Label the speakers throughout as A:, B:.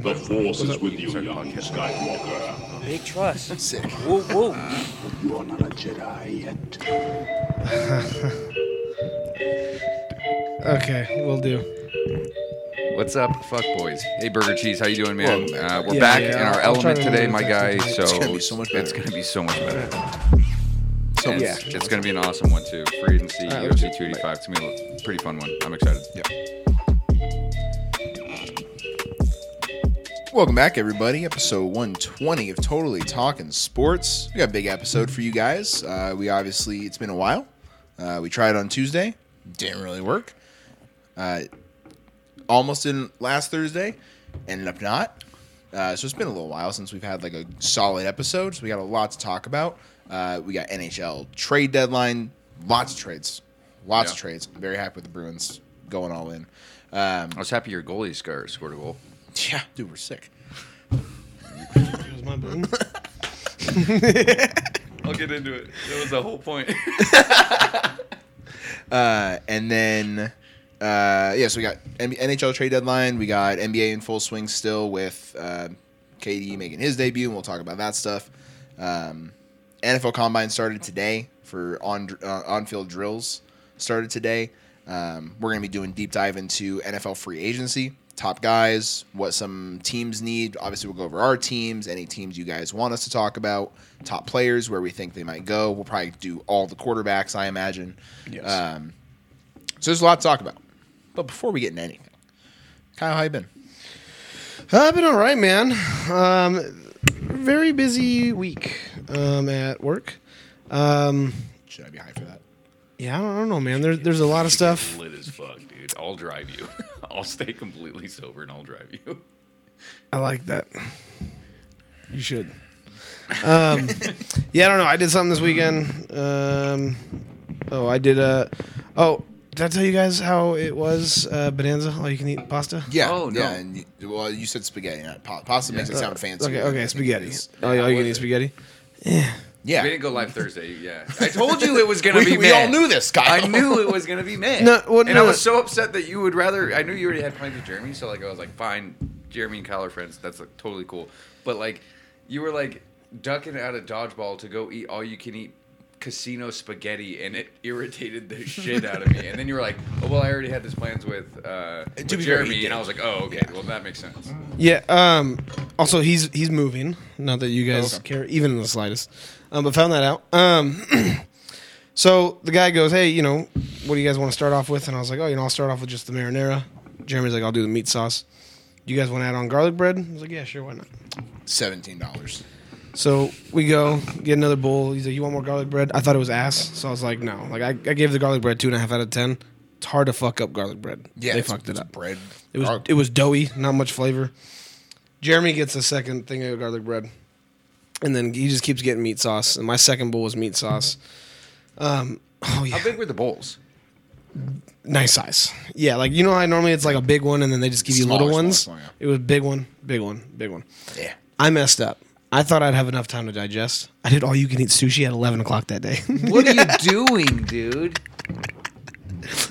A: The Force is with you, young Skywalker.
B: Big trust.
C: Sick.
B: Woo woo.
A: You are not a Jedi yet.
D: Okay, we'll do.
E: What's up, fuck boys? Hey, Burger Cheese, how you doing, man? Uh, we're
D: yeah,
E: back
D: yeah,
E: in our
D: I'll try
E: element
D: to
E: today,
D: remember
E: my
D: that
E: guy.
D: tonight.
E: So
D: It's
C: gonna be so much
E: It's
C: better.
E: gonna be so much better.
C: So
E: And
C: yeah.
E: It's, it's gonna be an awesome one too. Free agency,
D: Alright, let's
E: UFC 285. It's gonna be a pretty fun one. I'm excited.
C: Welcome back, everybody. Episode 120 of Totally Talking Sports. We got a big episode for you guys. Uh, we obviously, it's been a while. Uh, we tried on Tuesday, didn't really work. Uh, almost didn't last Thursday, ended up not. Uh, so it's been a little while since we've had like a solid episode. So we got a lot to talk about. Uh, we got NHL trade deadline, lots of trades, lots of
E: Yeah.
C: trades. I'm very happy with the Bruins going all in. Um,
E: I was happy your goalie scar scored a goal.
C: yeah, dude, we're sick.
D: It was my boom.
E: I'll get into it. That was the whole point.
C: Uh, and then, uh, yeah, so we got N- NHL trade deadline. We got NBA in full swing still with uh, KD making his debut, and we'll talk about that stuff. Um, NFL Combine started today for on uh, on field drills started today. Um, we're gonna be doing deep dive into NFL free agency, top guys, what some teams need. Obviously, we'll go over our teams, any teams you guys want us to talk about, top players, where we think they might go. We'll probably do all the quarterbacks, I imagine.
E: Yes.
C: Um, so there's a lot to talk about. But before we get into anything, Kyle, how you been?
D: Uh, I've been all right, man. Um, very busy week um, at work. Um,
C: Should I be high for that?
D: yeah, I don't, I don't know, man. There's there's a lot of stuff.
E: Lit as fuck, dude. I'll drive you. I'll stay completely sober and I'll drive you.
D: I like that. You should. Um, yeah, I don't know. I did something this weekend. Um, oh, I did a. Oh, did I tell you guys how it was? Uh, Bonanza, all you can eat pasta.
C: Yeah.
E: Oh, no.
C: Yeah. And you, well, you said spaghetti, not pasta. Pasta makes it sound fancy.
D: Okay,
C: I
D: okay,
C: think it
D: spaghetti.
C: is.
D: Oh, all you
E: was
D: can eat
E: it?
D: spaghetti.
C: Yeah.
E: We didn't go live Thursday. Yeah, I told you it was gonna
C: We-
E: be.
C: we
E: meh.
C: all knew this, Kyle.
E: I knew it was gonna be May.
D: No, well,
E: and
D: no.
E: I was so upset that you would rather. I knew you already had plans with Jeremy, so like I was like, fine, Jeremy and Kyle are friends. That's like, totally cool. But like, you were like ducking out of dodgeball to go eat all you can eat casino spaghetti, and it irritated the shit out of me. And then you were like, oh well, I already had these plans with, uh, with
C: be fair, he
E: Jeremy,
C: did.
E: and I was like, oh okay, well that makes sense.
D: Yeah. Um, also, he's he's moving. Not that you guys
C: Oh, Okay.
D: care even in the slightest, um, but found that out. Um, so the guy goes, "Hey, you know, what do you guys want to start off with?" And I was like, "Oh, you know, I'll start off with just the marinara." Jeremy's like, "I'll do the meat sauce." You guys want to add on garlic bread? I was like, "Yeah, sure, why not?"
C: Seventeen dollars.
D: So we go get another bowl. He's like, "You want more garlic bread?" I thought it was ass, so I was like, "No." Like I, I gave the garlic bread two and a half out of ten. It's hard to fuck up garlic bread.
C: Yeah.
D: they
C: it's-
D: fucked it
C: it's
D: up.
C: Bread.
D: It was
C: Garlic.
D: it was doughy, not much flavor. Jeremy gets a second thing of garlic bread, and then he just keeps getting meat sauce. And my second bowl was meat sauce. Um, oh
E: How
D: yeah,
E: big were the bowls?
D: nice size. Yeah, like you know how normally it's like a big one, and then they just give you
C: Smaller,
D: little
C: smaller,
D: ones.
C: smaller, yeah.
D: It was big one, big one, big one.
C: yeah.
D: I messed up. I thought I'd have enough time to digest. I did all you can eat sushi at eleven o'clock that day.
E: What are you doing, dude?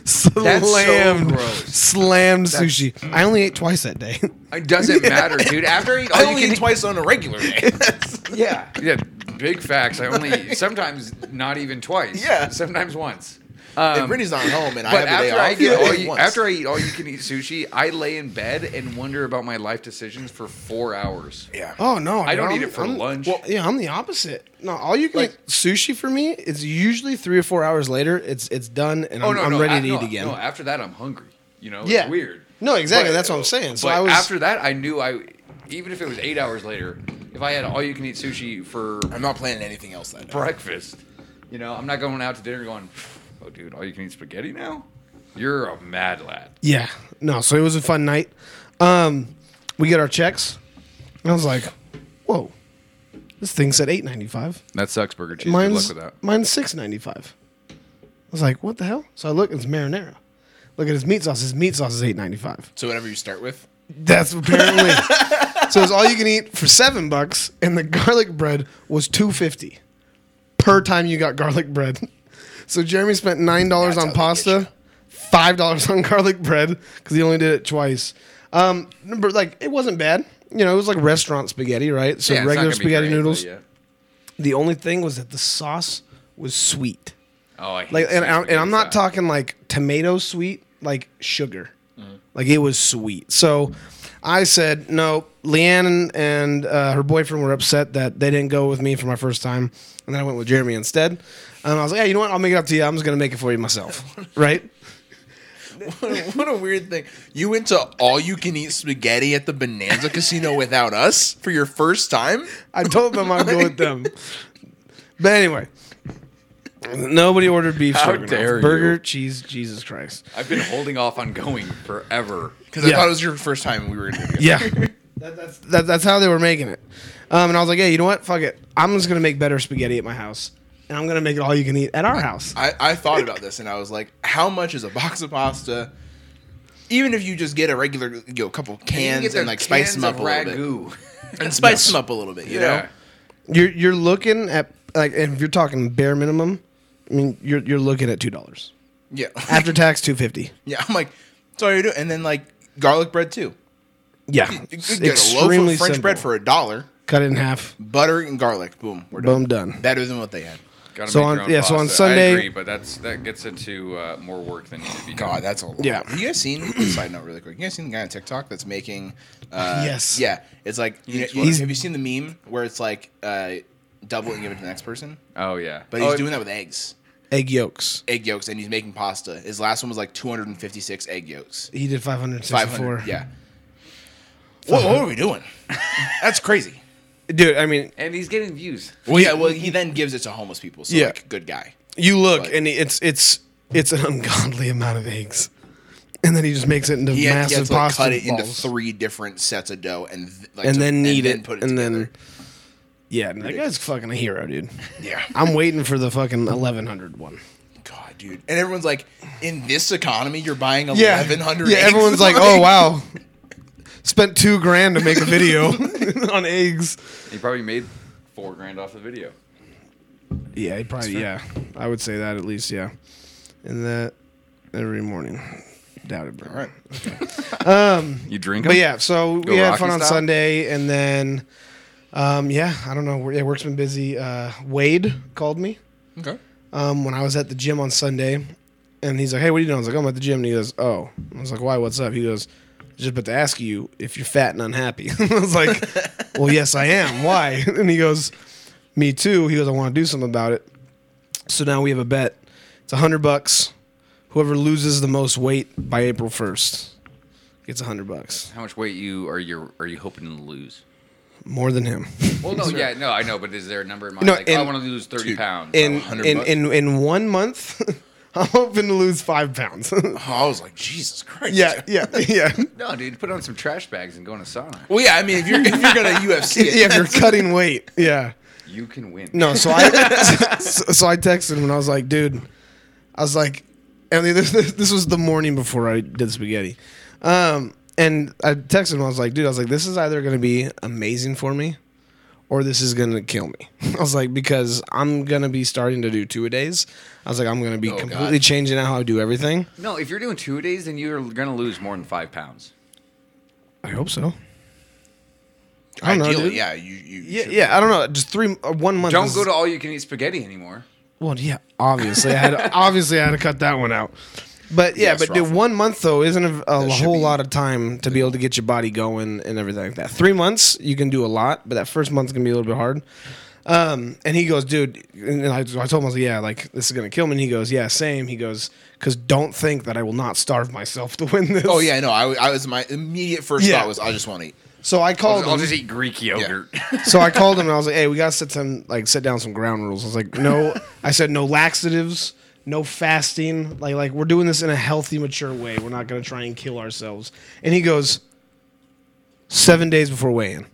E: so
D: slammed,
E: gross.
D: slammed sushi. I only ate twice that day.
E: It doesn't matter, dude. After I eat all
C: I
E: you
C: only
E: can
C: eat
E: eat
C: twice on a regular day.
E: Yeah. Yeah. Big facts. I only sometimes not even twice.
C: Yeah.
E: Sometimes once. Um,
C: if Brittany's not home and I
E: but
C: have a day
E: after
C: off,
E: I get all
C: only
E: you,
C: once.
E: after I eat all you can eat sushi, I lay in bed and wonder about my life decisions for four hours.
C: yeah.
D: Oh no!
E: I don't
D: dude,
E: eat it for
D: I'm-
E: lunch.
D: Well, yeah, I'm the opposite. No, all you can
C: Like-
D: eat sushi for me is usually three or four hours later. It's it's done, and I'm, I'm ready
E: a-
D: to
E: Oh, no,
D: eat again.
E: No, after that I'm hungry. You know,
D: Yeah.
E: it's weird.
D: No, exactly, that's what I'm saying. So
E: but
D: I was-
E: after that, I knew I, even if it was eight hours later, if I had all you can eat sushi for
C: I'm not planning anything else that day.
E: breakfast. You know, I'm not going out to dinner going, oh, dude, all you can eat spaghetti now? You're a mad lad.
D: yeah, no. So it was a fun night. Um, we get our checks, and I was like, "Whoa, this thing said eight ninety five.
E: That sucks, Burger Cheese.
D: Mine's mine's six ninety five. I was like, "What the hell?" So I look, it's marinara. Look at his meat sauce. His meat sauce is eight ninety five.
C: So whatever you start with.
D: That's apparently. so it's all you can eat for seven bucks, and the garlic bread was two fifty per time you got garlic bread. So Jeremy spent nine dollars
C: That's
D: on
C: how they get
D: pasta, five dollars on garlic bread because he only did it twice. Um, but like it wasn't bad. you know, it was like restaurant spaghetti, right? So
E: Yeah, it's not
D: regular
E: gonna be
D: spaghetti
E: great, but
D: noodles.
E: yeah.
D: The only thing was that the sauce was sweet.
E: Oh, I hate
D: Like, and,
E: sweet
D: I'm, and I'm not
E: spaghetti sauce.
D: talking like tomato sweet, like sugar.
E: Mm-hmm.
D: Like it was sweet. So I said, no, Leanne and, and uh, her boyfriend were upset that they didn't go with me for my first time. And then I went with Jeremy instead. And I was like, hey, you know what? I'll make it up to you. I'm just going to make it for you myself. right?
C: what a weird thing. You went to all you can eat spaghetti at the Bonanza Casino without us for your first time?
D: I told them I'd go with them. But anyway, nobody ordered beef.
E: How
D: stroganoff.
E: dare you.
D: Burger, cheese, Jesus Christ.
E: I've been holding off on going forever.
C: Because I
D: Yeah.
C: thought it was your first time and we were going to
D: Yeah, that, that's that, that's how they were making it. Um, and I was like, hey, you know what? Fuck it. I'm just gonna make better spaghetti at my house, and I'm gonna make it all you can eat at our house.
C: I, I thought about this and I was like, how much is a box of pasta? Even if you just get a regular, you know, couple
E: You can
C: cans
E: get
C: and
E: the
C: like spice them
E: cans
C: up
E: of
C: a little
E: ragu.
C: bit, and spice them up a little bit, you know.
D: You're you're looking at like if you're talking bare minimum, I mean you're you're looking at two dollars
C: Yeah,
D: after tax, two fifty.
C: yeah. I'm like, that's all you do, and then like garlic bread too.
D: Yeah,
C: You could get a loaf of French bread for a dollar,
D: cut it in half.
C: butter and garlic. Boom, we're done.
D: Boom, done.
C: Better than what they had.
E: Gotta
D: So
E: make
D: on-
E: your own
D: yeah, so on
E: pasta. I
D: Sunday-
E: agree, but that's that gets into uh, more work than needs to be done.
C: God, that's a lot.
D: Yeah.
C: You guys seen? side note, really quick. You guys seen the guy on TikTok that's making? Uh,
D: Yes.
C: Yeah. It's like you know,
E: He's-
C: you- have you seen the meme where it's like uh, double and give it to the next person?
E: Oh yeah,
C: But he's
E: Oh,
C: doing that with eggs,
D: Egg yolks.
C: egg yolks, and he's making pasta. His last one was like 256 egg yolks.
D: He did 564.
C: 500. Yeah. What, what are we doing? that's crazy.
D: Dude, I mean,
E: and he's getting views.
C: Well, yeah. Well, he then gives it to homeless people. So
D: Yeah.
C: like, good guy.
D: you look
C: But-
D: and it's it's it's an ungodly amount of eggs. And then he just makes it into
C: He had, he had
D: massive
C: to like,
D: pasta
C: cut it into
D: balls.
C: three different sets of dough and th- like,
D: and
C: to-
D: then knead it,
C: put
D: and
C: together.
D: then yeah, and that guy's fucking a hero, dude.
C: yeah.
D: I'm waiting for the fucking 1100 one.
C: God, dude. And everyone's like, in this economy, you're buying
D: Yeah,
C: 1,100
D: yeah.
C: eggs?
D: Everyone's like, oh wow, spent two grand to make a video on eggs.
E: He probably made four grand off the video.
D: Yeah, he probably. Yeah, I would say that at least. Yeah, and that every morning. Doubt it, bro.
C: All right.
E: You drink
D: But yeah, so
E: Go
D: we had
E: Rocky
D: fun on
E: style?
D: Sunday, and then, um, yeah, I don't know. Yeah, work's been busy. Uh, Wade called me
C: Okay.
D: um, when I was at the gym on Sunday, and he's like, "Hey, what are you doing?" I was like, "I'm at the gym," and he goes, "Oh," I was like, "Why? What's up?" He goes, "Just about to ask you if you're fat and unhappy." I was like, "Well, yes, I am. Why?" And he goes, "Me too." He goes, "I want to do something about it." So now we have a bet. It's a hundred bucks. Whoever loses the most weight by April first gets a hundred bucks.
E: How much weight you are you are you hoping to lose?
D: More than him.
E: Well, no, yeah, no, I know, but is there a number in mind?
D: No,
E: like, oh, I
D: and-
E: want to lose thirty
C: Dude,
E: pounds.
D: In
C: $100
D: in,
C: bucks.
D: in in one month, I'm hoping to lose five pounds.
C: Oh, I was like, Jesus Christ.
D: yeah, yeah, yeah.
E: no, dude, put on some trash bags and go in a sauna.
C: Well, yeah, I mean, if you're, if you're going to UFC it,
D: yeah, if you're cutting weight. Yeah.
E: You can win.
D: No, so I so, so I texted him and I was like, dude, I was like, and this, this this was the morning before I did spaghetti. Um, and I texted him, I was like, dude, I was like, this is either going to be amazing for me or this is going to kill me. I was like, because I'm going to be starting to do two a days. I was like, I'm going to be
C: Oh,
D: completely
C: God.
D: changing out how I do everything.
E: no, if you're doing two days, then you're gonna lose more than five pounds.
D: I hope so. I don't know,
C: ideally,
D: dude.
C: yeah, you, you
D: Yeah,
C: should-
D: yeah, I don't know. Just three, uh, one month.
E: Don't
D: is-
E: go to all you can eat spaghetti anymore.
D: Well, yeah, obviously, I had obviously I had to cut that one out. But yeah,
C: Yes,
D: but dude,
C: Rafa.
D: one month though isn't a, a
C: That should
D: whole
C: be-
D: lot of time to be able to get your body going and everything like that. Three months you can do a lot, but that first month's gonna be a little bit hard. Um, and he goes, dude, and I, I told him I was like, yeah, like this is gonna kill me. And he goes, yeah, same. He goes, because don't think that I will not starve myself to win this.
C: Oh, yeah, no, I, I was, my immediate first
D: Yeah.
C: thought was, I just want to eat.
D: So I called
E: I'll
D: him.
E: just eat Greek yogurt.
D: so I called him and I was like, "Hey, we gotta set some like set down some ground rules." I was like, "No," I said, "No laxatives, no fasting. Like like we're doing this in a healthy, mature way. We're not gonna try and kill ourselves." And he goes, seven days before weigh-in."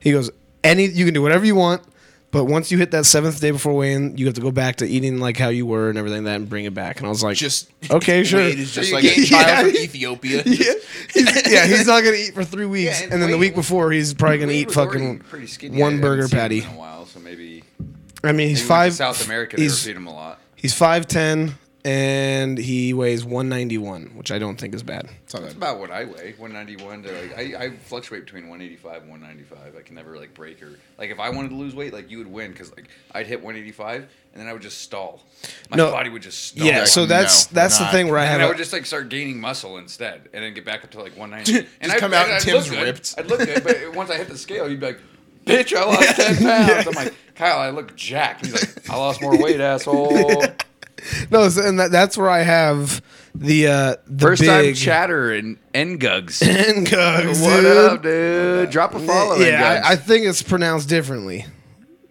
D: He goes, "Any you can do whatever you want." But once you hit that seventh day before weigh-in, you have to go back to eating like how you were and everything like that, and bring it back. And I was like,
C: Just,
D: okay, sure."
C: Wade is just
E: You
C: like a
E: get-
C: child from
D: Yeah.
C: Ethiopia.
D: yeah, he's, yeah, he's not gonna eat for three weeks,
E: and
D: and, then the
E: Wade
D: week before he's probably gonna
E: Wade
D: eat
E: was already
D: fucking
E: pretty skinny. I
D: one
E: haven't
D: burger
E: seen him
D: patty.
E: in a while, so maybe
D: I mean, he's
E: he
D: five.
E: went to South America. They
D: He's
E: feed him a lot.
D: he's five ten. and he weighs 191, which I don't think is bad.
C: It's not
E: That's
C: bad.
E: about what I weigh, 191 to like I, I fluctuate between 185 and 195. I can never like break or like if I wanted to lose weight, like you would win because like I'd hit 185 and then I would just stall. My
D: No.
E: body would just stall.
D: Yeah, so
C: no,
D: that's
C: we're
D: that's the
C: not.
D: thing where I
E: and
D: have
E: I
D: a-
E: would just like start gaining muscle instead, and then get back up to like 190. and
C: Just come out and
E: I'd
C: Tim's
E: look good.
C: ripped.
E: I'd look good, but once I hit the scale, you'd be like, "Bitch, I lost 10 pounds." I'm like, "Kyle, I look jacked." He's like, "I lost more weight, asshole."
D: no, so- and that, that's where I have the uh, the
E: First time
D: big
E: chatter and ngugs.
D: and gugs,
E: What
D: dude.
E: up, dude? Drop a follow.
D: Yeah,
E: Ngugs.
D: I, I think it's pronounced differently.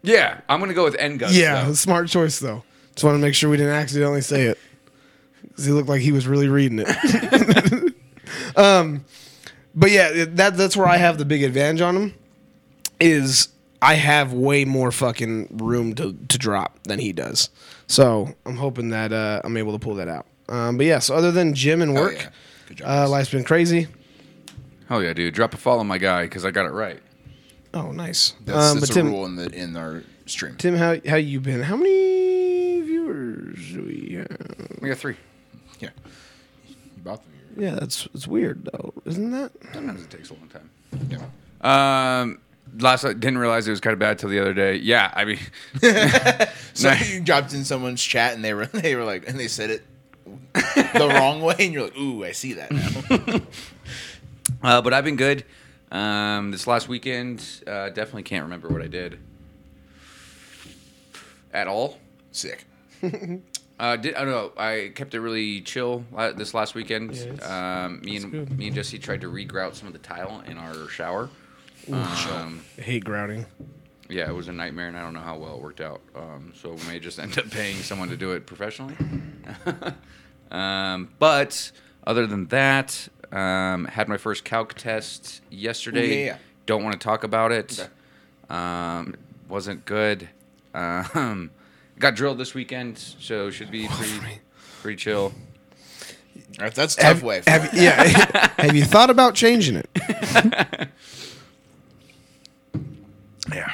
E: Yeah, I'm gonna go with Ngugs.
D: Yeah,
E: though.
D: smart choice though. Just want to make sure we didn't accidentally say it. 'Cause he looked like he was really reading it. um, but yeah, it- that that's where I have the big advantage on him. Is I have way more fucking room to, to drop than he does. So I'm hoping that uh, I'm able to pull that out. Um, but yeah, so other than gym and work,
C: yeah. Good job,
D: uh,
C: guys.
D: life's been crazy.
E: Hell yeah, dude. Drop a follow, my guy, because I got it right.
D: Oh, nice.
C: That's,
D: um, but
C: that's a
D: Tim,
C: rule in the in our stream.
D: Tim, how how you been? How many viewers do we have?
E: We got three.
C: Yeah, you bought them.
D: Yeah, that's it's weird though, isn't that?
E: Sometimes it takes a long time.
C: you're- Yeah.
E: Um, last I didn't realize it was kind of bad till the other day. Yeah, I mean,
C: So
E: Nice.
C: you dropped in someone's chat and they were they were like and they said it the wrong way and you're like, ooh, I see that now.
E: uh, but I've been good. Um, this last weekend, uh, definitely can't remember what I did at all.
C: Sick.
E: Uh, did I don't know? I kept it really chill la- this last weekend.
D: Yeah, it's-
E: um, me and
D: good.
E: me and Jesse tried to regrout some of the tile in our shower. Um,
D: I hate grouting.
E: yeah, it was a nightmare, and I don't know how well it worked out. Um, so we may just end up paying someone to do it professionally. um, but other than that, um, had my first calc test yesterday.
C: Ooh, yeah.
E: Don't want to talk about it.
C: Okay.
E: Um, wasn't good. Um, got drilled this weekend, so should
C: Oh,
E: be pretty, pretty chill.
C: Alright, That's a tough way. for
D: Have, yeah. have you thought about changing it?
E: Yeah.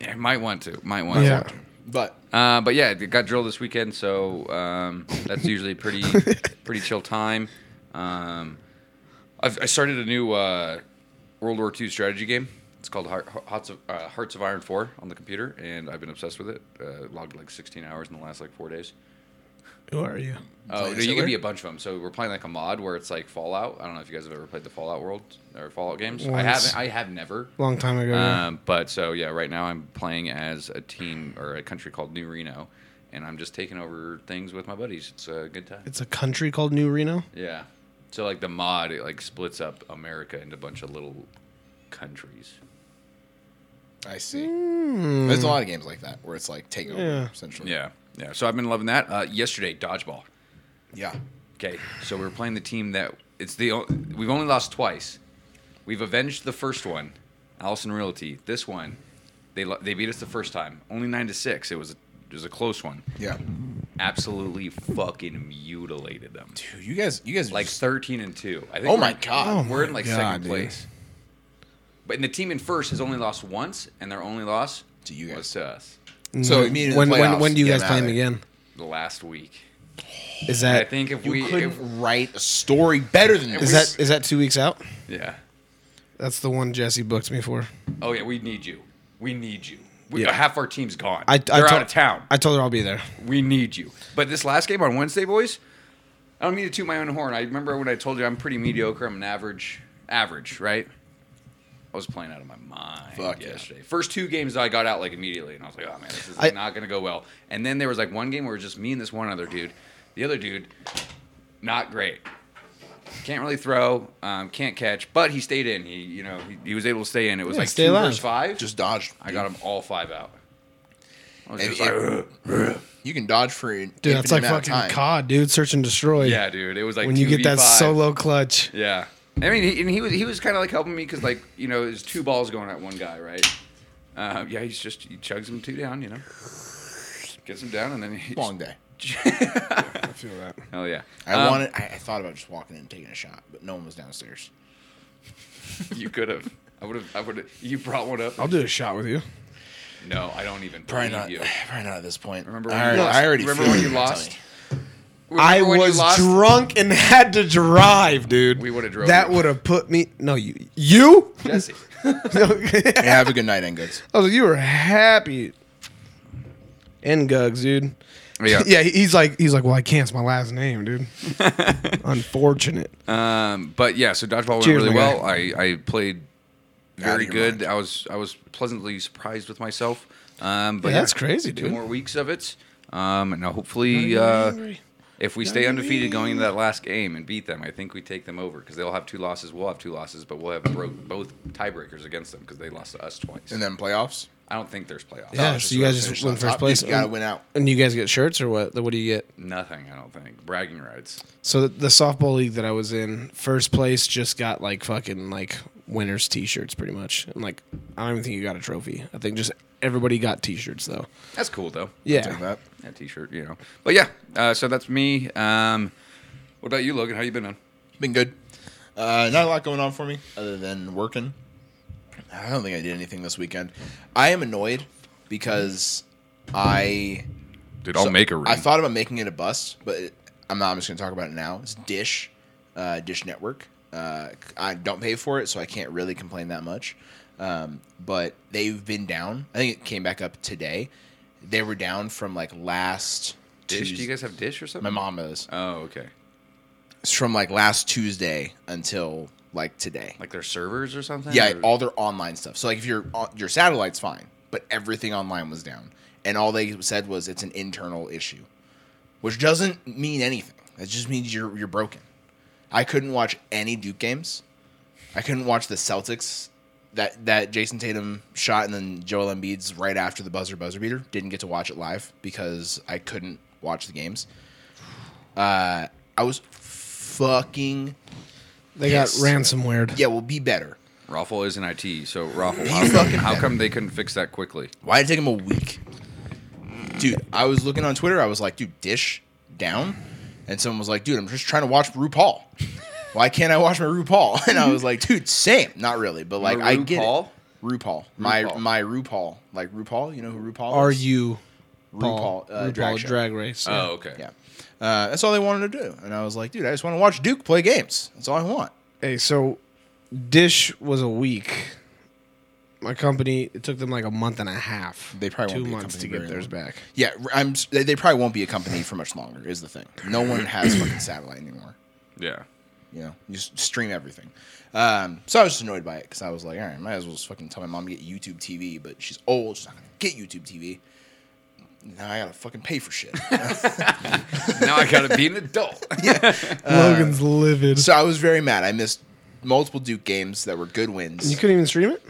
E: Yeah, might want to. Might want
D: Yeah.
E: to.
C: But
E: Uh, but yeah, it got drilled this weekend, so um, that's usually a pretty pretty chill time. Um, I've, I started a new uh, World War II strategy game. It's called Heart, Hearts, of, uh, Hearts of Iron Four on the computer, and I've been obsessed with it. Uh, logged like 16 hours in the last like four days.
D: Who are you?
E: Oh,
C: Playing
E: no, you
C: Hitler?
E: can be a bunch of them. So we're playing like a mod where it's like Fallout. I don't know if you guys have ever played the Fallout world or Fallout games. I
D: Once.
E: haven't. I have never.
D: Long time ago. yeah.
E: Um, but so yeah, right now I'm playing as a team or a country called New Reno, and I'm just taking over things with my buddies. It's a good time.
D: It's a country called New Reno.
E: Yeah. So like the mod, it like splits up America into a bunch of little countries.
C: I see. There's a lot of games like that where it's like takeover
D: Hmm. Yeah.
C: essentially.
E: Yeah, yeah. So I've been loving that. Uh, yesterday, dodgeball.
C: Yeah.
E: Okay, so we're playing the team that it's the o- we've only lost twice. We've avenged the first one, Allison Realty. This one, they lo- they beat us the first time, only nine to six. It was a, it was a close one.
C: Yeah.
E: absolutely fucking mutilated them.
C: Dude, you guys you guys are
E: Like
C: just-
E: thirteen and two. I think.
C: Oh
E: we're
C: my
E: in-
C: God.
E: We're in like
C: Oh my God,
E: second
C: dude.
E: place. But and the team in first has only lost once, and their only loss
C: To you guys.
E: was to us
C: So
D: When-
C: immediately
D: Mm-hmm. when, when
C: playoffs,
D: when do you
C: get
D: guys
C: out
D: play
C: of
D: him
C: there.
D: again?
E: the last week.
D: Is
E: I
D: that
E: think if
C: You
E: we,
C: couldn't
E: if,
C: write a story better than
D: is
C: this.
D: that is that two weeks out?
E: yeah.
D: That's the one Jesse booked me for.
E: Oh yeah, we need you. We need you. We,
D: Yeah.
E: Half our team's gone.
D: I, I
E: They're
D: told,
E: out of town.
D: I told her I'll be there.
E: we need you. But this last game on Wednesday, boys, I don't mean to toot my own horn. I remember when I told you I'm pretty mediocre. I'm an average, average, right? I was playing out of my mind
C: Fuck yeah.
E: yesterday. First two games I got out like immediately, and I was like, oh man, this is
D: I-
E: not gonna go well. And then there was like one game where it was just me and this one other dude. The other dude, not great. Can't really throw, um, can't catch, but he stayed in. He, you know, he, he was able to stay in. It was
D: Yeah,
E: like
D: stay
E: two
D: alive.
E: versus five.
C: Just dodged.
E: I got him all five out. I was
C: And
E: just
C: it-
E: like,
C: you can dodge for an
D: Dude,
C: infinite
D: that's like
C: amount of
D: fucking
C: time.
D: COD, dude. Search and destroy.
E: Yeah, dude. It was like
D: when you get that
E: 2v5.
D: solo clutch.
E: Yeah. I mean, he, and he was he was kind of like helping me because like you know there's two balls going at one guy, right? Uh, yeah, he's just he chugs him two down, you know, gets him down, and then he
C: Long day.
D: I feel that.
E: Hell yeah!
C: I
E: Um,
C: wanted. I, I thought about just walking in and taking a shot, but no one was downstairs.
E: Um, You could have. I would have. I would have. You brought one up.
D: I'll do a shot with you.
E: No, I don't even.
C: Probably
E: believe
C: not.
E: You.
C: Probably not at this point.
E: Remember
C: I
E: when you
C: already,
E: lost?
C: I already
E: Remember
C: feel
E: when
C: it,
E: you
C: I'm telling
E: lost?
D: I
E: Remember when you
D: was
E: lost-
D: drunk and had to drive, dude.
E: We would've drove
D: That
E: you.
D: would have put me. No, you. You?
E: Jesse.
D: I
C: Yeah, have a good night, Ngugs.
D: was like, you were happy. And Gugs, dude.
E: Yeah.
D: yeah. he- He's like, he's like, well, I can't. It's my last name, dude. Unfortunate.
E: Um, but yeah, so dodgeball went
D: Cheers,
E: really
D: my
E: well. I, I played very
C: you're
E: good. I was I was pleasantly surprised with myself. Um, but
D: Yeah, that's crazy,
E: Two
D: dude.
E: more weeks of it, um, and now hopefully, uh, if we stay undefeated going into that last game and beat them, I think we take them over because they'll have two losses. We'll have two losses, but we'll have broke both tiebreakers against them because they lost to us twice.
C: And then playoffs.
E: I don't think there's playoffs.
D: Yeah,
C: Oh,
D: so you guys just
C: finish
D: win
C: on
D: first
C: top.
D: place.
C: You gotta win out.
D: And you guys get shirts or what? What do you get?
E: Nothing, I don't think. Bragging rights.
D: So the, the softball league that I was in, first place just got like fucking like winners t-shirts pretty much. And like I don't even think you got a trophy. I think just everybody got t-shirts though.
E: That's cool though.
C: Take
D: Yeah.
C: that.
E: That t-shirt, you know. But yeah, uh, so that's me. Um, what about you, Logan? How you been, man?
C: Been good. Uh, not a lot going on for me other than working. I don't think I did anything this weekend. I am annoyed because I
E: Dude, I'll
C: so
E: make a ring.
C: I thought about making it a bust, but it, I'm not. I'm just going to talk about it now. It's Dish, uh, Dish Network. Uh, I don't pay for it, so I can't really complain that much. Um, but they've been down. I think it came back up today. They were down from like last.
E: dish. Do
C: Tues-
E: you guys have dish or something?
C: My mom is.
E: Oh, okay.
C: It's from like last Tuesday until like today.
E: Like their servers or something?
C: Yeah,
E: Or-
C: all their online stuff. So like if your uh, your satellite's fine, but everything online was down, and all they said was it's an internal issue, which doesn't mean anything. It just means you're you're broken. I couldn't watch any Duke games. I couldn't watch the Celtics. That that Jason Tatum shot and then Joel Embiid's right after the buzzer buzzer beater. Didn't get to watch it live because I couldn't watch the games. Uh, I was fucking
D: They got
C: Yes.
D: ransomware.
C: yeah. We'll be better.
E: Raffle is an IT, so Raffle,
C: You
E: how, come,
C: fucking
E: how
C: better.
E: come they couldn't fix that quickly?
C: Why did it take him a week? Dude, I was looking on Twitter. I was like, dude, dish down. And someone was like, dude, I'm just trying to watch RuPaul. Why can't I watch my RuPaul? And I was like, dude, same. Not really, but like, I get it.
E: RuPaul?
C: RuPaul. My
E: RuPaul.
C: my RuPaul. Like RuPaul, you know who RuPaul
D: Are
C: is?
D: you
C: RuPaul, uh,
D: RuPaul
C: drag
D: drag,
C: show.
D: race?
E: Oh, okay.
C: Yeah. Uh, that's all they wanted to do. And I was like, dude, I just want to watch Duke play games. That's all I want.
D: Hey, so Dish was a week. My company it took them like a month and a half.
C: They probably
D: two
C: won't be a
D: months to
C: company
D: get
C: very
D: theirs
C: long.
D: back.
C: Yeah, I'm. s- They they probably won't be a company for much longer. Is the thing. No one has fucking satellite anymore.
E: Yeah.
C: you know, you s- stream everything. Um, so I was just annoyed by it because I was like, all right, might as well just fucking tell my mom to get YouTube TV, but she's old, she's not gonna get YouTube TV. Now I gotta fucking pay for shit.
E: now I gotta be an adult.
C: Uh,
D: Logan's livid.
C: so I was very mad. I missed multiple Duke games that were good wins.
D: you couldn't even stream it.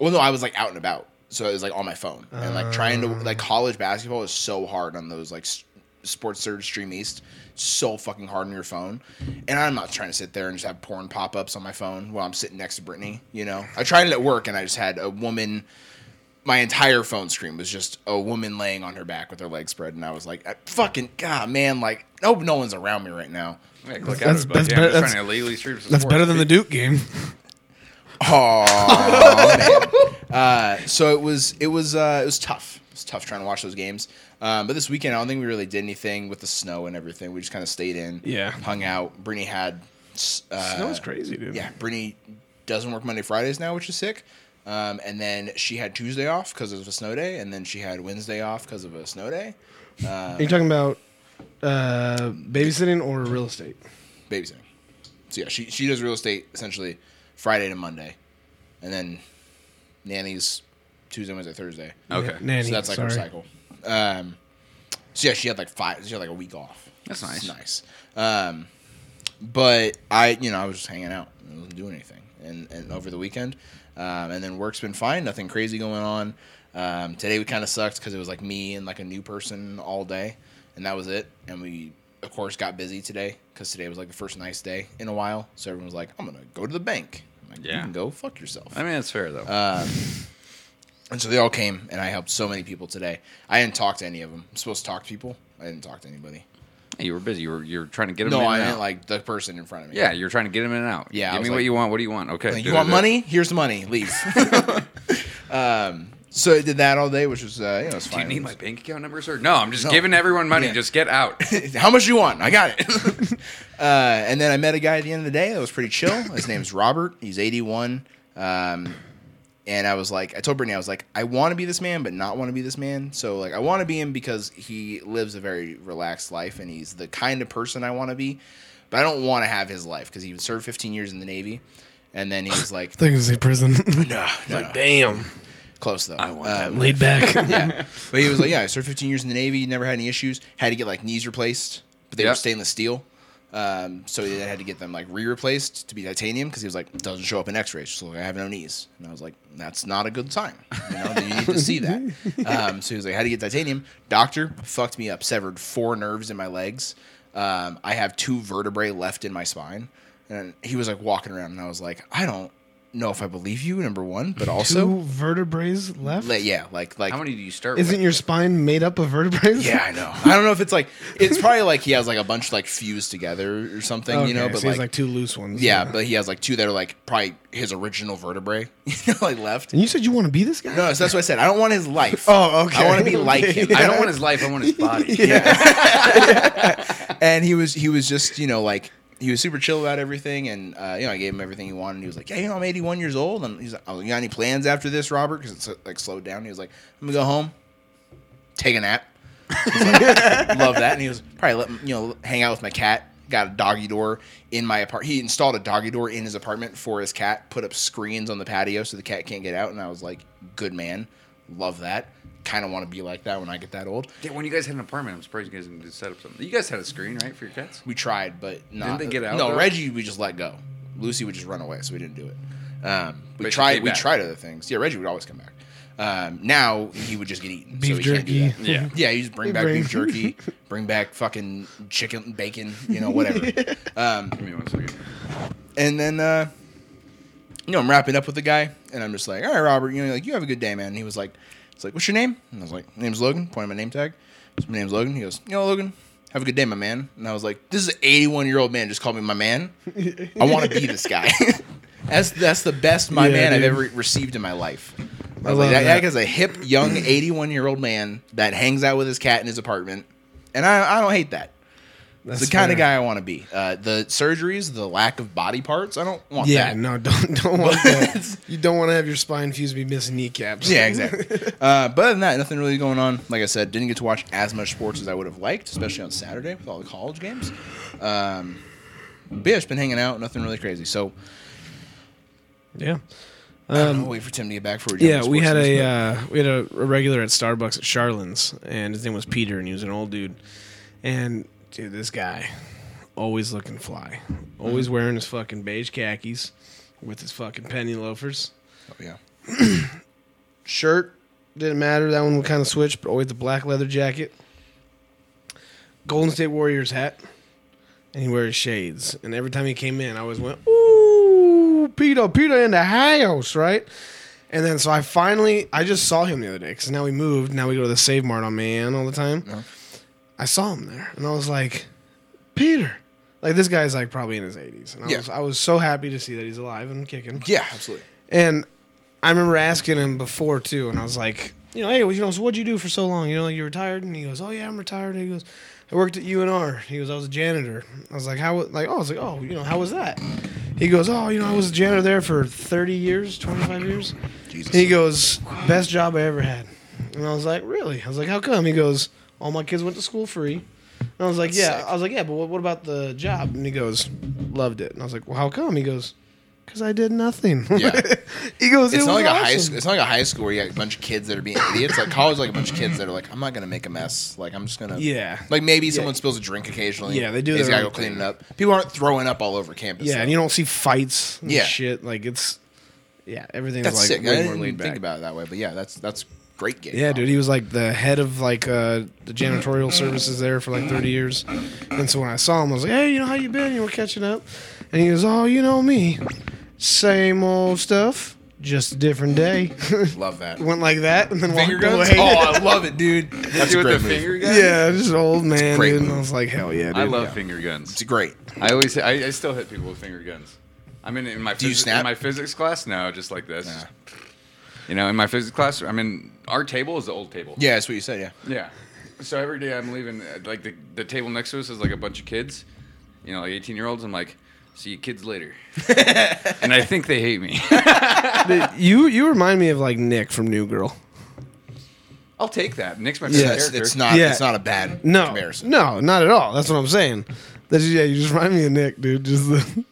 C: Well, no, I was like out and about, so it was like on my phone and like trying to like college basketball is so hard on those like s- sports surge stream east, so fucking hard on your phone. And I'm not trying to sit there and just have porn pop ups on my phone while I'm sitting next to Brittany. You know, I tried it at work and I just had a woman. My entire phone screen was just a woman laying on her back with her legs spread, and I was like, I "Fucking god, man! Like, nope, no one's around me right now."
E: Yeah, click
D: That's-
E: out of it, but
D: that's
E: yeah,
D: better-
E: I'm just
D: that's-
E: trying to illegally stream some
D: That's
E: sports.
D: better than the Duke game.
C: Oh man. Uh, so it was it was uh, it was tough. It was tough trying to watch those games. Um, but this weekend, I don't think we really did anything with the snow and everything. We just kind of stayed in.
D: Yeah.
C: Hung out. Brittany had. s- Uh,
D: Snow is crazy, dude.
C: Yeah, Brittany doesn't work Monday Fridays now, which is sick. Um, and then she had Tuesday off because of a snow day, and then she had Wednesday off because of a snow day.
D: Are you talking about uh, babysitting or real estate?
C: babysitting. So yeah, she she does real estate essentially Friday to Monday, and then nannies Tuesday, Wednesday, Thursday.
E: Okay.
D: Nanny.
C: so that's like
D: sorry.
C: her cycle. Um, so yeah, she had like five. She had like a week off.
E: That's nice.
C: It's Nice. Um, but I, you know, I was just hanging out. I wasn't doing anything, and and over the weekend, um, and then work's been fine. Nothing crazy going on. Um, today we kind of sucked because it was like me and like a new person all day, and that was it. And we of course got busy today because today was like the first nice day in a while. So everyone was like, "I'm gonna go to the bank." I'm like,
E: Yeah.
C: You can go fuck yourself.
E: I mean, that's fair though.
C: Uh, And so they all came, and I helped so many people today. I didn't talk to any of them. I'm supposed to talk to people. I didn't talk to anybody.
E: Hey, you were busy. You were you're trying to get them.
C: No,
E: in
C: I
E: and
C: meant
E: out.
C: like the person in front of me.
E: Yeah, you're trying to get them in and out.
C: Yeah, I
E: Give
C: was
E: me what
C: like-
E: you want. What do you want? Okay.
C: Like,
E: da-
C: you
E: da-
C: want
E: da.
C: money? Here's the money. Leave. um, So I did that all day, which was uh, you know, it's
E: Do you
C: fine.
E: need my bank account number, sir? No, I'm just
C: No.
E: giving everyone money.
C: Yeah.
E: Just get out.
C: How much do you want? I got it. uh, and then I met a guy at the end of the day that was pretty chill. His name's Robert. He's 81. Um, and I was like, I told Brittany, I was like, I want to be this man, but not want to be this man. So like, I want to be him because he lives a very relaxed life, and he's the kind of person I want to be. But I don't want to have his life because he served 15 years in the Navy, and then he was like,
D: think it was a prison.
C: no, no,
D: Damn.
C: close though.
E: I want that
D: Laid back.
C: Uh, yeah. But he was like, yeah, I served 15 years in the Navy, never had any issues. Had to get like knees replaced, but they were
E: Yep.
C: stainless steel. Um, so they had to get them like re-replaced to be titanium because he was like, doesn't show up in X-rays. So like, I have no knees, and I was like, that's not a good sign. You know, you need to see that. Um, so he was like, had to get titanium. Doctor fucked me up, severed four nerves in my legs. Um, I have two vertebrae left in my spine, and he was like walking around, and I was like, I don't know if I believe you. Number one, but
D: Two
C: also,
D: vertebrae left.
C: like, yeah, like like
E: How many do you start
D: Isn't
E: with?
D: your spine made up of vertebrae?
C: Yeah, I know. I don't know if it's like it's probably like he has like a bunch like fused together or something,
D: Okay,
C: you know. But
D: so he has,
C: like,
D: like two loose ones.
C: yeah, but he has like two that are like probably his original vertebrae, you know, like left.
D: And you said you want to be this guy?
C: No, so that's what I said. I don't want his life.
D: Oh, okay.
C: I want to be like him.
E: I don't want his life. I want his body.
C: and he was he was just you know like he was super chill about everything and uh, you know I gave him everything he wanted. And he was like, yeah, you know, I'm 81 years old. And he's like, oh, you got any plans after this, Robert? Because it's like slowed down. He was like, I'm gonna go home, take a nap. I was like, Love that. And he was probably let me, you know hang out with my cat. Got a doggy door in my apartment. He installed a doggy door in his apartment for his cat. Put up screens on the patio so the cat can't get out. And I was like, good man, love that. Kind of want to be like that when I get that old.
E: Yeah, when you guys had an apartment, I'm surprised you guys didn't set up something. You guys had a screen, right, for your cats?
C: We tried, but not.
E: they get out,
C: No,
E: though?
C: Reggie, we just let go. Lucy would just run away, so we didn't do it. Um, we
E: But she
C: tried.
E: came
C: We
E: back.
C: tried other things. Yeah, Reggie would always come back. Um, now he would just get eaten. so
D: Beef
C: he can't do
D: jerky.
C: that. Yeah, you just bring back
D: Bring-
C: beef jerky, bring back fucking chicken, bacon, you know, whatever. um,
E: Give me one second.
C: and then, uh, you know, I'm wrapping up with the guy, and I'm just like, all right, Robert, you know, like, you have a good day, man. And he was like, it's like, what's your name? And I was like, my name's Logan, pointing my name tag. So my name's Logan. He goes, you know, Logan, have a good day, my man. And I was like, this is an 81 year old man just called me my man. I want to be this guy. that's that's the best my
D: Yeah,
C: man I've
D: dude.
C: ever receivc received in my life. I was
D: love
C: like, that,
D: that.
C: that is a hip, young, 81 year old man that hangs out with his cat in his apartment. And I, I don't hate that. It's
D: That's
C: the kind of
D: fair.
C: guy I want to be. Uh, the surgeries, the lack of body parts, I don't want
D: Yeah,
C: that.
D: no, don't don't want that. you don't want to have your spine fused be missing kneecaps.
C: Yeah, exactly. uh, but other than that, nothing really going on. Like I said, didn't get to watch as much sports as I would have liked, especially on Saturday with all the college games. Um, but yeah, just been hanging out, nothing really crazy. So
D: Yeah.
C: I'll wait for Tim to get back for
D: Um, Yeah, we had a uh, we had a, a regular at Starbucks at Charlin's, and his name was Peter, and he was an old dude. And dude, this guy always looking fly, always
C: Mm-hmm.
D: wearing his fucking beige khakis with his fucking penny loafers.
C: oh, yeah.
D: Shirt didn't matter. That one would kind of switch, but always the black leather jacket, Golden State Warriors hat, and he wears shades. And every time he came in, I always went, "Ooh, Peter, Peter in the house, right?" And then so I finally I just saw him the other day because now we moved. Now we go to the Save Mart on Mayan all the time.
C: Uh-huh.
D: I saw him there, and I was like, Peter. Like this guy's like probably in his 80s, and I
C: Yeah.
D: was I was so happy to see that he's alive and kicking.
C: Yeah, absolutely.
D: And I remember asking him before too, and I was like, you know, hey, well, you know, so what'd you do for so long? You know, like you retired? And he goes, oh yeah, I'm retired. And he goes, I worked at UNR. He goes, I was a janitor. I was like, how? wa- Like, oh, I was like, oh, you know, how was that? He goes, oh, you know, I was a janitor there for 30 years, 25 years.
C: Jesus.
D: He goes, best job I ever had. And I was like, really? I was like, how come? He goes, all my kids went to school free. And I was like, yeah.
C: sick.
D: I was like, yeah, but what, what about the job? And he goes, loved it. And I was like, well, how come? He goes, because I did nothing.
C: Yeah.
D: he goes,
C: it's
D: it
C: not
D: was
C: like a high
D: awesome.
C: school. It's not like a high school where you got a bunch of kids that are being idiots. Like college, like a bunch of kids that are like, I'm not gonna make a mess. Like I'm just gonna.
D: Yeah.
C: Like maybe someone spills a drink occasionally.
D: Yeah, they do
C: They just
D: their
C: gotta go
D: own
C: clean it
D: thing.
C: up. People aren't throwing up all over campus.
D: Yeah,
C: though.
D: and you don't see fights and
C: Yeah.
D: shit. Like, it's, yeah, everything's
C: that's
D: like
C: sick. I
D: way more
C: didn't
D: laid
C: even
D: back.
C: think about it that way, but yeah, that's that's great gig.
D: Yeah, dude, he was like the head of like uh, the janitorial services there for like 30 years. And so when I saw him, I was like, "Hey, you know how you been? You were catching up?" And he goes, "Oh, you know me, same old stuff, just a different day."
C: love that.
D: Went like that, and then
C: Finger
D: walked
C: guns.
D: away.
C: Oh, I love it, dude. That's
E: Do
C: a
E: it
C: great
E: with the
C: move.
E: finger gun?
D: yeah, just an old man,
C: great
D: dude. And
C: move.
D: I was like, "Hell yeah, dude!"
E: I love
C: Yeah.
E: finger guns.
C: It's great.
E: I always I, I still hit people with finger guns. I mean, in my
C: Do you
E: phys-
C: snap?
E: in my physics class, no, just like this.
C: Nah.
E: You know, in my physics class, I mean, our table is the old table.
C: Yeah, that's what you said. Yeah.
E: Yeah. So every day I'm leaving, uh, like the, the table next to us is like a bunch of kids, you know, like 18 year olds. I'm like, see you kids later. and I think they hate me.
D: Dude, you you remind me of like Nick from New Girl.
E: I'll take that. Nick's my favorite
C: Yeah, it's,
E: character.
C: it's not.
D: Yeah.
C: It's not a bad
D: No,
C: comparison.
D: no, not at all. That's what I'm saying. That's, yeah, you just remind me of Nick, dude. Just the,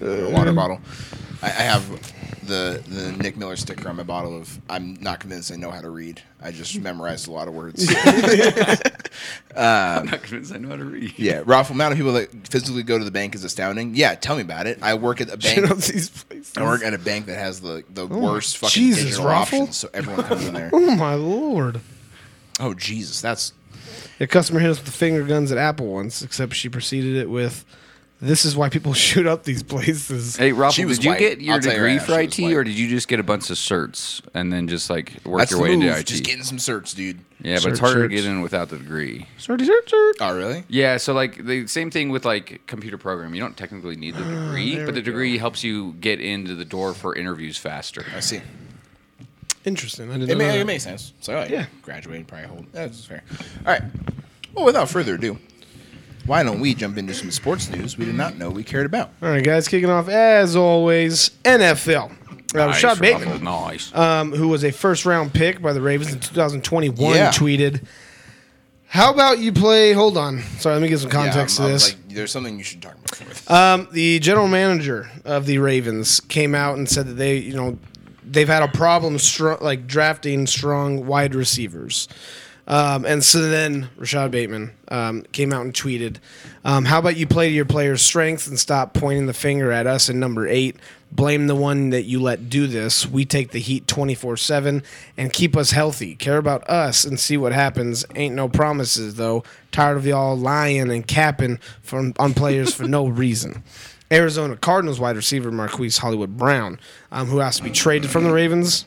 C: A water bottle. I, I have the the Nick Miller sticker on my bottle of I'm not convinced I know how to read. I just memorized a lot of words.
E: I'm not convinced I know how to read.
C: yeah, Ralph. The amount of people that physically go to the bank is astounding. Yeah, tell me about it. I work at a
D: you know,
C: bank.
D: these places.
C: I work at a bank that has the the worst fucking
D: Oh, Jesus,
C: digital
D: Raffle.
C: options, so everyone comes in there.
D: Oh my lord!
C: Oh Jesus, that's
D: A customer hit us with the finger guns at Apple once, except she preceded it with, "This is why people shoot up these places."
E: Hey, Rob,
C: She was
E: did you
C: white.
E: get your
C: I'll tell you right
E: degree
C: now,
E: for
C: she
E: IT
C: was white.
E: or did you just get a bunch of certs and then just like work
C: that's
E: your
C: the
E: way
C: move.
E: into IT?
C: Just getting some certs, dude.
E: yeah, but
D: Cert,
E: it's harder
D: certs.
E: to get in without the degree.
D: Sorry, sir, sir.
C: Oh really?
E: Yeah, so like the same thing with like computer programming. You don't technically need
C: Ah,
E: the degree,
D: there
E: but the
D: we
E: degree helps you get into the door for interviews faster.
C: I see.
D: Interesting. I didn't
C: It,
D: know
C: ma-
D: that.
C: it makes sense. So all right,
D: Uh, Yeah.
C: graduated, probably hold. That's fair. All right. Well, without further ado, why don't we jump into some sports news we did not know we cared about?
D: All right, guys, kicking off as always NFL. Uh,
E: Nice,
D: Rashad Bateman,
E: Ruffle, Nice.
C: Uh,
D: um, who was a first round pick by the Ravens in 2021,
C: Yeah.
D: tweeted, How about you play? Hold on. Sorry, let me get some
C: Yeah,
D: context
C: I'm-
D: to
C: I'm
D: this.
C: like, there's something you should talk about.
D: Um, the general manager of the Ravens came out and said that they, you know, they've had a problem str- like drafting strong wide receivers. Um, and so then Rashad Bateman um, came out and tweeted, um, "How about you play to your players' strengths and stop pointing the finger at us?" And number eight, blame the one that you let do this. We take the heat twenty four seven and keep us healthy. Care about us and see what happens. Ain't no promises though. Tired of y'all lying and capping from on players for no reason. Arizona Cardinals wide receiver Marquise Hollywood Brown, um, who has to be traded from the Ravens,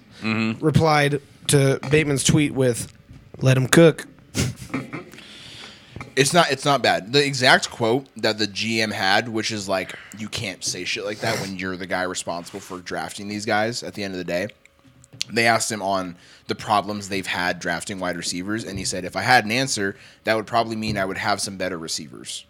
D: replied to Bateman's tweet with, "Let him cook."
C: It's not. It's not bad. The exact quote that the GM had, which is like, "You can't say shit like that when you're the guy responsible for drafting these guys." At the end of the day, they asked him on the problems they've had drafting wide receivers, and he said, "If I had an answer, that would probably mean I would have some better receivers."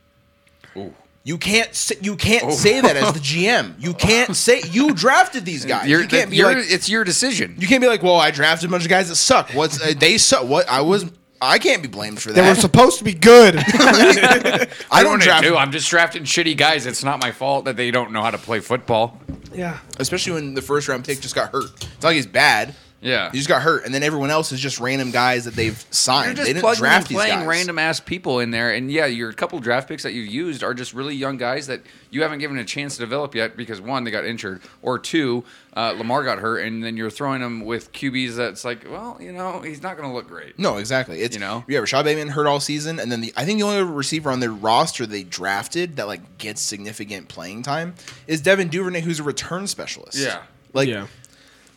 C: You can't. Say, you can't
E: Oh.
C: say that as the GM. You can't say you drafted these guys.
E: You're-
C: you can't be
E: you're-
C: like,
E: it's your decision.
C: you can't be like, "Well, I drafted a bunch of guys that suck." What's uh, they suck? What I was. I can't be blamed for that.
D: They were supposed to be good.
C: I
E: I
C: don't
E: don't
C: draft.
E: do. I'm just drafting shitty guys. It's not my fault that they don't know how to play football.
D: yeah,
C: especially when the first round pick just got hurt. It's not like he's bad.
E: Yeah.
C: he just got hurt, and then everyone else is just random guys that they've signed.
E: You're
C: they
E: just
C: didn't
E: plugging
C: draft
E: and
C: these
E: playing
C: guys.
E: random ass people in there, and yeah, your couple draft picks that you've used are just really young guys that you haven't given a chance to develop yet because one, they got injured, or two, uh, Lamar got hurt, and then you're throwing them with QBs that's like, well, you know, he's not going to look great.
C: No, exactly. It's
E: You know?
C: yeah. Rashad Bateman hurt all season, and then the I think the only receiver on their roster they drafted that like gets significant playing time is Devin Duvernay, who's a return specialist.
E: Yeah.
C: like
D: yeah.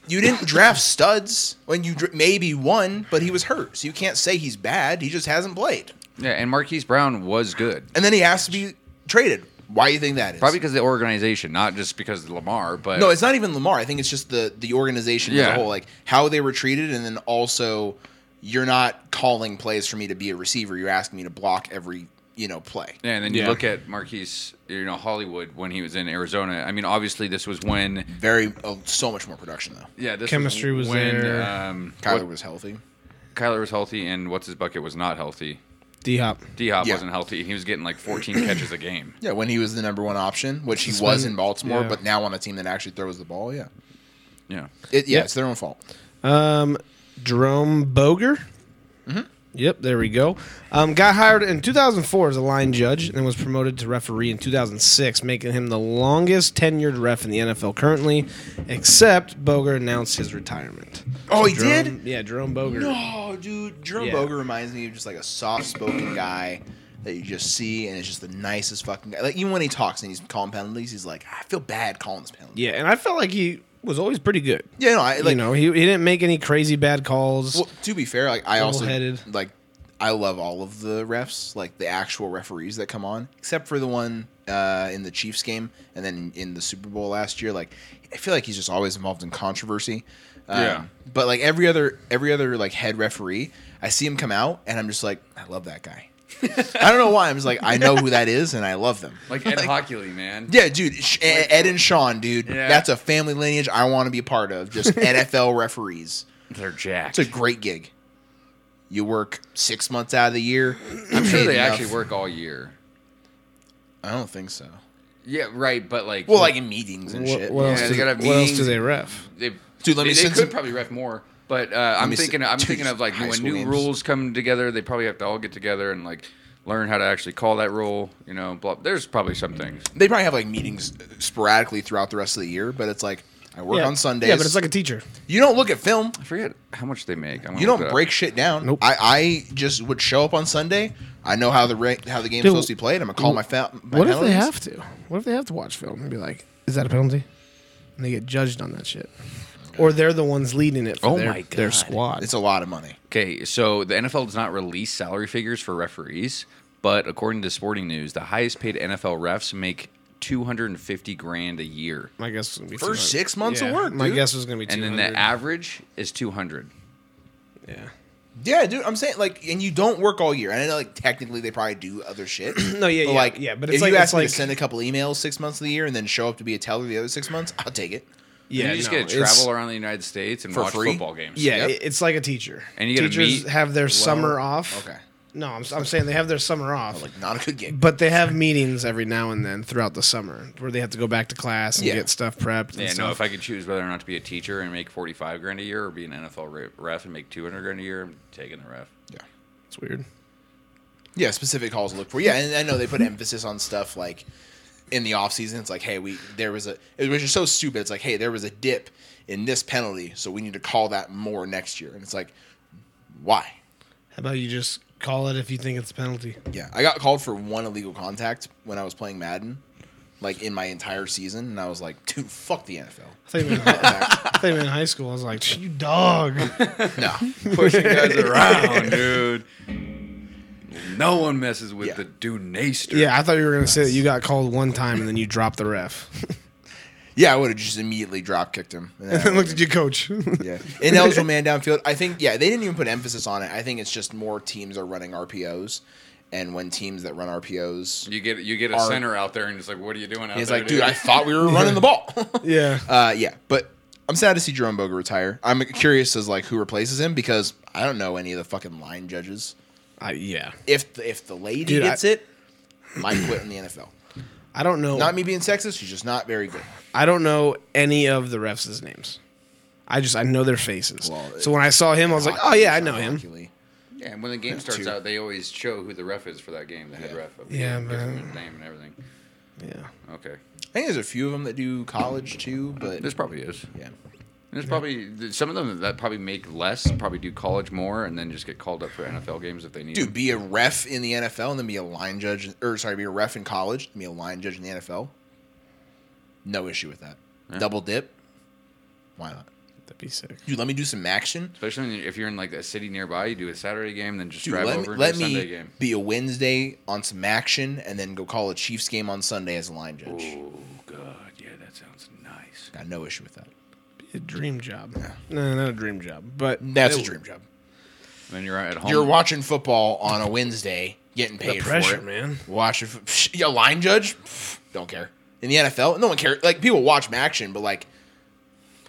C: you didn't draft studs when you dr- maybe one, but he was hurt, so you can't say he's bad. He just hasn't played,
E: Yeah, and Marquise Brown was good.
C: and then he has to be traded. Why do you think that is?
E: Probably because of the organization, not just because of Lamar, but
C: No, it's not even Lamar. I think it's just the the organization as a
E: Yeah.
C: whole, like how they were treated, and then also you're not calling plays for me to be a receiver. You're asking me to block every you know play.
E: Yeah, and then you
D: Yeah.
E: look at Marquise, you know, Hollywood when he was in Arizona. I mean, obviously this was when
C: Very oh, so much more production though.
E: yeah, this
D: Chemistry was
E: when
D: there.
E: Um,
C: Kyler
E: what-
C: was healthy.
E: Kyler was healthy, and what's his bucket was not healthy.
D: D Hop.
E: D Hop
C: Yeah.
E: wasn't healthy, and he was getting like 14 catches a game.
C: Yeah, when he was the number one option, which he was in Baltimore,
D: yeah.
C: but now on a team that actually throws the ball. Yeah,
E: Yeah,
C: it, yeah,
D: Yep.
C: it's their own fault.
D: Um, Jerome Boger.
C: Mm-hmm.
D: Yep, there we go. Um, got hired in 2004 as a line judge and then was promoted to referee in 2006, making him the longest tenured ref in the NFL currently, except Boger announced his retirement.
C: Oh, he
D: Jerome-
C: did.
D: Yeah, Jerome Boger.
C: No, dude, Jerome
D: Yeah.
C: Boger reminds me of just like a soft-spoken guy that you just see, and is just the nicest fucking guy. Like even when he talks and he's calling penalties, he's like, I feel bad calling this penalty.
D: Yeah, and I felt like he was always pretty good.
C: Yeah, no, I like.
D: you know, he, he didn't make any crazy bad calls.
C: well, to be fair, like I also
D: Level-headed.
C: like I love all of the refs, like the actual referees that come on, except for the one uh, in the Chiefs game and then in, the Super Bowl last year. Like I feel like he's just always involved in controversy. Um,
E: Yeah.
C: But like every other every other like head referee, I see him come out and I'm just like, I love that guy. I don't know why. I'm just like, I know who that is and I love them.
E: Like Ed Hockley, man.
C: Yeah, dude. Sh- Ed Ed and Sean, dude.
E: Yeah.
C: That's a family lineage I want to be a part of. Just NFL referees.
E: They're jacked.
C: It's a great gig. You work six months out of the year.
E: I'm sure
C: paid
E: they
C: enough.
E: actually work all year.
C: I don't think so.
E: Yeah, right. But like,
C: Well, like in meetings and shit.
D: What, what
E: Yeah,
D: else,
E: they
D: does-
E: gotta have
D: what else do
E: meetings.
D: they ref?
E: they,
C: Dude, let
E: they,
C: me
E: they
C: send
E: could
C: some-
E: probably ref more. But uh, I'm
C: me s-
E: thinking, I'm
C: Dude,
E: thinking of like
C: high
E: when
C: school
E: new
C: games.
E: rules come together, they probably have to all get together and like learn how to actually call that rule. You know, blah. There's probably some things.
C: They probably have like meetings sporadically throughout the rest of the year, but it's like I work on Sundays.
D: Yeah, but it's like a teacher.
C: you don't look at film.
E: I forget how much they make. I'm gonna
C: You
E: look
C: don't
E: it up.
C: break shit down.
D: Nope.
C: I, I just would show up on Sunday. I know how the ra- how the game's
D: Dude,
C: supposed to be played. I'm gonna call my, fa- my
D: What if they
C: penalties.
D: have to? What if they have to watch film and be like, "Is that a penalty?" And they get judged on that shit, or they're the ones leading it for
E: Oh
D: their,
E: my
D: their
E: God.
D: squad.
C: It's a lot of money.
E: Okay, so the NFL does not release salary figures for referees, but according to Sporting News, the highest paid NFL refs make 250 grand a year.
D: my guess was gonna be
C: For
D: 200.
C: six months of
D: Yeah,
C: work,
D: My
C: dude.
D: guess was gonna be two
E: And
D: hundred.
E: then the average is 200.
D: yeah.
C: Yeah, dude. I'm saying like, and you don't work all year. And I know like technically they probably do other shit.
D: No, yeah,
C: but,
D: yeah,
C: like
D: yeah, but
C: if
D: it's like-
C: you
D: it's
C: ask me
D: like-
C: to send a couple emails six months of the year and then show up to be a teller the other six months, I'll take it.
D: Yeah,
E: you just
D: no,
E: get to
D: it's-
E: travel around the United States and
C: For
E: watch
C: free?
E: football games.
D: Yeah,
C: Yep.
D: it- it's like a teacher.
E: And you gotta
D: teachers
E: meet
D: have their summer off.
C: Okay.
D: No, I'm, I'm saying they have their summer
E: Oh,
D: off,
C: Like not a good gig.
D: but they have meetings every now and then throughout the summer where they have to go back to class and
C: Yeah.
D: get stuff prepped. And
E: Yeah, no,
D: stuff.
E: if I could choose whether or not to be a teacher and make 45 grand a year or be an NFL re- ref and make 200 grand a year, I'm taking the ref.
C: Yeah.
D: it's weird.
C: Yeah, specific calls to look for. Yeah, and I know they put emphasis on stuff like in the off season. It's like, hey, we there was a it was just so stupid. It's like, hey, there was a dip in this penalty, so we need to call that more next year. And it's like, why?
D: How about you just call it if you think it's a penalty?
C: Yeah, I got called for one illegal contact when I was playing Madden, like in my entire season, and I was like, dude, fuck the
D: I
C: NFL.
D: thought you meant, I thought you meant in high school. I was like, you dog.
C: No,
E: Pushing guys around, dude. No one messes with
C: Yeah.
E: the Dunaster.
D: Yeah, I thought you were gonna say that you got called one time and then you dropped the ref.
C: yeah, I would have just immediately drop kicked him. And then I
D: Looked at you, coach.
C: Yeah. And that was one man downfield. I think, yeah, they didn't even put emphasis on it. I think it's just more teams are running RPOs. And when teams that run RPOs,
E: You get you get a
C: Are-
E: center out there and it's like, what are you doing out
C: he's
E: there?
C: like, dude, I thought we were running the ball.
D: yeah.
C: uh, yeah. But I'm sad to see Jerome Boga retire. I'm curious as like who replaces him because I don't know any of the fucking line judges.
D: I, yeah.
C: If the, if the lady
D: Dude, I-
C: gets it, might quit in the NFL.
D: I don't know.
C: Not me being sexist. She's just not very good.
D: I don't know any of the refs' names. I just I know their faces.
C: Well,
D: so when I saw him, I was like, oh yeah, I know him.
C: Luckily.
E: Yeah, and when the game starts
C: Two.
E: out, they always show who the ref is for that game, the head ref. Of the
D: Yeah,
E: game,
D: but-
E: gives him his name and everything.
D: Yeah.
E: Okay,
C: I think there's a few of them that do college too, but
E: this probably is.
C: yeah.
E: There's probably th- some of them that probably make less, probably do college more, and then just get called up for NFL games if they need.
C: Dude,
E: them.
C: be a ref in the NFL and then be a line judge, or sorry, be a ref in college, be a line judge in the NFL. No issue with that. Double dip. Why not?
D: That'd be sick.
C: Dude, let me do some action.
E: especially when you- if you're in like a city nearby, you do a Saturday game, then just
C: Dude,
E: drive
C: let me,
E: over
C: let
E: and do a
C: me
E: Sunday game.
C: be a Wednesday on some action and then go call a Chiefs game on Sunday as a line judge.
E: Oh God, yeah, that sounds nice.
C: Got no issue with that.
D: A dream job. No, not a dream job, but
C: That's
D: it-
C: a dream job.
E: And then you're out at home.
C: You're watching football on a Wednesday, getting paid
D: pressure,
C: for it,
D: man.
C: Watching fo- psh, a line judge, Pff, don't care. In the NFL, no one cares. Like people watch action, but like,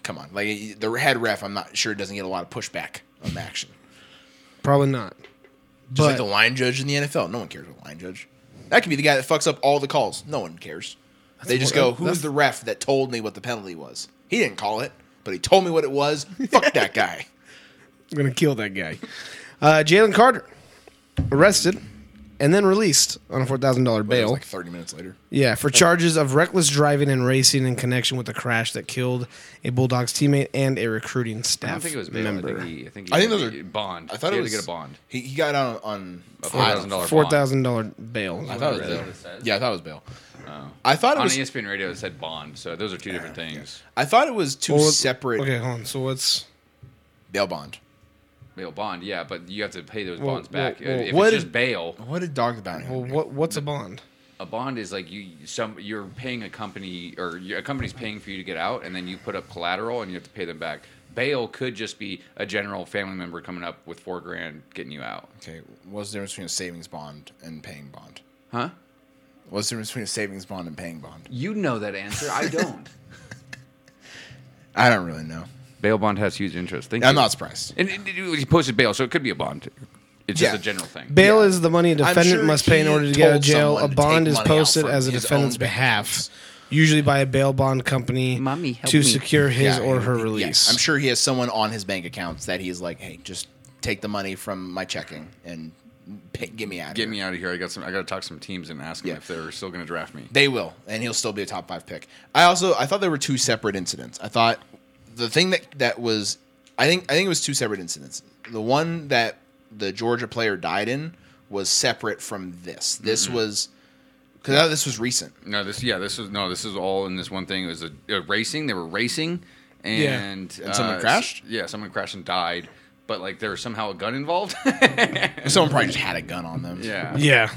C: come on, like the head ref, I'm not sure doesn't get a lot of pushback on action.
D: Probably not.
C: Just
D: But
C: like the line judge in the NFL, no one cares about line judge. That could be the guy that fucks up all the calls. No one cares. they just
D: what-
C: go,
D: that-
C: "Who's
D: that's-
C: the ref that told me what the penalty was? He didn't call it, but he told me what it was. Fuck that guy."
D: I'm gonna kill that guy. Uh, Jalen Carter arrested and then released on a four thousand dollar
C: It was
D: bail.
C: like 30 minutes later.
D: Yeah, for charges of reckless driving and racing in connection with a crash that killed a Bulldogs teammate and a recruiting staff
E: I don't think it was bail. I
D: member.
E: think he. I think, he
C: I
E: had
C: think those
E: to
C: are-
E: get bond.
C: I thought
E: he had
C: it was
E: to get a bond.
C: He, he got out on
E: A four thousand dollar
D: Four thousand dollar bail.
C: I thought
E: Is
C: it was
E: that
C: Bale.
E: what it says?
C: Yeah, I thought it was Bale. I thought it
E: On E
C: was.
E: ESPN Radio, it said bond. So those are two different things.
C: I thought it was two
D: Well, what-
C: separate
D: Okay, hold on. So what's
C: bail bond.
E: Bail bond, yeah, but you have to pay those
D: Well,
E: bonds back.
D: well, well,
E: if
C: what
E: it's
C: if-
E: just bail,
C: What did Dog the Bounty?
D: well,
C: Hunter do?
D: what what's a bond?
E: a bond is like you some you're paying a company or your- a company's paying for you to get out, and then you put up collateral and you have to pay them back. Bail could just be a general family member coming up with four grand getting you out,
C: Okay, what's the difference between a savings bond and paying bond?
E: huh?
C: What's the difference between a savings bond and paying bond?
E: You know that answer. I don't.
C: I don't really know.
E: bail bond has huge interest. Thank
C: I'm
E: you.
C: not surprised.
E: And, and you posted bail, so it could be a bond. It's just
C: Yeah.
E: a general thing.
D: Bail is the money a defendant
C: sure
D: must pay in
C: he
D: order to get out of
C: told
D: jail.
C: someone
D: A
C: to
D: bond
C: take
D: is
C: money out
D: posted
C: for
D: as a
C: his own
D: defendant's behalf,
C: behalf.
D: usually by a bail bond company,
E: Mommy, help
D: to
E: me.
D: secure his
C: Yeah,
D: or her
C: yeah.
D: release.
C: I'm sure he has someone on his bank accounts that he's like, hey, just take the money from my checking and pay, get me out. of
E: Get
C: here."
E: me out of here. I got some. I got to talk to some teams and ask them
C: Yeah.
E: if they're still going to draft me.
C: They will, and he'll still be a top five pick. I also I thought there were two separate incidents. I thought the thing that that was I think I think it was two separate incidents. The one that the Georgia player died in was separate from this. This was because this was recent.
E: No, this yeah, this was no, this is all in this one thing. It was a, a racing. They were racing, and, uh,
C: And someone crashed?
E: s- Yeah, someone crashed and died, but like there was somehow a gun involved.
C: Someone probably just had a gun on them.
E: yeah,
D: Yeah,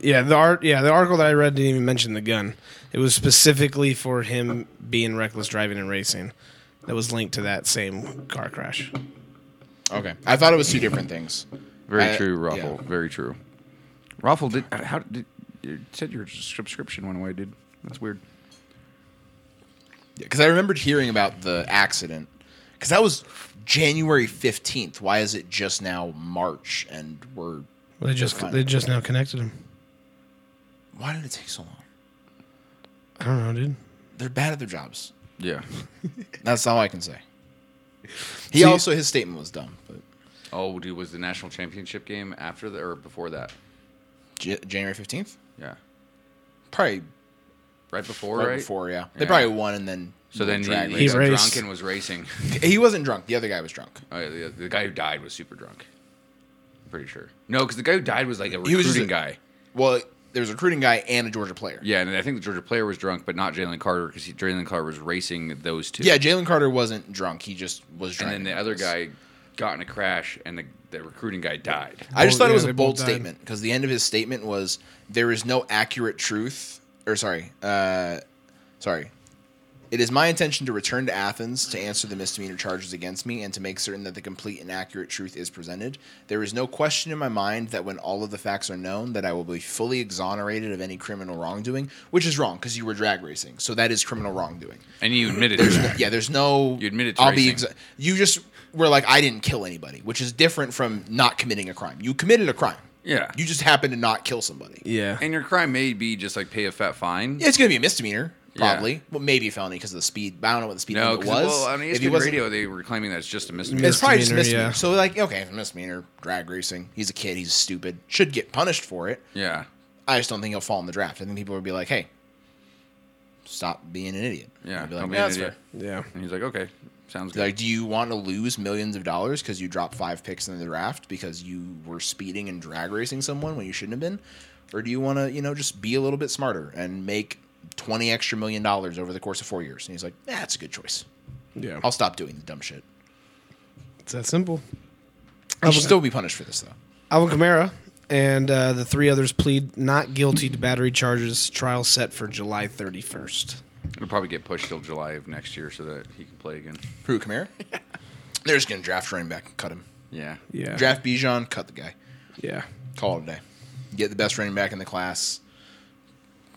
D: yeah. The art, yeah, the article that I read didn't even mention the gun. It was specifically for him being reckless driving and racing. That was linked to that same car crash.
C: Okay. I thought it was two different things.
E: very
C: I-
E: true,
C: yeah.
E: Raffle. Very true. Raffle did uh, how did you said your subscription went away, dude? That's weird.
C: because I remembered hearing about the accident because that was January fifteenth. Why is it just now March and we're
D: Well, they just
C: Fine.
D: they just now connected him.
C: why did it take so long?
D: I don't know, dude.
C: They're bad at their jobs.
E: Yeah.
C: That's all I can say. He
D: See-
C: also his statement was dumb, but
E: Oh, dude, was the national championship game after the or before that?
C: J- January fifteenth,
E: Yeah,
C: probably
E: right before.
C: right,
E: right?
C: before. Yeah, they
E: Yeah.
C: probably won and then
E: So then
C: drag
E: he,
C: race.
E: he
D: He
E: got
D: raced.
E: drunk and was racing.
C: he wasn't drunk. The other guy was drunk.
E: Oh, yeah, the, the guy who died was super drunk. I'm pretty sure. No, because the guy who died was like a
C: He was
E: recruiting
C: just a-
E: guy.
C: Well, there was a recruiting guy and a Georgia player.
E: Yeah, and I think the Georgia player was drunk, but not Jalen Carter because Jalen Carter was racing those two.
C: Yeah, Jalen Carter wasn't drunk. He just was
E: and
C: drunk.
E: then the other guy got in a crash, and the, the recruiting guy died.
C: I
D: Both-
C: just thought
D: yeah,
C: it was
D: they
C: a
D: both
C: bold
D: died.
C: statement because the end of his statement was there is no accurate truth, or sorry, uh, sorry. It is my intention to return to Athens to answer the misdemeanor charges against me and to make certain that the complete and accurate truth is presented. There is no question in my mind that when all of the facts are known, that I will be fully exonerated of any criminal wrongdoing, which is wrong because you were drag racing, so that is criminal wrongdoing.
E: And you admitted to that.
C: Yeah, there's no.
E: You admitted to
C: I'll be.
E: racing.
C: Exa- you just were like, I didn't kill anybody, which is different from not committing a crime. You committed a crime.
E: Yeah.
C: You just happened to not kill somebody.
D: Yeah,
E: And your crime may be just like pay a fat fine.
C: Yeah, it's gonna be a misdemeanor,
E: Yeah.
C: probably. Well, maybe a felony because of the speed. I don't know what the speed
E: No,
C: limit
E: 'cause-
C: was.
E: well, on E
C: If he
E: ESPN
C: wasn't-
E: Radio, they were claiming that's just a misdemeanor.
C: It's probably just
D: Misdemeanor,
C: misdemeanor.
D: yeah.
C: So like, okay, it's a misdemeanor, drag racing. He's a kid. He's stupid. Should get punished for it.
E: yeah,
C: I just don't think he'll fall in the draft. I think people would be like, hey, stop being an idiot.
E: yeah.
C: I'd be like,
E: don't be
C: "Yeah,
E: an
C: that's
E: idiot."
C: fair."
D: yeah.
E: And he's like, okay, sounds good.
C: Like, do you want to lose millions of dollars because you dropped five picks in the draft because you were speeding and drag racing someone when you shouldn't have been, or do you want to, you know, just be a little bit smarter and make twenty extra million dollars over the course of four years? And he's like, that's a good choice.
D: Yeah,
C: I'll stop doing the dumb shit.
D: it's that simple.
C: I should still be punished for this though.
D: Alvin Kamara and uh, the three others plead not guilty to battery charges. Trial set for July 31st.
E: It'll probably get pushed till July of next year so that he can play again.
C: Who Kamara? They're just gonna draft running back and cut him.
E: Yeah.
D: Yeah,
C: Draft Bijan, cut the guy.
D: yeah.
C: Call it a day. Get the best running back in the class.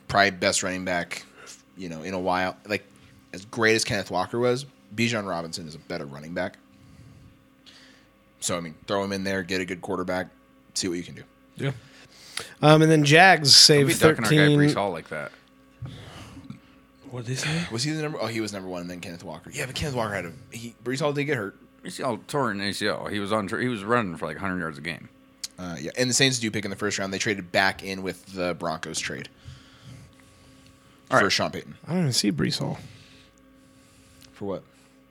C: Probably best running back, you know, in a while. Like as great as Kenneth Walker was, Bijan Robinson is a better running back. So I mean, throw him in there, get a good quarterback, see what you can do.
D: Yeah. Um, and then Jags
E: Don't
D: save
E: be ducking our guy
D: 13.
E: Brees Hall like that.
D: what did they say?
C: Was he the number? Oh, he was number one, and then Kenneth Walker. Yeah, but Kenneth Walker had a he. Brees Hall did get hurt.
E: He's all torn ACL. He was on. He was running for like 100 yards a game.
C: Uh, yeah, and the Saints do pick in the first round. They traded back in with the Broncos trade for Sean Payton.
D: I don't even see Brees Hall
C: For what?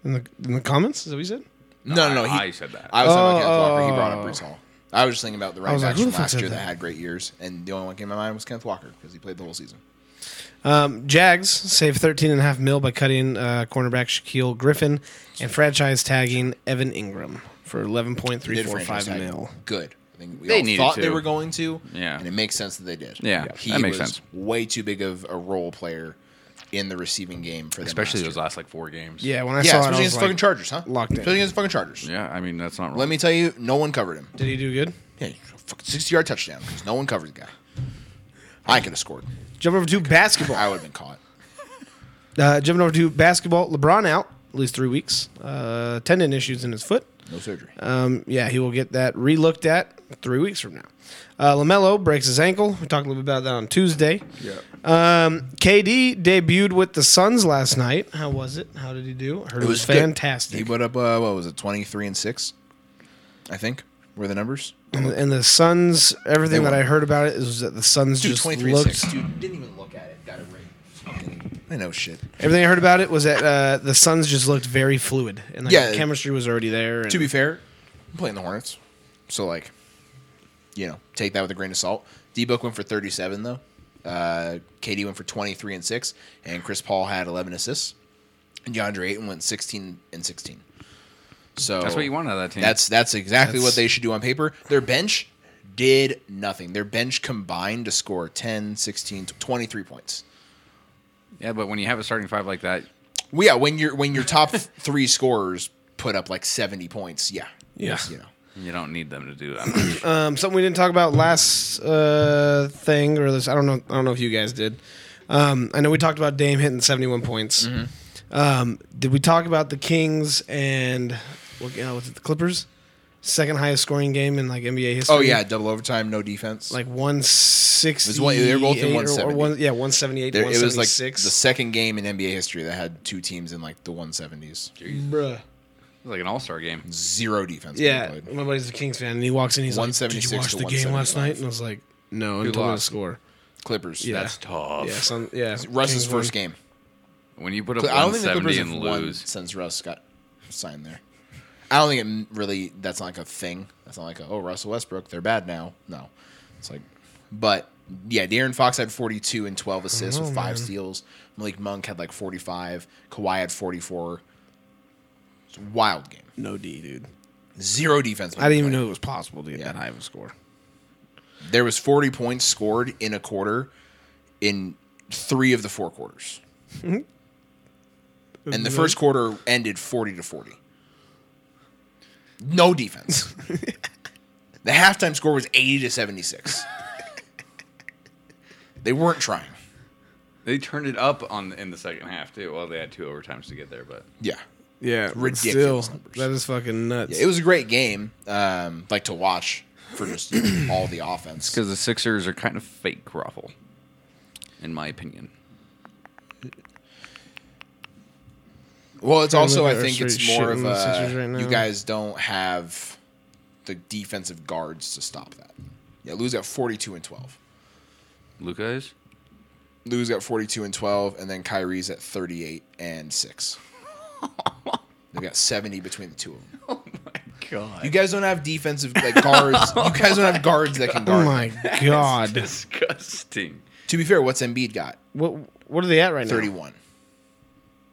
D: in the in the comments. Is that what he said?
C: No, no, no.
E: I-
C: He,
E: I said that.
C: I was talking about
D: Oh,
C: Kenneth Walker. He brought
D: oh.
C: up Brees Hall. I was just thinking about the running
D: was like,
C: backs
D: who
C: from
D: the fuck
C: last
D: said
C: year that
D: that?
C: had great years, and the only one that came to my mind was Kenneth Walker because he played the whole season.
D: Um, Jags save 13 and a half mil by cutting uh, cornerback Shaquille Griffin and franchise tagging Evan Ingram for
C: He did
D: 11.345
C: franchise tag.
D: mil.
C: Good. I think think we
E: They
C: all
E: needed
C: thought they
E: to.
C: were going to.
E: Yeah.
C: and it makes sense that they did.
E: Yeah,
C: he
E: that makes
C: was
E: sense.
C: way too big of a role player in the receiving game for them.
E: especially
C: last
E: those last like four games.
D: Yeah, when I
C: year. yeah,
D: saw it, I
C: especially
D: was
C: against the
D: like,
C: fucking Chargers, huh?
D: locked in.
C: Especially against the fucking Chargers.
E: yeah. I mean, that's not wrong.
C: Let me tell you, no one covered him.
D: did he do good?
C: Yeah, fucking sixty yard touchdown because no one covered the guy. I could have scored.
D: Jump over to basketball.
C: I would have been caught.
D: Uh, jumping over to basketball. LeBron out at least three weeks. Uh, tendon issues in his foot.
C: No surgery.
D: Um, yeah, he will get that relooked at three weeks from now. Uh, Lamelo breaks his ankle. We talked a little bit about that on Tuesday.
E: Yeah.
D: Um, KD debuted with the Suns last night. How was it? How did he do? I heard it was,
C: good.
D: fantastic.
C: He put up uh, what was it, twenty three and six? I think were the numbers.
D: and, the, and the Suns, everything
C: They
D: that I
C: won.
D: heard about it is that the Suns
C: Dude,
D: just
C: twenty three and
D: looked.
C: six. Dude didn't even look at it. Got it right. Fucking- I know shit.
D: Everything I heard about it was that uh, the Suns just looked very fluid, and like,
C: Yeah.
D: the chemistry was already there. and-
C: To be fair, I'm playing the Hornets, so like, you know, take that with a grain of salt. D Book went for thirty seven though. Uh, KD went for twenty three and six, and Chris Paul had eleven assists. And DeAndre Ayton went sixteen and sixteen. So
E: That's what you want out of that team.
C: That's that's exactly what
D: That's-
C: they should do on paper. Their bench did nothing. Their bench combined to score 10, 16, 23 points.
E: yeah, but when you have a starting five like that,
C: Well, yeah, when your when your top three scorers put up like 70 points, yeah.
D: Yeah.
C: You know.
E: you don't need them to do that.
D: Um, something we didn't talk about last uh, thing, or this I don't know. I don't know if you guys did. Um, I know we talked about Dame hitting seventy-one points.
C: Mm-hmm.
D: Um, did we talk about the Kings and what, uh, was it the Clippers? Second highest scoring game in like NBA history.
C: Oh yeah, double overtime, no defense.
D: like one sixty.
C: one- they were both in 170.
D: yeah, one seventy-eight.
C: there, it was like the
D: 176.
C: second game in NBA history that had two teams in like the 170s.
D: Bruh.
E: It's like an all star game.
C: Zero defense. being
D: Yeah,
C: played.
D: my buddy's a Kings fan, and he walks in. He's like, "Did you
C: 176
D: watch
C: to
D: the game last
C: 175.
D: night?" And I was like, "No," and
E: Who
D: told me the
E: lost?
D: score.
C: Clippers.
D: Yeah.
E: That's tough.
D: Yeah, some, yeah.
C: Russ's
D: Kings won.
C: first game.
E: When you put up
C: But I don't think the
E: 170
C: Clippers have
E: and
C: won
E: lose,
C: since Russ got signed there. I don't think it m- really. That's not like a thing. That's not like a, oh Russell Westbrook, they're bad now. No, it's like, but yeah, De'Aaron Fox had 42 and 12 assists
D: Oh,
C: with five steals. Malik Monk had like 45. Kawhi had 44. It's a wild game.
D: No D, dude.
C: Zero defense.
D: I didn't even know it was possible to get
C: Yeah.
D: that high of a score.
C: there was 40 points scored in a quarter in three of the four quarters. and the first quarter ended 40 to 40. No defense. the halftime score was 80 to 76. they weren't trying.
E: they turned it up on in the second half too. Well, they had two overtimes to get there, but
C: Yeah.
D: Yeah,
C: Ridiculous
D: still,
C: numbers.
D: that is fucking nuts.
C: yeah it was a great game um, like to watch for just you know, all the offense.
E: because the Sixers are kind of fake grovel, in my opinion.
C: Well, it's also
D: look
C: I
D: at our
C: think it's
D: straight
C: more
D: shooting
C: of
D: messages
C: a
D: right
C: you
D: now.
C: guys don't have the defensive guards to stop that. Yeah, Lou's got 42 and 12.
E: Luca is.
C: Lou's got 42 and 12, and then Kyrie's at 38 and 6. They've got 70 between the two of them.
E: God,
C: You guys don't have defensive like guards. you guys don't have guards that can
D: oh
C: guard.
D: my god.
E: disgusting.
C: To be fair, what's Embiid got?
D: what what are they at right now?
C: 31.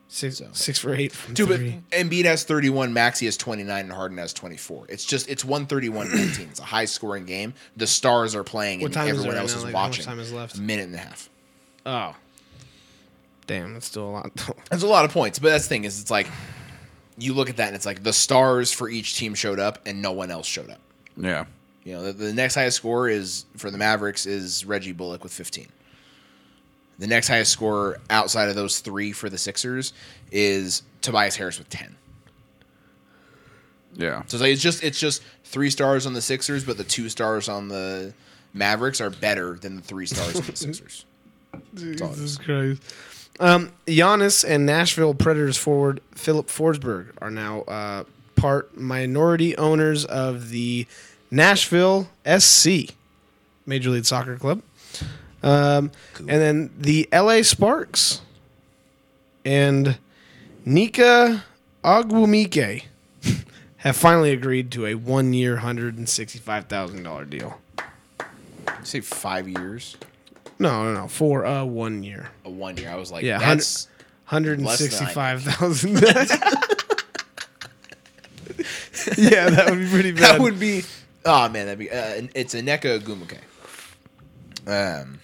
D: Six,
C: so.
D: six for eight from
C: Dude, but
D: three.
C: Embiid has 31, Maxi has 29, and Harden has 24. It's just it's 131 19. It's a high scoring game. The stars are playing
D: What
C: and
D: time is it
C: everyone
D: right
C: else
D: now?
C: is
D: Like, how much
C: watching.
D: time is left?
C: A minute and a half.
D: Oh, damn, that's still a lot. though.
C: That's a lot of points, but that's the thing is it's like you look at that and it's like the stars for each team showed up and no one else showed up.
E: Yeah,
C: You know, the, the next highest score is for the Mavericks is Reggie Bullock with 15. The next highest scorer outside of those three for the Sixers is Tobias Harris with 10.
E: yeah.
C: So it's, like, it's just it's just three stars on the Sixers, but the two stars on the Mavericks are better than the three stars on the Sixers. all it
D: Jesus Christ. Um, Giannis and Nashville Predators forward Philip Forsberg are now uh, part minority owners of the Nashville SC Major League Soccer Club. Um, And then the LA Sparks and Nika Agwumike have finally agreed to a one year, $165,000 deal.
C: You say five years,
D: No, no, no, for uh, one year.
C: a one year. I was like,
D: Yeah,
C: that's
D: Hundred and
C: Less than
D: sixty-five thousand. yeah, that would be pretty bad.
C: that would be Oh man, that'd be. Uh, it's a Neko Agumake. Um,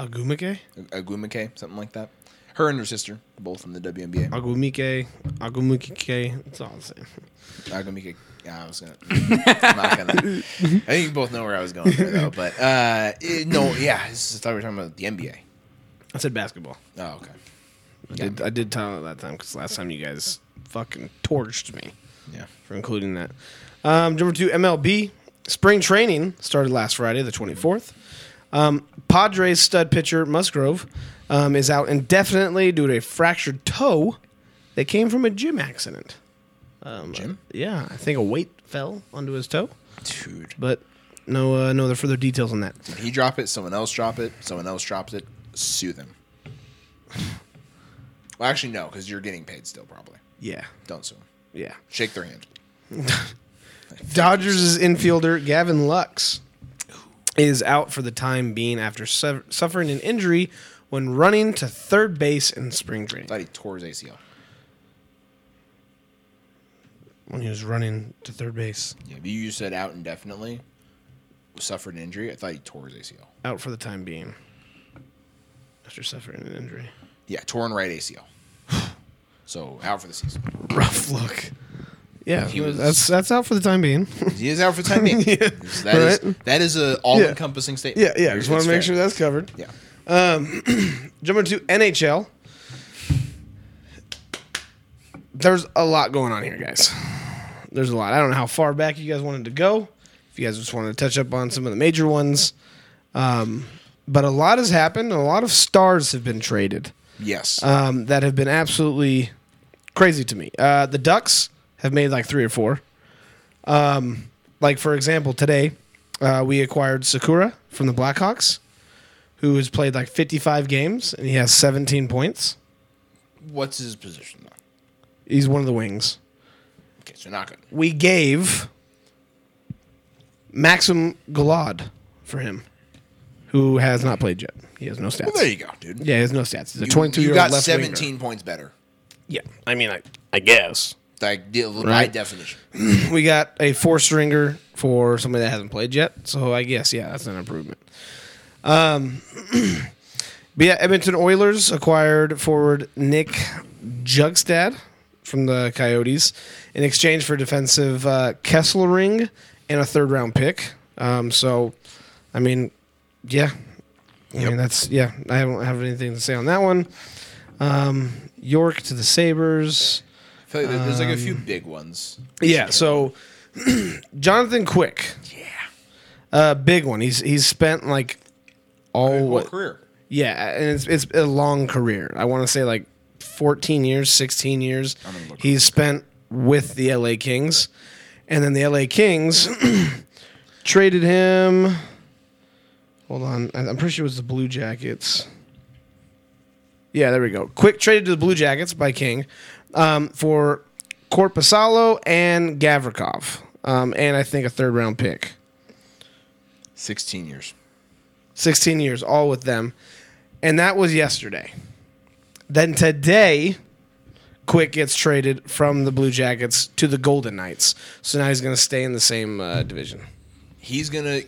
D: Agumike?
C: Agumake, something like that. Her and her sister, both in the WNBA.
D: Agumike. Agumike. It's all the same.
C: Agumike. Yeah, I was gonna. I'm not gonna. I think you both know where I was going there, though. But uh, it- no, yeah, I just thought we were talking about the NBA.
D: I said basketball.
C: Oh, okay.
D: I did, I did tell it that time because last time you guys fucking torched me
C: Yeah.
D: for including that. Um, number two, MLB. Spring training started last Friday, the 24th. Um, Padres stud pitcher Musgrove um, is out indefinitely due to a fractured toe that came from a gym accident. Um,
C: Gym?
D: yeah, I think a weight fell onto his toe,
C: Dude,
D: but no, uh, no other further details on that.
C: did he drop it? Someone else drop it. Someone else drops it. Sue them. Well, actually, no, because you're getting paid still, probably.
D: Yeah,
C: Don't sue them.
D: yeah.
C: Shake their hand.
D: Dodgers' infielder Gavin Lux is out for the time being after su- suffering an injury when running to third base in spring training.
C: Thought he tore his ACL.
D: When he was running to third base,
C: Yeah, but you said out indefinitely. Suffered an injury. I thought he tore his ACL.
D: out for the time being after suffering an injury.
C: Yeah, torn right ACL. So out for the season.
D: Rough look. Yeah,
C: He was-
D: that's that's out for the time being.
C: He is out for the time being. That is that is a all encompassing statement.
D: yeah, yeah. I
C: It's
D: just want to make
C: fair.
D: sure that's covered.
C: Yeah.
D: Jumping to NHL. There's a lot going on here, guys. There's a lot. I don't know how far back you guys wanted to go. If you guys just wanted to touch up on some of the major ones. Um, but a lot has happened. A lot of stars have been traded
C: Yes.
D: um, that have been absolutely crazy to me. Uh, the Ducks have made like three or four. Um, like for example, today uh, we acquired Sakura from the Blackhawks, who has played like 55 games and he has 17 points.
C: What's his position though?
D: He's one of the wings.
C: Okay, so not good.
D: We gave Maxim Galad for him, who has not played yet. He has no stats.
C: Well, there you go, dude.
D: yeah, he has no stats. He's a
C: You-
D: 22
C: You
D: year
C: got
D: old left winger.
C: seventeen points better.
D: Yeah, I mean, I, I guess.
C: Like de- by
D: Right.
C: definition.
D: we got a four stringer for somebody that hasn't played yet. So I guess yeah, that's an improvement. Um, but yeah, Edmonton Oilers acquired forward Nick Jugstad from the Coyotes in exchange for defensive uh, Kesselring and a third round pick. Um, so, I mean, yeah, I mean that's yeah. I don't have anything to say on that one. Um, York to the Sabers.
C: I feel like there- there's
D: Um,
C: like a few big ones.
D: Yeah, so Jonathan Quick. Yeah. Uh big one. He's he's spent like all
C: Whole
D: what,
C: career.
D: Yeah, and it's it's a long career. I want to say like 14 years, 16 years.
C: gonna look
D: He's spent with the LA Kings. And then the LA Kings traded him Hold on. I- I'm pretty sure it was the Blue Jackets. Yeah, there we go. Quick traded to the Blue Jackets by King um, for Corpusalo and Gavrikov, um, and I think a third round pick.
C: Sixteen years.
D: 16 years, all with them. And that was yesterday. Then today, Quick gets traded from the Blue Jackets to the Golden Knights. So now he's going to stay in the same uh, division.
C: He's gonna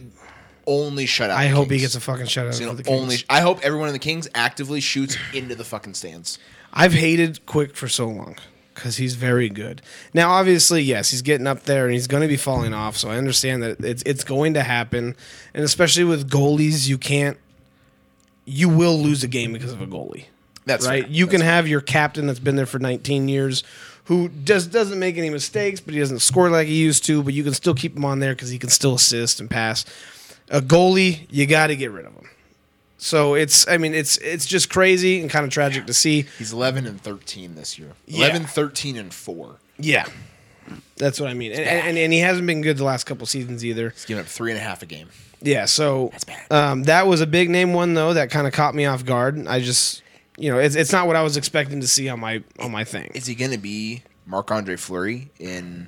C: only shut out.
D: I
C: the
D: hope he
C: Kings.
D: gets a fucking shutout.
C: He's
D: for
C: gonna
D: the Kings.
C: only. I hope everyone in the Kings actively shoots into the fucking stands.
D: I've hated Quick for so long because he's very good. Now, obviously, yes, he's getting up there and he's going to be falling off. So I understand that it's it's going to happen, and especially with goalies, you can't. You will lose a game because of a goalie,
C: That's
D: right?
C: fair.
D: You
C: That's
D: can have your captain that's been there for 19 years, who just doesn't make any mistakes, but he doesn't score like he used to. But you can still keep him on there because he can still assist and pass. A goalie, you got to get rid of him. So it's, I mean, it's it's just crazy and kind of tragic to see.
C: He's 11 and 13 this year.
D: Yeah.
C: 11, 13, and 4.
D: Yeah. That's what I mean. And, and, and he hasn't been good the last couple seasons either.
C: He's giving up three and a half a game.
D: Yeah, so
C: bad.
D: um, that was a big name one though that kind of caught me off guard. I just you know, it's, it's not what I was expecting to see on my on my thing.
C: Is he going to be Marc Andre Fleury in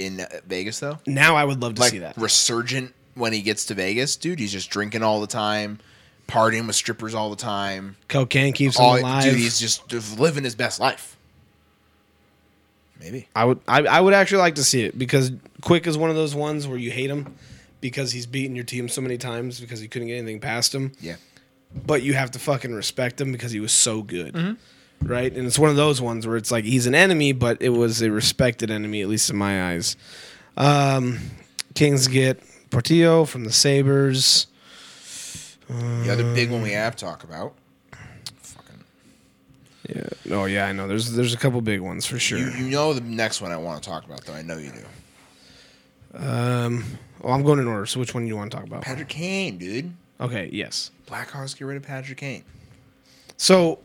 C: in uh, Vegas, though?
D: now I would love to
C: Like,
D: see that.
C: resurgent when he gets to Vegas? Dude, he's just drinking all the time, partying with strippers all the time.
D: Cocaine keeps him
C: All,
D: alive.
C: dude, he's just, just living his best life. Maybe.
D: I would I, I would actually like to see it because Quick is one of those ones where you hate him because he's beaten your team so many times because he couldn't get anything past him,
C: Yeah.
D: but you have to fucking respect him because he was so good. Right? And it's one of those ones where it's like he's an enemy, but it was a respected enemy at least in my eyes. Um, Kings get Portillo from the Sabers.
C: The other big one we have to talk about. Fucking.
D: Yeah. Oh yeah, I know. There's there's a couple big ones for sure.
C: You, you know the next one I want to talk about though. I know you do.
D: Um, well, I'm going in order. So which one do you want to talk about?
C: Patrick Kane, dude.
D: Okay. Yes.
C: Blackhawks get rid of Patrick Kane.
D: So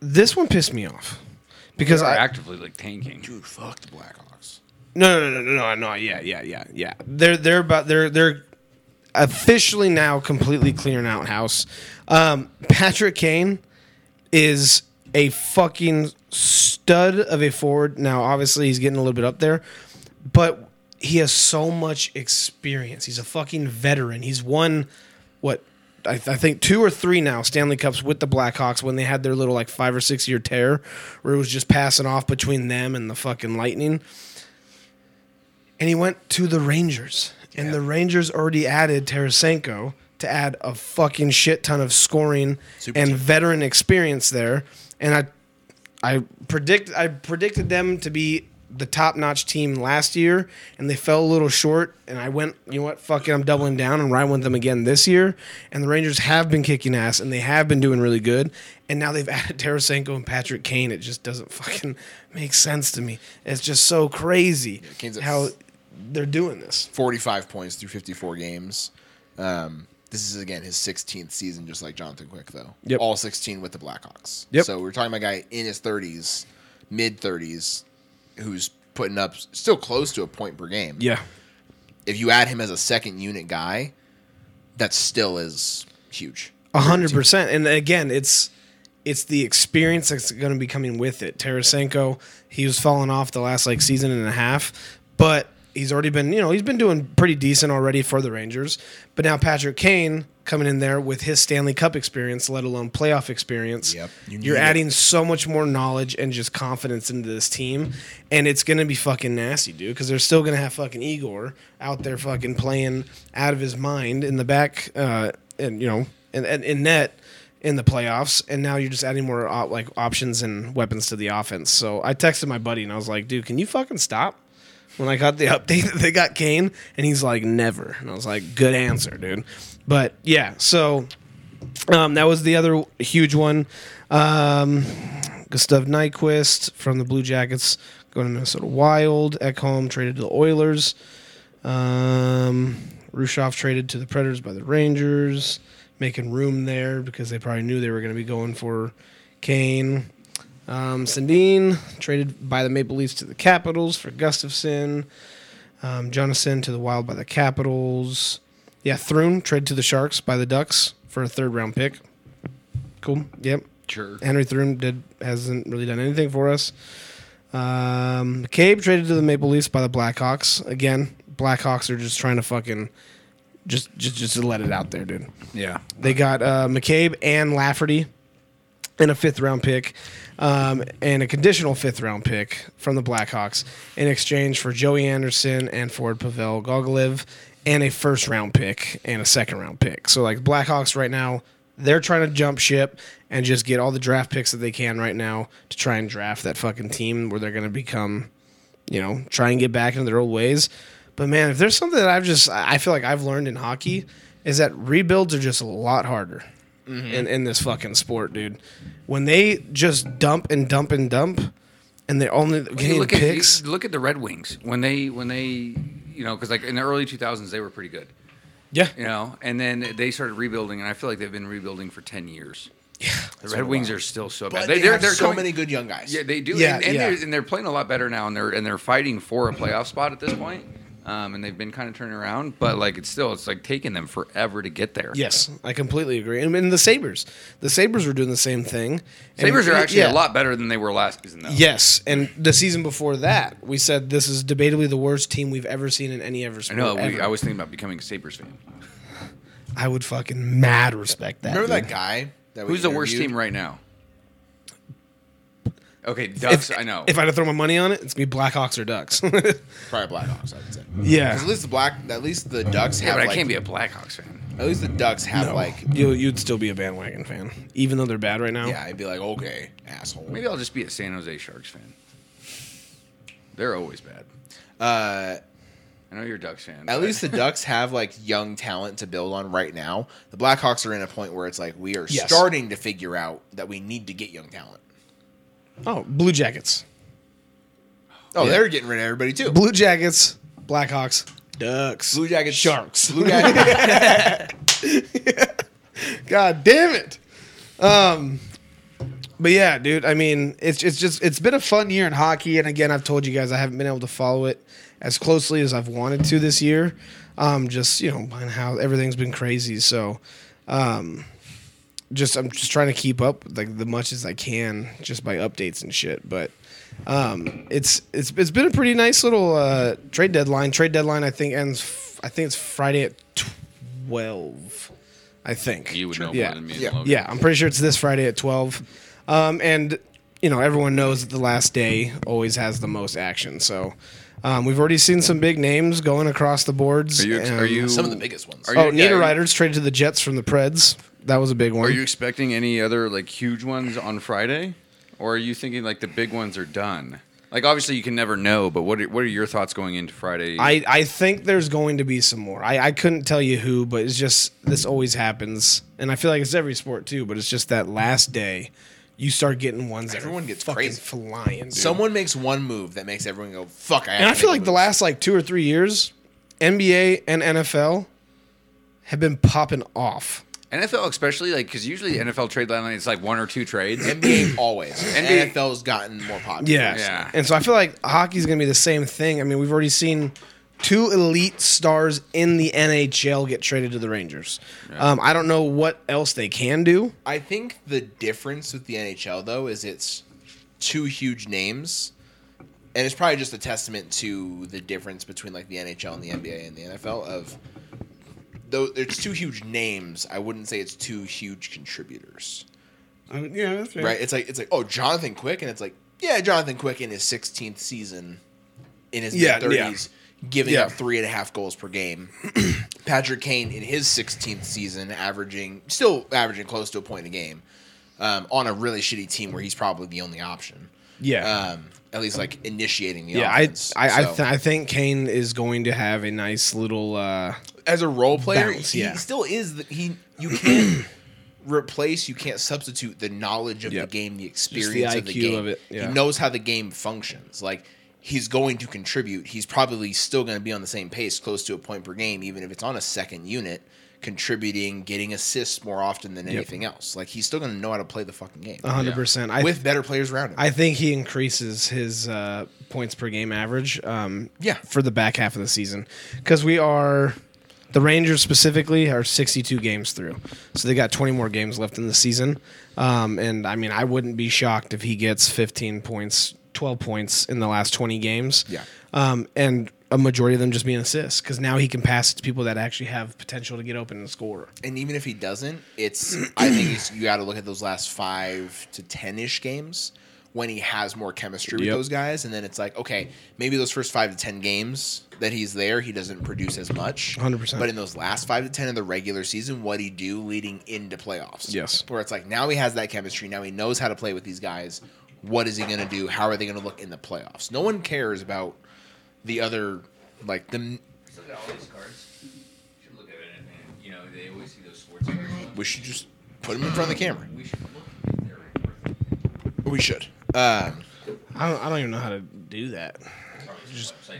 D: this one pissed me off because
E: They're
D: I
E: actively like tanking.
C: Dude, fuck the Blackhawks.
D: no no no no no no yeah yeah yeah yeah they're they're about they're they're officially now completely clearing out house. Um, Patrick Kane is a fucking stud of a forward. Now obviously he's getting a little bit up there, but he has so much experience. He's a fucking veteran. He's won what I, th- I think two or three now Stanley Cups with the Blackhawks when they had their little like five or six year tear where it was just passing off between them and the fucking Lightning. And he went to the Rangers, and the Rangers already added Tarasenko to add a fucking shit ton of scoring
C: Super
D: and
C: team.
D: veteran experience there. And I I predict I predicted them to be the top notch team last year, and they fell a little short. And I went, you know what, fuck it, I'm doubling down and riding with them again this year. And the Rangers have been kicking ass, and they have been doing really good. And now they've added Tarasenko and Patrick Kane. It just doesn't fucking make sense to me. It's just so crazy
C: Kane's at
D: how
C: f-
D: they're doing this.
C: 45 points through 54 games. Um, this is again his 16th season, just like Jonathan Quick, though.
D: Yep.
C: All 16 with the Blackhawks.
D: Yep.
C: So we're talking about a guy in his 30s, mid 30s, who's putting up still close to a point per game. If you add him as a second unit guy, that still is huge.
D: A hundred percent. And again, it's it's the experience that's going to be coming with it. Tarasenko, he was falling off the last like season and a half, but he's already been you know he's been doing pretty decent already for the Rangers. But now Patrick Kane coming in there with his Stanley Cup experience, let alone playoff experience.
C: Yep. You
D: You are
C: need it.
D: adding so much more knowledge and just confidence into this team, and it's going to be fucking nasty, dude. Because they're still going to have fucking Igor out there fucking playing out of his mind in the back, uh, and you know, and in, in net in the playoffs. And now you're just adding more op- like options and weapons to the offense. So I texted my buddy and I was like, dude, can you fucking stop? When I got the update that they got Kane, and he's like, never. And I was like, good answer, dude. But yeah, so um, that was the other huge one. Um, Gustav Nyquist from the Blue Jackets going to Minnesota Wild at home, traded to the Oilers. Um, Rushoff traded to the Predators by the Rangers, making room there because they probably knew they were going to be going for Kane. Um, Sandin traded by the Maple Leafs to the Capitals for Gustafson. Um, Jonathan to the Wild by the Capitals. Yeah, Thrun traded to the Sharks by the Ducks for a third round pick. Cool. Yep.
E: Sure.
D: Henry Thrum did hasn't really done anything for us. Um, McCabe traded to the Maple Leafs by the Blackhawks. Again, Blackhawks are just trying to fucking just just just to let it out there, dude.
E: Yeah.
D: They got uh, McCabe and Lafferty and a fifth round pick um, and a conditional fifth round pick from the Blackhawks in exchange for Joey Anderson and Ford Pavel Gogolev and a first round pick and a second round pick. So, like, Blackhawks right now, they're trying to jump ship and just get all the draft picks that they can right now to try and draft that fucking team where they're going to become you know, try and get back into their old ways. But man, if there's something that I've just I I feel like I've learned in hockey is that rebuilds are just a lot harder
E: Mm-hmm.
D: in, in this fucking sport, dude. When they just dump and dump and dump and they're only
E: You
D: getting
E: look at
D: picks.
E: you look at the Red Wings when they when they you know because like in the early 2000s they were pretty good
D: yeah.
E: you know and then they started rebuilding and I feel like they've been rebuilding for 10 years. Yeah, the Red Wings are still so
C: But
E: bad.
C: they,
E: they're-
C: have
E: they're
C: so
E: coming-
C: many good young guys.
E: Yeah, they do.
D: Yeah,
E: and, and,
D: yeah.
E: They're, and they're playing a lot better now, and they're and they're fighting for a playoff spot at this point. Um, and they've been kind of turning around, but like it's still it's like taking them forever to get there.
D: Yes, I completely agree. And, and the Sabres. The Sabres were doing the same thing. And-
E: Sabres are actually
D: yeah.
E: a lot better than they were last season, though.
D: Yes, and the season before that, we said this is debatably the worst team we've ever seen in any ever
E: I
D: sport.
E: know. We,
D: ever.
E: I was thinking about becoming a Sabres fan.
D: I would fucking mad respect that.
C: Remember
D: dude.
C: that guy? That we
E: Who's the worst
C: interviewed?
E: team right now? Okay, Ducks. I know.
D: If I had to throw my money on it, it's gonna be Blackhawks or Ducks.
C: Probably Blackhawks, I would say. 'Cause
D: yeah.
C: At least the black, at least the Ducks
E: yeah,
C: have
E: but I
C: like.
E: can't be a Blackhawks fan.
C: at least the Ducks have like.
D: you, you'd still be a bandwagon fan, even though they're bad right now.
C: Yeah, I'd be like, okay, asshole.
E: Maybe I'll just be a San Jose Sharks fan. They're always bad.
C: Uh,
E: I know you're a Ducks fan.
C: at
E: but-
C: least the Ducks have like young talent to build on right now. The Blackhawks are in a point where it's like we are
D: Yes.
C: starting to figure out that we need to get young talent.
D: Oh, Blue Jackets,
C: Oh, they're getting rid of everybody too.
D: Blue Jackets, Blackhawks, Ducks,
C: Blue Jackets-
D: Sharks.
C: Blue Jackets.
D: God damn it. Um, but yeah, dude. I mean, it's it's just it's been a fun year in hockey, and again, I've told you guys I haven't been able to follow it as closely as I've wanted to this year. Um, just you know, behind how everything's been crazy. So, um, just I'm just trying to keep up with, like the much as I can, just by updates and shit. But um, it's it's it's been a pretty nice little uh, trade deadline. Trade deadline, I think ends. F- I think it's Friday at twelve. I think
E: you would know
D: yeah.
E: more than me.
C: Yeah.
E: And Logan.
D: Yeah, I'm pretty sure it's this Friday at 12. Um, and, you know, everyone knows that the last day always has the most action. So um, we've already seen some big names going across the boards.
E: Are you? ex-
D: and-
E: Are you?
C: Some of the biggest ones.
E: Are you,
D: Oh,
E: yeah,
D: Nita
E: are you-
D: Riders traded to the Jets from the Preds. That was a big one.
E: Are you expecting any other like huge ones on Friday, or are you thinking like the big ones are done? Like obviously you can never know, but what are, what are your thoughts going into Friday?
D: I, I think there's going to be some more. I, I couldn't tell you who, but it's just this always happens. And I feel like it's every sport too, but it's just that last day you start getting ones that
C: Everyone
D: are
C: gets
D: fucking
C: crazy.
D: flying. dude.
C: Someone makes one move that makes everyone go, "Fuck!" I have
D: And I
C: to
D: feel
C: make a
D: like the
C: move."
D: last like two or three years, NBA and NFL have been popping off.
E: NFL especially like because usually NFL trade deadline it's like one or two trades.
C: NBA always.
E: NBA
C: NFL's gotten more popular.
D: Yeah.
E: Yeah.
D: And so I feel like hockey's going to be the same thing. I mean, we've already seen two elite stars in the NHL get traded to the Rangers. Um, I don't know what else they can do.
C: I think the difference with the NHL though is it's two huge names, and it's probably just a testament to the difference between like the NHL and the NBA and the NFL. Of though, there's two huge names. I wouldn't say it's two huge contributors,
D: yeah, that's
C: right? It's like it's like oh Jonathan Quick, and it's like yeah Jonathan Quick in his 16th season, in his
D: Yeah,
C: mid 30s, giving
D: Yeah.
C: up three and a half goals per game. Patrick Kane in his 16th season, averaging still averaging close to a point a game, um, on a really shitty team where he's probably the only option.
D: Yeah.
C: Um, at least like initiating the
D: yeah, I
C: offense.
D: I, I,
C: So,
D: th- I think Kane is going to have a nice little. Uh,
C: as a role player,
D: Bounce,
C: he
D: yeah.
C: still is. The, he you can't replace, you can't substitute the knowledge of
D: Yep.
C: the game, the
D: the
C: experience of the
D: IQ
C: game.
D: of it, yeah.
C: He knows how the game functions. Like he's going to contribute. He's probably still going to be on the same pace, close to a point per game, even if it's on a second unit, contributing, getting assists more often than anything else. Like he's still going to know how to play the fucking game
D: 100%. I,
C: with better players around him.
D: I think he increases his uh, points per game average. Um,
C: Yeah.
D: for the back half of the season, because we are the Rangers specifically are 62 games through, so they got 20 more games left in the season. Um, and I mean, I wouldn't be shocked if he gets 15 points, 12 points in the last 20 games.
C: Yeah.
D: um, and a majority of them just being assists, because now he can pass it to people that actually have potential to get open and score.
C: and even if he doesn't, it's I think it's, you got to look at those last five to ten ish games when he has more chemistry with
D: Yep.
C: those guys, and then it's like okay, maybe those first five to ten games that he's there, he doesn't produce as much,
D: 100%.
C: But in those last five to ten of the regular season, what he do leading into playoffs,
D: Yes.
C: where it's like now he has that chemistry, now he knows how to play with these guys. What is he going to do? How are they going to look in the playoffs? No one cares about the other, like the
E: Look at all these cards. You should look at it, and, and, you know they always see those sports cards.
C: we should just put him in front of the camera.
E: We should look at their report.
C: We should. Um,
D: I don't, I don't even know how to do that.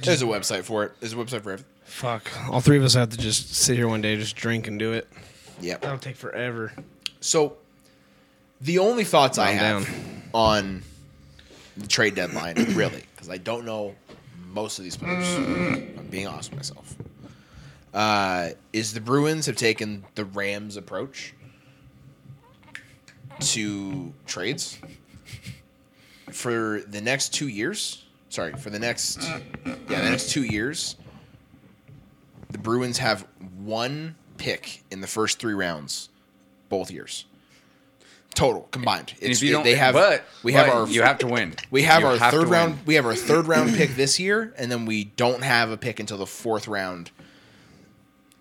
C: There's a website for it. There's a website for everything.
D: Fuck, all three of us have to just sit here one day, just drink and do it.
C: Yeah.
D: That'll take forever.
C: Um, So the only thoughts I
D: Calm
C: have
D: down.
C: on the trade deadline, really, because I don't know most of these players. I'm being honest with myself. Uh, is the Bruins have taken the Rams approach to trades for the next two years? Sorry, for the next yeah, the next two years. The Bruins have one pick in the first three rounds, both years. total combined.
E: And
C: It's,
E: if you
C: it-
E: don't,
C: they have
E: but
C: we have
E: but
C: our
E: you have to win.
C: we have
E: You
C: our
E: to
C: third
E: win.
C: round we have our third round pick this year, and then we don't have a pick until the fourth round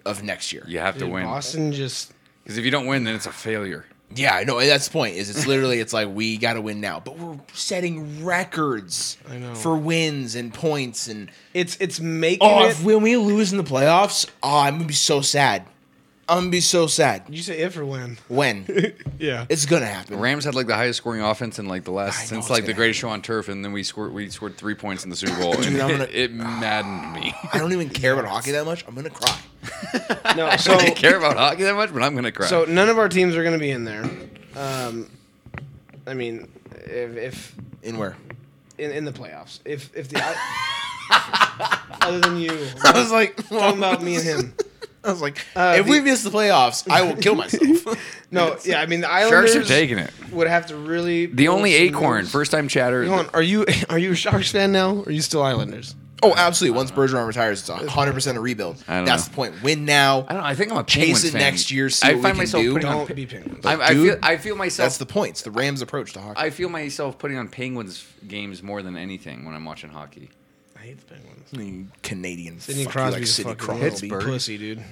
C: of next year.
E: You have to
D: Dude,
E: win
D: Boston just
E: because if you don't win, then it's a failure.
C: Yeah, I know. and That's the point. Is it's literally it's like we got to win now, but we're setting records
D: I know.
C: for wins and points and
D: it's it's making
C: oh,
D: it.
C: if when we lose in the playoffs, oh, I'm gonna be so sad. I'm gonna be so sad.
D: you say if or when?
C: When
D: Yeah.
C: it's gonna happen.
E: Rams had like the highest scoring offense in like the
C: I
E: last
C: know
E: since
C: it's
E: like
C: gonna
E: the greatest show on turf, and then we scored we scored three points in the Super Bowl.
C: Dude,
E: and
C: I'm gonna-
E: it, it maddened me.
C: I don't even care about hockey that much. I'm gonna cry.
D: no. So
E: I don't care about hockey that much, but I'm gonna cry.
D: so none of our teams are going to be in there. Um, I mean, if, if
C: In where?
D: in, in the playoffs, if if the other than you
C: I was like
D: talking about me and him.
C: I was like,
D: Uh,
C: if
D: the-
C: we miss the playoffs, I will kill myself.
D: No, yeah, I mean the
E: Sharks are
D: Islanders
E: taking it.
D: would have to really
E: The only
D: pull some
E: acorn,
D: moves.
E: first time chatter.
D: Hold on, are you are you a Sharks fan now? Or are you still Islanders?
C: oh, absolutely. Once Bergeron retires, it's 100 percent a rebuild.
E: I don't
C: That's
E: know.
C: the point. Win now.
E: I don't. know, I think I'm a
C: Chase
E: Penguins
C: it
E: fan.
C: next year, see
E: I
C: what we
E: find
C: can
E: myself
C: do.
E: putting on.
D: Don't be Penguins.
E: I, I
C: Dude,
E: feel. I feel myself.
C: That's the point. It's the Rams' approach to hockey.
E: I feel myself putting on Penguins games more than anything when I'm watching hockey.
D: I hate the Penguins.
C: Canadian
D: Sidney
C: fuck you, like
D: Crosby's
C: Sidney
D: fucking
C: Crosby.
D: little pussy, dude.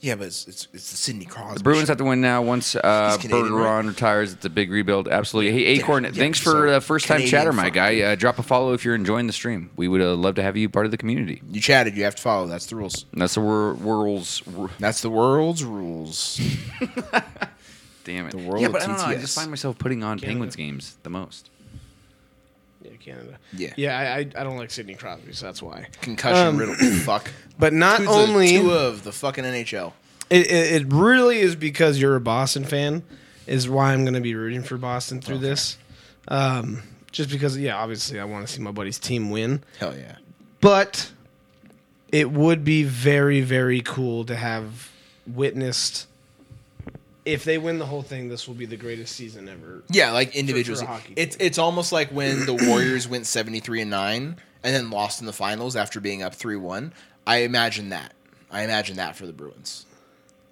C: Yeah, but it's, it's, it's the Sidney Crosby.
E: The Bruins
C: shit.
E: have to win now. Once uh,
C: He's Canadian,
E: Bergeron retires, it's a big rebuild. Absolutely. Hey, Acorn,
C: yeah,
E: thanks
C: so
E: for uh, first time
C: Canadian
E: chatter, my
C: fuck.
E: guy. Uh, drop a follow if you're enjoying the stream. We would uh, love to have you part of the community.
C: You chatted. You have to follow. That's the rules.
E: And that's the wor- world's. wor-
C: That's the world's rules.
E: Damn it. The
C: world
E: yeah,
C: of
E: but I don't know. I
C: TTS.
E: just find myself putting on
D: Canada.
E: Penguins games the most.
D: Yeah, Canada.
C: Yeah.
D: Yeah, I, I, I don't like Sidney Crosby, so that's why.
C: Concussion
D: Um,
C: riddle. Fuck.
D: But not
C: Who's the
D: only
C: two of the fucking NHL.
D: it, it, it really is because you're a Boston fan is why I'm going to be rooting for Boston through this. Um, just because, yeah, obviously I want to see my buddy's team win,
C: Hell yeah.
D: but it would be very very cool to have witnessed. If they win the whole thing, this will be the greatest season ever.
C: Yeah, like individuals.
D: hockey
C: it's it's almost like when the Warriors went seventy three and nine and then lost in the finals after being up three one. I imagine that. I imagine that for the Bruins.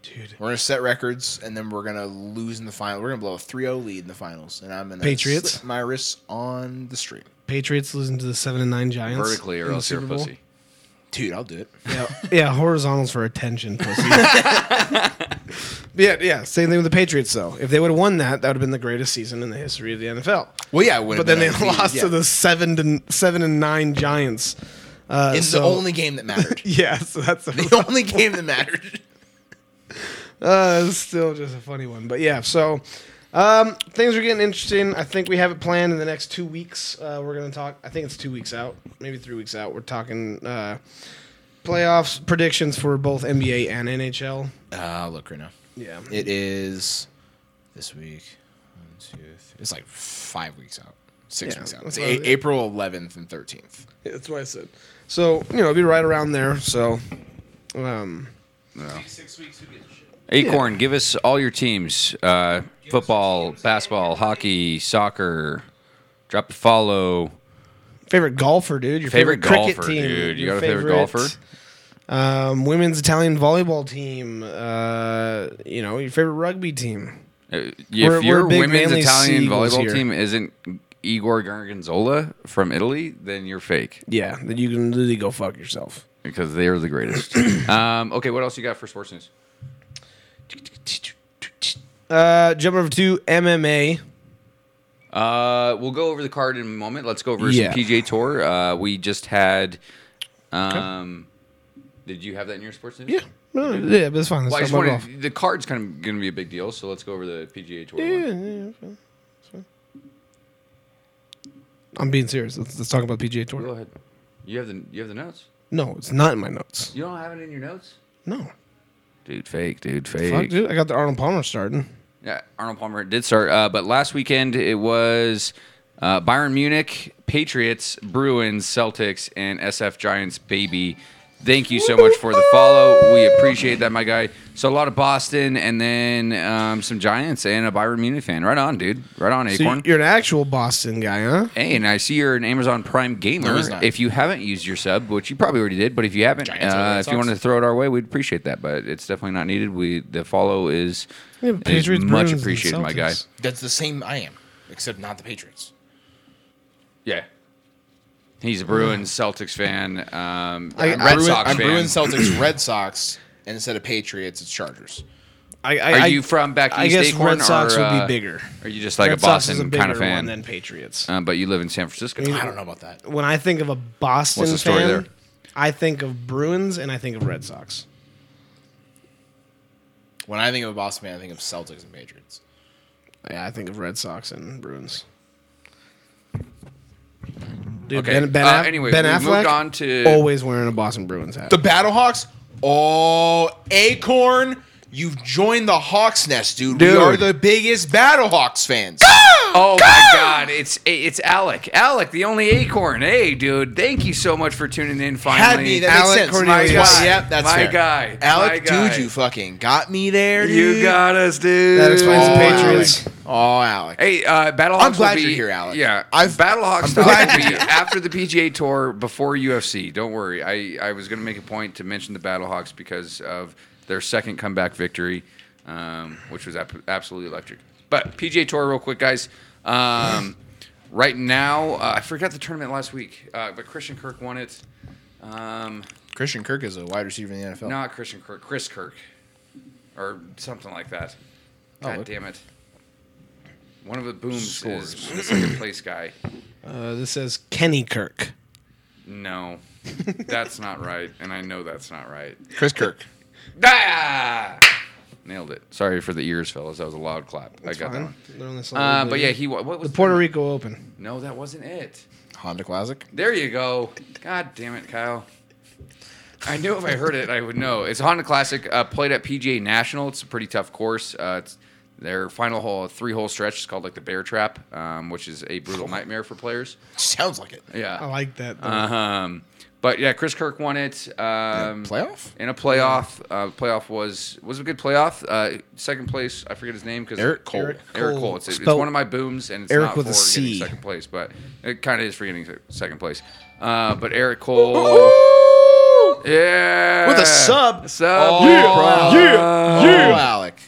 D: Dude,
C: We're gonna set records and then we're gonna lose in the final. We're gonna blow a 3-0 lead in the finals, and I'm gonna
D: Patriots?
C: slip my wrists on the stream.
D: Patriots losing to the 7 and 9 Giants
E: Vertically,
D: in
E: or
D: the
E: else you're a
D: Super Bowl.
E: pussy.
C: Dude, I'll do it.
D: Yeah, yeah, horizontals for attention, pussy. yeah, yeah, same thing with the Patriots though. If they would have won that, that would have been the greatest season in the history of the NFL.
C: Well, yeah, I would.
D: But then they lost to the seven to seven and nine Giants. Uh,
C: It's
D: so-
C: the only game that mattered.
D: Yeah, so that's a,
C: the only game that mattered.
D: uh, it's still just a funny one. But yeah, so um, things are getting interesting. I think we have it planned in the next two weeks. Uh, we're going to talk. I think it's two weeks out, maybe three weeks out. We're talking uh, playoffs predictions for both NBA and NHL.
C: Uh, look right now.
D: Yeah.
C: It is this week. One, two, three. It's like five weeks out. Six
D: Yeah.
C: weeks out. It's
D: Well,
C: a-
D: yeah.
C: April 11th and 13th.
D: Yeah, that's what I said. So you know, it'd be right around there. So, um,
E: Acorn, give us all your teams uh, football, basketball, hockey, soccer. Drop a follow.
D: favorite golfer, dude. Your favorite,
E: Favorite
D: cricket
E: golfer,
D: team,
E: dude. You
D: your
E: got a favorite golfer?
D: Um, women's Italian volleyball team. Uh, you know, your favorite rugby team.
E: Uh,
D: We're-
E: if
D: we're
E: your
D: big
E: women's
D: manly
E: Italian
D: seagulls
E: volleyball
D: here.
E: team isn't Igor Gorgonzola from Italy, then you're fake
D: Yeah, that you can literally go fuck yourself.
E: because they're the greatest. um, okay, what else you got for sports news?
D: Uh, jump over to MMA.
E: Uh, we'll go over the card in a moment. Let's go over
D: Yeah.
E: some PJ Tour. Uh, we just had. Um, Did you have that in your sports news?
D: Yeah, no, yeah, but it's fine. Let's
E: Well, I
D: talk
E: just
D: about golf.
E: wanted, the card's kind of going to be a big deal, so let's go over the PGA Tour.
D: Yeah,
E: one.
D: yeah, yeah, it's fine. It's fine. I'm being serious. Let's, let's talk about PGA
E: Go
D: Tour.
E: ahead. You have the you have the notes.
D: No, it's not in my notes.
E: You don't have it in your notes,
D: No.
E: dude. Fake, dude. Fake.
D: Fuck, dude. I got the Arnold Palmer starting.
E: Yeah, Arnold Palmer did start, uh, but last weekend it was uh, Bayern Munich, Patriots, Bruins, Celtics, and SF Giants. Baby, Thank you so much for the follow. We appreciate that, my guy. So a lot of Boston, and then um, some Giants, and a Byron Munich fan. Right on, dude. Right on,
D: So
E: Acorn.
D: you- you're an actual Boston guy, huh?
E: Hey, and I see you're an Amazon Prime
C: No,
E: gamer.
C: he's not.
E: If you haven't used your sub, which you probably already did, but if you haven't,
C: Giants over
E: uh,
C: Red
E: if you
C: Sox.
E: wanted to throw it our way, we'd appreciate that. But it's definitely not needed. We the follow is,
D: Yeah,
E: is
D: Patriots,
E: much
D: Bruins, and
E: appreciated, my guy.
D: Celtics.
C: That's the same I am, except not the Patriots.
E: Yeah, he's a Bruins Celtics fan. Um,
D: I-
E: I'm
D: I'm
E: Red
C: Bruin-
E: Sox
C: I'm
E: fan.
C: Bruins, Celtics, Red Sox, and instead of Patriots, it's Chargers.
D: I, I,
E: Are
D: I-
E: you from back east?
D: I guess
E: Acorn,
D: Red Sox
E: or,
D: would be
E: uh,
D: bigger.
E: Are you just like
D: Red
E: a
D: Sox is
E: Boston
D: bigger
E: kind of fan?
D: one than Patriots.
E: Um, but you live in San Francisco.
C: I don't know about that.
D: when I think of a Boston
E: What's the story
D: fan,
E: there?
D: I think of Bruins and I think of Red Sox.
C: When I think of a Boston fan, I think of Celtics and Patriots.
D: Yeah, I think of Red Sox and Bruins. Dude,
E: Okay.
D: Ben, ben,
E: Uh,
D: Aff-
E: anyway,
D: ben
E: we
D: Affleck
E: moved on to-
D: always wearing a Boston Bruins hat.
C: The Battlehawks? Oh, Acorn, you've joined the Hawks Nest, dude.
E: Dude.
C: We are the biggest Battlehawks fans.
E: Oh my God! It's it's Alec, Alec, the only acorn. Hey, dude! Thank you so much for tuning in.
C: Had
E: Finally,
C: me. That
D: Alec
C: makes sense.
D: Cornelius.
C: My
D: My
C: guy. Yep, that's
E: my
C: fair.
E: guy.
C: Alec,
E: My guy.
C: dude, you fucking got me there, dude.
E: you got us, dude.
D: that explains
C: Oh,
D: the Patriots.
C: Alec. Oh, Alec.
E: Hey, uh, Battlehawks.
C: I'm glad
E: will be,
C: you're here, Alec.
E: Yeah,
C: I've-
E: Battlehawks
C: I'm
E: style
C: glad
E: will be after the PGA Tour, before UFC. Don't worry. I, I was going to make a point to mention the Battlehawks because of their second comeback victory, um, which was ab- absolutely electric. But PGA Tour, real quick, guys. Um, right now, uh, I forgot the tournament last week, uh, but Christian Kirk won it. Um,
C: Christian Kirk is a wide receiver in the NFL.
E: not Christian Kirk, Chris Kirk, or something like that.
C: Oh,
E: God
C: okay.
E: damn it! One of the booms
C: Scores.
E: is the second place guy.
D: Uh, this says Kenny Kirk.
E: No, that's not right, and I know that's not right.
C: Chris Kirk.
E: Ah! Nailed it. Sorry for the ears, fellas. That was a loud clap. I got that one.
D: They're on this little
E: Uh, but
D: league.
E: yeah, he wa- what was
D: the Puerto Rico Open.
E: No, that wasn't it.
C: Honda Classic.
E: There you go. God damn it, Kyle. I knew if I heard it, I would know. It's a Honda Classic, uh, played at PGA National. It's a pretty tough course. Uh, it's their final hole, three hole stretch is called like the Bear Trap, um, which is a brutal nightmare for players. Oh,
C: Sounds like it.
E: Yeah.
D: I like that. Though.
E: Um, but yeah, Chris Kirk won it. Um,
C: Playoff?
E: in a playoff. Uh, playoff was was a good playoff. Uh, second place, I forget his name because
C: Eric Cole.
D: Eric
E: Eric
D: Cole.
E: Cole. It's, it's
D: Spelled
E: one of my booms, and it's
D: Eric
E: not
D: with
E: for
D: a C.
E: getting second place, but it kind of is for getting se- second place. Uh, but Eric Cole, yeah,
C: With a sub.
E: sub,
C: Oh,
E: yeah,
C: yeah,
E: yeah,
C: Oh, Alec.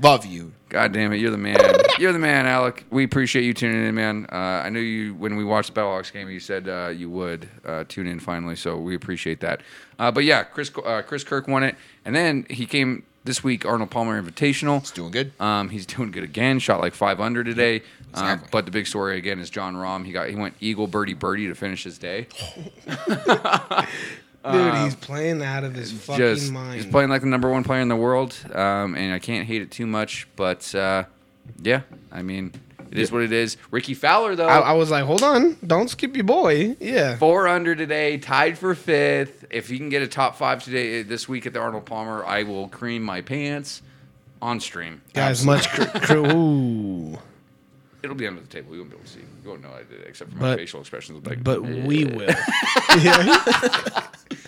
C: Love you.
E: God damn it, you're the man. You're the man, Alec. We appreciate you tuning in, man. Uh, I knew you when we watched the Battlehawks game. You said uh, you would uh, tune in finally, so we appreciate that. Uh, but yeah, Chris uh, Chris Kirk won it, and then he came this week Arnold Palmer Invitational.
C: It's doing good.
E: Um, he's doing good again. Shot like five under today. Um,
C: Exactly.
E: but the big story again is John Rahm. He got he went eagle birdie birdie to finish his day.
D: Dude, he's playing out of his fucking
E: Um, Just
D: mind.
E: he's playing like the number one player in the world. Um, and I can't hate it too much. But uh, yeah, I mean it is what it is. Ricky Fowler though.
D: I, I was like, hold on, don't skip your boy. Yeah.
E: Four under today, tied for fifth. If he can get a top five today uh, this week at the Arnold Palmer, I will cream my pants on stream.
D: Guys, much cr- cr- ooh.
E: It'll be under the table. You won't be able to see. You won't know I did it, except for my
D: But-
E: facial expressions. Like,
D: But we will. Yeah.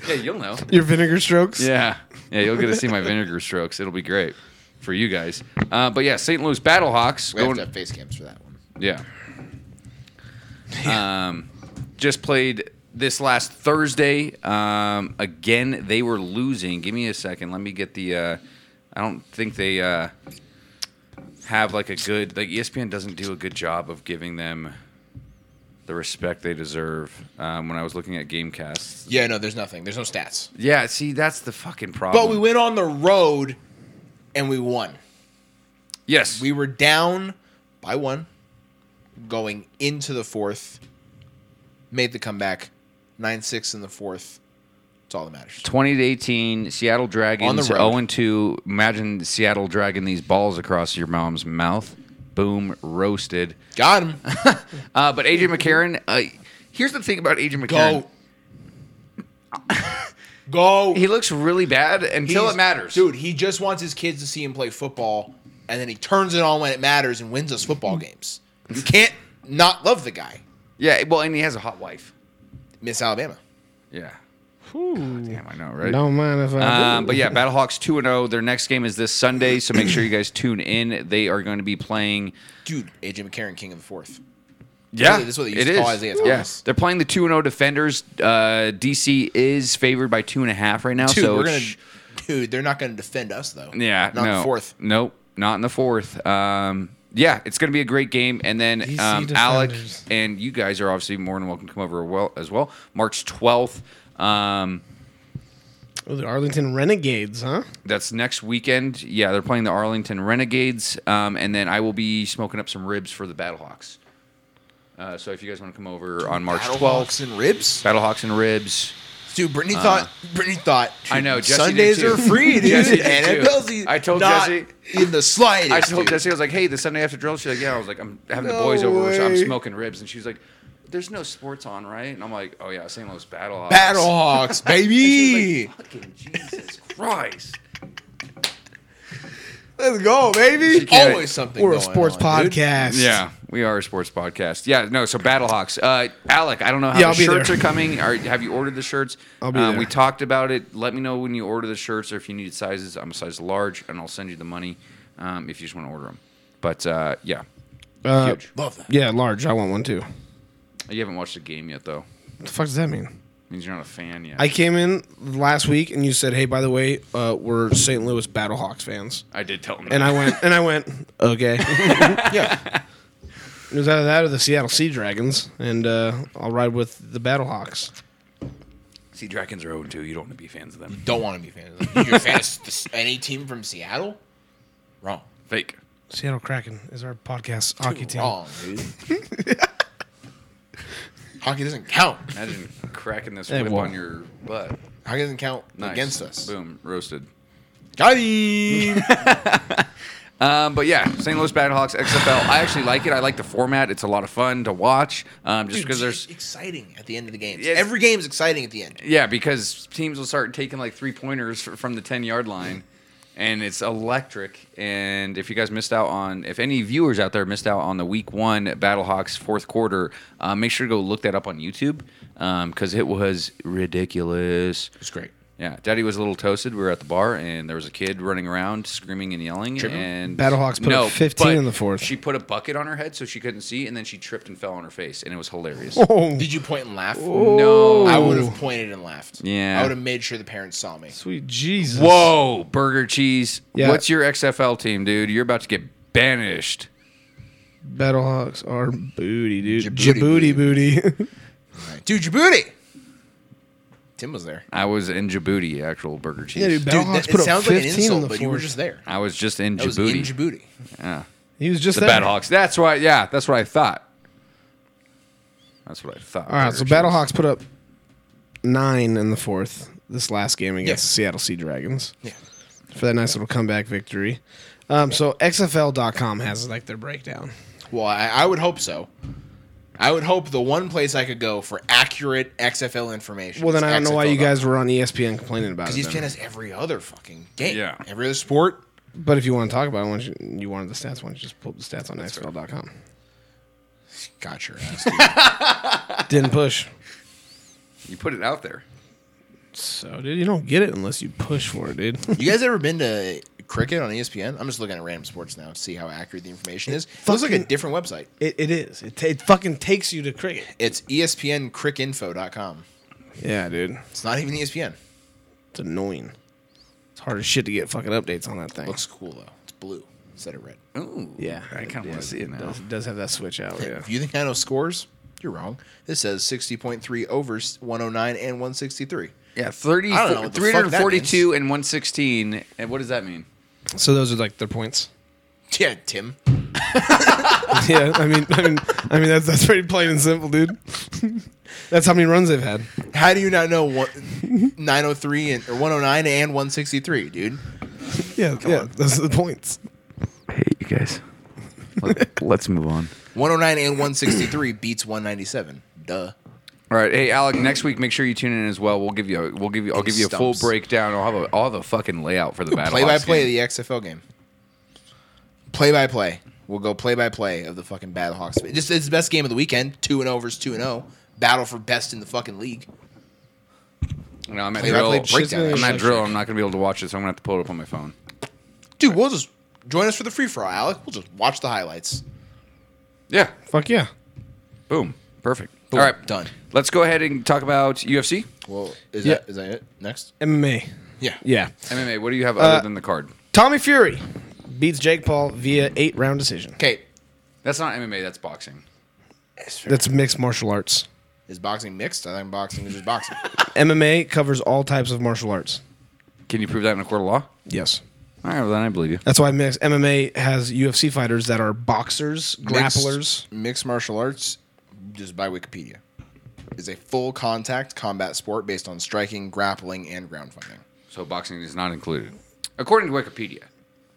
E: yeah, you'll know.
D: Your vinegar strokes?
E: Yeah, yeah, you'll get to see my vinegar strokes. It'll be great for you guys. Uh, but yeah, St. Louis Battlehawks.
C: We have
E: going-
C: to have face cams for that one.
E: Yeah. Um, just played this last Thursday. Um, again, they were losing. Give me a second. Let me get the. Uh, I don't think they uh, have like a good. Like E ESPN doesn't do a good job of giving them the respect they deserve. Um, when I was looking at GameCast,
C: Yeah, no, there's nothing. There's no stats.
E: yeah. See, that's the fucking problem.
C: But we went on the road and we won.
E: Yes,
C: We were down by one going into the fourth, made the comeback, 9 6 in the fourth. It's all that matters.
E: 20 to 18 seattle dragons
C: On the road.
E: 0 and 2 imagine seattle dragging these balls across your mom's mouth boom roasted
C: Got him.
E: uh, but adrian mccarron uh, here's the thing about adrian mccarron
C: Go. Go.
E: he looks really bad until
C: He's-
E: it matters
C: Dude, he just wants his kids to see him play football and then he turns it on when it matters and wins us football games. You can't not love the guy.
E: yeah well and he has a hot wife
C: Miss Alabama.
E: yeah Damn, I know, right?
D: Don't mind if I.
E: Um, but yeah, Battlehawks 2 and 0. Their next game is this Sunday, so make sure you guys tune in. They are going to be playing.
C: Dude, AJ McCarron, King of the Fourth.
E: Yeah,
C: That's what they used
E: it
C: to call
E: is.
C: Isaiah
E: Yeah.
C: Thomas.
E: They're playing the 2 and 0 defenders. Uh, DC is favored by 2.5 right now.
C: Dude,
E: so
C: we're gonna,
E: sh-
C: dude, they're not gonna defend us though.
E: Yeah,
C: not
E: no.
C: the fourth.
E: Nope, not in the fourth. Um, yeah, it's going to be a great game. And then
D: DC
E: um, Alec
D: defenders.
E: and you guys are obviously more than welcome to come over well, as well. March 12th. Um,
D: Oh, the Arlington Renegades, huh?
E: That's next weekend. Yeah, they're playing the Arlington Renegades, um, and then I will be smoking up some ribs for the Battlehawks. Uh, so if you guys want to come over on March twelfth,
C: Battlehawks and ribs,
E: Battlehawks and ribs.
C: dude. Brittany thought. Brittany thought.
E: I know, Jesse did
C: Sundays
E: too.
C: are free, dude.
E: Jesse did
C: and
E: too.
C: NFL's
E: I told
C: not
E: Jesse-
C: in the slightest.
E: I told
C: dude.
E: Jesse I was like, "Hey, the Sunday after drill." She's like, "Yeah." I was like, "I'm having the
D: No
E: boys over, so I'm
D: way.
E: smoking ribs," and she's like, "There's no sports on, right?" And I'm like, "Oh yeah, St. Louis Battlehawks."
C: Battlehawks,
E: She was
C: baby.
E: like, Fucking Jesus Christ!
D: Let's go, baby.
E: can't-
C: Always something.
D: We're a
C: going
D: sports
C: on, dude.
D: podcast.
E: Yeah, we are a sports podcast. Yeah, no, so Battlehawks. Uh, Alec, I don't know how
D: Yeah,
E: the
D: I'll be
E: shirts
D: there.
E: are coming. Are, have you ordered the shirts?
D: I'll be
E: Uh,
D: there.
E: We talked about it. Let me know when you order the shirts or if you need sizes. I'm a size large, and I'll send you the money um, if you just want to order them. But uh, yeah,
D: Uh,
E: huge.
C: Love that.
D: Yeah, large. I want one too.
E: You haven't watched the game yet, though.
D: What the fuck does that mean?
E: means you're not a fan yet.
D: I came in last week and you said, "Hey, by the way, uh, we're St. Louis Battlehawks fans,"
E: I did tell him.
D: and I went, and I went, "Okay."
C: Yeah.
D: It was out of that or the Seattle Sea Dragons, and uh, I'll ride with the Battlehawks.
E: see Dragons are 0 2. You don't want to be fans of them.
C: Don't want to be fans. You're a fan of s- any team from Seattle? Wrong.
E: Fake.
D: Seattle Kraken is our podcast hockey team.
C: Wrong, dude. Hockey doesn't count.
E: Imagine cracking this
D: Hey,
E: whip
D: well.
E: on your butt.
C: Hockey doesn't count
E: Nice.
C: against us.
E: Boom. Roasted.
C: Got him.
E: Um, but yeah, St. Louis Battlehawks XFL. I actually like it. I like the format. It's a lot of fun to watch. Um, just because there's
C: exciting at the end of the game.
E: Yes.
C: Every game's exciting at the end.
E: yeah, because teams will start taking like three pointers f- from the ten yard line, and it's electric. And if you guys missed out on, if any viewers out there missed out on the week one Battlehawks fourth quarter, uh, make sure to go look that up on YouTube because it was ridiculous.
C: It's great.
E: Yeah, Daddy was a little toasted. We were at the bar, and there was a kid running around, screaming and yelling. And
D: Battlehawks put up 15
E: but
D: in the fourth.
E: She put a bucket on her head so she couldn't see, and then she tripped and fell on her face, and it was hilarious.
D: Oh,
C: Did you point and laugh?
E: No,
C: I would have pointed and laughed.
E: Yeah.
C: I would have made sure the parents saw me.
D: sweet Jesus!
E: Whoa, burger cheese.
D: Yeah.
E: What's your XFL team, dude? You're about to get banished.
D: Battlehawks are booty, dude.
C: Djibouti
D: Djibouti booty.
C: Dude, Djibouti. Tim was there.
E: I was in Djibouti, actual burger cheese.
D: yeah, dude.
C: Dude,
D: Battlehawks
C: that, it
D: put up
C: sounds like an
D: 15 in
C: insult,
D: the
C: but
D: fourth.
C: you were just there.
E: I was just in
C: That was
E: Djibouti.
C: in Djibouti.
E: yeah.
D: He was just
E: The
D: there.
E: Battlehawks. That's why. Yeah, that's what I thought. That's what I thought.
D: All right, so Battlehawks put up nine in the fourth. This last game against the Seattle Sea Dragons
C: Yeah.
D: for that nice little comeback victory. Um, so XFL.com has like their breakdown.
C: Well, I, I would hope so. I would hope the one place I could go for accurate XFL information.
D: Well, then
C: is
D: I don't know why you
C: XFL.com.
D: guys were on E ESPN complaining about it.
C: Because ESPN
D: then.
C: has every other fucking game.
E: Yeah.
C: Every other sport.
D: But if you want to talk about it, why don't you, you wanted the stats, why don't you just pull up the stats on XFL.com?
C: Got your ass. dude.
D: Didn't push.
E: You put it out there.
D: So, dude, you don't get it unless you push for it, dude.
C: you guys ever been to cricket on E ESPN? I'm just looking at random sports now to see how accurate the information is. It looks like a
D: fucking-
C: different website.
D: it, it is. It, ta- it fucking takes you to cricket.
C: It's E ESPNcricinfo.com.
D: Yeah, dude.
C: It's not even E ESPN.
D: It's annoying. It's hard as shit to get fucking updates on that thing.
C: Looks cool though. It's blue instead of red.
E: Ooh,
D: yeah,
E: I kind of want to see it now.
D: Does, does have that switch out? Yeah.
C: If you think I know scores, you're wrong. This says 60.3 over 109 and 163.
E: Yeah, 30,
C: I don't know what the fuck that
E: 342 and 116. And what does that mean?
D: So those are like their points.
C: Yeah, Tim.
D: yeah, I mean, I mean, I mean that's that's pretty plain and simple, dude. that's how many runs they've had.
C: How do you not know what 903 and or 109 and 163, dude?
D: Yeah, yeah, those are the points.
E: I hate you guys. Let, let's move on.
C: 109 and 163 beats 197. Duh.
E: All right, hey Alec. Next week, make sure you tune in as well. We'll give you, a, we'll give you, I'll give you a full
C: Stumps.
E: breakdown. I'll have a, I'll have a fucking layout for the battle.
C: Play by
E: Hawks
C: play of
E: game.
C: the XFL game. Play by play. We'll go play by play of the fucking Battlehawks. It's, it's the oh best game of the weekend. 2 and overs, 2 and 0. Battle for best in the fucking league.
E: You know, I'm at
C: Play by
E: drill.
C: play
D: Shit's
C: breakdown.
D: gonna-
E: I'm at drill. I'm not gonna be able to watch it, so I'm gonna have to pull it up on my phone.
C: Dude, we'll just join us for the free for all, Alec. We'll just watch the highlights.
E: Yeah.
D: Fuck yeah.
E: Boom. Perfect.
C: Boom.
E: All right.
C: Done.
E: Let's go ahead and talk about UFC,
C: Well, is
D: Yeah.
C: that is that it? Next?
D: MMA.
C: Yeah.
D: Yeah.
E: MMA. What do you have other
D: Uh,
E: than the card?
D: Tommy Fury beats Jake Paul via eight round decision.
C: Okay.
E: That's not MMA. That's boxing.
D: That's mixed martial arts.
C: Is boxing mixed? I think boxing is just boxing.
D: MMA covers all types of martial arts.
E: Can you prove that in a court of law?
D: Yes.
E: All right. Well, then I believe you.
D: That's why mixed MMA has UFC fighters that are boxers, grapplers.
C: Mixed, mixed martial arts, just by Wikipedia, is a full contact combat sport based on striking, grappling, and ground fighting.
E: So boxing is not included, according to Wikipedia.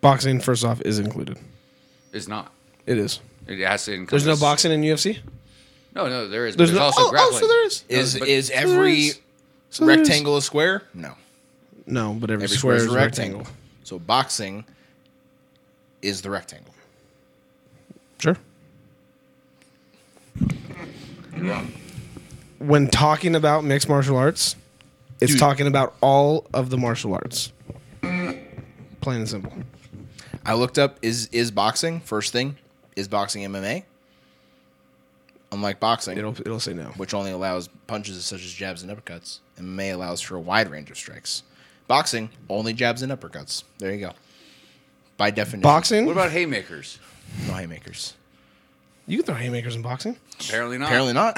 D: Boxing, first off, is included.
E: Is not.
D: It is.
E: It has to.
D: There's no
E: encompass-
D: boxing in UFC?
E: No, no, there is.
D: There's
E: There's, there's
D: no-
E: also
D: oh, oh,
E: grappling.
D: so there is.
E: No,
C: Is
E: but-
C: is every
D: is- So there is-
C: rectangle a square? No.
D: No, but every,
C: Every
D: square is
C: a
D: a rectangle.
C: So boxing is the rectangle.
D: Sure. When talking about mixed martial arts, it's
C: Dude.
D: talking about all of the martial arts. Plain and simple.
C: I looked up is is boxing first thing is boxing MMA. Unlike boxing,
D: It'll it'll say no.
C: which only allows punches such as jabs and uppercuts, and MMA allows for a wide range of strikes. Boxing only jabs and uppercuts. There you go. By definition,
D: Boxing?
E: What about haymakers?
C: no haymakers.
D: you can throw haymakers in boxing.
E: Apparently not.
C: Apparently not.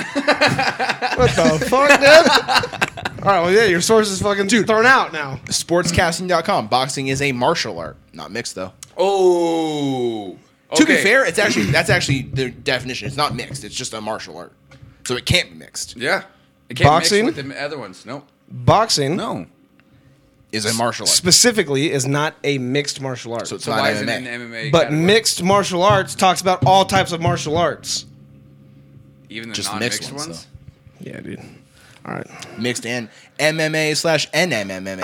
D: What the fuck, dude? All right, well, yeah, your source is fucking thrown out now.
C: Sportscasting.com. Boxing is a martial art, not mixed though.
E: Oh.
C: To be
E: okay.
C: fair, it's actually that's actually the definition. It's not mixed. It's just a martial art, so it can't be mixed.
E: Yeah. It can't
D: Boxing?
E: mix with the other ones. No.
D: Boxing
E: No.
C: Is a martial art.
D: specifically is not a mixed martial art.
C: So it's
E: So
C: not
E: why
C: MMA.
E: is it in the MMA?
D: but
E: category?
D: mixed martial arts talks about all types of martial arts.
E: even the
C: Just
E: non-mixed
C: mixed
E: ones.
C: ones,
D: Yeah, dude. All right.
C: mixed and MMA slash NMMA.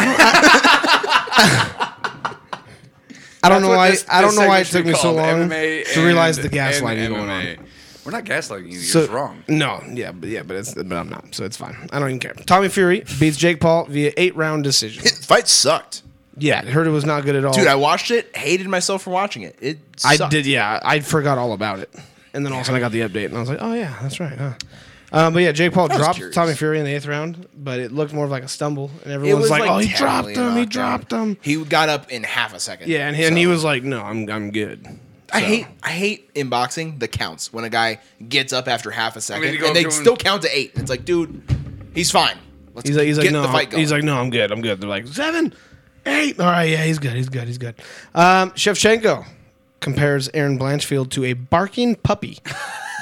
D: I don't know
E: That's what
D: why.
E: this-
D: I don't
E: this
D: know why it took
E: segment
D: me
E: should be
D: so
E: called,
D: long
E: MMA
D: to realize
E: and-
D: the gaslighting
E: and
D: going on.
E: MMA. We're not gaslighting you. You're
D: So-
E: just wrong.
D: No, yeah, but yeah, but it's but I'm not, so it's fine. I don't even care. Tommy Fury beats Jake Paul via eight round decision.
C: Fight sucked,
D: yeah, I heard it was not good at all.
C: dude. I watched it, hated myself for watching it. It
D: Oh. I
C: sucked.
D: did, yeah. I forgot all about it, and then all of a sudden I got the update, and I was like, oh yeah, that's right. Huh. Um, but yeah, Jake Paul
C: was
D: dropped
C: curious.
D: Tommy Fury in the eighth round, but it looked more of like a stumble, and everyone's like, oh, he dropped
C: terribly
D: him, he
C: knocked down.
D: dropped him.
C: He got up in half a second.
D: Yeah, and he, and
C: So-
D: he was like, no, I'm I'm good.
C: I hate I hate in boxing the counts when a guy gets up after half a second
E: you go
C: and they
E: up to him-
C: still count to eight. And it's like, dude, he's fine. Let's
D: He's like, he's like,
C: get
D: no,
C: the fight going.
D: he's like, no, I'm good, I'm good. They're like seven, eight. All right, yeah, he's good, he's good, he's good. Um, Shevchenko compares Aaron Blanchfield to a barking puppy.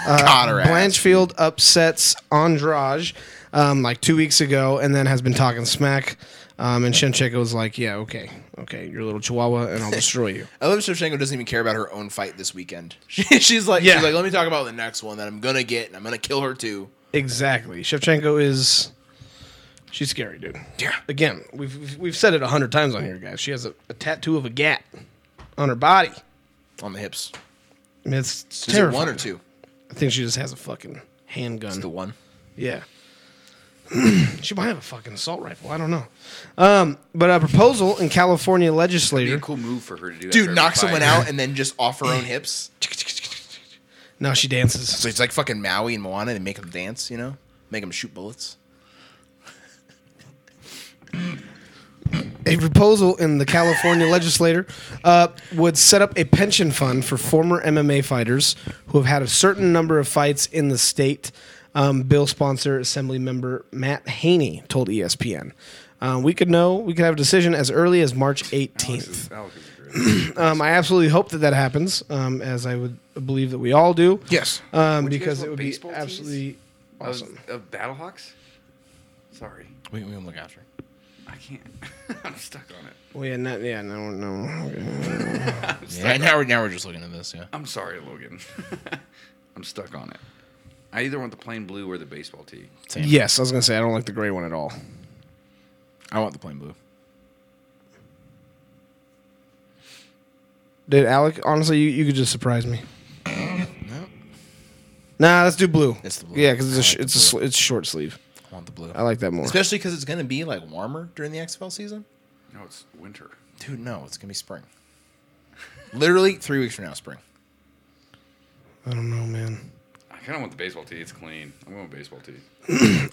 D: uh,
C: God, her ass.
D: Blanchfield upsets Andrade um, like two weeks ago, and then has been talking smack. Um, and Shevchenko was like, yeah, okay, okay, you're a little chihuahua, and I'll destroy you.
C: I love Shevchenko doesn't even care about her own fight this weekend. She- she's like,
D: Yeah.
C: she's like, let me talk about the next one that I'm gonna get and I'm gonna kill her too.
D: Exactly. Shevchenko is. She's scary, dude.
C: Yeah.
D: Again, we've we've, we've said it a hundred times on here, guys. She has a, a tattoo of a gat on her body.
C: On the hips.
D: I mean, it's, it's
C: Is
D: terrifying.
C: it one or two?
D: I think she just has a fucking handgun.
C: The one.
D: yeah. she might have a fucking assault rifle. I don't know. Um, but a proposal in California
E: Be a
D: legislature.
E: cool move for her to do. after
C: Dude
E: every
C: knocks someone
E: fight.
C: out and then just off her own hips.
D: No, she dances.
C: So it's like fucking Maui and Moana. They make them dance, you know, make them shoot bullets.
D: A proposal in the California legislature uh, would set up a pension fund for former MMA fighters who have had a certain number of fights in the state. Um, bill sponsor, Assembly member Matt Haney told E ESPN. Uh, we could know, we could have a decision as early as March 18th.
E: Alex is great.
D: Um, I absolutely hope that that happens, um, as I would believe that we all do.
C: Yes.
D: Um,
E: Would you guys
D: because it
E: want
D: would be
E: baseball tees?
D: absolutely
C: Oh,
D: awesome.
E: Of, of Battlehawks. Sorry,
C: We, we can look after.
E: I can't. I'm stuck on it.
D: Well, yeah, no, yeah, no, no.
C: Yeah. Now we're now we're just looking at this. Yeah.
E: I'm sorry, Logan. I'm stuck on it. I either want the plain blue or the baseball tee.
C: Same.
D: yes, I was gonna say I don't like the gray one at all.
C: I want the plain blue.
D: Dude, Alec, honestly, you, you could just surprise me. Nah, let's do blue.
C: It's the blue.
D: Yeah, because it's
C: I
D: a, sh
C: like the
D: it's a sl- it's short sleeve.
C: I want the blue.
D: I like that more.
C: Especially because it's gonna be like warmer during the XFL season.
E: No, it's winter.
C: Dude, no, it's gonna be spring. Literally three weeks from now, spring.
D: I don't know, man.
E: I kind of want the baseball tee. It's clean. I'm going with baseball tee.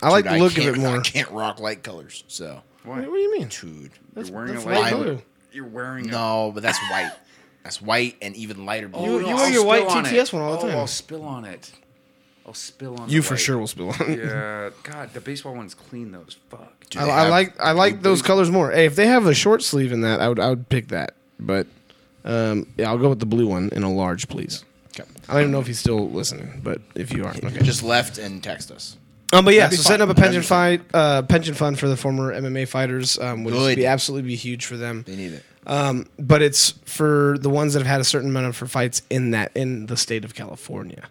D: I like
C: Dude,
D: the look of
C: can't-
D: it more.
C: I can't rock light colors, so
E: Why?
D: What do you mean?
C: dude.
D: That's-
E: You're wearing
D: that's
E: a light
C: light
E: color.
D: blue.
E: You're wearing a.
C: No, but that's white. That's white and even lighter blue.
D: You- wear your
E: spill
D: white
E: on it.
D: TTS one all the
E: Oh,
D: time.
E: I'll spill on it. I'll spill on.
D: You
E: the
D: for
E: white.
D: sure will spill on. it.
E: Yeah. God, the baseball one's clean though as fuck.
C: Do
D: I,
C: they
D: I
C: have
D: like I like
C: blue
D: those
C: boots?
D: colors more. Hey, if they have a short sleeve in that, I would I would pick that. But um, yeah, I'll go with the blue one in a large, please.
C: Okay.
D: I don't even know if he's still listening, but if you are, okay.
C: Just left and text us.
D: Um, but yeah,
C: That'd
D: so
C: be
D: setting
C: fine.
D: up a pension
C: That'd
D: fight, uh, pension fund for the former MMA fighters um, would just
C: Good.
D: be absolutely be huge for them.
C: They need it.
D: Um, but it's for the ones that have had a certain amount of for fights in that in the state of California.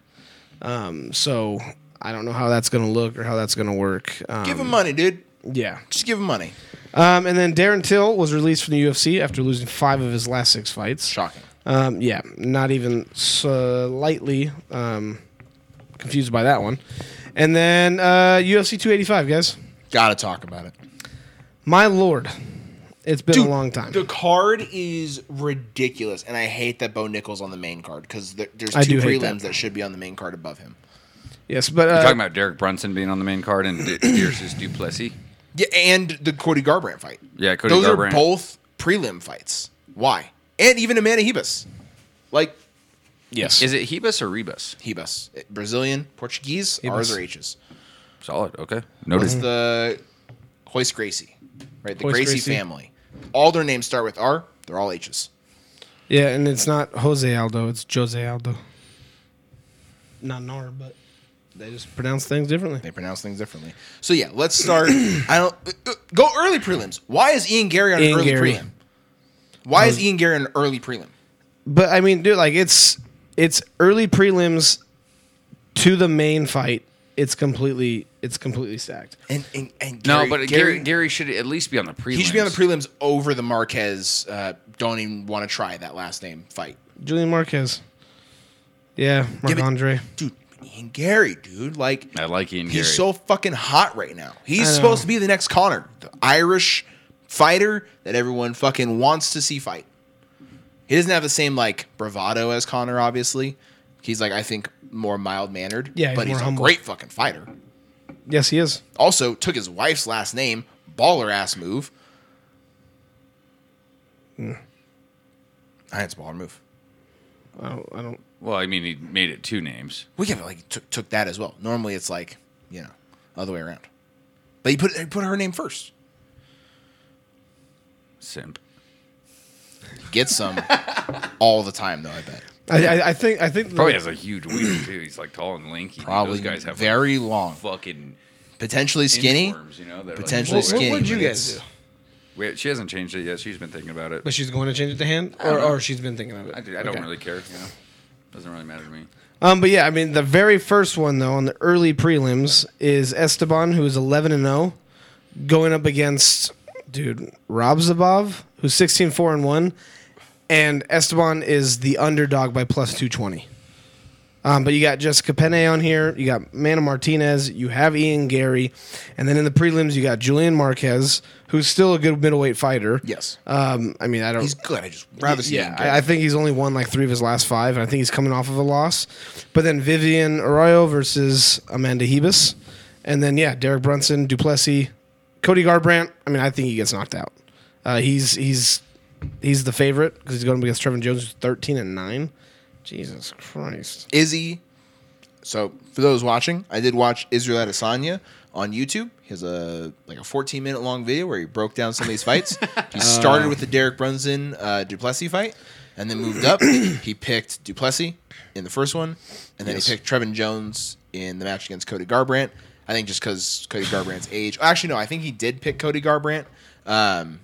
D: Um, so I don't know how that's going to look or how that's going to work. Um,
C: Give them money, dude.
D: yeah.
C: Just give them money.
D: Um, and then Darren Till was released from the UFC after losing five of his last six fights.
C: Shocking.
D: Um, yeah, not even slightly um, confused by that one. And then uh, UFC 285, guys.
C: Gotta talk about it.
D: My lord, it's been a long time.
C: The card is ridiculous, and I hate that Bo Nichols on the main card because there, there's
D: I
C: two
D: do hate
C: prelims
D: that.
C: that. should be on the main card above him.
D: yes, but uh,
E: You're talking about Derek Brunson being on the main card and D- versus Duplessis.
C: Yeah, and the Cody Garbrandt fight.
E: Yeah, Cody
C: Those
E: Garbrandt.
C: are both prelim fights. Why? And even Amanda Hebus. Like
D: yes,
E: Is it Hebus or Rebus?
C: Hebus, Eh, Brazilian, Portuguese, R's
D: Hebus. Mm-hmm.
C: or H's.
E: Solid. Okay.
C: It's
E: Notice.
C: the Hoist Gracie, right? The
D: Hoist
C: Gracie,
D: Gracie.
C: family. All their names start with R. They're all H's.
D: yeah, and it's not Jose Aldo, it's Jose Aldo. Not Nar, but they just pronounce things differently.
C: They pronounce things differently. So yeah, let's start. I don't uh, uh, go early prelims. Why is Ian Gary on
D: Ian
C: an early
D: Gary.
C: prelim? Why
E: Oh.
C: is Ian Gary on an early prelim?
D: But I mean, dude, like it's it's early prelims to the main fight. It's completely it's completely stacked.
C: And and, and
E: no, but Gary, Gary should at least be on the prelims.
C: he should be on the prelims over the Marquez. Uh, don't even want to try that last name fight,
D: Julian Marquez. Yeah, Marc
C: but-
D: Andre.
C: dude. Ian Gary, dude, like
E: I like Ian Gary.
C: He's so fucking hot right now. He's
D: I know.
C: supposed to be the next Connor, the Irish fighter that everyone fucking wants to see fight. He doesn't have the same like bravado as Connor, obviously. He's like I think more mild mannered.
D: Yeah, he's
C: but he's
D: more
C: a
D: humble.
C: great fucking fighter.
D: Yes, he is.
C: Also took his wife's last name, baller ass move.
D: Hmm.
C: I it's a baller move.
D: I don't. I don't
E: well, I mean, he made it two names.
C: We have like took took that as well. Normally it's like you know other way around, but he put he put her name first.
E: Simp.
C: Get some all the time, though. I bet
D: I, I, I think. I think.
E: Probably has a huge wiener too. He's like tall and lanky.
C: probably
E: Those guys have
C: very long,
E: like, fucking
C: potentially skinny.
E: inchworms, you know, that are, like,
C: potentially
D: What, what
E: really-
C: skinny.
D: would you
C: but
D: guys
C: it's-
D: do?
E: Wait, she hasn't changed it yet. She's been thinking about it.
D: But she's going to change it to hand, or, or she's been thinking of it.
E: I, do, I don't
D: Okay.
E: really care. You know, doesn't really matter to me.
D: Um, but yeah, I mean, the very first one though on the early prelims is Esteban, who is eleven and zero, going up against dude Rob Zabov, who's 16-4 and one, and Esteban is the underdog by plus two twenty. Um, but you got Jessica Penne on here. You got Mana Martinez. You have Ian Gary, and then in the prelims you got Julian Marquez, who's still a good middleweight fighter.
C: Yes,
D: Um, I mean, I don't.
C: he's good. I just rather see
D: Yeah,
C: him.
D: I, I think he's only won like three of his last five, and I think he's coming off of a loss. But then Vivian Arroyo versus Amanda Hebus, and then yeah, Derek Brunson, Duplessis, Cody Garbrandt. I mean, I think he gets knocked out. Uh, he's he's he's the favorite because he's going up against Trevor Jones, who's thirteen and nine. Jesus Christ!
C: Izzy. So for those watching, I did watch Israel Adesanya on YouTube. He has a like a 14 minute long video where he broke down some of these fights. he started with the Derek Brunson uh, Duplessis fight, and then moved up. he picked Duplessis in the first one, and then he picked Trevin Jones in the match against Cody Garbrandt. I think just because Cody Garbrandt's age. Actually, no, I think he did pick Cody Garbrandt. Um,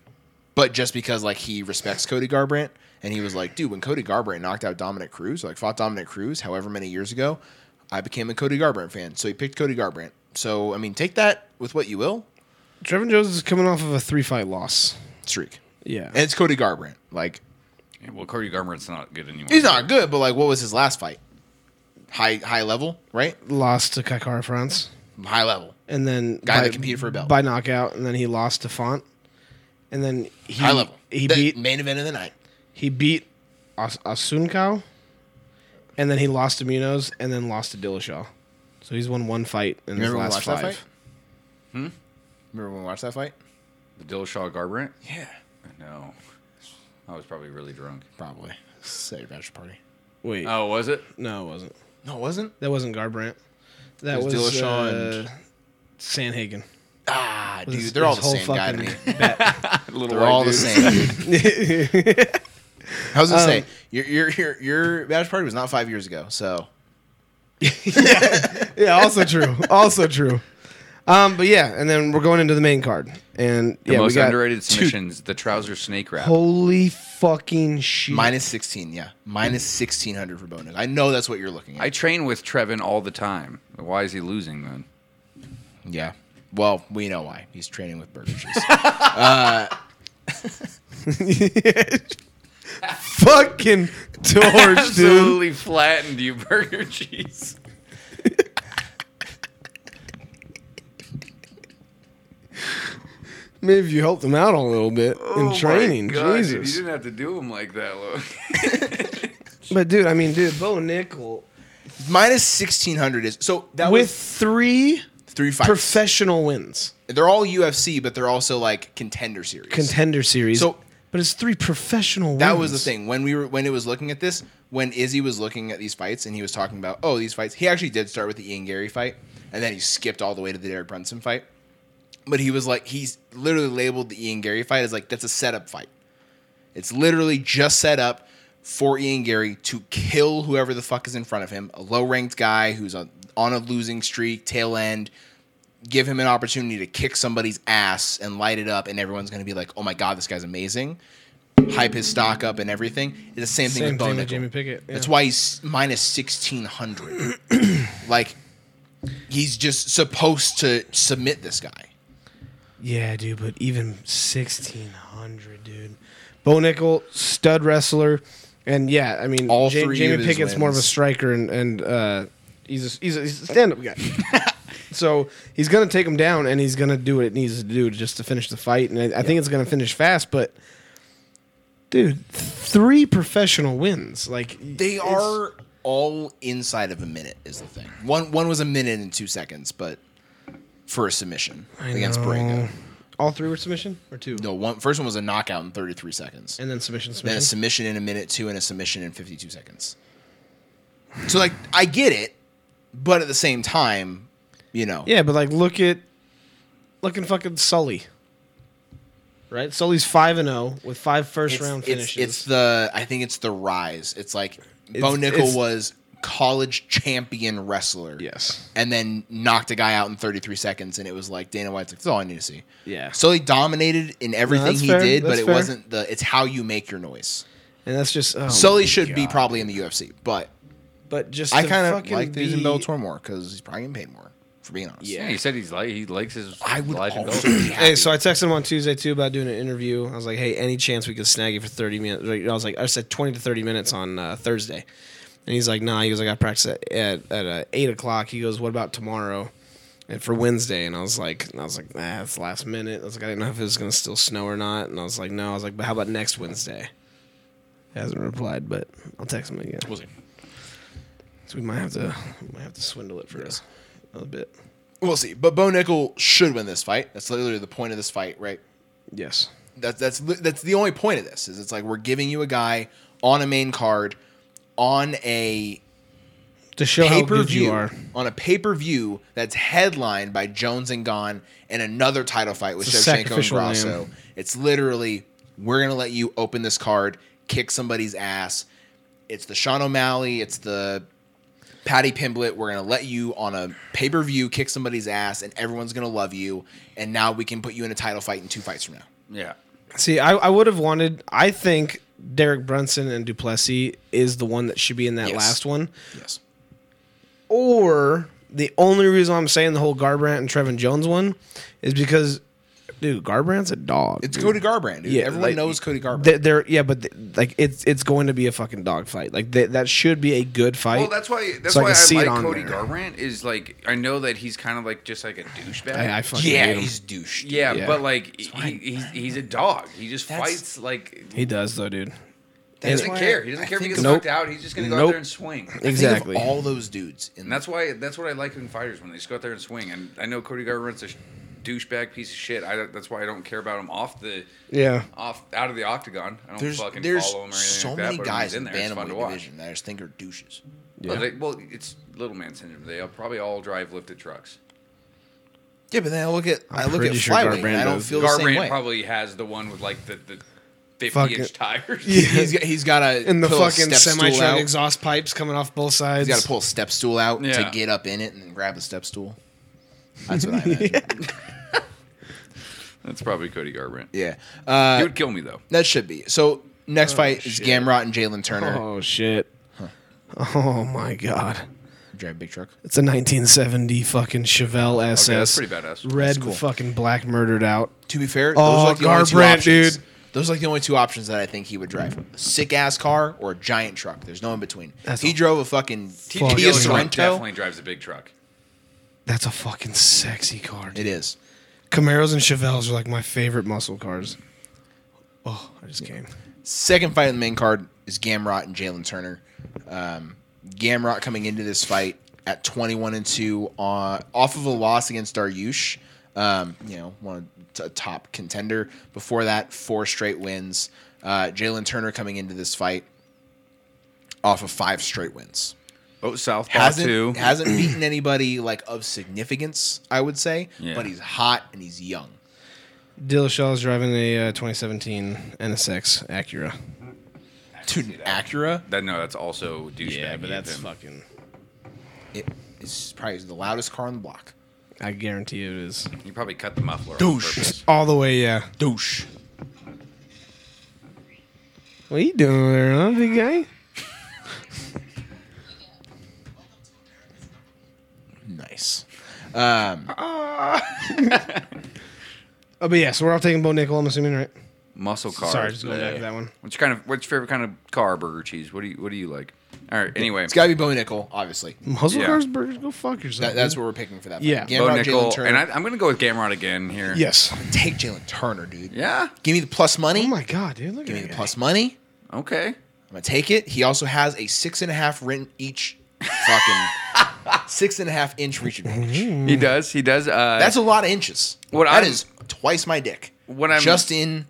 C: but just because like he respects Cody Garbrandt and he was like, dude, when Cody Garbrandt knocked out Dominic Cruz, like fought Dominic Cruz however many years ago, I became a Cody Garbrandt fan. So he picked Cody Garbrandt. So I mean, take that with what you will.
D: Trevor Jones is coming off of a three fight loss.
C: Streak.
D: Yeah,
C: And it's Cody Garbrandt. Like
E: Yeah, well, Cody Garbrandt's not good anymore.
C: he's not good, but like what was his last fight? High high level, right?
D: lost to Kaikara France.
C: High level.
D: and then
C: Guy that competed for a belt.
D: by knockout, and then he lost to Font, and then he
C: High level.
D: He
C: The
D: beat
C: main event of the night.
D: he beat As- Asuncao, and then he lost to Munoz, and then lost to Dillashaw. So he's won one fight in his
C: Remember when we
D: last
C: watched
D: five.
C: that fight? Hmm? Remember when we watched that fight?
E: The Dillashaw Garbrandt?
C: Yeah,
E: No. I was probably really drunk.
C: probably. Say bachelor party.
D: Wait,
E: Oh, was it?
D: no, it wasn't.
C: No, it wasn't.
D: That wasn't Garbrandt. That
C: It
D: was,
C: was Dillashaw and-
D: uh, Sanhagen.
C: Ah,
D: This-
C: dude, they're all
D: this
C: the
D: whole
C: same guy to me.
D: fucking-
E: Little
C: They're all the same. Dude. I was gonna say your your your your bachelor party was not five years ago, so
D: Yeah, also true. Also true. Um, but yeah, and then we're going into the main card, and
E: The
D: yeah,
E: most
D: we got
E: underrated
D: two-
E: submissions, the trouser snake wrap.
D: Holy fucking shit!
C: minus sixteen. Yeah, minus sixteen hundred for bonus. I know that's what you're looking at.
E: I train with Trevin all the time. Why is he losing then?
C: yeah. Well, we know why. He's training with Burger Cheese.
D: fucking torch, dude.
E: Absolutely flattened you, Burger Cheese.
D: Maybe if you helped him out a little bit
E: Oh
C: Oh
D: in training,
E: You
D: Jesus.
E: didn't have to do him like that, look.
D: But dude, I mean, dude, Bo Nickel
C: minus sixteen hundred is so that
D: with
C: was
D: three
C: three fights.
D: professional wins,
C: they're all UFC, but they're also like contender series.
D: contender series.
C: So-
D: but it's three professional.
C: That
D: wins.
C: was the thing when we were when it was looking at this when Izzy was looking at these fights and he was talking about oh these fights he actually did start with the Ian Gary fight and then he skipped all the way to the Derek Brunson fight but he was like he's literally labeled the Ian Gary fight as like that's a setup fight it's literally just set up for Ian Gary to kill whoever the fuck is in front of him a low ranked guy who's on, on a losing streak tail end give him an opportunity to kick somebody's ass and light it up and everyone's going to be like oh my god this guy's amazing hype his stock up and everything. It's the same thing
D: Same
C: with Bo
D: thing with
C: Nickel.
D: Jamie Pickett,
C: That's
D: yeah.
C: why he's minus sixteen hundred. like he's just supposed to submit this guy.
D: Yeah, dude, but even sixteen hundred, dude. Bo Nickel, stud wrestler, and yeah, I mean,
C: All
D: Ja-
C: three
D: Jamie
C: of his
D: Pickett's more of a
C: wins.
D: striker, and and uh, he's a, he's a, he's a stand up guy. so he's gonna take him down, and he's gonna do what it needs to do just to finish the fight, and I, I think it's gonna finish fast, but. Dude, three professional wins. Like
C: They
D: it's-
C: are all inside of a minute is the thing. One one was a minute and two seconds, but for a submission
D: I
C: against
D: know.
C: Borrego.
D: All three were submission or two,
C: No, one first one was a knockout in thirty three seconds.
D: and then submission.
C: then
D: submission.
C: a submission in a minute two and a submission in 52 seconds so like i get it but at the same time you know
D: Yeah, but like look at looking fucking Sully. Right? Sully's 5 and 0 with five first
C: it's,
D: round
C: it's,
D: finishes.
C: it's the i think it's the rise it's like bo
D: It's-
C: nickel
D: it's-
C: was college champion wrestler
D: yes.
C: and then knocked a guy out in 33 seconds and it was like dana white's like that's all i need to see
D: Yeah.
C: so he dominated in everything
D: that's
C: he
D: fair.
C: did but
D: That's
C: it
D: fair.
C: wasn't the it's how you make your noise
D: And that's just oh,
C: sully should be
D: God.
C: probably in the ufc but
D: But just
C: i
D: to
C: kind of
D: fucking
C: like that he's in
D: be-
C: bellator more because he's probably getting paid more for being honest
E: Yeah, he said he's like he likes his
C: I would
E: life in
C: also
E: Belgium.
C: be happy.
D: Hey, so I texted him on Tuesday too about doing an interview. I was like, "Hey, any chance we could snag you for thirty minutes?" Like, I was like, "I said twenty to thirty minutes on uh, Thursday," and he's like, "Nah." He goes, "I got practice at at, at uh, eight o'clock." He goes, "What about tomorrow?" And for Wednesday, and I was like, and I was like, nah, it's last minute. I was like, I didn't know if it was gonna still snow or not, and I was like, no. I was like, but how about next Wednesday? He hasn't replied, but I'll text him again.
C: We'll see.
D: So we might have to, we might have to swindle it for us a little bit.
C: We'll see. But Bo Nickel should win this fight. That's literally the point of this fight, right?
D: Yes.
C: That's that's that's the only point of this is it's like we're giving you a guy on a main card on a
D: To show
C: pay
D: how
C: per
D: good you
C: view
D: are.
C: on a pay per view that's headlined by Jones and Gone and another title fight with
D: It's a
C: Shevchenko and
D: sacrificial lamb.
C: Grasso. It's literally we're gonna let you open this card, kick somebody's ass. It's the Sean O'Malley. It's the Patty Pimblett. We're gonna let you on a pay per view kick somebody's ass, and everyone's gonna love you. And now we can put you in a title fight in two fights from now.
E: Yeah.
D: See, I, I would have wanted. I think Derek Brunson and Duplessis is the one that should be in that
C: Yes.
D: last one.
C: Yes.
D: Or the only reason I'm saying the whole Garbrandt and Trevin Jones one is because dude, Garbrandt's a dog.
C: It's
D: dude.
C: Cody Garbrandt. Dude.
D: Yeah,
C: Everyone
D: like-
C: knows Cody Garbrandt.
D: They- They're yeah, but th- like it's it's going to be a fucking dog fight. Like they, that should be a good fight.
E: Well, that's why. That's
D: So I
E: why
D: can see
E: I,
D: it
E: like
D: on
E: Cody
D: there.
E: Garbrandt. Is like I know that he's kind of like just like a douchebag.
D: I, I fucking
B: yeah,
D: hate him.
B: he's douche. dude.
E: yeah,
D: yeah.
E: but like he, he's he's a dog. He just
B: That's-
E: fights like
D: He does though, dude.
E: he
B: That's
E: doesn't
B: why
E: care. He doesn't
B: I
E: care if he
B: think
E: gets
D: Nope.
E: knocked out. He's just gonna go out
D: Nope.
E: there and swing.
D: Exactly.
C: Think of all those dudes. In
E: And that's why that's what I like in fighters when they just go out there and swing. And I know Cody Garbrandt's a sh- douchebag piece of shit. I, don't- that's why I don't care about him off the
D: yeah.
E: off out of the octagon. I don't
C: there's
E: fucking
C: there's
E: follow him or anything
C: so
E: like that.
C: many
E: but when he's
C: guys
E: in
C: in the
E: there. It's fun to
C: bantamweight
E: watch.
C: division that I just think are douches.
E: Well,
D: Yeah.
E: they- well, it's little man syndrome. They all probably all drive lifted trucks.
C: Yeah, but then I look at i
D: I'm
C: look at
D: pretty sure
C: flyweight. and
D: Garbrandt
C: I don't
D: does.
C: feel the same
E: Garbrandt
C: way.
E: probably has the one with like the, the
D: Fuck
E: fifty inch
D: it.
E: tires.
C: he's got, he's got to
D: And the
C: pull
D: fucking
C: a step
D: semi
C: stool out.
D: truck exhaust pipes coming off both sides.
C: He's got to pull a step stool out
E: Yeah.
C: to get up in it and grab a step stool. That's what I imagine.
E: That's probably Cody Garbrandt.
C: yeah,
E: He
C: uh,
E: would kill me though.
C: that should be. So
E: Oh,
C: next fight
D: shit.
C: is Gamrot and Jalen Turner.
D: Oh shit. Oh my god.
C: Drive a big truck.
D: It's a 1970 fucking Chevelle SS.
E: that's pretty badass.
D: Red
C: cool.
D: fucking black murdered out.
C: To be fair,
D: Oh,
C: those are like the only two
D: Garbrandt,
C: options.
D: dude.
C: Those are like the only two options that I think he would drive: a sick ass car or a giant truck. There's no in between.
D: That's
C: he
D: a-
C: drove a fucking
D: Fuck.
E: He
C: Kia
D: Jalen
C: Sorento.
E: definitely drives a big truck.
D: That's a fucking sexy car.
C: It is.
D: Camaros and Chevelles are like my favorite muscle cars. Oh, I just came.
C: Second fight in the main card is Gamrot and Jalen Turner. Um, Gamrot coming into this fight at 21 and 2 on, off of a loss against Daryush, um, you know, one of t- a top contender. Before that, four straight wins. Uh, Jalen Turner coming into this fight off of five straight wins.
E: Oh, Southpaw too.
C: Hasn't, hasn't beaten anybody like of significance, I would say,
E: Yeah.
C: but he's hot and he's young.
D: Dillashaw is driving a uh, 2017 NSX Acura.
C: Dude, an Acura
E: that no, that's also douchebag. Ethan.
D: fucking.
C: it is probably the loudest car on the block.
D: I guarantee it is.
E: You probably cut the muffler.
C: Douche.
E: On purpose.
D: All the way, yeah.
C: Douche.
D: What you doing there, huh, big guy?
C: Nice.
D: Oh, but yeah, so we're all taking Bo Nickel, I'm assuming, right?
E: Muscle car.
D: Sorry, just going back to that one.
E: What's your kind of what's your favorite kind of car? Burger cheese. What do you What do you like? All right. Anyway,
C: It's got to be Bo Nickel, obviously.
D: Muscle
E: Yeah.
D: cars, burgers, go fuck yourself.
C: That, that's
D: dude.
C: what we're picking for that.
D: Yeah.
C: Fight.
E: Bo
C: Gamrot,
E: Nickel,
C: Jalen Turner.
E: and I, I'm gonna go with Gamrod again here.
D: Yes.
C: Take Jalen Turner, dude.
E: Yeah.
C: Give me the plus money.
D: Oh my god, dude! Look
C: Give me
D: at
C: the
D: that.
C: plus money.
E: Okay.
C: I'm gonna take it. He also has a six and a half rent each. Fucking six and a half inch reach advantage.
E: He does. He does. Uh,
C: Hmm. That's a lot of inches.
E: Mm-hmm. What
C: That
E: I'm-
C: is twice my dick.
E: What I'm-
C: just in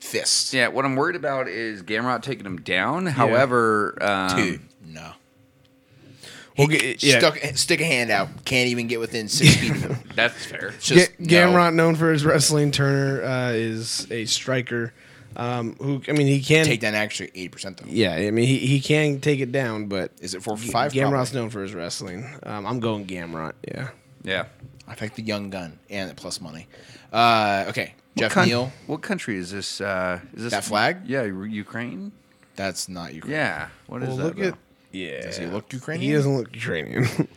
C: fists.
E: Yeah, what I'm worried about is Gamrot taking him down. However, um,
C: Dude, no.
D: We'll get, yeah.
C: Stuck, stick a hand out. Can't even get within six feet of him.
E: that's fair.
C: It's Just
D: Ga-
C: no.
D: Gamrot, known for his wrestling, Turner uh, is a striker. Um, who I mean, he can
C: Take down actually eighty percent though.
D: Yeah, I mean, he, he can take it down, but
C: Is it four for five?
D: Gamrot's
C: Probably.
D: known for his wrestling. Um, I'm going Gamrot. Yeah.
E: Yeah.
C: I picked the young gun and the plus money. Uh, okay, Jeff
E: coun-
C: Neal.
E: What country is this? Uh, is this
C: That flag?
E: Yeah, U- Ukraine.
C: That's not Ukraine.
E: Yeah. What is
D: Well,
E: that?
D: look
E: though?
D: at yeah.
C: Does he look Ukrainian?
D: He doesn't look Ukrainian.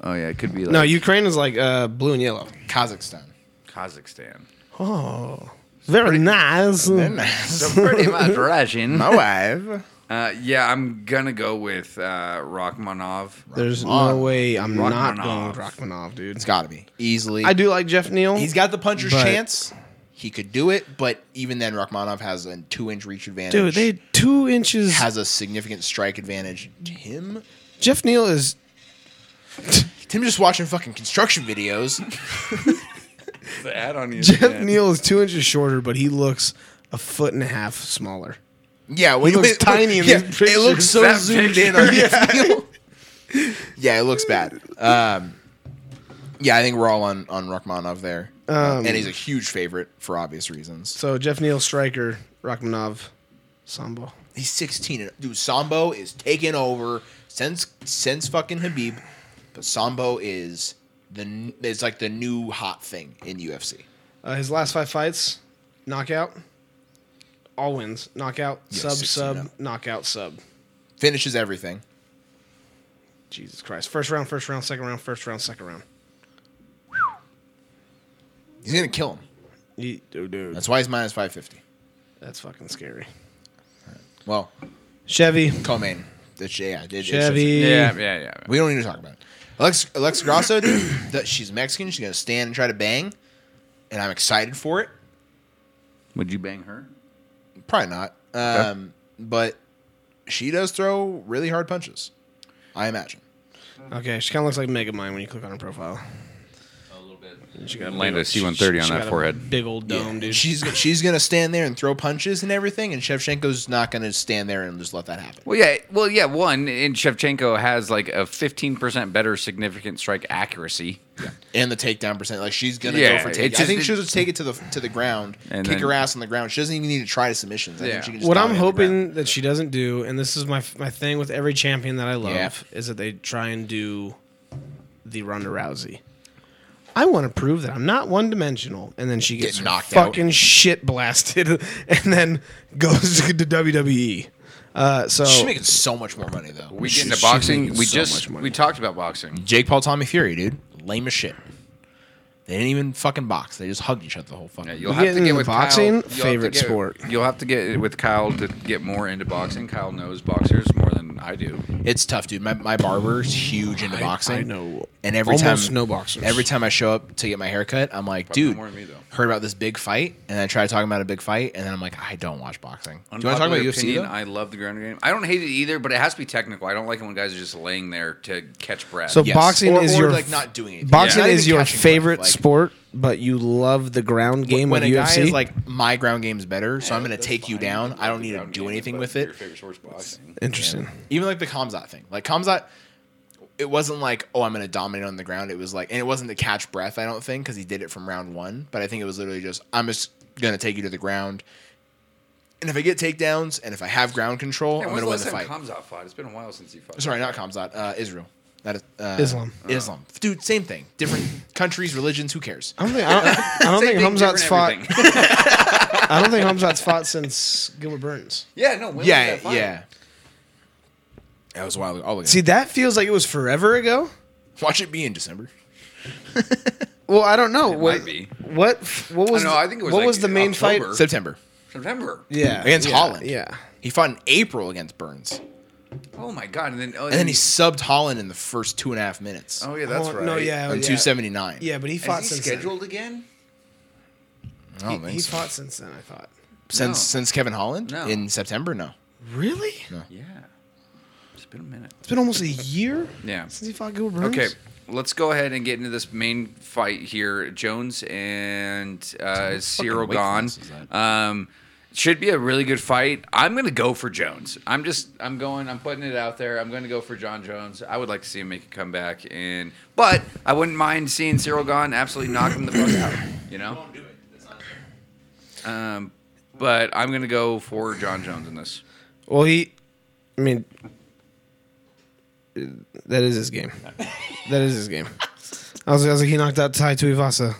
E: oh yeah, it could be like
D: no, Ukraine is like uh, blue and yellow.
C: Kazakhstan.
E: Kazakhstan.
D: Oh, very nice.
E: So pretty much Russian.
C: wife.
E: Uh, yeah, I'm gonna go with uh, Rachmanov.
D: There's no
C: Rachmanov.
D: way I'm not going
E: Rachmanov.
D: with Rachmanov, dude.
C: It's got to be easily.
D: I do like Jeff Neal.
C: He's got the puncher's
D: But-
C: chance. He could do it, but even then, Rachmanov has a two-inch reach
D: dude.
C: advantage.
D: They two inches.
C: has a significant strike advantage. Tim.
D: Jeff Neal is
C: Tim just watching fucking construction videos.
E: The ad on E you.
D: Jeff Neal is two inches shorter, but he looks a foot and a half smaller.
C: Yeah, when
D: He looks tiny in
C: yeah,
D: these
C: It looks
D: pictures.
C: so
E: That
C: zoomed
E: picture.
C: in on yeah. yeah, it looks bad. Um, yeah, I think we're all on on Rachmanov there, Uh,
D: Um,
C: and he's a huge favorite for obvious reasons.
D: So Jeff Neal, striker, Rachmanov, Sambo.
C: He's 16, and dude, Sambo is taking over since since fucking Habib, but Sambo is the n- is like the new hot thing in UFC.
D: Uh, his last five fights, knockout, all wins, knockout,
C: Yeah,
D: sub,
C: 16
D: sub,
C: up.
D: knockout, sub.
C: Finishes everything.
D: Jesus Christ! First round, first round, second round, first round, second round.
C: He's gonna kill him.
D: Ye- oh, dude, that's,
C: That's why he's minus five fifty.
D: that's fucking scary.
C: Well,
D: Chevy,
C: co-main. That's yeah. it- it's-
D: Chevy.
E: Yeah, yeah, yeah.
C: We don't need to talk about it. Alex Alexa Grasso, that- she's Mexican. She's gonna stand and try to bang, and I'm excited for it.
E: Would you bang her?
C: Probably not. Um, But she does throw really hard punches. I imagine.
D: Okay, she kind of looks like Megamind when you click on her profile.
E: A little bit.
D: She got big
E: Land a
D: old-
E: C-130 on
D: she
E: that
D: got a
E: forehead.
D: Big old dome,
C: Yeah.
D: dude.
C: She's she's gonna stand there and throw punches and everything, and Shevchenko's not gonna stand there and just let that happen.
E: Well, yeah, well, yeah. One, and Shevchenko has like a 15% better significant strike accuracy.
C: And the takedown percent, like she's gonna
E: Yeah,
C: go for
E: it's
C: take. I
E: just-
C: think she'll just take it to the to the ground,
E: And
C: kick
E: then-
C: her ass on the ground. She doesn't even need to try to submissions. I
E: Yeah.
C: think she can just
D: what I'm
C: dominate the ground.
D: hoping that she doesn't do, and this is my my thing with every champion that I love,
C: Yeah.
D: is that they try and do the Ronda Rousey. I want to prove that I'm not one dimensional, and then she gets
C: Get
D: knocked
C: knocked out.
D: fucking shit blasted, and then goes to WWE. Uh, so
C: She's making so much more money though.
E: We get
D: She-
E: into
D: she's
E: boxing.
D: making
E: We
D: so much
E: just
D: money.
E: we talked about boxing.
C: Jake Paul, Tommy Fury, dude, lame as shit. They didn't even fucking box. They just hugged each other the whole fucking.
E: Yeah,
C: Yeah,
E: you'll
D: We
E: have
D: get
E: to get
D: into
E: with
D: boxing,
E: Kyle. You'll have to
D: favorite
E: get-
D: sport.
E: You'll have to get with Kyle to get more into boxing. Kyle knows boxers more than I do.
C: it's tough, dude. My, my barber's huge into
D: I-
C: boxing.
D: I know
C: And every
D: almost
C: time,
D: no boxers.
C: Every time I show up to get my haircut, I'm like,
E: Probably
C: dude,
E: more than me, though.
C: heard about this big fight, and I try to talk about a big fight, and then I'm like, I don't watch boxing. Do you want to talk about
E: Unpopular
C: UFC?
E: opinion,
C: Though?
E: I love the ground game. I don't hate it either, but it has to be technical. I don't like it when guys are just laying there to catch breath.
D: So
C: Yes.
D: boxing
C: Or-
D: is
C: or,
D: your
C: like, not doing anything.
D: Boxing
C: Yeah. Not
D: is
C: even
D: your
C: catching, like-
D: favorite
C: like-
D: sport, but you love the ground game
C: when
D: of
C: a
D: UFC.
C: guy is like, my ground game's better, so I'm going to
E: That's
C: take you
E: fine.
C: down.
E: love
C: I don't
E: the
C: need to
E: ground
C: do
E: game,
C: anything
E: but
C: with
E: Your
C: it.
E: favorite sport's boxing.
D: Interesting.
C: Even like the Kamzat thing, like Kamzat. It wasn't like, oh, I'm going to dominate on the ground. It was like, and it wasn't to catch breath, I don't think, because he did it from round one. But I think it was literally just, I'm just going to take you to the ground. And if I get takedowns and if I have ground control,
E: Yeah,
C: I'm
E: when's
C: going
E: the
C: to win
E: last
C: the
E: time
C: fight.
E: Kamzat fought? It's been a while since he fought.
C: Sorry, not Kamzat. Uh, Israel. That is uh,
D: Islam.
C: Islam. Dude, same thing. Different countries, religions. Who cares?
D: I don't think, I don't, I don't
E: Same
D: think
E: thing,
D: Hamzat's
E: different
D: fought.
E: everything.
D: I don't think Hamzat's fought since Gilbert Burns.
E: yeah, no. When was
C: yeah,
E: that fight?
C: yeah. That was wild. I'll look it
D: See,
C: up.
D: that feels like it was forever ago.
C: Watch it be in December.
D: Well, I don't know. what,
E: might be.
D: what? What was?
E: I don't know, I think it was
D: what
E: like
D: was the main
E: October.
D: fight?
C: September.
E: September.
D: Yeah,
C: Against
D: yeah,
C: Holland.
D: Yeah.
C: He fought in April against Burns.
E: Oh my god! And then oh,
C: And then he subbed Holland in the first two and a half minutes
E: Oh yeah, that's
D: Oh,
E: right.
D: No, yeah,
C: on
D: yeah.
C: 279.
D: Yeah, but he
E: Is
D: fought
E: he
D: since
E: scheduled Oh, again?
C: I
D: Then.
C: don't
D: He-
C: think
D: He
C: so.
D: fought since then. I thought.
C: since
E: No.
C: since Kevin Holland
E: No.
C: in September. No,
D: Really?
E: Yeah, it's been a minute.
D: It's been almost a year.
E: Yeah.
D: Since he fought Gilbert Burns.
E: Okay, let's go ahead and get into this main fight here. Jones and uh, Cyril
C: weight
E: Gone.
C: class is that?
E: Um, should be a really good fight. I'm gonna go for Jones. I'm just I'm going. I'm putting it out there. I'm gonna go for John Jones. I would like to see him make a comeback, and but I wouldn't mind seeing Cyril Gone absolutely knock him the fuck out. You know. Um, but I'm gonna go for John Jones in this.
D: Well, he. I mean, that is his game. that is his game. I was, I was like, he knocked out Tai Tuivasa.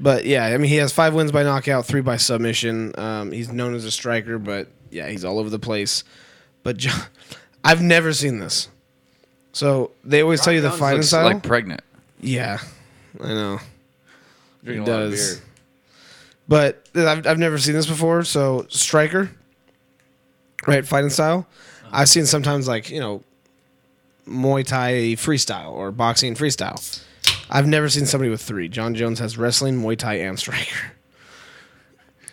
D: But yeah, I mean, he has five wins by knockout, three by submission. Um, he's known as a striker, but yeah, he's all over the place. But John, I've never seen this. So they always tell you the
E: Jones
D: fighting
E: looks
D: style.
E: like pregnant.
D: yeah, I know.
E: Drinking
D: He
E: a lot of
D: does.
E: beer.
D: But I've, I've never seen this before. So striker, right? Fighting style. I've seen sometimes like you know, Muay Thai freestyle or boxing freestyle. I've never seen somebody with three. John Jones has wrestling, Muay Thai, and striker.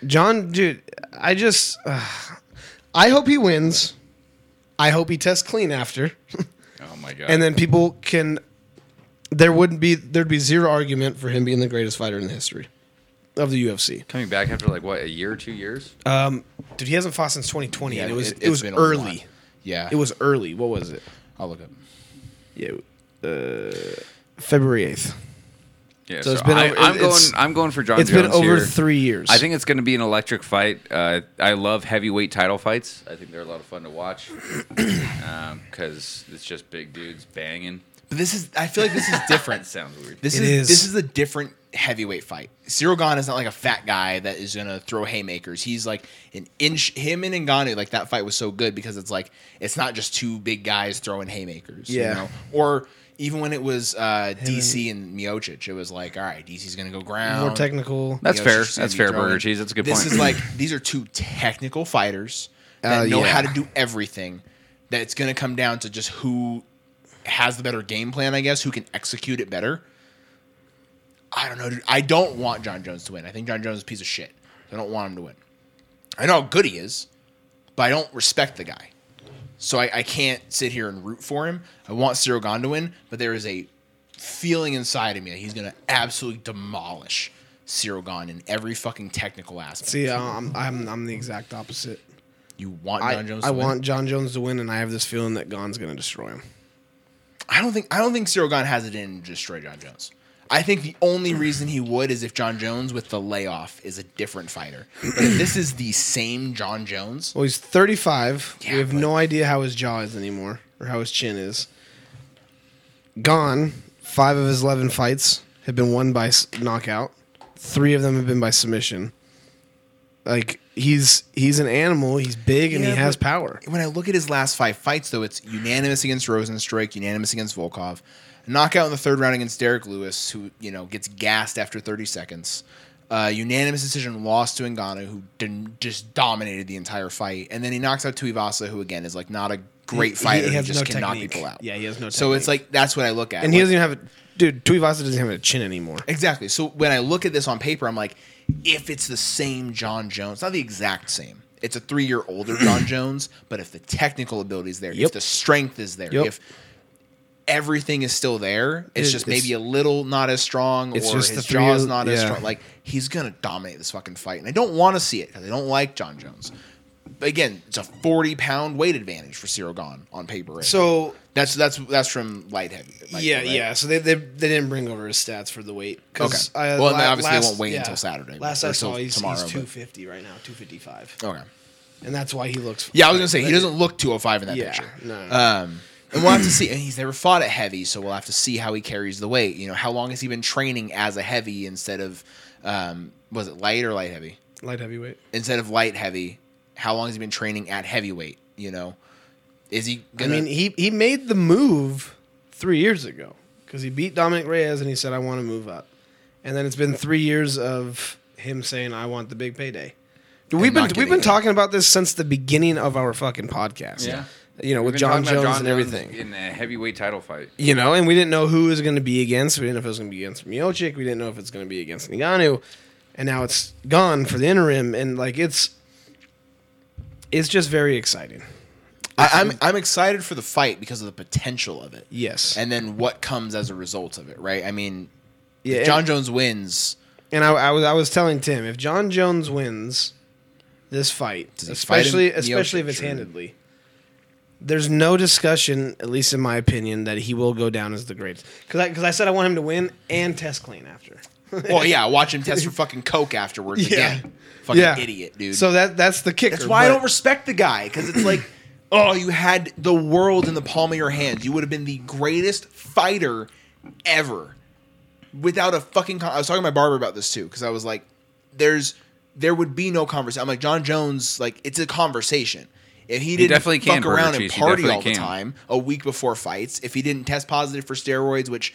D: John, dude, I just, uh, I hope he wins. I hope he tests clean after,
E: Oh my god!
D: and then people can. There wouldn't be there'd be zero argument for him being the greatest fighter in the history of the UFC.
E: coming back after like what a year, two years.
D: Um, dude, he hasn't fought since 2020,
C: Yeah,
D: and it was it,
C: it's
D: was
C: been a
D: early.
C: lot. Yeah,
D: It was early. What was it?
C: I'll look up.
D: Yeah, uh, February 8th.
E: Yeah,
D: So
E: so,
D: it's been
E: I,
D: over-
E: I'm
D: it's-
E: going. I'm going for John.
D: It's been
E: Jones
D: over
E: here.
D: three years.
E: I think it's going to be an electric fight. Uh, I love heavyweight title fights. I think they're a lot of fun to watch because it's just big dudes banging.
C: But this is. I feel like this is
E: That
C: different.
E: sounds weird.
C: This
D: It
C: is
D: is.
C: this is a different heavyweight fight. Cyril Gahn is not like a fat guy that is gonna throw haymakers. He's like an inch. Him and Ngannou, like that fight was so good because it's like it's not just two big guys throwing haymakers.
D: Yeah.
C: You know? Or Even when it was uh, DC and Miocic, it was like, all right, DC's gonna go ground.
D: More technical.
E: That's
C: Miocic's
E: fair.
C: gonna
E: That's
C: be
E: fair,
C: throwing.
E: Burger Cheese. That's a good
C: this
E: point.
C: is like these are two technical fighters that
D: Uh,
C: know
D: yeah.
C: how to do everything. That it's gonna come down to just who has the better game plan, I guess, who can execute it better. I don't know. Dude. I don't want John Jones to win. I think John Jones is a piece of shit. I don't want him to win. I know how good he is, but I don't respect the guy. So I, I can't sit here and root for him. I want Cyril Gone to win, but there is a feeling inside of me that he's going to absolutely demolish Cyril Gone in every fucking technical aspect.
D: See, I'm, I'm I'm the exact opposite.
C: you want
D: I,
C: John Jones
D: I
C: to win?
D: want John Jones to win, and I have this feeling that Gon's gonna destroy him.
C: I don't think I don't think Cyril Gone has it in to destroy John Jones. I think the only reason he would is if John Jones with the layoff is a different fighter. But if this is the same John Jones,
D: Well, he's 35.
C: Yeah,
D: we have
C: but-
D: no idea how his jaw is anymore or how his chin is. Gone. Five of his 11 fights have been won by s- knockout. Three of them have been by submission. Like he's he's an animal. He's big and
C: Yeah,
D: he has
C: but-
D: power.
C: when I look at his last five fights, though, it's unanimous against Rosenstrike, unanimous against Volkov, knockout in the third round against Derek Lewis, who you know gets gassed after 30 seconds, uh, unanimous decision loss to Ngannou, who didn't, just dominated the entire fight, and then he knocks out Tuivasa, who again is like not a great
D: He-
C: fighter,
D: he
C: who
D: has
C: just
D: no
C: can knock
D: technique.
C: people out.
D: Yeah, he has no
C: So it's
D: technique.
C: like that's what I look at,
D: And he
C: Like,
D: doesn't even have a dude. Tuivasa doesn't have a chin anymore.
C: Exactly. So when I look at this on paper, I'm like, if it's the same John Jones, not the exact same. It's a three year older John Jones, but if the technical ability is there, if
D: Yep.
C: the strength is there,
D: Yep.
C: if everything is still there, it's
D: It-
C: just
D: it's-
C: maybe a little not as strong,
D: It's
C: or
D: just
C: his
D: the three-year-
C: jaw's not as
D: yeah.
C: strong. Like he's gonna dominate this fucking fight, and I don't want to see it because I don't like John Jones. But again, it's a forty pound weight advantage for Cyril Gone on paper. right?
D: So
C: that's that's that's from light heavy. light
D: yeah,
C: right?
D: yeah. So they, they they didn't bring over his stats for the weight. 'cause
C: Okay. Well, and they obviously
D: last-
C: won't wait until Saturday,
D: Last
C: or
D: I
C: till
D: saw, he's,
C: tomorrow,
D: he's
C: but-
D: 250 right now, 255,
C: Okay.
D: and that's why he looks.
C: Yeah, I was gonna say he doesn't look 205 in that
D: Yeah,
C: picture.
D: no.
C: Um, and we'll have to see. And he's never fought at heavy, so we'll have to see how he carries the weight. You know, how long has he been training as a heavy instead of um, was it light or light heavy?
D: light heavyweight.
C: Instead of light heavy, how long has he been training at heavyweight? You know, is he?
D: I
C: Gonna,
D: mean, he he made the move three years ago because he beat Dominic Reyes and he said, "I want to move up," and then it's been three years of him saying, "I want the big payday." Dude, we've been
C: not
D: we've
C: getting
D: been
C: it.
D: talking about this since the beginning of our fucking podcast.
E: Yeah.
D: you know, with
E: We've been
D: John
E: talking about
D: Jones and everything.
E: in a heavyweight title fight.
D: you know, and we didn't know who it was going to be against. We didn't know if it was going to be against Miocic. We didn't know if it's going to be against Ngannou, and now it's gone for the interim. And like it's, it's just very exciting.
C: I, I'm I'm excited for the fight because of the potential of it.
D: Yes,
C: And then what comes as a result of it, right? I mean,
D: yeah,
C: if
D: and-
C: John Jones wins.
D: And I, I was I was telling Tim if John Jones wins this fight,
C: Does he fight him?
D: especially
C: Miocic,
D: especially if it's
C: sure.
D: handedly, there's no discussion, at least in my opinion, that he will go down as the greatest. Because I, 'cause I said I want him to win and test clean after.
C: Well, yeah, watch him test for fucking coke afterwards
D: Yeah.
C: again. Fucking idiot, dude.
D: So that that's the kicker.
C: That's why I
D: but-
C: don't respect the guy because it's like, oh, you had the world in the palm of your hands. You would have been the greatest fighter ever without a fucking. Con- I was talking to my barber about this too because I was like, there's there would be no conversation. I'm like John Jones, like it's a conversation. If he didn't
E: definitely can,
C: fuck
E: Burger
C: around and
E: Cheese, he
C: party all
E: definitely
C: the
E: can.
C: time a week before fights, if he didn't test positive for steroids, which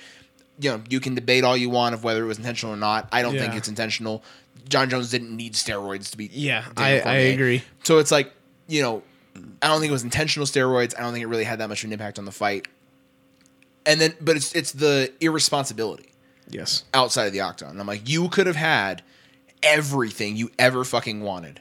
C: you know you can debate all you want of whether it was intentional or not. I don't think
D: Yeah.
C: it's intentional. John Jones didn't need steroids to be
D: Yeah,
C: Daniel
D: I- I
C: Cormier.
D: agree.
C: So it's like, you know, I don't think it was intentional steroids. I don't think it really had that much of an impact on the fight. And then, but it's it's the irresponsibility
D: Yes.
C: outside of the octagon. And I'm like, you could have had everything you ever fucking wanted,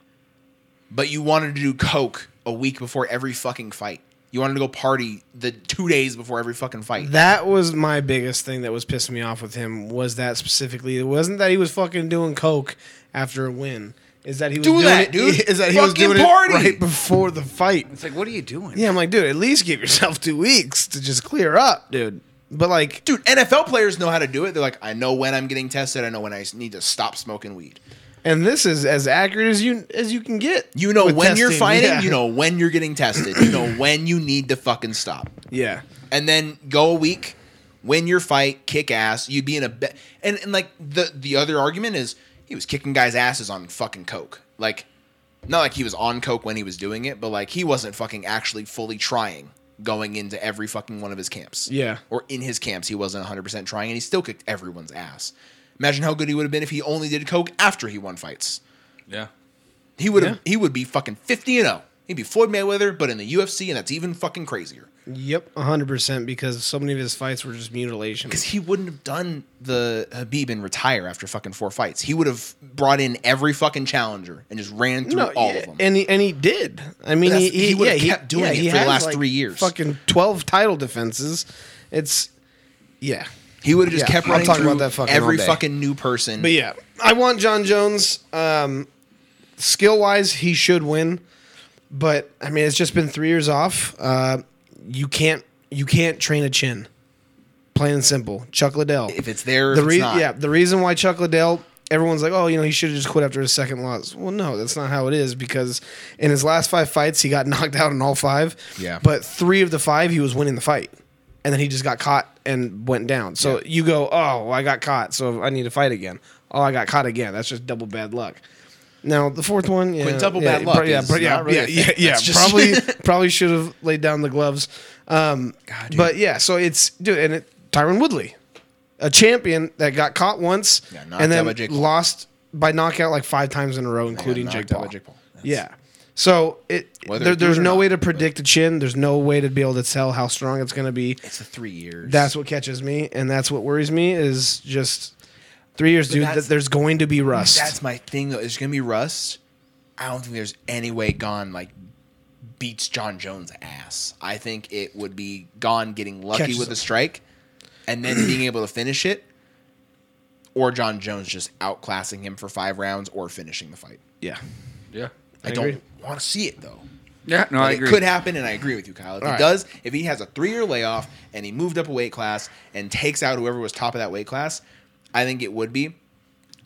C: but you wanted to do coke a week before every fucking fight. You wanted to go party the two days before every fucking fight.
D: That was my biggest thing that was pissing me off with him was that specifically it wasn't that he was fucking doing coke after a win. Is that he was
C: Do
D: doing
C: that,
D: it,
C: dude.
D: Is that he was
C: Fucking
D: doing
C: party.
D: it right before the fight?
E: It's like, what are you doing?
D: Yeah, I'm like, dude, at least give yourself two weeks to just clear up, dude. But like,
C: Dude, NFL players know how to do it. They're like, I know when I'm getting tested. I know when I need to stop smoking weed.
D: and this is as accurate as you as you can get.
C: You know
D: with
C: when you're
D: testing.
C: fighting,
D: Yeah.
C: you know when you're getting tested, you know when you need to fucking stop.
D: yeah,
C: And then go a week, win your fight, kick ass. You'd be in a be- and and like the the other argument is he was kicking guys' asses on fucking coke. Like not like he was on coke when he was doing it, but like he wasn't fucking actually fully trying going into every fucking one of his camps.
D: Yeah.
C: Or in his camps, he wasn't 100% trying, and he still kicked everyone's ass. Imagine how good he would have been if he only did coke after he won fights.
E: Yeah.
C: He would have. He would be fucking 50 and 0. He'd be Floyd Mayweather, but in the UFC, and that's even fucking crazier.
D: Yep, 100% because so many of his fights were just mutilations.
C: Because he wouldn't have done the Habib and retire after fucking four fights. He would have brought in every fucking challenger and just ran through all
D: yeah,
C: of them.
D: And he, and he did. I mean,
C: But
D: he,
C: that's- he
D: he, yeah,
C: would've
D: he
C: kept doing
D: yeah,
C: it
D: he
C: for the
D: has,
C: last
D: like,
C: three years.
D: Fucking 12 title defenses. It's, yeah.
C: he would have just
D: Yeah,
C: kept
D: I'm
C: running
D: talking
C: through
D: about that fucking all
C: every
D: day.
C: fucking new person.
D: But yeah, I want John Jones. Um, skill wise, he should win. But I mean, it's just been three years off. Uh, you can't you can't train a chin. Plain and simple. Chuck Liddell.
C: If it's there,
D: the
C: if it's
D: rea-
C: not.
D: yeah, the reason why Chuck Liddell, everyone's like, oh, you know, he should have just quit after his second loss. Well, no, that's not how it is because in his last five fights, he got knocked out in all five.
C: Yeah.
D: but three of the five, he was winning the fight, and then he just got caught and went down. So you go, oh, well, I got caught, so I need to fight again. Oh, I got caught again. That's just double bad luck. Now the fourth one, yeah,
C: Quintuple
D: yeah,
C: bad luck
D: pro- yeah,
C: is
D: pro- yeah,
C: not really
D: yeah,
C: a thing.
D: yeah, yeah,
C: That's just-
D: probably probably should have laid down the gloves. Um,
C: dude.
D: but yeah, so it's dude, and it, Tyron Woodley, a champion that got caught once
C: Yeah, knocked
D: and
C: out
D: then
C: by Jake Paul.
D: lost by knockout like five times in a row, including
C: knocked
D: Jake
C: out by
D: Paul.
C: Jake Paul. That's-
D: Yeah. So it
C: Whether
D: there,
C: it did
D: there's
C: or
D: no
C: not,
D: way to predict a chin. There's no way to be able to tell how strong it's going to be.
C: It's the three years.
D: That's what catches me, and that's what worries me is just three years, dude. That
C: that's-
D: there's going to be rust.
C: That's my thing though. It's gonna be Rust. I don't think there's any way Gone like beats John Jones' ass. I think it would be Gone getting lucky
D: Catches
C: with
D: him.
C: a strike, and then being able to finish it, or John Jones just outclassing him for five rounds or finishing the fight.
D: yeah.
E: Yeah.
C: I,
D: I
C: don't
D: agree.
C: want to see it though.
E: Yeah. No, I
C: But
E: agree.
C: It could happen, and I agree with you, Kyle. If he
D: right.
C: does, if he has a three-year layoff and he moved up a weight class and takes out whoever was top of that weight class, I think it would be.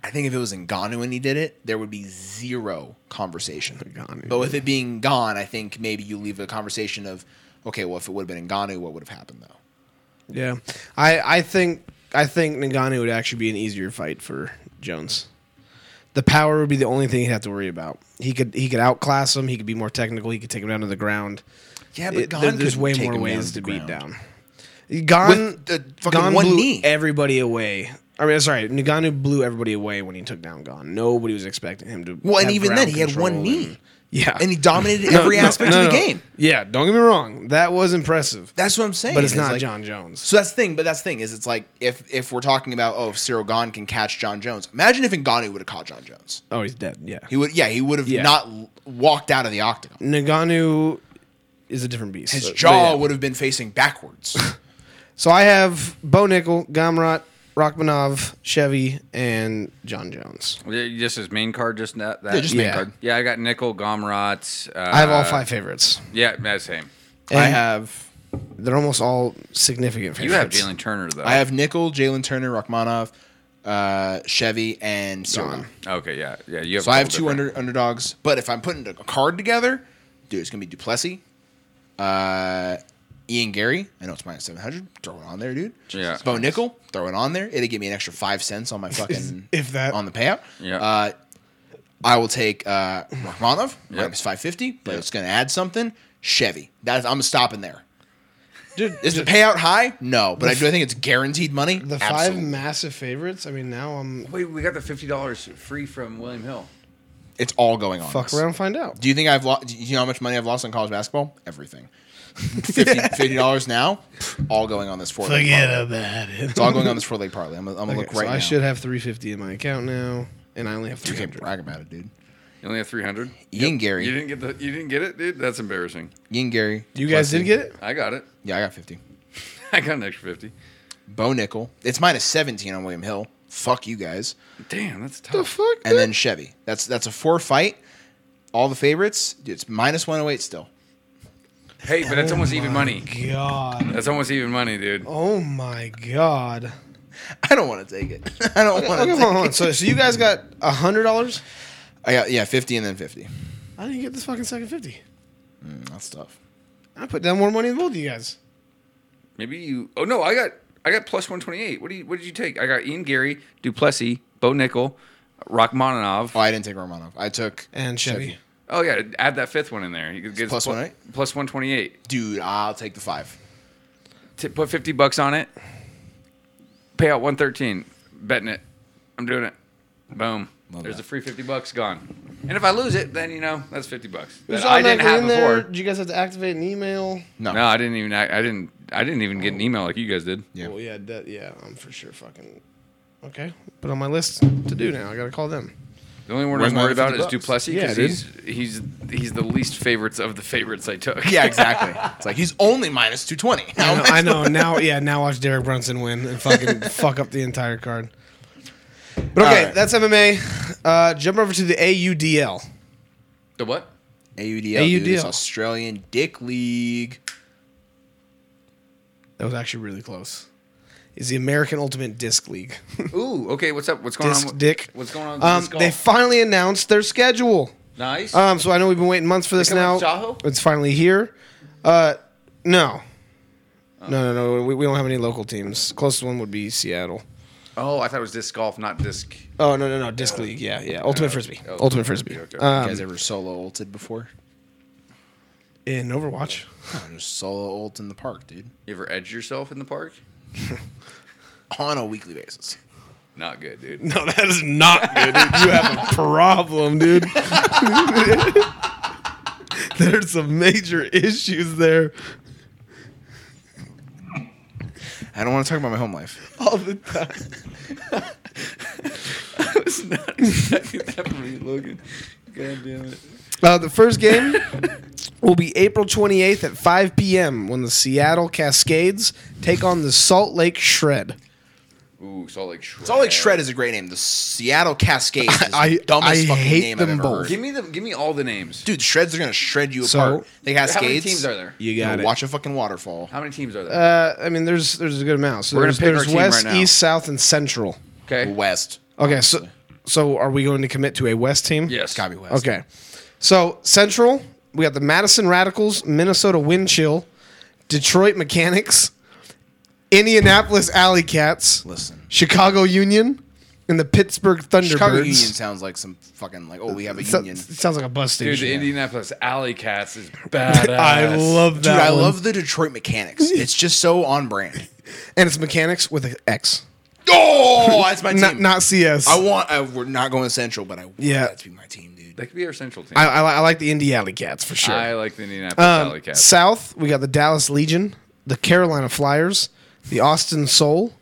C: I think if it was in Ngannou and he did it, there would be zero conversation.
D: Ngannou.
C: But with it being gone, I think maybe you leave a conversation of, okay, well, if it would have been in Ngannou, what would have happened though?
D: Yeah, I I think I think Nagano would actually be an easier fight for Jones. The power would be the only thing he'd have to worry about. He could he could outclass him. He could be more technical. He could take him down to the ground.
C: Yeah,
D: It- there- there's way more ways to beat down. Gon,
C: With the fucking
D: Gon
C: one
D: blew
C: knee.
D: everybody away. I mean, sorry, Nagano blew everybody away when he took down Gon. Nobody was expecting him to.
C: Well, and
D: have
C: even
D: ground
C: then, he had
D: control
C: one
D: and-
C: knee,
D: yeah,
C: and he dominated
D: No,
C: every
D: no,
C: aspect
D: no,
C: of the
D: no.
C: game.
D: Yeah, don't get me wrong, that was impressive,
C: That's what I'm saying.
D: but it's not
C: like-
D: John Jones.
C: So that's the thing, but that's the thing is it's like if if we're talking about oh if Cyril Gahn can catch John Jones, imagine if Ngannou would have caught John Jones.
D: Oh, he's dead. Yeah,
C: He would yeah he would have
D: Yeah.
C: not l- walked out of the octagon.
D: Nagano is a different beast.
C: His
D: But-
C: jaw
D: but yeah.
C: would have been facing backwards.
D: So I have Bo Nickel, Gamrot, Rachmanov, Chevy, and John Jones.
E: Yeah, Just his main card, just that. that.
C: Yeah, just main
D: Yeah.
C: card.
E: Yeah, I got Nickel, Gomrot. Uh,
D: I have all five favorites.
E: Yeah, yeah, same.
D: And
C: I have
D: They're almost all significant
E: You have
D: favorites.
E: Jalen Turner though.
C: I have Nickel, Jalen Turner, Rachmanov, uh, Chevy, and Cyril.
D: Gahn.
C: Gahn.
E: Okay, yeah, yeah. You have.
C: So I have
E: all
C: two
E: different-
C: under, underdogs. But if I'm putting a card together, dude, it's gonna be Duplessis, uh, Ian Gary. I know it's minus seven hundred. Throw it on there, dude.
E: Yeah.
C: Bo Nickel. Throw it on there. It'll give me an extra five cents on my fucking
D: If that.
C: on the payout.
E: Yeah.
C: Uh, I will take uh, Rachmanov.
E: Yep.
C: Minus five fifty, but it's gonna add something. Chevy. That's I'm stopping there.
D: Dude,
C: Is the payout high? No, but I do. I think it's guaranteed money.
D: the five
C: Absolutely.
D: massive favorites. I mean, now I'm
E: Wait, we got the fifty dollars free from William Hill.
C: It's all going on.
D: fuck
C: this.
D: around, find out.
C: Do you think I've lost? Do you know how much money I've lost on college basketball? Everything. Fifty dollars now. Pff, All going on this four. leg parlay.
D: about it.
C: It's all going on this four leg parlay. I'm, gonna- I'm gonna look right
D: so
C: now.
D: I should have 350 in my account now, and I only have
C: You can't
D: 300.
C: brag about it, dude.
E: You only have three hundred.
C: Ian Gary.
E: You didn't get the. You didn't get it, dude. That's embarrassing.
C: Ian Gary.
D: You guys
C: Plessy.
D: did get it?
E: I got it.
C: Yeah, I got fifty.
E: I got an extra fifty.
C: Bo Nickel. It's minus seventeen on William Hill. Fuck you guys.
E: Damn, that's tough.
D: The fuck?
C: And then Chevy. That's that's a four fight. All the favorites. Dude, it's minus one oh eight still.
E: Hey, but that's almost even money.
D: God.
E: That's almost even money, dude.
D: Oh my god.
C: I don't want to take it. I don't want to.
D: Okay,
C: take
D: hold on, hold on. So, so you guys got a hundred dollars?
C: I got yeah fifty and then fifty.
D: I didn't get this fucking second fifty.
C: Mm, that's tough.
D: I put down more money than both of you guys.
E: Maybe you. Oh no, I got. I got plus one twenty eight. What do you? What did you take? I got Ian Gary, Duplessis, Bo Nickel, Rachmaninoff.
C: Oh, I didn't take Romanov. I took
D: And Chevy.
E: Oh yeah, add that fifth one in there. You could get
C: plus one, right?
E: Plus one twenty eight.
C: Dude, I'll take the five.
E: T- put fifty bucks on it. Pay out one thirteen. Betting it. I'm doing it. Boom.
C: Love
E: There's
C: that.
E: a free fifty bucks gone. And if I lose it, then you know that's fifty bucks
D: Who's
E: that
D: on
E: I didn't
D: that
E: have
D: in there?
E: before.
D: Did you guys have to activate an email?
C: No.
E: No, I didn't even. I, I didn't. I didn't even get an email like you guys did.
C: Yeah.
D: Well, yeah, that, yeah, I'm for sure fucking. Okay, put on my list to do now. I gotta call them.
E: The only one
C: Where's
E: I'm
C: my
E: worried about
C: 50
E: is
C: bucks?
E: Duplessis
D: Yeah,
E: because
D: dude.
E: he's he's he's the least favorites of the favorites I took.
C: Yeah, exactly. it's like he's only minus two twenty.
D: I know, I know now. Yeah, now watch Derek Brunson win and fucking fuck up the entire card. But okay,
C: Alright.
D: that's MMA. Uh, jump over to the AUDL.
E: The what?
C: AUDL,
D: AUDL.
C: Dude, it's Australian Dick League.
D: That was actually really close. Is the American Ultimate Disc League?
E: Ooh, okay. What's up? What's going
D: Disc
E: on?
D: Dick.
E: What's going on? With
D: Um,
E: disc golf?
D: they finally announced their schedule.
E: nice.
D: Um, so I know we've been waiting months for this
E: come out
D: now.
E: in Tahoe?
D: It's finally here. Uh, no. No, no, no. We, we don't have any local teams. Closest one would be Seattle.
E: oh, I thought it was disc golf, not disc.
D: Oh no, no, no. Disc league. Yeah, yeah. Ultimate frisbee.
E: oh,
D: Ultimate frisbee.
E: okay.
C: You
D: Um,
C: guys ever solo ulted before?
D: in Overwatch.
C: Just solo ult in the park, dude.
E: You ever edge yourself in the park?
C: On a weekly basis.
E: Not good, dude.
D: No, that is not good. Dude. You have a problem, dude. There's some major issues there
C: I don't want to talk about my home life.
D: all the time.
E: I was not expecting that from you, Logan. God damn it.
D: Uh, the first game will be April 28th at 5 p.m. when the Seattle Cascades take on the Salt Lake Shred.
E: Ooh, Salt Lake Shred.
C: Salt Lake Shred is a great name. The Seattle Cascades is
D: I-
C: the dumbest
D: I
C: fucking
D: hate
C: name
D: them
C: I've ever
D: both.
C: heard.
E: Give me the. Give me all the names.
C: Dude, shreds are gonna shred you
D: So-
C: apart. They have
E: How many
C: skates.
E: teams are there?
D: You
C: You
D: got
C: know,
D: it.
C: watch a fucking waterfall.
E: How many teams are there?
D: Uh, I mean, there's there's a good amount. So
E: We're gonna
D: there's,
E: pick our
D: there's
E: team
D: West,
E: right now.
D: East, South, and Central.
E: okay.
C: West.
D: Okay, so so are we going to commit to a West team?
E: Yes.
C: Copy West.
D: Okay. So Central, we got the Madison Radicals, Minnesota Wind Chill, Detroit Mechanics, Indianapolis Alley Cats,
C: Listen.
D: Chicago Union, and the Pittsburgh Thunderbirds.
C: Chicago Union sounds like some fucking like oh we have a
D: So-
C: union.
D: sounds like a bus
E: Dude,
D: station.
E: the Indianapolis Alley Cats is badass.
D: I love
C: Dude,
D: that.
C: I
D: one.
C: love the Detroit Mechanics. It's just so on brand.
D: and it's Mechanics with an X,
C: Oh, that's my team.
D: not not CS.
C: I want. I, we're not going central, but I want
D: Yeah.
C: that to be my team, dude.
E: That could be our central team.
D: I,
E: I,
D: I, li- I like the Indy Alley Cats for sure.
E: like the Indianapolis
D: Um,
E: Alley Cats.
D: South, we got the Dallas Legion, the Carolina Flyers, the Austin Soul,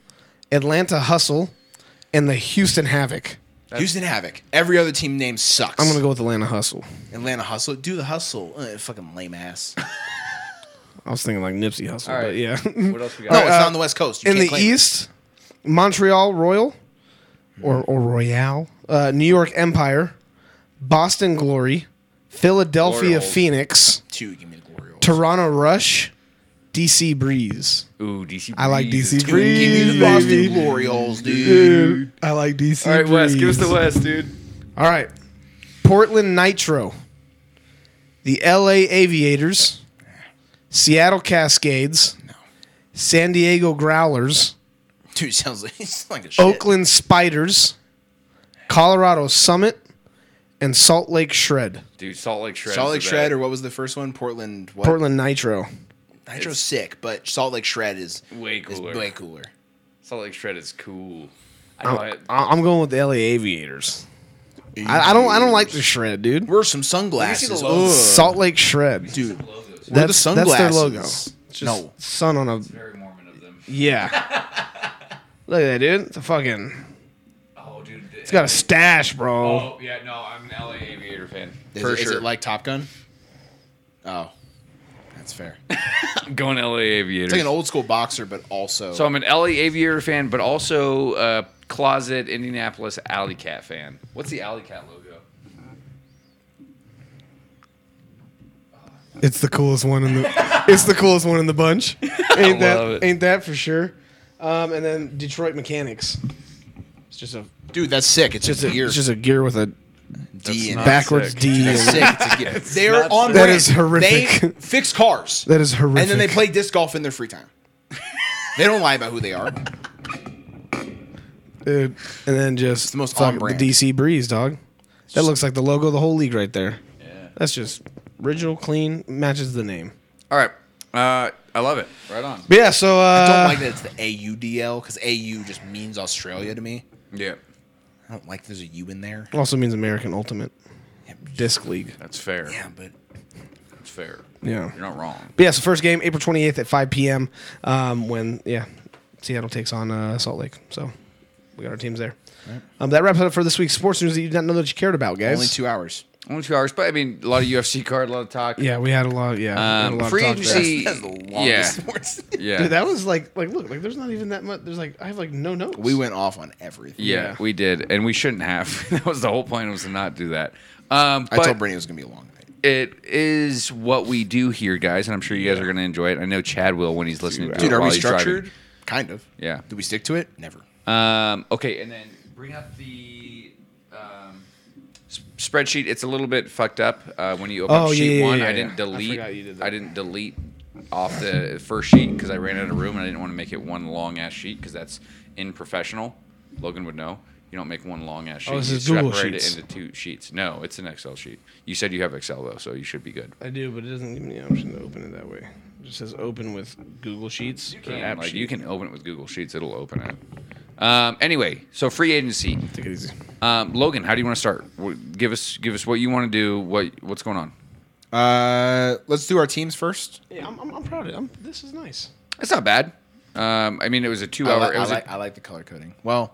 D: Atlanta Hustle, and the Houston Havoc.
C: Houston Havoc. Every other team name sucks.
D: I'm gonna go with Atlanta Hustle.
C: Atlanta Hustle. Do the hustle. Uh, fucking lame ass. no,
D: I was thinking like Nipsey Hustle,
E: All
D: but
E: right.
D: yeah.
E: What else we
C: it's
E: got?
C: not on the West Coast.
D: Uh,
C: You
D: In the
C: can't claim it.
D: East, Montreal Royal, or or Royale, uh, New York Empire, Boston Glory, Philadelphia
E: Orioles.
D: Phoenix,
C: two, give me the Orioles.
D: Toronto Rush, DC Breeze.
E: Ooh, DC.
D: I like
E: Breeze
D: DC
E: is-
C: Dude, give me the Boston
D: Breeze, baby.
C: Orioles, dude.
D: I like DC.
E: All right, West. Give us the
D: Breeze.
E: West, dude.
D: All right. Portland Nitro. The LA Aviators. Seattle Cascades. San Diego Growlers.
C: Dude, sounds like it's like a shit.
D: Oakland Spiders. Colorado Summit. And Salt Lake Shred.
E: Dude, Salt Lake Shred.
C: Salt
E: is
C: Lake
E: the
C: Shred,
E: best.
C: or what was the first one? Portland. What?
D: Portland Nitro.
C: Nitro's sick, but Salt Lake Shred is
E: Way
C: is
E: cooler.
C: way cooler.
E: Salt Lake Shred is cool. I
C: Oh.
E: know
D: I'm,
E: it-
D: I'm going with the LA Aviators. I, I don't. I don't like the Shred, dude.
C: Wear some sunglasses, Oh.
E: Let me see the logo.
C: Ugh.
D: Salt Lake Shred.
C: dude. Wear
D: That's,
C: the
D: that's
C: sunglasses.
D: their logo.
C: Just, no,
D: Sun on a.
E: Very Mormon of them.
D: Yeah. Look at that, dude. It's a fucking.
E: Oh, dude.
D: It's got a stash, bro.
E: Oh yeah, no, I'm an LA Aviator fan.
C: is,
E: For
C: it, is
E: sure.
C: it like Top Gun? Oh, that's fair.
E: I'm going LA Aviator.
C: It's like an old school boxer, but also
E: so I'm an LA Aviator fan, but also a closet Indianapolis Alley Cat fan. What's the Alley Cat logo?
D: It's the coolest one in the. it's the coolest one in the bunch. Ain't
E: love
D: that?
E: it.
D: Ain't that for sure? Um, and then Detroit Mechanics. It's just a.
C: dude, that's sick. It's just
D: It's,
C: a gear.
D: a, it's just a gear with a
C: D and
E: not
C: back.
D: backwards
E: sick.
D: D.
C: That's
D: and-
C: sick. It's a gear. They're
E: not
C: on
E: sick.
D: That
C: brand.
D: is horrific.
C: They fix cars,
D: that is horrific.
C: and then they play disc golf in their free time. they don't lie about who they are.
D: Dude, and then just
C: the most
D: fuck,
C: on-brand.
D: the DC Breeze, dog. That looks like the logo of the whole league right there.
E: Yeah.
D: That's just original, clean, matches the name.
E: All right. Uh, I love it. Right on.
D: But yeah, so uh,
C: I don't like that it's the AUDL because AU just means Australia to me.
E: Yeah.
C: I don't like there's a U in there.
D: also means American Ultimate Disc League.
E: That's fair.
C: Yeah, but
E: That's fair.
D: Yeah.
E: You're not wrong.
D: But yeah, so first game, April 28th at 5 p.m. Um, when yeah, Seattle takes on uh, Salt Lake. So we got our teams there. Um, that wraps it up for this week's sports news that you didn't know that you cared about, guys.
C: only two hours.
E: Only two hours, but I mean, a lot of UFC card, a lot of talk.
D: Yeah, we had a lot. Yeah, we had a
E: Um,
D: lot of
E: free
D: talk there.
E: agency.
C: That's the longest
E: yeah.
C: sports.
E: Yeah.
D: Dude, that was like like look like there's not even that much. There's like I have like no notes.
C: we went off on everything.
E: yeah,
D: yeah.
E: we did, and we shouldn't have. that was the whole point was to not do that. Um,
C: I
E: but
C: told Brittany it was gonna be a long night.
E: it is what we do here, guys, and I'm sure you guys are going to enjoy it. I know Chad will when he's listening. to
C: Dude,
E: it
C: are
E: while
C: we
E: he's driving.
C: structured? Kind of.
E: Yeah.
C: Do we stick to it? Never.
E: Um, okay, and then bring up the um, s- spreadsheet. It's a little bit fucked up uh, when you open
D: Oh,
E: up
D: yeah,
E: sheet
D: yeah,
E: one.
D: yeah,
E: I
D: yeah.
E: didn't
D: I
E: delete.
D: forgot you did that.
E: I didn't delete off the first sheet because I ran out of room and I didn't want to make it one long ass sheet because that's in professional. Logan would know. You don't make one long ass sheet.
D: Oh, this
E: you
D: is Google
E: separate
D: Sheets.
E: it into two sheets. No, it's an Excel sheet. You said you have Excel though, so you should be good.
D: I do, but it doesn't give me the option to open it that way. It just says open with Google Sheets.
E: You can, like, you can open it with Google Sheets. It'll open it. Um, anyway, so free agency.
D: take it easy.
E: Um, Logan, how do you want to start? Wh- Give us give us what you want to do. What what's going on?
C: Uh, let's do our teams first.
D: Yeah, I'm, I'm, I'm proud of it. I'm, this is nice.
E: It's not bad. Um, I mean, it was a two
C: I,
E: hour.
C: li-
E: it
C: I,
E: was a-
C: like, I like the color coding. Well,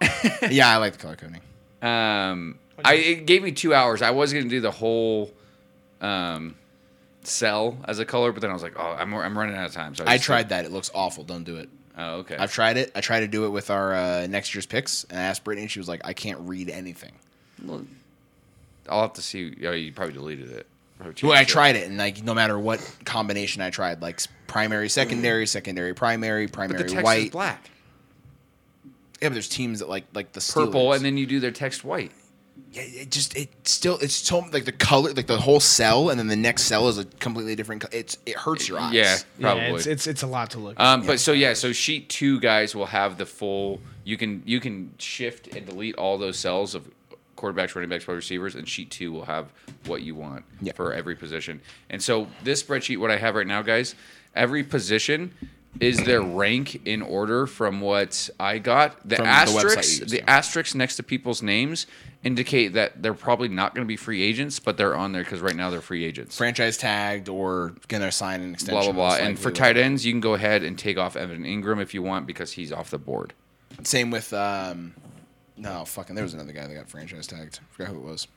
C: yeah, I like the color coding.
E: um, I it gave me two hours. I was gonna do the whole um, cell as a color, but then I was like, oh, I'm I'm running out of time. So
C: I
E: just-
C: tried that. It looks awful. Don't do it.
E: Oh, okay.
C: I've tried it. I tried to do it with our uh, next year's picks, and I asked Brittany. and She was like, "I can't read anything."
E: I'll have to see. Oh, you probably deleted it. Probably changed
C: Well, I
E: it.
C: tried it, and like no matter what combination I tried, like s- primary, secondary, secondary, primary,
E: Mm-hmm. But the
C: primary,
E: text is
C: white.
E: black,
C: Yeah, but there's teams that like like the
E: purple,
C: Steelers.
E: and then you do their text white.
C: yeah, it just it still it's so like the color like the whole cell, and then the next cell is a completely different. Co- it's it hurts your eyes.
E: Yeah, probably.
D: Yeah, it's, it's it's a lot to look. at.
E: Um, But so yeah, so sheet two guys will have the full. You can you can shift and delete all those cells of quarterbacks, running backs, wide receivers, and sheet two will have what you want
C: Yeah.
E: for every position. And so this spreadsheet, what I have right now, guys, every position is their rank in order from what I got. The
C: From the website you
E: asterisks,
C: used,
E: the
C: yeah.
E: asterisks next to people's names indicate that they're probably not going to be free agents, but they're on there because right now they're free agents
C: franchise tagged or gonna sign an extension.
E: blah blah blah.
C: most
E: And for
C: likely.
E: tight ends, you can go ahead and take off Evan Ingram if you want because he's off the board.
C: Same with um, no fucking. There was another guy that got franchise tagged. Forgot who it was.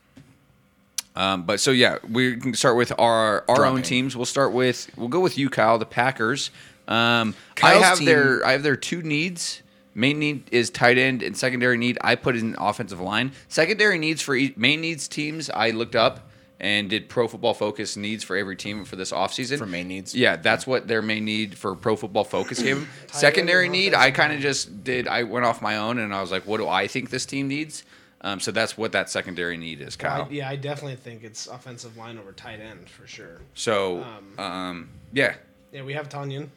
E: Um, but so yeah, we can start with our our own
C: Dropping.
E: teams. We'll start with we'll go with you, Kyle, the Packers. Um, I
C: Kyle's
E: have
C: team-
E: their I have their two needs. Main need is tight end and secondary need. I put in offensive line. Secondary needs for each, main needs teams. I looked up and did Pro Football Focus needs for every team for this offseason.
C: For main needs?
E: yeah, that's what their main need for Pro Football Focus gave them. secondary need, I kind of just did. I went off my own and I was like, what do I think this team needs? Um, so that's what that secondary need is, Kyle.
D: I, yeah, I definitely think it's offensive line over tight end for sure.
E: So, um,
D: Um,
E: yeah,
D: Yeah, we have Tanyan,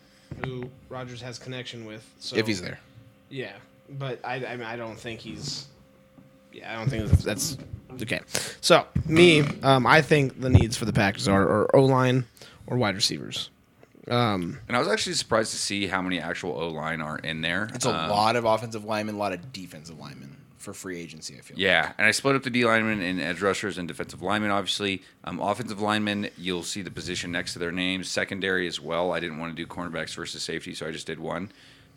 D: who Rogers has connection with. So
C: If he's there,
D: yeah. But I, I, mean, I don't think he's. Yeah, I don't think that's, that's okay. So me, um, I think the needs for the Packers are, are O line or wide receivers.
E: and I was actually surprised to see how many actual O line are in there.
C: it's a
E: Um,
C: lot of offensive linemen, a lot of defensive linemen for free agency. I feel.
E: Yeah, and I split up the D linemen and edge rushers and defensive linemen. Obviously, um, offensive linemen, you'll see the position next to their names. Secondary as well. I didn't want to do cornerbacks versus safety, so I just did one.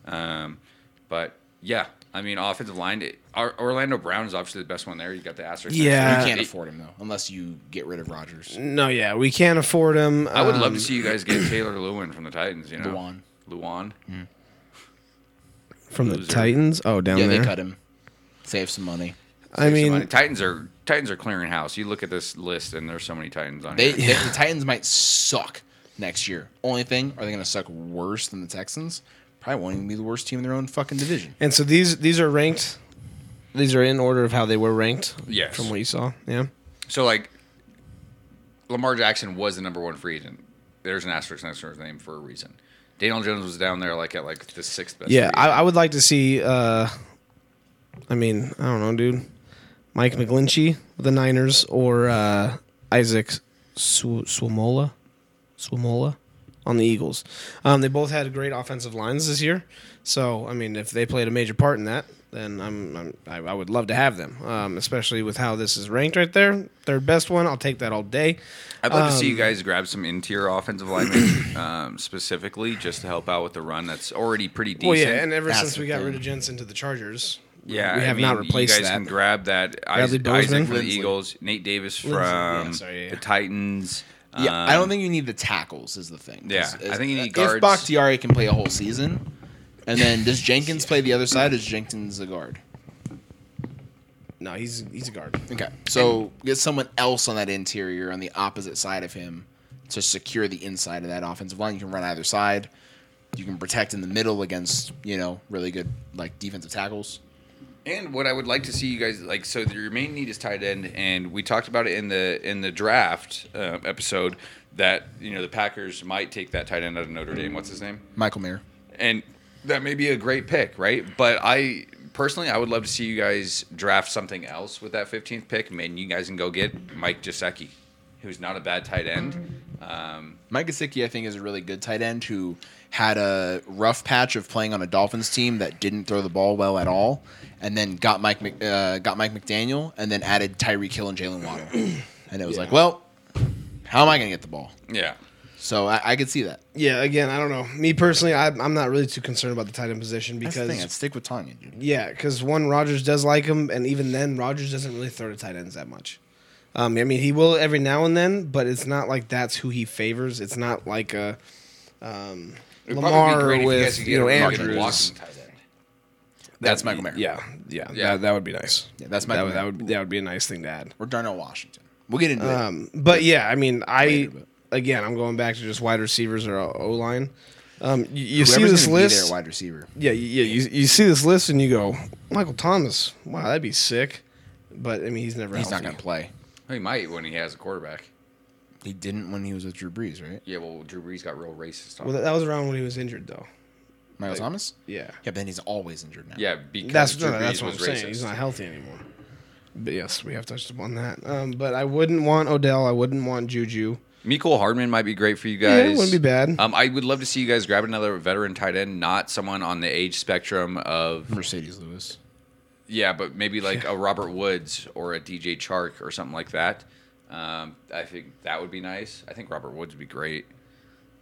E: Um, but yeah, I mean, offensive line. It, Ar- Orlando Brown is obviously the best one there. You got the asterisk. next to
D: Yeah.
E: it.
C: you can't
E: It-
C: afford him though, unless you get rid of Rogers.
D: No, yeah, we can't afford him.
E: I would love
D: Um,
E: to see you guys get Taylor Lewin from the Titans. You know,
C: Luan.
E: Luan.
D: from the
E: loser.
D: Titans. Oh, down
C: Yeah,
D: there.
C: they cut him. Save some money.
D: I
E: There's so
D: mean,
E: many- Titans are Titans are clearing house. You look at this list, and there's so many Titans on
C: They,
E: here.
C: they- the Titans might suck next year. Only thing, are they going to suck worse than the Texans? Probably won't even be the worst team in their own fucking division.
D: And so these these are ranked. These are in order of how they were ranked.
E: Yes.
D: From what you saw. Yeah.
E: So like, Lamar Jackson was the number one free agent. There's an asterisk next to his name for a reason. Daniel Jones was down there like at like the sixth best.
D: Yeah.
E: free
D: I,
E: agent.
D: I would like to see. Uh, I mean, I don't know, dude. Mike McGlinchey, the Niners, or uh, Isaac Sw- Swamola, Swamola, on the Eagles. Um, they both had great offensive lines this year. So I mean, if they played a major part in that, then I'm, I'm I, I would love to have them. Um, especially with how this is ranked right there, third best one. I'll take that all day.
E: I'd like to see
D: um,
E: you guys grab some interior offensive linemen um, specifically just to help out with the run that's already pretty decent.
D: Well, yeah, and ever
C: That's
D: since
C: the
D: we got
C: thing.
D: rid of Jensen to the Chargers,
E: Yeah,
D: we
E: I
D: have not
E: mean,
D: replaced
E: You guys
D: that.
E: can grab that.
D: Bradley
E: Isaac, Isaac
D: Bozeman?
E: for the
C: Lindsley.
E: Eagles, Nate Davis from
D: yeah, sorry, yeah.
E: the Titans.
C: Yeah, I don't
E: um,
C: think you need the tackles is the thing.
E: Yeah,
C: 'Cause
E: I think you need
C: if
E: guards.
C: Bakhtiari can play a whole season, and then does Jenkins play the other side? Or is Jenkins a guard?
D: no, he's he's a guard.
C: Okay, so get someone else on that interior on the opposite side of him to secure the inside of that offensive line. You can run either side. You can protect in the middle against you know really good like defensive tackles.
E: And what I would like to see you guys like, so your main need is tight end, and we talked about it in the in the draft uh, episode that you know the Packers might take that tight end out of Notre Dame. What's his name?
C: Michael Mayer.
E: and that may be a great pick, right? But I personally, I would love to see you guys draft something else with that 15th pick. Man, you guys can go get Mike Gesicki, who's not a bad tight end. Um,
C: Mike Gesicki, I think, is a really good tight end who had a rough patch of playing on a Dolphins team that didn't throw the ball well at all, and then got Mike Mc- uh, got Mike McDaniel, and then added Tyreek Hill and Jalen Waddle, and it was like, well, how am I going to get the ball?
E: yeah,
C: So I, I could see that.
D: Yeah, again, I don't know. Me personally, I, I'm not really too concerned about the tight end position
C: That's the thing.
D: because
C: I'd stick with Tanya, dude.
D: Yeah, because one Rogers does like him, and even then, Rogers doesn't really throw to tight ends that much. Um, I mean, he will every now and then, but it's not like that's who he favors. It's not like a um,
E: It'd
D: Lamar
E: probably be great if you guys
D: with
E: could
D: you know
E: get a good
D: Andrews.
E: walking tight end.
C: That's Michael Mayer.
D: Yeah, yeah,
E: Yeah.
D: That, that would be nice.
C: Yeah, that's
D: that
C: Michael
D: would, that
C: Mayer.
D: would that would be a nice thing to add.
C: Or Darnell Washington. We'll get into that.
D: Um, but yeah, I mean, I
C: Later, but-
D: again, I'm going back to just wide receivers or O line. Um, you you see
C: Whoever's
D: this
C: gonna be
D: list,
C: there, wide receiver.
D: yeah, y- yeah. You, you see this list and you go, Michael Thomas. Wow, that'd be sick. But I mean, he's never.
C: He's not
D: healthy.
C: going to play.
E: He might when he has a quarterback.
C: He didn't when he was with Drew Brees, right?
E: Yeah, well, Drew Brees got real racist. On
D: Well, that, that was around when he was injured, though.
C: Michael Thomas.
D: Yeah,
C: Yeah, but then he's always injured now.
E: yeah, because
D: that's
E: Drew
D: no,
E: Brees
D: that's what I'm
E: was
D: saying. He's
E: racist.
D: not healthy anymore. But yes, we have touched upon that. Um, but I wouldn't want Odell. I wouldn't want Juju.
E: Miko Hardman might be great for you
D: Yeah, it
E: guys.
D: wouldn't be bad.
E: Um, I would love to see you guys grab another veteran tight end, not someone on the age spectrum of
C: Mercedes Lewis.
E: Yeah, but maybe like a Robert Woods or a DJ Chark or something like that. Um, I think that would be nice. I think Robert Woods would be great.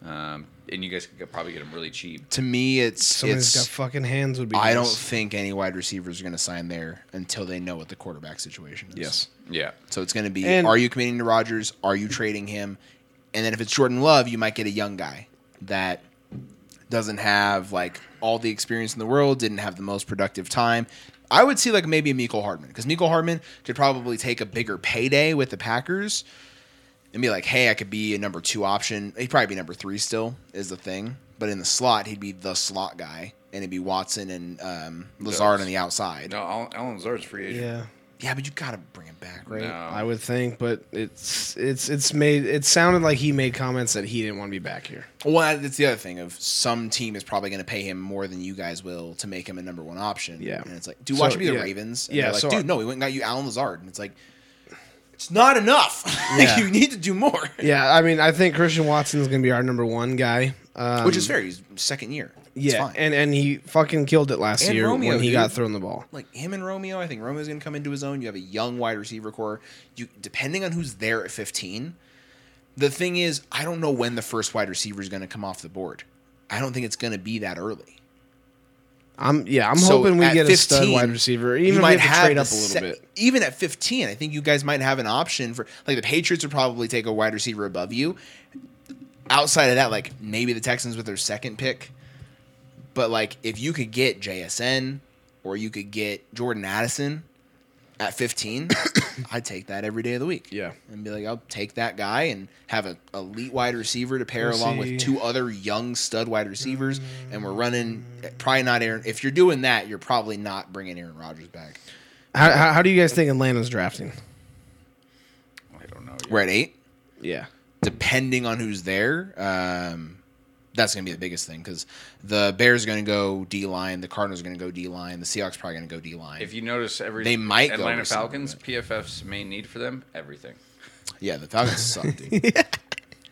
E: Um, and you guys could probably get him really cheap.
C: To me, it's
D: Somebody's
C: it's.
D: got fucking hands would be.
C: I don't
D: nice.
C: think any wide receivers are going to sign there until they know what the quarterback situation is.
D: Yes.
E: Yeah.
C: So it's going to be:
D: And-
C: Are you committing to Rodgers? Are you trading him? And then if it's Jordan Love, you might get a young guy that doesn't have like all the experience in the world, didn't have the most productive time. I would see like maybe a Miko Hardman because Miko Hardman could probably take a bigger payday with the Packers and be like, hey, I could be a number two option. He'd probably be number three still is the thing, but in the slot, he'd be the slot guy, and it'd be Watson and um, Lazard on the outside.
E: No, Al- Alan Lazard's free agent.
D: Yeah.
C: Yeah, but you gotta bring him back, right?
E: No.
D: I would think, but it's it's it's made it sounded like he made comments that he didn't want to be back here.
C: Well, that's the other thing of some team is probably going to pay him more than you guys will to make him a number one option.
D: Yeah.
C: and it's like, dude,
D: So,
C: watch him be the
D: yeah.
C: Ravens. And
D: Yeah,
C: yeah, like,
D: so I-
C: dude, no, we went and got you Alan Lazard, and it's like, it's not enough. Like,
D: Yeah.
C: you need to do more.
D: Yeah, I mean, I think Christian Watson's gonna be our number one guy, um,
C: Which is fair. He's second year. it's
D: Yeah,
C: fine.
D: and and he fucking killed it last
C: And
D: year
C: Romeo,
D: when he
C: dude.
D: got thrown the ball.
C: like him and Romeo, I think Romeo's going to come into his own. You have a young wide receiver core. You depending on who's there at 15. The thing is, I don't know when the first wide receiver is going to come off the board. I don't think it's going to be that early.
D: I'm yeah, I'm
C: So
D: hoping we
C: at
D: get a stud
C: 15,
D: wide receiver.
C: you
D: Even
C: might
D: if we have to trade
C: the
D: up a little
C: se-
D: bit.
C: Even at 15, I think you guys might have an option for like the Patriots would probably take a wide receiver above you. Outside of that, like maybe the Texans with their second pick. But like if you could get JSN or you could get Jordan Addison at 15, I'd take that every day of the week.
D: Yeah.
C: And be like, I'll take that guy and have an elite wide receiver to pair
D: We'll
C: along
D: see.
C: with two other young stud wide receivers. And we're running
D: Mm.
C: probably not Aaron. If you're doing that, you're probably not bringing Aaron Rodgers back.
D: How, how, how do you guys think Atlanta's drafting?
E: I don't know.
C: We're at eight.
D: Yeah,
C: Depending on who's there, um, that's going to be the biggest thing because the Bears are going to go D line, the Cardinals are going to go D line, the Seahawks probably going to go D line.
E: If you notice, every
C: They might go
E: Atlanta
C: receiver,
E: Falcons PFF's main need for them everything.
C: Yeah, the Falcons suck, dude.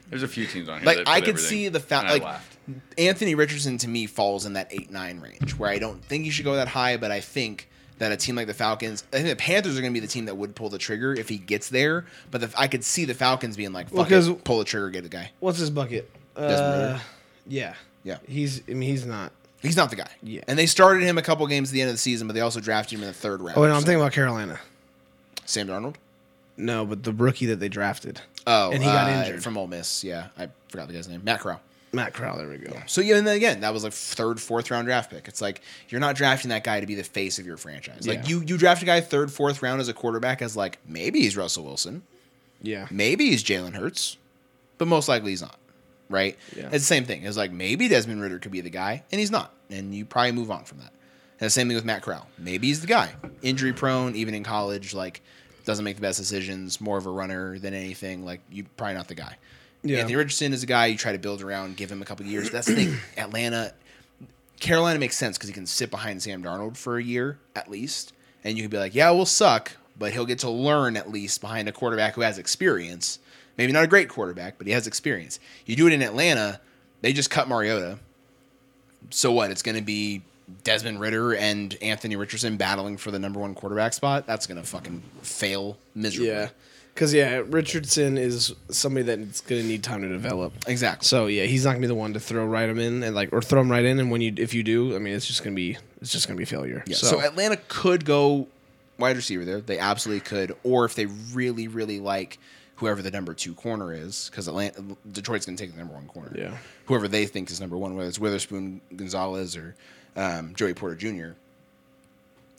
E: There's a few teams on here.
C: Like
E: that
C: I
E: put
C: could
E: everything,
C: see the fa-
E: and I
C: like
E: laughed.
C: Anthony Richardson to me falls in that eight nine range where I don't think he should go that high, but I think that a team like the Falcons, I think the Panthers are going to be the team that would pull the trigger if he gets there. But the, I could see the Falcons being like,
D: Well,
C: "Fuck
D: 'cause-
C: it, pull the trigger, get the guy."
D: What's his bucket?
C: Desmond
D: Uh, yeah.
C: Yeah.
D: He's. I mean, he's not.
C: He's not the guy.
D: Yeah.
C: And they started him a couple games at the end of the season, but they also drafted him in the third round.
D: Oh, wait, no, I'm
C: So-
D: thinking about Carolina.
C: Sam Darnold.
D: No, but the rookie that they drafted,
C: Oh,
D: And he got
C: uh,
D: injured.
C: from Ole Miss. Yeah, I forgot the guy's name. Matt Corral.
D: Matt Corral. There we go.
C: So yeah, and then again, that was like third, fourth round draft pick. It's like you're not drafting that guy to be the face of your franchise. Like
D: Yeah.
C: you, you draft a guy third, fourth round as a quarterback as like maybe he's Russell Wilson,
D: Yeah.
C: maybe he's Jalen Hurts, but most likely he's not. Right?
D: Yeah.
C: It's the same thing. It's like maybe Desmond Ritter could be the guy, and he's not, and you probably move on from that. And the same thing with Matt Corral. Maybe he's the guy. Injury prone, even in college, like doesn't make the best decisions. More of a runner than anything. Like you probably not the guy.
D: Yeah.
C: Anthony Richardson is a guy you try to build around, give him a couple years. That's the thing. Atlanta, Carolina makes sense because he can sit behind Sam Darnold for a year at least, and you can be like, yeah, we'll suck, but he'll get to learn at least behind a quarterback who has experience. Maybe not a great quarterback, but he has experience. You do it in Atlanta, they just cut Mariota. So what? It's going to be Desmond Ritter and Anthony Richardson battling for the number one quarterback spot. That's going to fucking fail miserably.
D: Yeah. Because yeah, Richardson is somebody that's gonna need time to develop.
C: exactly.
D: So yeah, he's not gonna be the one to throw right him in and like or throw him right in. And when you if you do, I mean, it's just gonna be it's just gonna be failure.
C: Yeah,
D: So,
C: So, Atlanta could go wide receiver there. They absolutely could. Or if they really, really like whoever the number two corner is, because Atlanta, Detroit's going to take the number one corner.
D: Yeah.
C: Whoever they think is number one, whether it's Witherspoon, Gonzalez, or um, Joey Porter Jr.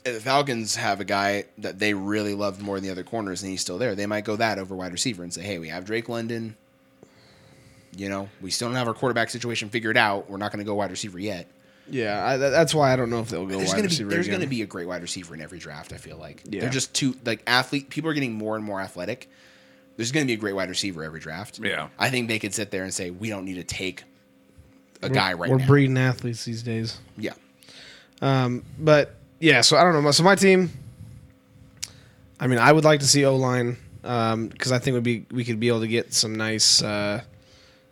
C: If the Falcons have a guy that they really loved more than the other corners, and he's still there. They might go that over wide receiver and say, "Hey, we have Drake London. You know, we still don't have our quarterback situation figured out. We're not going to go wide receiver yet."
D: yeah, I, that- that's why I don't know if they'll go
C: there's
D: wide
C: gonna be
D: receiver
C: there's
D: again.
C: gonna be a great wide receiver in every draft. I feel like
D: Yeah.
C: they're just too like athlete. People are getting more and more athletic. There's gonna be a great wide receiver every draft.
E: Yeah.
C: I think they could sit there and say we don't need to take a guy right
D: We're
C: now.
D: breeding athletes these days.
C: yeah,
D: Um, but yeah, so I don't know. So my team, I mean, I would like to see O line because I think would be we could be able to get some nice, uh,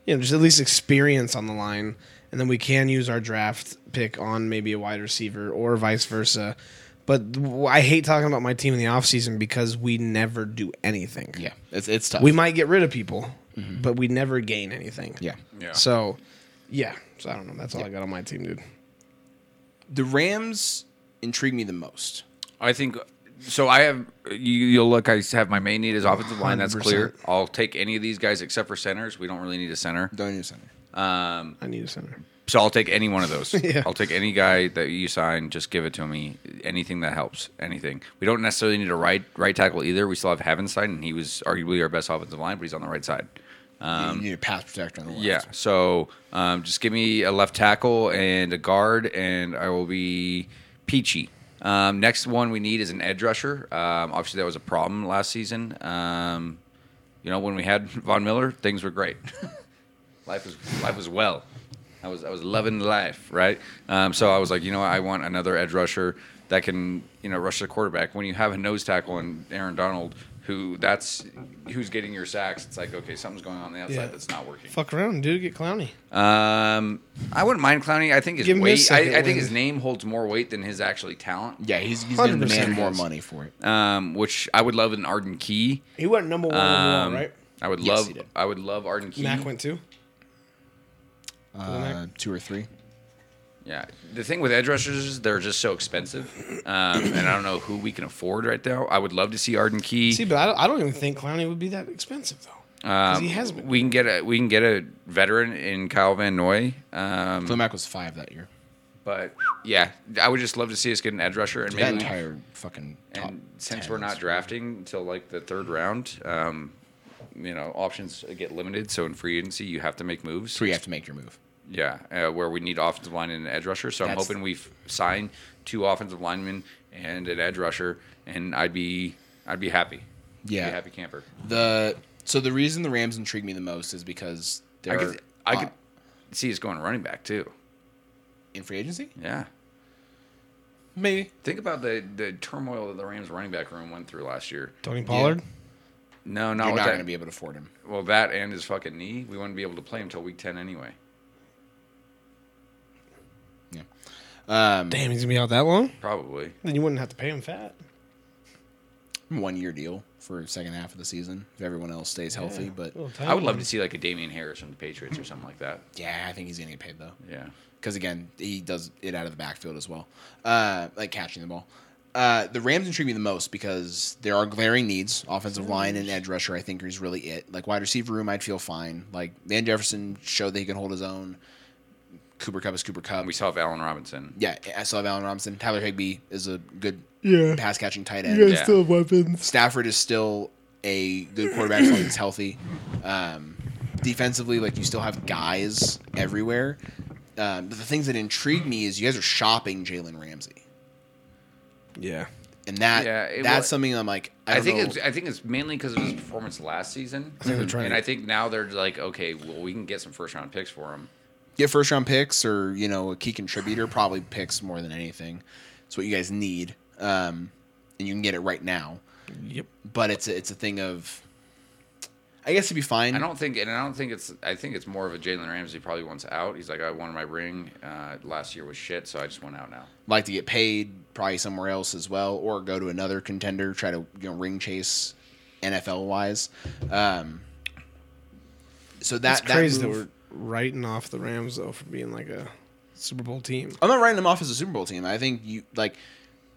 D: you know, just at least experience on the line, and then we can use our draft pick on maybe a wide receiver or vice versa. But w- I hate talking about my team in the offseason because we never do anything.
C: yeah. It's it's tough.
D: We might get rid of people, but we never gain anything.
C: yeah.
E: Yeah.
D: So, yeah. So I don't know. That's all I got on my team, dude.
C: The Rams intrigue me the most.
E: I think so. I have you, you'll look. I have my main need is offensive line. That's clear.
D: 100%.
E: I'll take any of these guys except for centers. We don't really need a center.
C: Don't need a center.
D: I need a center.
E: So I'll take any one of those.
D: Yeah.
E: I'll take any guy that you sign. Just give it to me. Anything that helps. Anything. We don't necessarily need a right right tackle either. We still have Havenstein, and he was arguably our best offensive line, but he's on the right side.
D: Um,
C: you need a pass protector on the left.
E: Yeah. So um, just give me a left tackle and a guard, and I will be peachy. Um, next one we need is an edge rusher. Um, obviously, that was a problem last season. Um, you know, when we had Von Miller, things were great. life was life was well. I was I was loving life, right? Um, so I was like, you know, what? I want another edge rusher that can you know rush the quarterback. When you have a nose tackle and Aaron Donald, who that's who's getting your sacks, it's like okay, something's going on, on the outside
D: Yeah.
E: that's not working.
D: Fuck around, dude. Get clowny.
E: Um, I wouldn't mind Clowney. I think his
D: Give him his
E: weight. I,
D: second
E: I think his
D: wind.
E: name holds more weight than his actually talent.
C: Yeah, he's, he's going to
D: 100%
C: demand
D: he
C: more
D: is.
C: money for
D: Uh,
C: it.
E: Um, which I would love an Arden Key.
D: He went number one
E: Um,
D: overall, right?
E: I would
C: Yes,
E: love.
C: he did.
E: I would love Arden Key.
D: Mac went two.
C: Uh, two or three.
E: Yeah. The thing with edge rushers is they're just so expensive, um, and I don't know who we can afford right now. I would love to see Arden Key.
D: See, but I don't, I don't even think Clowney would be that expensive though. 'Cause
E: Um,
D: he has been.
E: We can get a we can get a veteran in Kyle Van Noy. Um,
C: Flimac was five that year.
E: but yeah, I would just love to see us get an edge rusher and
C: That
E: maybe
C: entire fucking. top
E: and since
C: 10
E: we're
C: is-
E: not drafting until like the third round, um, you know, options get limited. So in free agency, you have to make moves.
C: three, you have to make your move.
E: Yeah, uh, where we need offensive line and an edge rusher. So
C: That's-
E: I'm hoping we f- sign two offensive linemen and an edge rusher, and I'd be I'd be happy.
C: Yeah.
E: I'd be a happy camper.
C: The so the reason the Rams intrigue me the most is because they're
E: I could I
C: uh,
E: could see us going running back too.
C: in free agency.
E: Yeah.
C: Maybe
E: Think about the, the turmoil that the Rams running back room went through last year.
D: Tony Pollard.
E: No, not
C: You're
E: with
C: not
E: that.
C: going to be able to afford him.
E: Well, that and his fucking knee, we wouldn't be able to play him till week ten anyway.
C: Um,
D: Damn, he's gonna be out that long.
E: Probably.
D: Then you wouldn't have to pay him fat.
C: one year deal for second half of the season if everyone else stays healthy. But
D: Oh.
E: I would love to see like a Damian Harris from the Patriots or something like that.
C: yeah, I think he's going to get paid though.
E: Yeah.
C: because again, he does it out of the backfield as well, uh, like catching the ball. Uh, the Rams intrigue me the most because there are glaring needs. Offensive line and edge rusher, I think, is really it. Like wide receiver room, I'd feel fine. Like Van Jefferson showed that he can hold his own. Cooper Cup is Cooper Cup.
E: And we saw Allen Robinson.
C: Yeah, I saw Allen Robinson. Tyler Higbee is a good
D: Yeah.
C: pass catching tight
D: You guys
C: end.
E: Yeah.
D: still have weapons.
C: Stafford is still a good quarterback as long as he's healthy. Um, defensively, like you still have guys everywhere. Um, but the things that intrigue me is you guys are shopping Jalen Ramsey,
D: Yeah.
C: and that
E: Yeah, it-
C: that's
E: well,
C: something I'm like I,
E: I,
C: don't
E: think
C: know.
E: it's I think it's mainly because of his performance last season.
D: think they're trying
E: and
D: to-
E: I think now they're like, okay, well, we can get some first round picks for him.
C: get first round picks or you know a key contributor probably picks more than anything. It's what you guys need, um, and you can get it right now.
D: Yep.
C: But it's a, it's a thing of I guess it'd be fine.
E: I don't think, and I don't think it's. I think it's more of a Jalen Ramsey probably wants out. He's like, I won my ring. Uh, last year was shit, so I just went out now.
C: like to get paid probably somewhere else as well, or go to another contender, try to you know ring chase NFL wise. Um, so that
D: That's crazy
C: that
D: that
C: move,
D: we're writing off the Rams though for being like a Super Bowl team.
C: I'm not writing them off as a Super Bowl team. I think you like.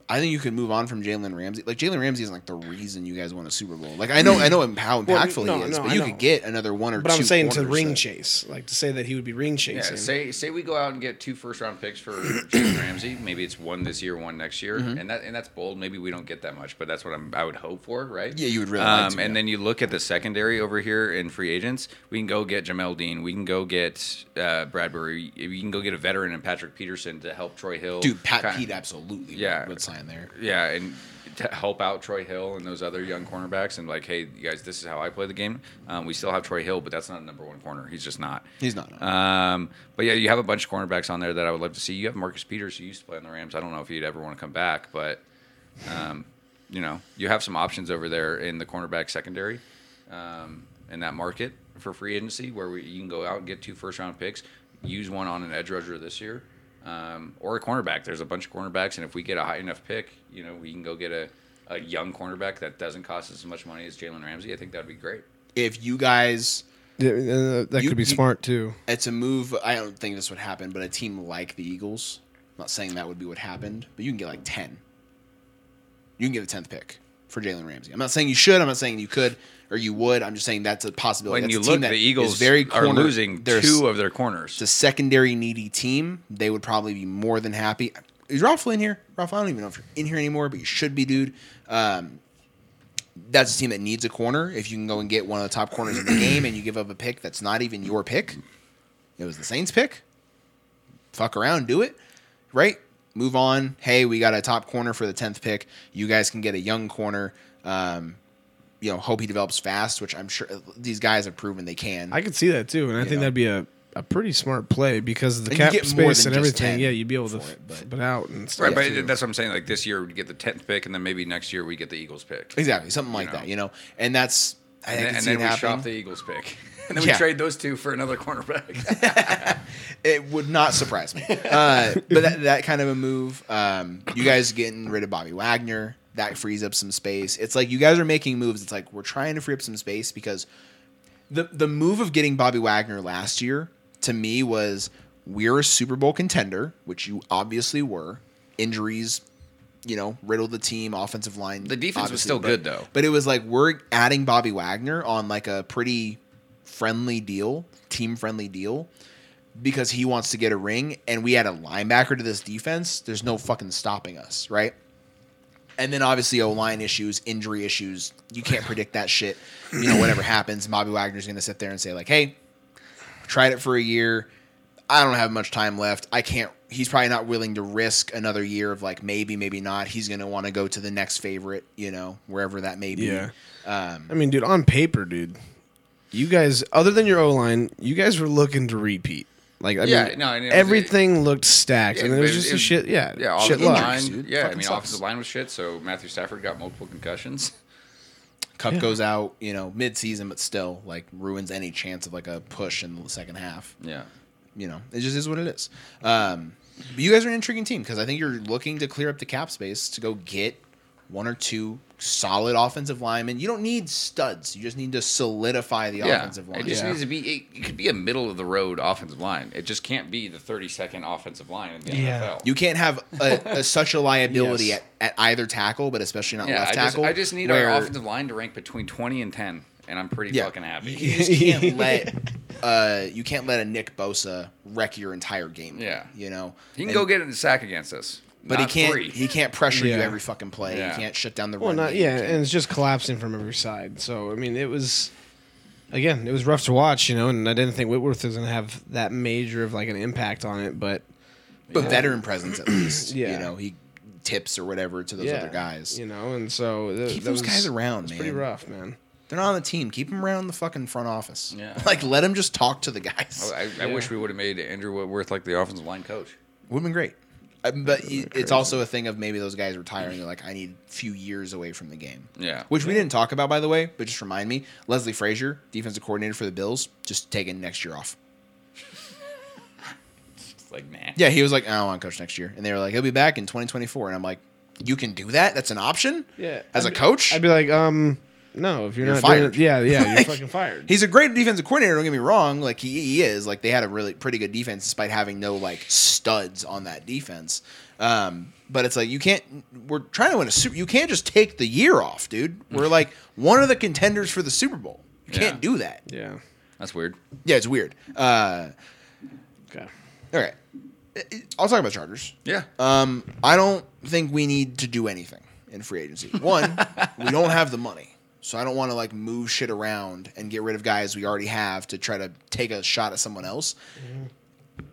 C: I think you can move on from Jalen Ramsey. Like Jalen Ramsey isn't like the reason you guys won a Super Bowl. Like I know, I know him how impactful
D: no,
C: he is,
D: no,
C: but
D: I
C: you
D: know.
C: could get another one or
D: But
C: two.
D: I'm saying to
C: corners
D: ring
C: that-
D: chase, like to say that he would be ring
E: Yeah.
D: chasing.
E: Say say we go out and get two first round picks for Jalen Ramsey. Maybe it's one this year, one next year,
C: Mm-hmm.
E: and that and that's bold. Maybe we don't get that much, but that's what I'm. I would hope for, right?
C: Yeah, you would really like
E: Um,
C: to,
E: and
C: yeah.
E: then you look at the secondary over here in free agents. We can go get Jamel Dean. We can go get uh, Bradbury. You can go get a veteran and Patrick Peterson to help Troy Hill.
C: Dude, Pat
E: Kinda-
C: Pete absolutely
E: Yeah.
C: would, would sign there.
E: Yeah, and to help out Troy Hill and those other young cornerbacks, and like, hey, you guys, this is how I play the game. Um, we still have Troy Hill, but that's not a number one corner. He's just not.
C: He's not. no.
E: Um, but yeah, you have a bunch of cornerbacks on there that I would love to see. You have Marcus Peters, who used to play on the Rams. I don't know if he'd ever want to come back, but um, you know, you have some options over there in the cornerback secondary um, in that market for free agency, where we, you can go out and get two first round picks, use one on an edge rusher this year, um, or a cornerback. There's a bunch of cornerbacks, and if we get a high enough pick, you know, we can go get a, a young cornerback that doesn't cost us as much money as Jalen Ramsey. I think that'd be great.
C: if you guys
D: Yeah, uh, that
C: You-
D: could be
C: you-
D: smart too.
C: it's a move. I don't think this would happen, but a team like the Eagles, I'm not saying that would be what happened, but you can get like 10. You can get the 10th pick for Jalen Ramsey. I'm not saying you should. I'm not saying you could or you would. I'm just saying that's a
E: When
C: possibility. that's
E: you
C: a team
E: look,
C: that
E: the
C: is
E: Eagles are
C: corner-
E: losing
C: they're
E: two of their corners.
C: it's a secondary needy team. They would probably be more than happy. Is Ralph in here? Ralph, I don't even know if you're in here anymore, but you should be, dude. Um, that's a team that needs a corner. If you can go and get one of the top corners in the game and you give up a pick that's not even your pick, it was the Saints' pick. Fuck around, do it, right? Move on. Hey, we got a top corner for the tenth pick. You guys can get a young corner. Um, you know, hope he develops fast, which I'm sure these guys have proven they can.
D: I could see that too, and I think
C: know.
D: that'd be a, a pretty smart play because of the
C: And you
D: cap
C: get more
D: space
C: than
D: and
C: just 10
D: everything. Yeah, you'd be able to
C: for
D: f-
C: it, but-
D: flip it out and stuff.
E: Right, but
D: too.
E: that's what I'm saying. Like this year, we get the tenth pick, and then maybe next year we get the Eagles pick, and,
C: Exactly, something like
E: know?
C: that, you know. And that's I,
E: then,
C: can
E: and
C: see
E: then we
C: it
E: shop the
C: happening.
E: Eagles pick, and then we
C: Yeah.
E: trade those two for another cornerback.
C: It would not surprise me. uh, but that, that kind of a move, um, you guys getting rid of Bobby Wagner, that frees up some space. It's like you guys are making moves. It's like we're trying to free up some space because the the move of getting Bobby Wagner last year to me was we're a Super Bowl contender, which you obviously were. Injuries, you know, riddled the team, offensive line.
E: The defense was
C: obviously,
E: still
C: but-
E: good, though.
C: But it was like we're adding Bobby Wagner on like a pretty friendly deal, team friendly deal, because he wants to get a ring, and we add a linebacker to this defense. There's no fucking stopping us, right? And then obviously O line issues, injury issues. You can't predict that shit. You know, whatever happens, Bobby Wagner's gonna sit there and say, like, hey, tried it for a year. I don't have much time left. I can't he's probably not willing to risk another year of like maybe, maybe not. He's gonna wanna go to the next favorite, you know, wherever that may be. um,
D: yeah. I mean, dude, on paper, dude, you guys, other than your O line, you guys were looking to repeat. Like, I
E: Yeah,
D: mean,
E: no, and it was-
D: everything looked stacked, and it was
E: but
D: just
E: it-
D: a shit. Yeah,
E: yeah,
D: shit
E: offensive
D: luck.
E: line.
C: dude.
E: Yeah, I
C: Fucking
E: mean,
C: sucks.
E: offensive line was shit. So Matthew Stafford got multiple concussions.
C: Cup
D: Yeah.
C: goes out, you know, mid-season, but still like ruins any chance of like a push in the second half.
E: Yeah.
C: You know, it just is what it is. Um, but you guys are an intriguing team because I think you're looking to clear up the cap space to go get one or two solid offensive linemen. You don't need studs. You just need to solidify the
E: yeah.
C: offensive line.
E: It just
D: Yeah.
E: needs to be. It, it could be a middle of the road offensive line. It just can't be the 32nd offensive line in the
D: Yeah.
E: NFL.
C: You can't have a, a, such a liability
D: Yes.
C: at, at either tackle, but especially not
E: yeah.
C: left
E: I just,
C: tackle.
E: I just need
C: where
E: our offensive line to rank between 20 and 10, and I'm pretty
C: Yeah.
E: fucking happy.
C: You just can't let uh, you can't let a Nick Bosa wreck your entire game.
E: Yeah.
C: you know
E: He can
C: And-
E: go get in the sack against us,
C: but he
E: not
C: can't
E: Three.
C: he can't pressure you
D: Yeah.
C: every fucking play.
E: Yeah.
C: He can't shut down the
D: Well,
C: run.
D: not
C: game.
D: yeah, and it's just collapsing from every side. So I mean, it was again, it was rough to watch, you know. And I didn't think Whitworth was going to have that major of like an impact on it, but
C: but veteran presence at least.
D: Yeah.
C: you know he tips or whatever to those
D: yeah,
C: other guys.
D: you know. And so th-
C: Keep
D: that
C: those
D: was-
C: guys around,
D: It's
C: man.
D: pretty rough, man.
C: They're not on the team. Keep them around the fucking front office.
E: Yeah.
C: like let them just talk to the guys.
E: I, I wish we would have made Andrew Whitworth like the offensive line coach.
C: Would have been great. Uh, But y- it's also a thing of maybe those guys retiring. They're like, I need a few years away from the game.
E: Yeah.
C: Which we didn't talk about, by the way, but just remind me Leslie Frazier, defensive coordinator for the Bills, just taking next year off.
E: It's like, nah.
C: Yeah, he was like, I don't want to coach next year. And they were like, he'll be back in 2024. And I'm like, you can do that? That's an option?
D: Yeah,
C: As
D: I'd
C: a
D: be-
C: coach?
D: I'd be like, um, no, if you're,
C: You're
D: not
C: fired.
D: Doing it, yeah, yeah, you're
C: Like,
D: fucking fired.
C: He's a great defensive coordinator. Don't get me wrong. Like he, he is. Like they had a really pretty good defense, despite having no like studs on that defense. Um, but it's like you can't. We're trying to win a super. You can't just take the year off, dude. We're like one of the contenders for the Super Bowl. You can't
E: Yeah.
C: do that.
D: yeah.
E: That's weird.
C: Yeah, it's weird. Uh,
D: Okay.
C: all right, I'll talk about Chargers.
E: Yeah.
C: Um, I don't think we need to do anything in free agency. One, we don't have the money, so I don't want to like move shit around and get rid of guys we already have to try to take a shot at someone else.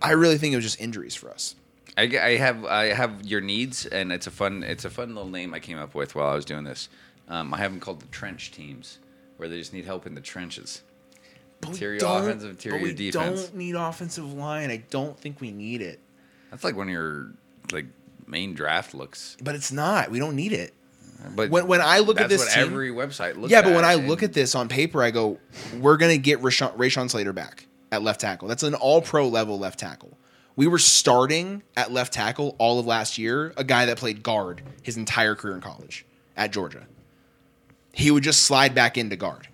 C: I really think it was just injuries for us.
E: I, g- I have I have your needs, and it's a fun it's a fun little name I came up with while I was doing this. Um, I have them called the trench teams, where they just need help in the trenches.
C: But
E: Interior
C: don't-
E: offensive, interior
C: but we
E: defense.
C: don't need offensive line. I don't think we need it,
E: That's like one of your like main draft looks.
C: but it's not. We don't need it.
E: But
C: When- when I look at
E: that's
C: this
E: what
C: team-
E: every website looks.
C: yeah, but when I
E: and-
C: look at this on paper, I go, we're going to get Rashawn, Rashawn Slater back at left tackle. That's an all pro level left tackle. We were starting at left tackle all of last year, a guy that played guard his entire career in college at Georgia. He would just slide back into guard.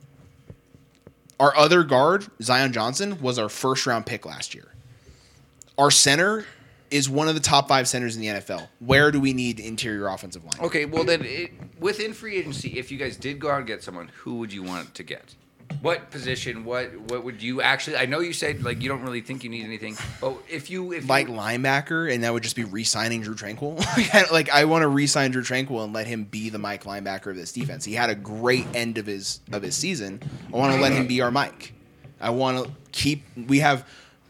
C: Our other guard, Zion Johnson, was our first round pick last year. Our center is one of the top five centers in the NFL. Where do we need interior offensive line?
E: okay, well then it, within free agency, if you guys did go out and get someone, who would you want to get? What position? What what would you actually? I know you said like you don't really think you need anything, but if you if
C: like
E: you,
C: linebacker, and that would just be re-signing Drew Tranquil. like, I, like, I want to re-sign Drew Tranquil and let him be the Mike linebacker of this defense. He had a great end of his of his season. I want to let him be our Mike. I want to keep. We have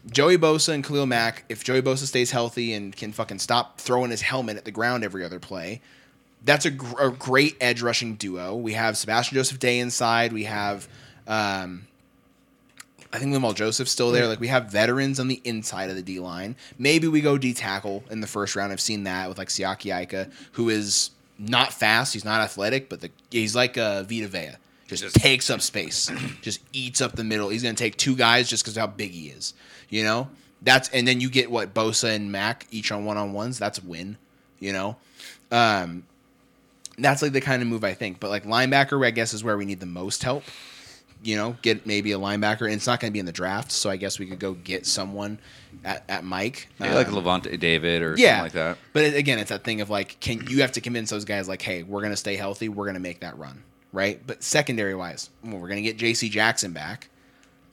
C: Joey Bosa and Khalil Mack. If Joey Bosa stays healthy and can fucking stop throwing his helmet at the ground every other play, that's a, gr- a great edge rushing duo. We have Sebastian Joseph Day inside. We have. Um, I think Lamal Joseph's still there. Like we have veterans on the inside of the D line. Maybe we go D tackle in the first round. I've seen that with like Siaki Aika, who is not fast. He's not athletic, but the, he's like uh, Vita Vea. Just,
E: Just-
C: takes up space, just eats up the middle. He's gonna take two guys just because of how big he is. You know that's and then you get what Bosa and Mac each on one on ones. That's a win. You know, um, that's like the kind of move I think. But like linebacker, I guess, is where we need the most help. You know, get maybe a linebacker, and it's not going to be in the draft, so I guess we could go get someone at, at Mike.
E: maybe like
C: Um,
E: Levante David or
C: yeah,
E: something like that.
C: But it, again, it's that thing of like, can you have to convince those guys like, hey, we're going to stay healthy, we're going to make that run, right? But secondary wise, well, we're going to get J.C. Jackson back.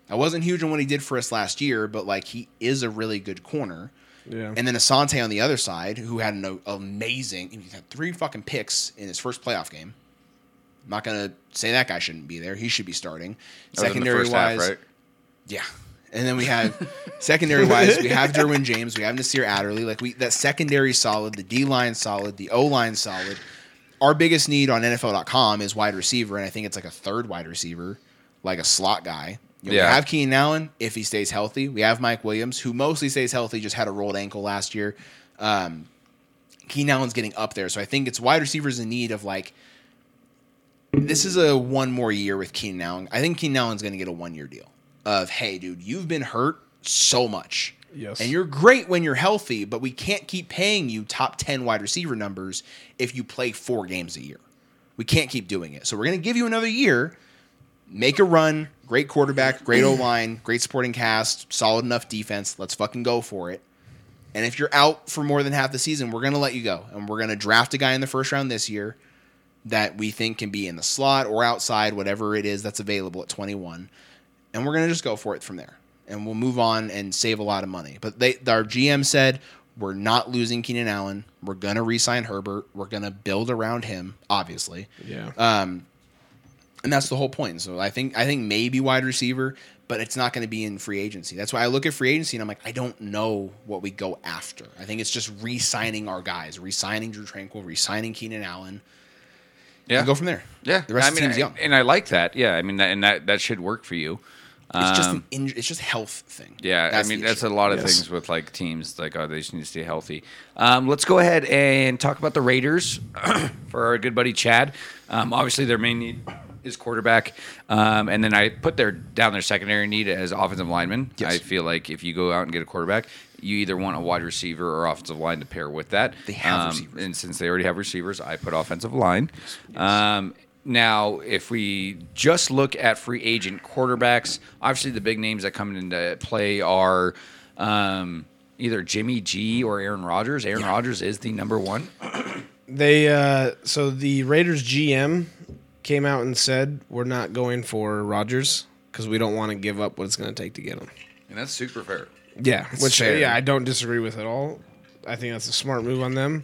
C: I wasn't huge on what he did for us last year, but like he is a really good corner.
D: Yeah.
C: And then Asante on the other side, who had an amazing, he had three fucking picks in his first playoff game. I'm not gonna say that guy shouldn't be there. He should be starting.
E: That was in the
C: Secondary
E: first half,
C: wise, yeah. And then we have secondary wise, we have Derwin James, we have Nasir Adderley. Like we that secondary solid, the D line solid, the O line solid. Our biggest need on NFL.com is wide receiver, and I think it's like a third wide receiver, like a slot guy. You know,
E: Yeah.
C: We have Keenan Allen if he stays healthy. We have Mike Williams, who mostly stays healthy, just had a rolled ankle last year. Um, Keenan Allen's getting up there, so I think it's wide receivers in need of like this is a one more year with Keenan Allen. I think Keenan Allen's going to get a one year deal of, hey, dude, you've been hurt so much.
D: Yes.
C: And you're great when you're healthy, but we can't keep paying you top 10 wide receiver numbers if you play four games a year. We can't keep doing it. So we're going to give you another year, make a run, great quarterback, great O line, great supporting cast, solid enough defense. Let's fucking go for it. And if you're out for more than half the season, we're going to let you go. And we're going to draft a guy in the first round this year that we think can be in the slot or outside, whatever it is that's available at 21. And we're going to just go for it from there. And we'll move on and save a lot of money. But they, our GM said, we're not losing Keenan Allen. We're going to re sign Herbert. We're going to build around him, obviously
D: Yeah.
C: Um, and that's the whole point. So I think I think maybe wide receiver, but it's not going to be in free agency. That's why I look at free agency and I'm like, I don't know what we go after. I think it's just re-signing our guys, re-signing Drew Tranquil, re-signing Keenan Allen,
E: Yeah.
C: and go from there.
E: yeah.
C: the rest
E: I
C: of the
E: mean,
C: team's
E: I-
C: young.
E: And I like that. Yeah. I mean, that, and that, that should work for you.
C: it's just
E: Um,
C: an inj- it's just health thing.
E: Yeah, I mean
C: the
E: that's a
C: issue.
E: lot of
D: Yes.
E: things with like teams. Like, oh, they just need to stay healthy. Um, let's go ahead and talk about the Raiders for our good buddy Chad. Um, obviously, their main need is quarterback, um, and then I put their down their secondary need as offensive lineman. I feel like if you go out and get a quarterback, you either want a wide receiver or offensive line to pair with that.
C: They have receivers.
E: Um, and since they already have receivers, I put offensive line. Um, now, if we just look at free agent quarterbacks, obviously the big names that come into play are um, either Jimmy G or Aaron Rodgers. Aaron Rodgers is the number one.
D: They uh, so the Raiders GM came out and said we're not going for Rodgers because we don't want to give up what it's going to take to get him.
E: And that's super fair.
D: Yeah, which
C: fair.
D: yeah, I don't disagree with at all. I think that's a smart move on them.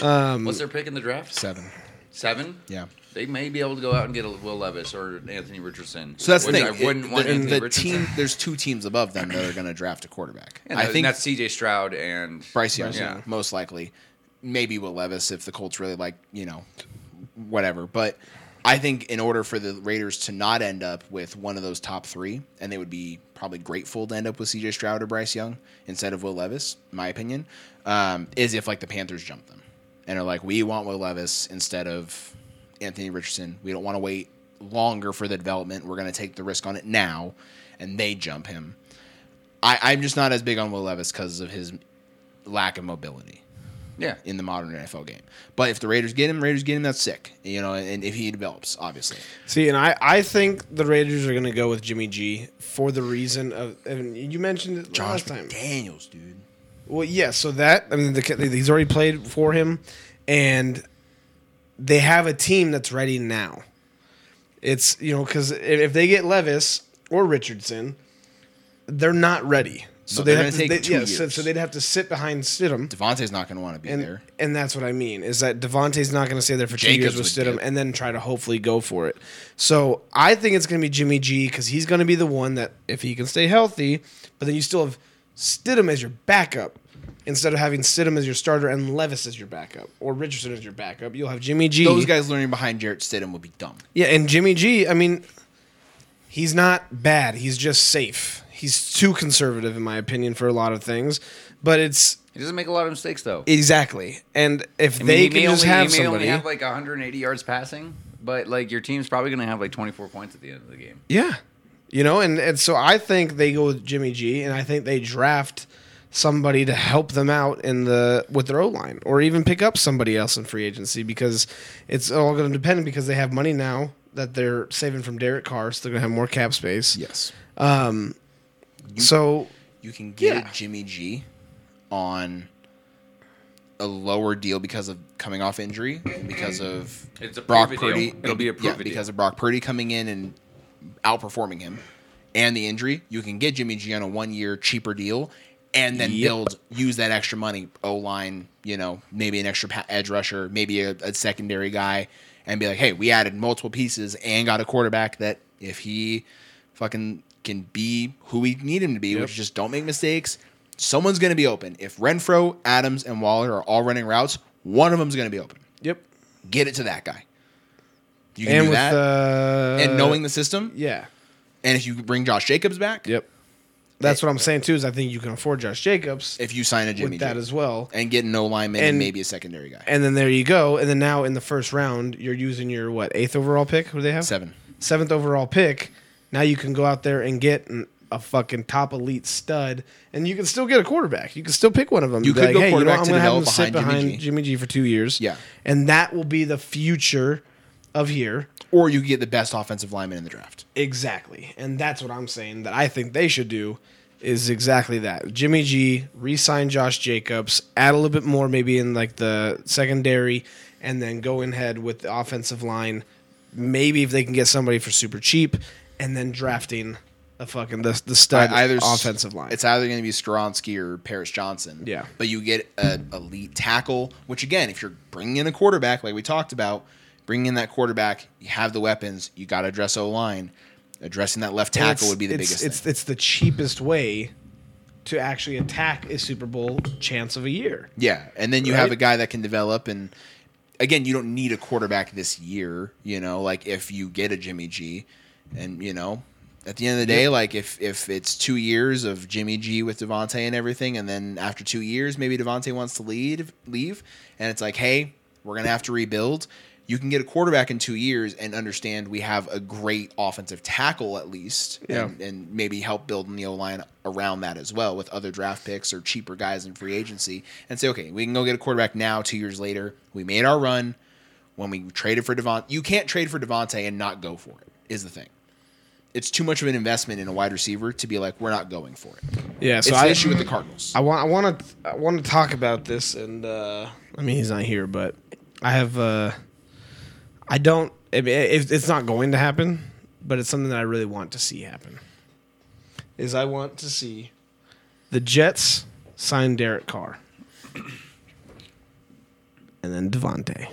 E: What's their pick in the draft?
C: seven.
E: Seven?
C: Mm. Yeah.
E: They may be able to go out and get a Will Levis or an Anthony Richardson.
C: So that's the
E: Which
C: thing.
E: I wouldn't
C: It-
E: want
C: the, and
E: Anthony
C: the
E: Richardson.
C: team. There's two teams above them that are going to draft a quarterback.
E: And
C: I
E: that-
C: think
E: and that's CJ Stroud and
C: Bryce Young,
E: Yeah.
C: most likely. Maybe Will Levis if the Colts really like, you know, whatever. But I think in order for the Raiders to not end up with one of those top three, and they would be probably grateful to end up with CJ Stroud or Bryce Young instead of Will Levis, in my opinion, um, is if like the Panthers jump them and are like, we want Will Levis instead of Anthony Richardson. We don't want to wait longer for the development. We're going to take the risk on it now, and they jump him. I, I'm just not as big on Will Levis because of his lack of mobility
E: Yeah.
C: in the modern NFL game. But if the Raiders get him, Raiders get him. That's sick, you know. And if he develops, obviously,
D: See, and I, I think the Raiders are going to go with Jimmy G for the reason of and you mentioned it last time.
C: Daniels, dude.
D: Well, yeah. So that I mean, the, kid- he's already played for him, and they have a team that's ready now. It's you know because if, if they get Levis or Richardson, they're not ready. So
C: No,
D: they
C: they're
D: have to,
C: gonna
D: they,
C: take two
D: yeah, so,
C: years.
D: so they'd have to sit behind Stidham,
C: Devontae's not going to want to be
D: and
C: there.
D: and that's what I mean is that Devontae's not going to stay there for
C: Jacobs
D: two years with
C: would
D: Stidham
C: dip.
D: and then try to hopefully go for it. So I think it's going to be Jimmy G because he's going to be the one that if he can stay healthy, but then you still have Stidham as your backup instead of having Stidham as your starter and Levis as your backup or Richardson as your backup. You'll have Jimmy G.
C: Those guys learning behind Jarrett Stidham would be dumb.
D: Yeah, and Jimmy G, I mean, he's not bad. He's just safe. He's too conservative, in my opinion, for a lot of things. But it's
E: He doesn't make a lot of mistakes though.
D: exactly. And if
E: I mean,
D: they
E: you
D: can
E: may
D: just
E: only,
D: have
E: you may
D: somebody.
E: only have like 180 yards passing, but like your team's probably going to have like 24 points at the end of the game.
D: yeah. You know, and, and so I think they go with Jimmy G, and I think they draft somebody to help them out in the with their O line, or even pick up somebody else in free agency because it's all going to depend because they have money now that they're saving from Derek Carr, so they're going to have more cap space.
C: Yes,
D: So
C: you can get
D: Yeah.
C: a Jimmy G on a lower deal because of coming off injury and because of
E: It's a
C: Brock
E: prove a deal.
C: Purdy.
E: It'll be a prove a deal.
C: because of Brock Purdy coming in and outperforming him and the injury. You can get Jimmy G on a one year cheaper deal and then build use that extra money O line, you know, maybe an extra pa- edge rusher, maybe a, a secondary guy, and be like, hey, we added multiple pieces and got a quarterback that if he fucking can be who we need him to be, which is just don't make mistakes. Someone's going to be open. If Renfro, Adams, and Waller are all running routes, one of them's going to be open.
D: Yep.
C: Get it to that guy. You can
D: And
C: do
D: with
C: that
D: uh
C: and knowing the system.
D: yeah.
C: And if you bring Josh Jacobs back,
D: Yep. That's what I'm saying too. Is I think you can afford Josh Jacobs
C: if you sign a Jimmy
D: with that
C: G
D: as well.
C: and get no lineman and,
D: and-
C: maybe a secondary guy.
D: And then there you go. And then now in the first round, you're using your what eighth overall pick? Who do they have?
C: Seven.
D: Seventh overall pick. Now you can go out there and get an, a fucking top elite stud, and you can still get a quarterback. You can still pick one of them.
C: You
D: Be
C: could go
D: "Hey, what?
C: quarterback
D: I'm
C: to
D: gonna have him
C: develop
D: sit
C: behind Jimmy
D: behind
C: G."
D: Jimmy G for two years.
C: Yeah.
D: and that will be the future of here.
C: Or you could get the best offensive lineman in the draft.
D: Exactly. And that's what I'm saying that I think they should do is exactly that. Jimmy G, re-sign Josh Jacobs, add a little bit more maybe in like the secondary, and then go in head with the offensive line. Maybe if they can get somebody for super cheap, and then drafting a fucking the the stud
C: I- either s-
D: offensive line.
C: It's either going to be Skoronsky or Paris Johnson.
D: Yeah.
C: But you get an elite tackle, which again, if you're bringing in a quarterback, like we talked about, bringing in that quarterback, you have the weapons. You got to address O line. Addressing that left
D: And
C: tackle
D: it's-
C: would be the
D: it's-
C: biggest.
D: It's
C: thing.
D: it's the cheapest way to actually attack a Super Bowl chance of a year.
C: yeah, and then you have
D: right?
C: a guy that can develop and. Again, you don't need a quarterback this year, you know, like if you get a Jimmy G and you know, at the end of the day, like if if it's 2 years of Jimmy G with Devontae and everything and then after 2 years maybe Devontae wants to leave leave and it's like, "Hey, we're going to have to rebuild." You can get a quarterback in 2 years and understand we have a great offensive tackle at least
D: Yeah.
C: and, and maybe help build the O-line around that as well with other draft picks or cheaper guys in free agency and say, "Okay, we can go get a quarterback now 2 years later. We made our run." when we traded for Devontae. You can't trade for Devontae and not go for it, is the thing. It's too much of an investment in a wide receiver to be like, we're not going for it.
D: Yeah, so
C: it's
D: I
C: the issue with the Cardinals.
D: I want I want to I want to talk about this and uh I mean he's not here but I have uh I don't I mean, it, it's not going to happen but it's something that I really want to see happen is I want to see the Jets sign Derek Carr and then Devontae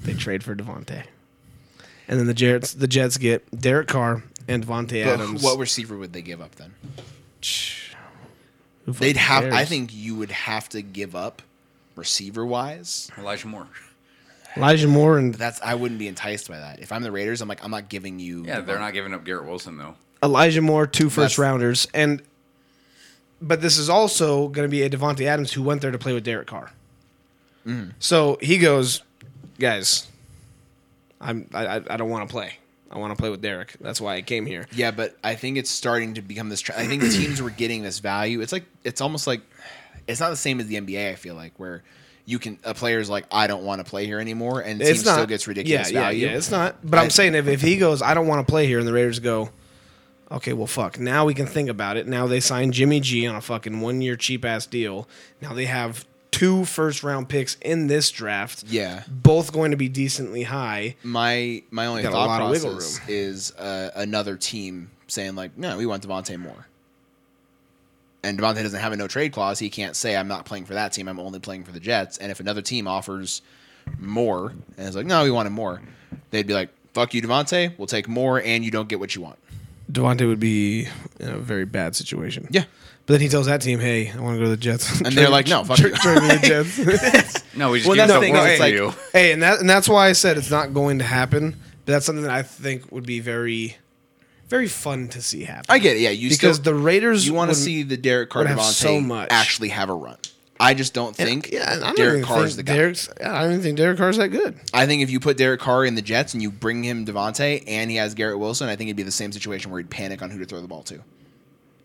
D: they trade for Devontae and then the Jets the Jets get Derek Carr and Devontae
C: But
D: Adams
C: what receiver would they give up then?
D: Who fucking
C: They'd have. I
D: cares?
C: think you would have to give up receiver wise.
E: Elijah Moore.
D: Elijah Moore and
C: But that's I wouldn't be enticed by that. If I'm the Raiders, I'm like I'm not giving you.
E: Yeah, they're not giving up Garrett Wilson though.
D: Elijah Moore, two first
C: That's-
D: rounders, and but this is also going to be a Devonte Adams who went there to play with Derek Carr.
C: Mm.
D: So he goes, guys, I'm I, I- I don't want to play. I want to play with Derek. That's why I came here.
C: Yeah, but I think it's starting to become this. Tra- I think teams were getting this value. It's like it's almost like it's not the same as the NBA. I feel like where you can a player's like I don't want to play here anymore, and the team
D: it's not
C: still gets ridiculous
D: yeah,
C: value.
D: Yeah, yeah, it's not. But
C: I-
D: I'm saying if, if he goes, I don't want to play here, and the Raiders go, okay, well, fuck. Now we can think about it. Now they sign Jimmy G on a fucking one year cheap ass deal. Now they have two first round picks in this draft.
C: Yeah.
D: both going to be decently high.
C: my my only
D: Got a
C: thought
D: lot of wiggle
C: process
D: room.
C: is uh, another team saying like, no, we want Devontae Moore, and Devontae doesn't have a no trade clause. He can't say I'm not playing for that team. I'm only playing for the Jets. And if another team offers more and is like, no, we wanted more, they'd be like, fuck you, Devontae. We'll take more, and you don't get what you want.
D: Devontae would be in a very bad situation.
C: Yeah.
D: But then he tells that team, "Hey, I want to go to the Jets,"
C: And they're like, no, fuck you.
D: trade me the Jets.
E: No, we just
C: Well,
E: well,
C: that's the
E: up
C: thing,
E: Wilson
C: it's
E: for
C: like-
E: you.
D: Hey, and that and that's why I said it's not going to happen. But that's something that I think would be very, very fun to see happen.
C: I get it. Yeah, you
D: because
C: still,
D: the Raiders
C: you want to
D: would-
C: see the Derek Carr
D: would have
C: Devontae
D: so much.
C: actually have a run. I just don't think
D: Yeah, and I don't
C: Derek
D: even
C: Carr
D: think
C: is the guy.
D: Derek's- I don't even think Derek Carr's that good.
C: I think if you put Derek Carr in the Jets and you bring him Devontae and he has Garrett Wilson, I think it'd be the same situation where he'd panic on who to throw the ball to.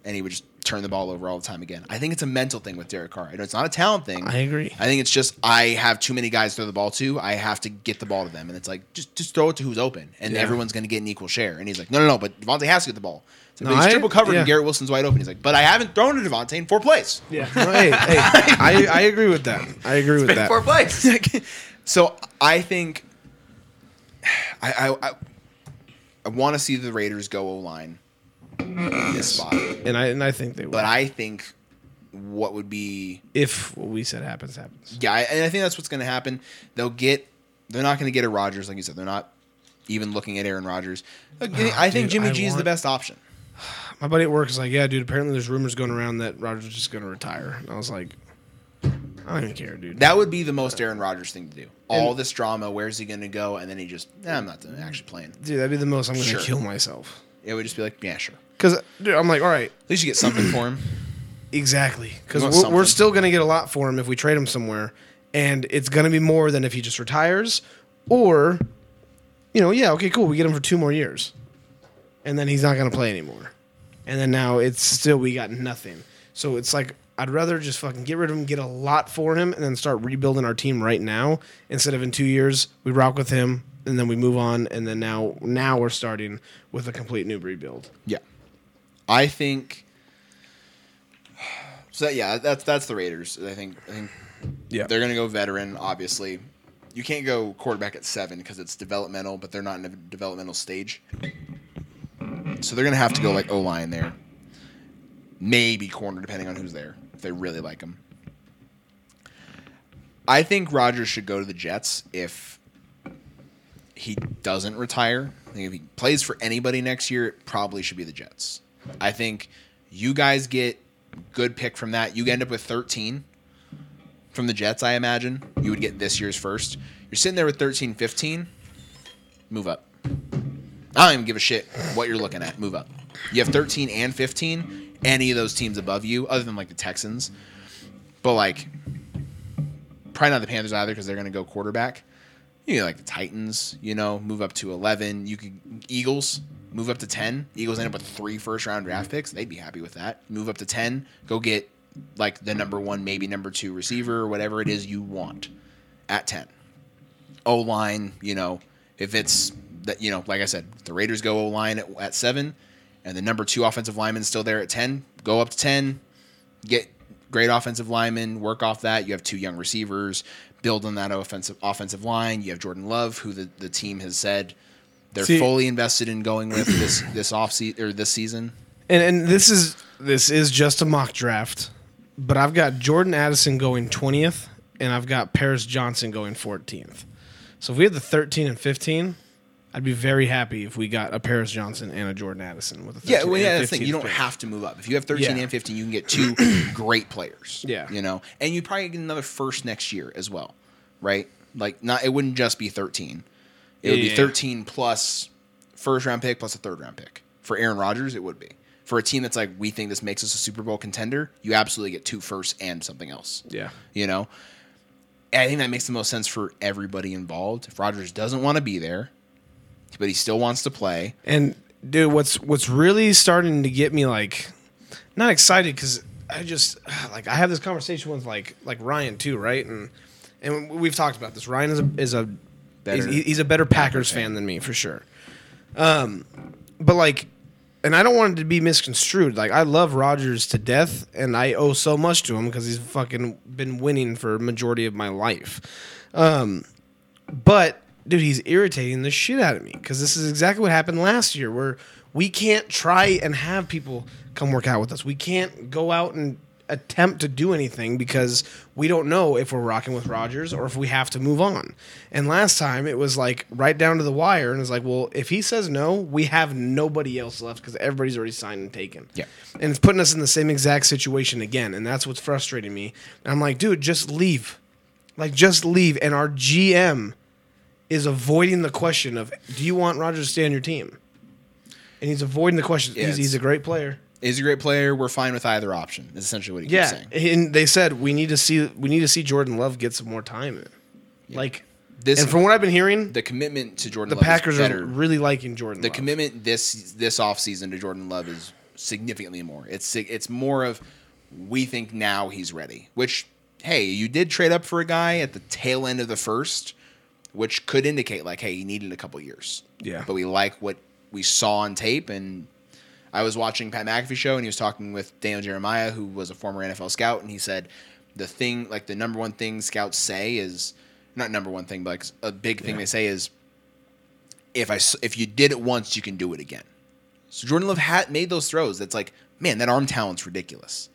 C: And he would just turn the ball over all the time again. I think it's a mental thing with Derek Carr. I know it's not a talent thing.
D: I agree.
C: I think it's just I have too many guys to throw the ball to. I have to get the ball to them. And it's like, just just throw it to who's open. And
D: Yeah.
C: everyone's going to get an equal share. And he's like, no, no, no, but Devontae has to get the ball. It's like,
D: No,
C: he's
D: I-
C: triple covered
D: yeah.
C: and Garrett Wilson's wide open. He's like, but I haven't thrown to Devontae in four plays.
D: Yeah. hey, hey, I, I agree with that. I agree with that.
E: Four plays.
C: So I think I I, I, I want to see the Raiders go O line this spot,
D: And I and I think they will.
C: but I think what would be
D: if what we said happens, happens.
C: yeah, I- and I think that's what's going to happen. They'll get they're not going to get a Rodgers like you said. They're not even looking at Aaron Rodgers. Look, I think
D: Oh, dude,
C: Jimmy
D: I
C: G is the
D: want-
C: best option.
D: My buddy at work is like, yeah, dude. Apparently, there's rumors going around that Rogers is just going to retire. And I was like, I don't even care, dude.
C: That would be the most Aaron Rodgers thing to do. All this drama, where's he going to go? And then he just, nah, I'm not actually playing.
D: dude, that'd be the most I'm going to
C: Sure.
D: kill myself.
C: It would just be like, yeah, sure.
D: Because I'm like, all right,
C: At least you get something for him.
D: exactly. Because
C: You want
D: we're, we're
C: something.
D: still going to get a lot for him if we trade him somewhere, and it's going to be more than if he just retires, or, you know, yeah, okay, cool, we get him for two more years, and then he's not going to play anymore, and then now it's still we got nothing. So it's like I'd rather just fucking get rid of him, get a lot for him, and then start rebuilding our team right now instead of in two years we rock with him and then we move on, and then now now we're starting with a complete new rebuild.
C: Yeah, I think. So that- yeah, that's that's the Raiders. I think I think
D: Yeah,
C: they're gonna go veteran. Obviously, you can't go quarterback at seven because it's developmental, but they're not in a developmental stage. So they're gonna have to go like O line there, maybe corner depending on who's there if they really like him. I think Rodgers should go to the Jets if he doesn't retire. I think if he plays for anybody next year, it probably should be the Jets. I think you guys get good pick from that. You end up with 13 from the Jets, I imagine. You would get this year's first. You're sitting there with 13, 15. Move up. I don't even give a shit what you're looking at. Move up. You have 13 and 15. Any of those teams above you, other than like the Texans, but like probably not the Panthers either because they're going to go quarterback. You know, like the Titans, you know, move up to 11. You could Eagles move up to 10. Eagles end up with three first round draft picks. They'd be happy with that. Move up to 10. Go get like the number one, maybe number two receiver or whatever it is you want at 10. O line, you know, if it's that, you know, like I said, the Raiders go O line at, at seven and the number two offensive lineman's still there at 10, go up to 10, get great offensive linemen, work off that. You have two young receivers, build on that offensive offensive line. You have Jordan Love, who the, the team has said they're
D: See-
C: fully invested in going with this this off or this season.
D: And and this is this is just a mock draft, but I've got Jordan Addison going twentieth, and I've got Paris Johnson going fourteenth. So if we had the thirteen and fifteen, I'd be very happy if we got a Paris Johnson and a Jordan Addison with a 13
C: Yeah, well,
D: and
C: yeah, that's the thing.
D: 15th
C: You don't
D: pick.
C: have to move up. If you have 13
D: Yeah.
C: and 15, you can get two great players.
D: Yeah.
C: You know, and you probably get another first next year as well, right? Like, not it wouldn't just be 13. It would
D: Yeah.
C: be 13 plus first round pick plus a third round pick. For Aaron Rodgers, it would be. For a team that's like, we think this makes us a Super Bowl contender, you absolutely get two firsts and something else.
D: Yeah,
C: You know, And I think that makes the most sense for everybody involved. If Rodgers doesn't want to be there, but he still wants to play,
D: and dude, what's what's really starting to get me like not excited because I just like I have this conversation with like like Ryan too, right? And and we've talked about this. Ryan is a is a
C: Better-
D: he's, he's a better Packers fan than me for sure. Um, but like, and I don't want it to be misconstrued. Like I love Rodgers to death, and I owe so much to him because he's fucking been winning for a majority of my life. But dude, he's irritating the shit out of me because this is exactly what happened last year, where we can't try and have people come work out with us. We can't go out and attempt to do anything because we don't know if we're rocking with Rogers or if we have to move on. And last time it was like right down to the wire, and it's like, well, if he says no, we have nobody else left because everybody's already signed and taken.
C: Yeah.
D: and it's putting us in the same exact situation again, and that's what's frustrating me. And I'm like, dude, just leave. Like, just leave. And our GM is avoiding the question of, do you want Rogers to stay on your team? And he's avoiding the question.
C: Yeah,
D: he's,
C: it's-
D: he's a great player.
C: He's a great player. We're fine with either option. Is essentially what he keeps
D: Yeah,
C: saying.
D: and they said we need to see we need to see Jordan Love get some more time. in. Like
C: This
D: and from what I've been hearing, the,
C: the commitment to Jordan. Love
D: Packers
C: is better.
D: are really liking Jordan.
C: the
D: Love.
C: commitment this this offseason to Jordan Love is significantly more. It's sig- it's more of we think now he's ready. Which hey, you did trade up for a guy at the tail end of the first, which could indicate like hey, he needed a couple years.
D: Yeah.
C: But we like what we saw on tape and I was watching Pat McAfee show and he was talking with Daniel Jeremiah, who was a former NFL scout, and he said the thing, like the number one thing scouts say is not number one thing, but like a big thing they say is if I s- if you did it once, you can do it again. So Jordan Love had made those throws. That's like, man, that arm talent's ridiculous.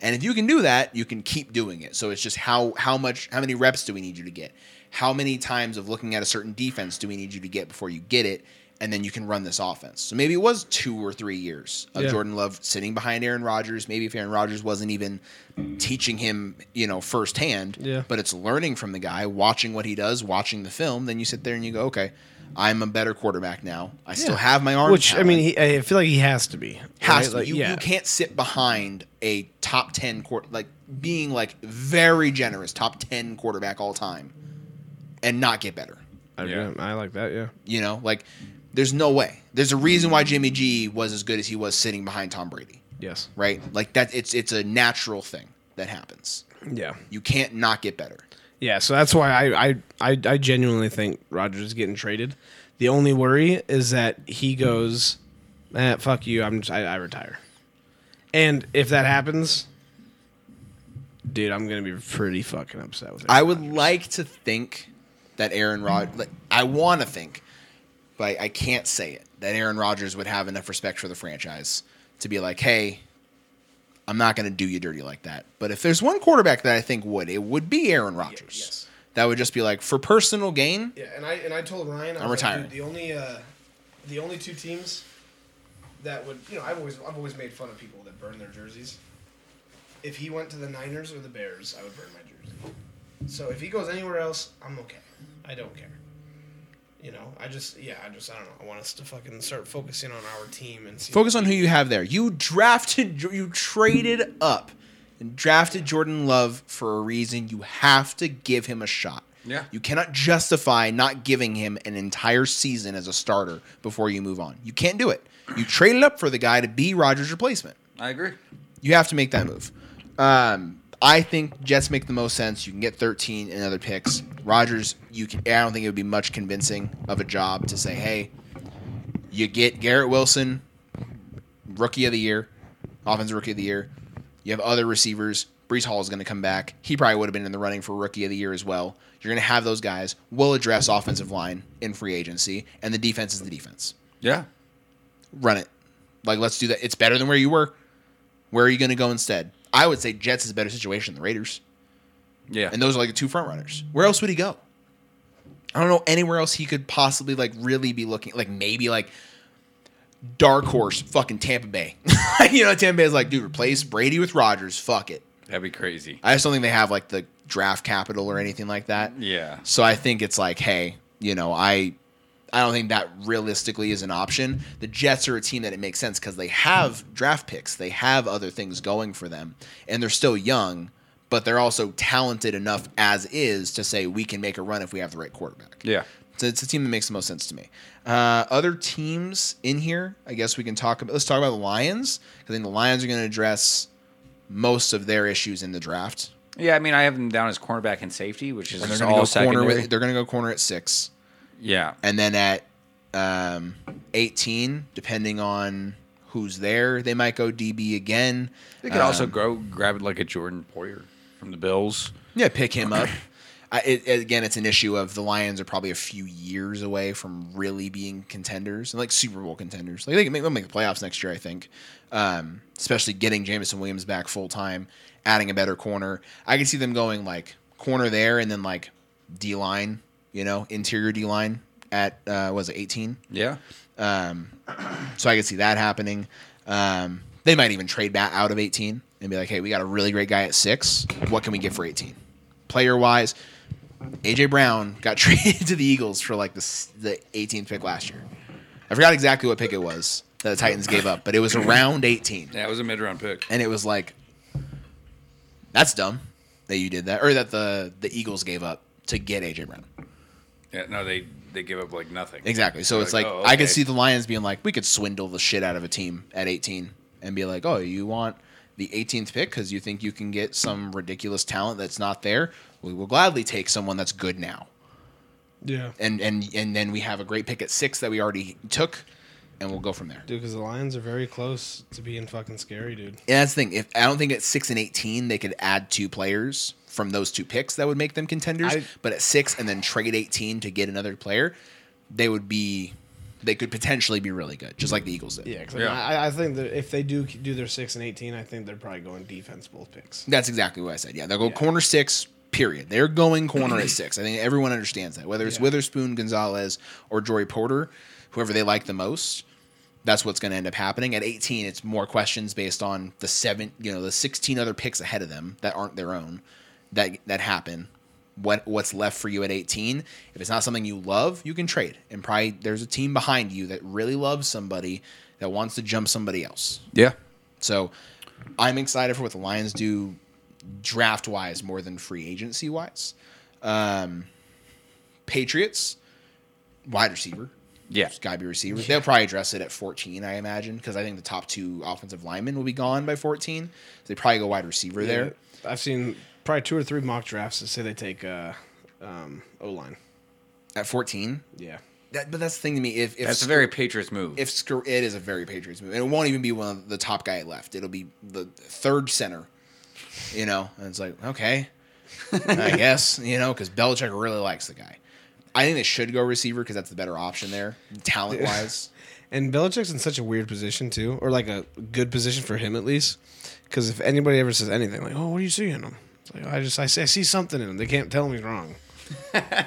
C: And if you can do that, you can keep doing it. So it's just how how much how many reps do we need you to get? How many times of looking at a certain defense do we need you to get before you get it? and then you can run this offense. So maybe it was two or three years of
D: Yeah.
C: Jordan Love sitting behind Aaron Rodgers. Maybe if Aaron Rodgers wasn't even teaching him, you know, firsthand,
D: Yeah.
C: but it's learning from the guy, watching what he does, watching the film. Then you sit there and you go, okay, I'm a better quarterback now. I still
D: Yeah.
C: have my arm.
D: Which I
C: talent."
D: mean, he, I feel like he has to be.
C: has
D: right?
C: to.
D: Like,
C: you,
D: yeah.
C: you can't sit behind a top ten court like being like very generous top ten quarterback all time, and not get better.
D: I,
E: Yeah.
D: I like that. Yeah.
C: You know, like there's no way. There's a reason why Jimmy G was as good as he was sitting behind Tom Brady,
D: Yes.
C: right? Like that. It's it's a natural thing that happens.
D: Yeah.
C: You can't not get better.
D: Yeah. So that's why I I I, I genuinely think Rogers is getting traded. The only worry is that he goes, eh, fuck you. I'm just, I, I retire. And if that happens, dude, I'm gonna be pretty fucking upset with it.
C: I would like to think that Aaron Rod. Like, I want to think, but I, I can't say it. That Aaron Rodgers would have enough respect for the franchise to be like, "Hey, I'm not going to do you dirty like that." But if there's one quarterback that I think would, it would be Aaron Rodgers.
D: yes.
C: That would just be like for personal gain.
D: Yeah, and I and I told Ryan I
C: I'm
D: was like,
C: retiring.
D: "Dude, the only uh, the only two teams that would you know I've always I've always made fun of people that burn their jerseys. If he went to the Niners or the Bears, I would burn my jersey. So if he goes anywhere else, I'm okay. I don't care. You know, I just yeah, I just I don't know. I want us to fucking start focusing on our team and see
C: Focus on who you have there. You drafted, you traded up and drafted Jordan Love for a reason. You have to give him a shot.
E: Yeah.
C: You cannot justify not giving him an entire season as a starter before you move on. You can't do it. You traded up for the guy to be Rogers' replacement.
E: I agree.
C: You have to make that move. Um, I think Jets make the most sense. You can get 13 and other picks. Rogers, you can. I don't think it would be much convincing of a job to say, "Hey, you get Garrett Wilson, rookie of the year, offensive rookie of the year. You have other receivers. Brees Hall is going to come back. He probably would have been in the running for rookie of the year as well. You're going to have those guys. We'll address offensive line in free agency, and the defense is the defense
E: Yeah.
C: run it. Like, let's do that. It's better than where you were. Where are you going to go instead? I would say Jets is a better situation than the Raiders.
E: Yeah.
C: And those are like the two front runners. Where else would he go? I don't know anywhere else he could possibly like really be looking. Like maybe like dark horse fucking Tampa Bay. you know, Tampa Bay is like, dude, replace Brady with Rogers. Fuck it.
E: That'd be crazy.
C: I just don't think they have like the draft capital or anything like that.
E: Yeah.
C: So I think it's like, hey, you know, I I don't think that realistically is an option. The Jets are a team that it makes sense because they have draft picks, they have other things going for them, and they're still young, but they're also talented enough as is to say we can make a run if we have the right quarterback.
E: Yeah.
C: So it's a team that makes the most sense to me. Uh, other teams in here, I guess we can talk about. Let's talk about the Lions. 'cause I think the Lions are going to address most of their issues in the draft.
E: Yeah, I mean, I have them down as cornerback and safety, which is
C: And they're
E: just
C: going to
E: all
C: go corner.
E: secondary.
C: With, they're going to go corner at six.
E: yeah.
C: and then at um, 18, depending on who's there, they might go DB again.
E: They could
C: Um,
E: also go grab like a Jordan Poyer from the Bills.
C: Um, yeah pick him up. I, it, again, it's an issue of the Lions are probably a few years away from really being contenders and like Super Bowl contenders. Like they can make, they'll make the playoffs next year, I think. Um, especially getting Jamison Williams back full time, adding a better corner. I can see them going like corner there and then like D line, you know, interior D line at uh, was it 18?
E: Yeah.
C: Um, so I could see that happening. Um, they might even trade that out of 18 and be like, hey, we got a really great guy at six. What can we get for 18? Player wise, AJ Brown got traded to the Eagles for like the, s- the 18th pick last year. I forgot exactly what pick it was that the Titans gave up, but it was around 18.
E: Yeah, it was a mid round pick.
C: And it was like, that's dumb that you did that, or that the, the Eagles gave up to get AJ Brown.
E: Yeah, no, they they give up like nothing.
C: Exactly. So it's like
E: Like, oh,
C: I could
E: okay.
C: see the Lions being like, we could swindle the shit out of a team at 18 and be like, oh, you want the 18th pick because you think you can get some ridiculous talent that's not there. We will gladly take someone that's good now,
D: yeah
C: and and and then we have a great pick at six that we already took, and we'll go from there.
D: dude because the Lions are very close to being fucking scary dude
C: And that's the thing. If I don't think at six and 18 they could add two players from those two picks that would make them contenders,
D: I-
C: but at six and then trade 18 to get another player, they would be. They could potentially be really good, just like the Eagles did.
D: yeah, 'cause
E: Yeah.
D: I, I think that if they do do their six and eighteen, I think they're probably going defense both picks.
C: That's exactly what I said. Yeah, they'll go
D: Yeah.
C: corner six, Period. They're going corner at six. I think everyone understands that. Whether it's Witherspoon, Gonzalez, or Jory Porter, whoever they like the most, that's what's going to end up happening. At 18, it's more questions based on the seven, you know, the 16 other picks ahead of them that aren't their own that that happen. What what's left for you at 18? If it's not something you love, you can trade. And probably there's a team behind you that really loves somebody that wants to jump somebody else.
E: Yeah.
C: So I'm excited for what the Lions do draft wise more than free agency wise. Um, Patriots, wide receiver.
E: Yeah.
C: It's got to be receivers. They'll probably address it at 14, I imagine, because I think the top two offensive linemen will be gone by 14. So they probably go wide receiver there.
D: I've seen probably two or three mock drafts that say they take uh, um, O line.
C: At 14,
D: Yeah.
C: that, but that's the thing to me. If, if
E: That's a very Patriots move.
C: if Skir- it is a very Patriots move, and it won't even be one of the top guy left. It'll be the third center, you know. And it's like, okay, I guess you know, because Belichick really likes the guy. I think they should go receiver because that's the better option there, talent wise.
D: And Belichick's in such a weird position too, or like a good position for him at least, because if anybody ever says anything like, "Oh, what do you see in him?" It's like I just I see, I see something in him. They can't tell him he's wrong.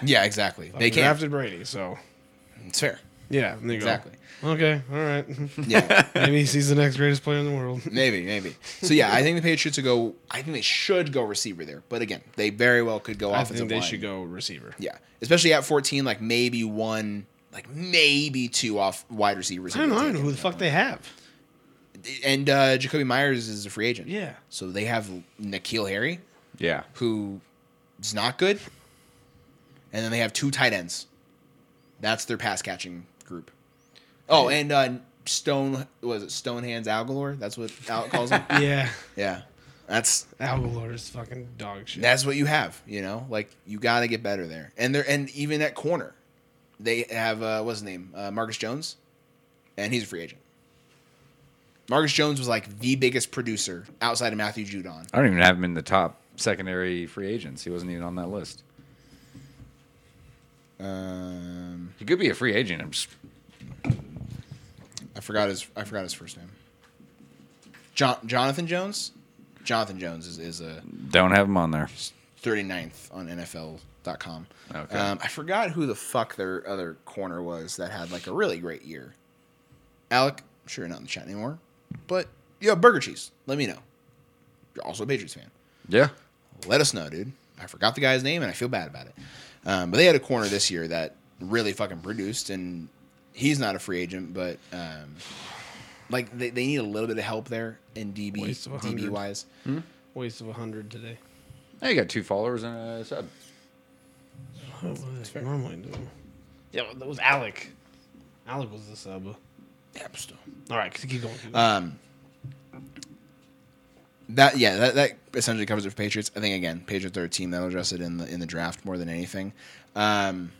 C: yeah, exactly. They
D: They
C: can't.
D: drafted Brady, so
C: It's fair.
D: yeah. And they go,
C: Exactly.
D: Okay, all right.
C: Yeah.
D: Maybe he's- he's the next greatest player in the world.
C: Maybe, maybe. So yeah, I think the Patriots will go. I think they should go receiver there, but again, they very well could go
D: I
C: offensive
D: think they
C: line.
D: should go receiver.
C: Yeah, especially at fourteen, like maybe one, like maybe two off wide receivers.
D: I don't know, I don't know who the fuck they have.
C: And uh, Jacoby Myers is a free agent.
D: Yeah.
C: So they have Nikhil Harry,
E: yeah.
C: who is not good, and then they have two tight ends. That's their pass catching group. Oh, and uh, Stone was it Stonehands Algalore? That's what Al calls him.
D: Yeah,
C: yeah, that's
D: Algalore is fucking dog shit.
C: that's what you have. You know, like you got to get better there. And they're and even at corner, they have uh, what's his name, uh, Marcus Jones, and he's a free agent. Marcus Jones was like the biggest producer outside of Matthew Judon.
E: I don't even have him in the top secondary free agents. He wasn't even on that list.
C: Um,
E: He could be a free agent. I'm just,
C: I forgot his I forgot his first name. John Jonathan Jones. Jonathan Jones is, is a
E: don't have him on there.
C: 39th on NFL.com.
E: Okay.
C: Um, I forgot who the fuck their other corner was that had like a really great year. Alec, I'm sure you're not in the chat anymore, but yo, Burger Cheese, let me know. You're also a Patriots fan.
E: Yeah.
C: Let us know, dude. I forgot the guy's name and I feel bad about it. Um, but they had a corner this year that really fucking produced, and he's not a free agent, but um, like they, they need a little bit of help there in DB,
D: Waste of a
C: DB
D: hundred.
C: wise.
D: Waste of hundred today.
E: Now you got two followers and a sub.
D: Oh, what they normally do. Yeah, well, that was Alec. Alec was the sub.
C: Yeah, but still.
D: All right, keep going.
C: Um, that yeah, that, that essentially covers it for Patriots. I think again, Patriots are a team that'll address it in the in the draft more than anything. Um,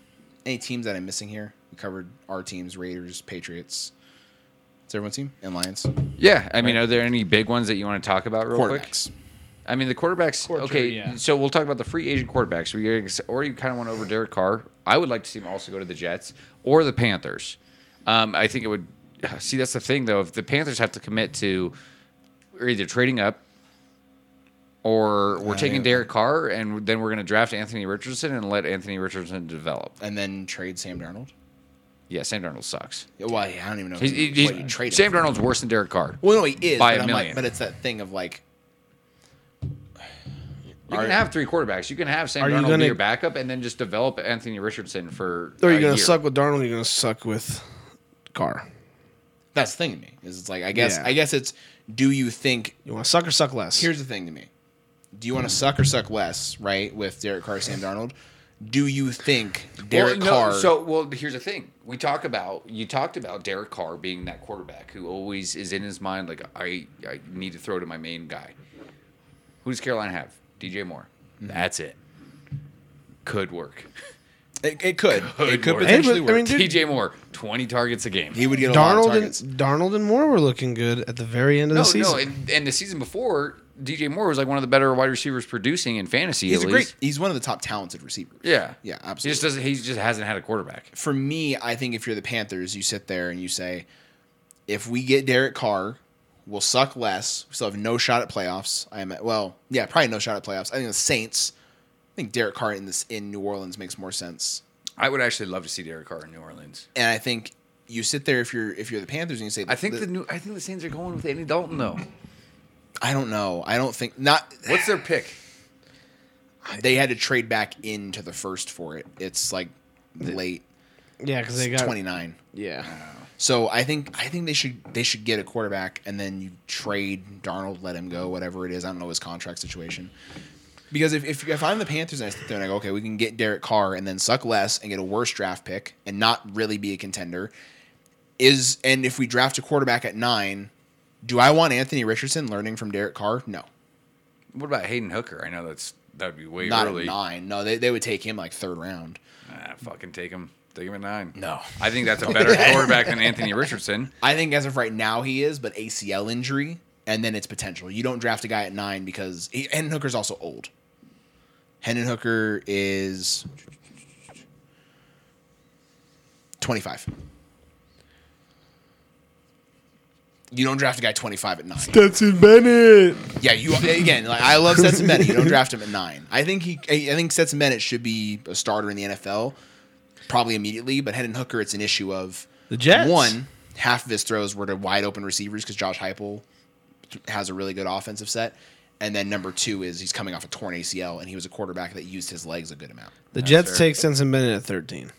C: any teams that I'm missing here? We covered our teams: Raiders, Patriots. It's everyone's team and Lions.
E: Yeah. I mean, are there any big ones that you want to talk about real quick?
C: Quarterbacks.
E: I mean, the quarterbacks.
D: Quarter,
E: okay,
D: yeah.
E: so we'll talk about the free agent quarterbacks. We or you kind of went over Derek Carr. I would like to see him also go to the Jets or the Panthers. Um, I think it would. See, that's the thing though. If the Panthers have to commit to, we're either trading up, or we're taking Derek Carr, and then we're going to draft Anthony Richardson and let Anthony Richardson develop.
C: And then trade Sam Darnold.
E: Yeah, Sam Darnold sucks.
C: Well, yeah, I don't even know. if
E: He's,
C: you-
E: he's-
C: what you trade
E: Sam
C: him.
E: Darnold's worse than Derek Carr.
C: Well, no, he is.
E: by
C: but
E: a
C: I'm like-
E: million.
C: but it's that thing of like,
E: You can have three quarterbacks. You can have Sam
D: Are you
E: Darnold
D: gonna-
E: be your backup, and then just develop Anthony Richardson for.
D: are you
E: a
D: gonna
E: year.
D: suck with Darnold? Or are you gonna suck with Carr?
C: that's the thing to me. Is it's like I guess
D: Yeah.
C: I guess it's do you think
D: You want to suck or suck less?
C: here's the thing to me. Do you want to suck or suck less, right, with Derek Carr, Sam Darnold? Do you think Derek
E: well, no,
C: Carr?
E: So, well, here's the thing: we talk about you talked about Derek Carr being that quarterback who always is in his mind like I I need to throw to my main guy. Who does Carolina have? DJ Moore. That's it. Could work.
C: it, it could, it could
E: lord.
D: Hey,
C: potentially
D: but,
C: work.
D: I mean, dude,
E: DJ Moore, 20 targets a game.
C: he would get a lot
D: Darnold
C: of targets.
D: and Darnold and Moore were looking good at the very end of
E: no,
D: the season.
E: no, and, and the season before, DJ Moore was like one of the better wide receivers producing in fantasy.
C: he's
E: at
C: a great.
E: least.
C: He's one of the top talented receivers.
E: Yeah, He
C: yeah,
E: just
C: absolutely.
E: doesn't. He just hasn't had a quarterback.
C: For me, I think if you're the Panthers, you sit there and you say, if we get Derek Carr, we'll suck less. We still have no shot at playoffs. I am well, yeah, probably no shot at playoffs. I think the Saints. I think think Derek Carr in this in New Orleans makes more sense.
E: I would actually love to see Derek Carr in New Orleans.
C: And I think you sit there if you're if you're the Panthers and you say
E: I think the, new I think the Saints are going with Andy Dalton though.
C: I don't know. I don't think not
E: What's their pick?
C: they had to trade back into the first for it. It's like late
D: Yeah, because they got
C: 29.
D: Yeah,
C: So I think I think they should they should get a quarterback and then you trade Darnold, let him go, whatever it is. I don't know his contract situation. Because if, if, if I'm the Panthers and I sit there and I go, okay, we can get Derek Carr and then suck less and get a worse draft pick and not really be a contender, is and if we draft a quarterback at nine, do I want Anthony Richardson learning from Derek Carr? No.
E: What about Hayden Hooker? I know that's that'd be way
C: Not
E: early.
C: at nine. No, they, they would take him like third round.
E: Ah, fucking take him. Take him at nine.
C: No.
E: I think that's a better quarterback than Anthony Richardson.
C: I think as of right now he is, but ACL injury and then it's potential. You don't draft a guy at nine because he, Hendon Hooker's also old. Hendon Hooker is twenty five. You don't draft a guy twenty five at nine.
D: Stetson Bennett.
C: Yeah, you again. Like I love Stetson Bennett. You don't draft him at nine. I think he. I think Stetson Bennett should be a starter in the NFL, probably immediately. But Hendon Hooker, it's an issue of
D: The Jets.
C: One half of his throws were to wide open receivers because Josh Heupel has a really good offensive set, and then number two is he's coming off a torn ACL, and he was a quarterback that used his legs a good amount.
D: The Jets
E: sir.
D: take Stetson Bennett at thirteen.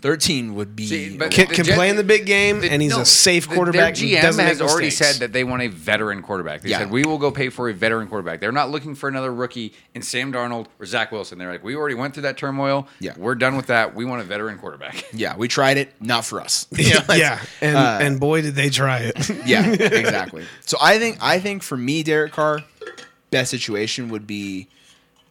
C: Thirteen would be
E: See, but-
D: Can,
E: The
D: can
E: Jet-
D: play in the big game,
E: The-
D: and he's
E: no,
D: a safe
E: the-
D: quarterback.
E: Their
D: who
E: GM
D: doesn't make
E: has already
D: mistakes.
E: said that they want a veteran quarterback. They
C: Yeah.
E: said we will go pay for a veteran quarterback. They're not looking for another rookie in Sam Darnold or Zach Wilson. They're like, we already went through that turmoil.
C: Yeah.
E: we're done with that. We want a veteran quarterback.
C: yeah, we tried it, not for us.
D: yeah, and
C: uh,
D: and boy did they try it.
C: yeah, exactly. So I think I think for me, Derek Carr, best situation would be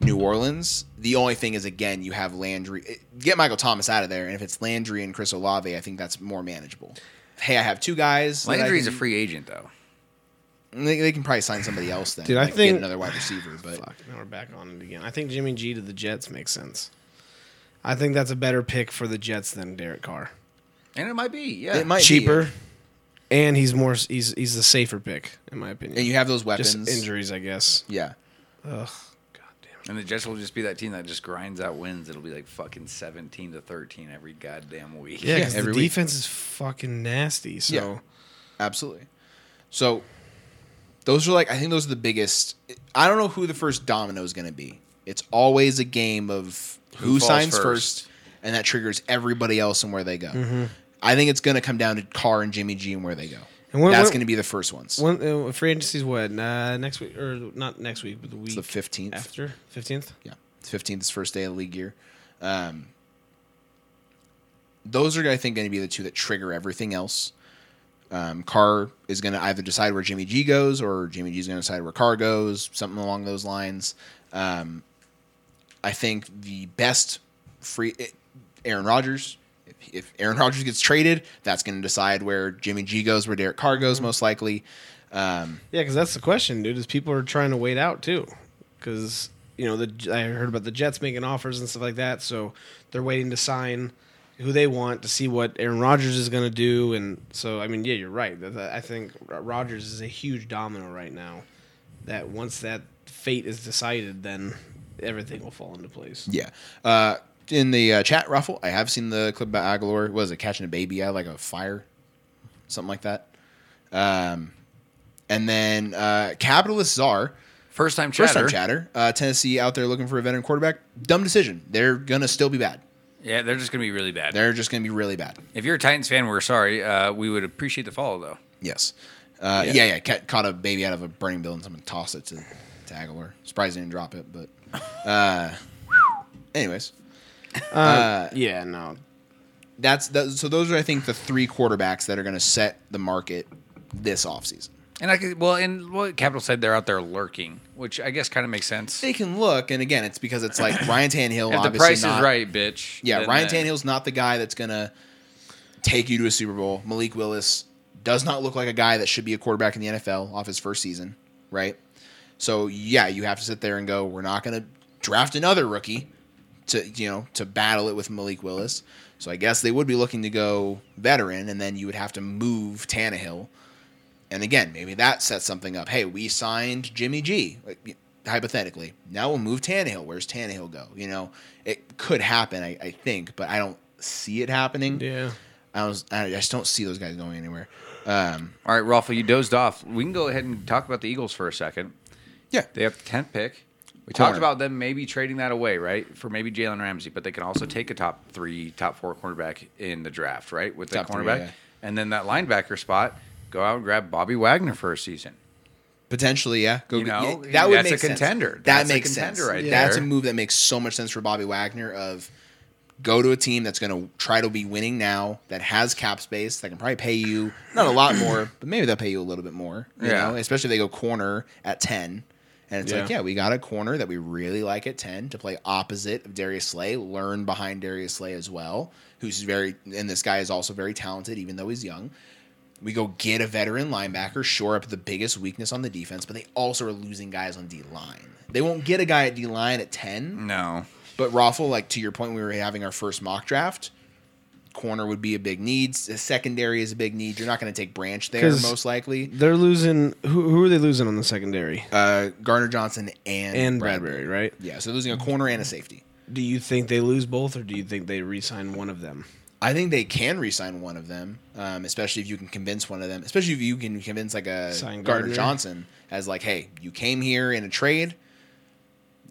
C: New Orleans. The only thing is, again, you have Landry. eh, Get Michael Thomas out of there, and if it's Landry and Chris Olave, I think that's more manageable. Hey, I have two guys. that I
E: Landry's a
C: can-
E: free agent though.
C: They, they can probably sign somebody else then.
D: Dude, I
C: like,
D: think-
C: get another wide receiver, but
D: Fuck, now we're back on it again. I think Jimmy G to the Jets makes sense. I think that's a better pick for the Jets than Derek Carr.
E: And it might be, yeah.
C: it might be
D: Cheaper,
C: it.
D: and he's more he's he's the safer pick in my opinion.
C: and you have those weapons.
D: Just injuries, I guess.
C: Yeah,
D: Ugh, god damn it.
E: And the Jets will just be that team that just grinds out wins. It'll be like fucking seventeen to thirteen every goddamn week.
D: Yeah,
C: Yeah,
D: 'cause
C: every
D: the
C: week.
D: defense is fucking nasty. So
C: Yeah. absolutely. So those are like I think those are the biggest. I don't know who the first domino is going to be. It's always a game of who,
E: Who falls
C: signs
E: first.
C: first. and that triggers everybody else and where they go. I think it's going to come down to Carr and Jimmy G and where they go.
D: And when-
C: That's
D: when-
C: going to be the first ones.
D: When, uh, free agency's what? Uh, next week or not next week, but the week
C: It's the fifteenth.
D: after, fifteenth.
C: Yeah, fifteenth is first day of the league year. Um, those are, I think, going to be the two that trigger everything else. Um, Carr is going to either decide where Jimmy G goes, or Jimmy G is going to decide where Carr goes, something along those lines. Um, I think the best free eh, Aaron Rodgers. If- If Aaron Rodgers gets traded, that's going to decide where Jimmy G goes, where Derek Carr goes, most likely. Um,
D: Yeah, because that's the question, dude. Is people are trying to wait out too, because you know the I heard about the Jets making offers and stuff like that, so they're waiting to sign who they want to see what Aaron Rodgers is going to do, and so I mean, yeah, you're right. That- that- I think Rodgers is a huge domino right now. That once that fate is decided, then everything will fall into place.
C: Yeah. Uh, in the uh, chat raffle, I have seen the clip about Aguilar. What is it catching a baby out of like a fire, something like that. Um, and then uh, capitalist czar,
E: First time chatter.
C: first time chatter, uh, Tennessee out there looking for a veteran quarterback. Dumb decision. They're gonna still be bad.
E: Yeah, they're just gonna be really bad.
C: They're just gonna be really bad.
E: If you're a Titans fan, we're sorry. Uh, we would appreciate the follow though.
C: Yes. Uh, yeah, yeah. ca- caught a baby out of a burning building. Someone tossed it to, to Aguilar. Surprised they didn't drop it, but. Uh, anyways.
D: Yeah, no,
C: that's that, so those are i think the three quarterbacks that are going to set the market this offseason
E: And I could well, and what Capital said they're out there lurking, which I guess kind of makes sense.
C: they can look and again it's because it's like ryan tannehill
E: If the
C: obviously
E: price
C: not-
E: is right, bitch.
C: yeah
E: then
C: ryan
E: that-
C: tannehill's not the guy that's going to take you to a super bowl malik willis does not look like a guy that should be a quarterback in the nfl off his first season right so yeah you have to sit there and go we're not going to draft another rookie to you know to battle it with Malik Willis. So I guess they would be looking to go veteran, and then you would have to move Tannehill. And again, maybe that sets something up. Hey, we signed Jimmy G. Like, y- hypothetically, now we'll move Tannehill. Where's Tannehill go? You know, it could happen, I, I think, but I don't see it happening.
D: Yeah.
C: I was, I just don't see those guys going anywhere. Um,
E: All right, Rafa, you dozed off. We can go ahead and talk about the Eagles for a second.
C: yeah,
E: They have the tenth pick. We
C: Corner.
E: talked about them maybe trading that away, right, for maybe Jalen Ramsey, but they can also take a top three, top four cornerback in the draft, right, with that
C: Top three,
E: cornerback,
C: yeah.
E: and then that linebacker spot. Go out and grab Bobby Wagner for a season.
C: potentially, yeah. Go,
E: You know,
C: yeah, that would
E: that's a
C: make sense.
E: contender.
C: That
E: That's a
C: makes
E: contender
C: sense.
E: right
C: That's a
E: there.
C: move that makes so much sense for Bobby Wagner. Of go to a team that's going to try to be winning now, that has cap space, that can probably pay you not a lot more, but maybe they'll pay you a little bit more. You
E: Yeah.
C: know, especially if they go corner at ten. And it's like,
D: Yeah.
C: yeah, we got a corner that we really like at 10 to play opposite of Darius Slay, learn behind Darius Slay as well, who's very, and this guy is also very talented, even though he's young. We go get a veteran linebacker, shore up the biggest weakness on the defense, but they also are losing guys on D line. They won't get a guy at D line at 10,
E: No,
C: but Raffle, like to your point, we were having our first mock draft. Corner would be a big need. S- Secondary is a big need. You're not going to take Branch there,
D: 'Cause-
C: most likely.
D: They're losing. Who, who are they losing on the secondary?
C: Uh, Garner Johnson and,
D: and Bradbury, right?
C: Yeah, so losing a corner and a safety.
D: Do you think they lose both, or do you think they re-sign one of them?
C: I think they can re-sign one of them, um, especially if you can convince one of them. Especially if you can convince like a
D: Sign
C: Gardner
D: Gardner.
C: Johnson as like, hey, you came here in a trade,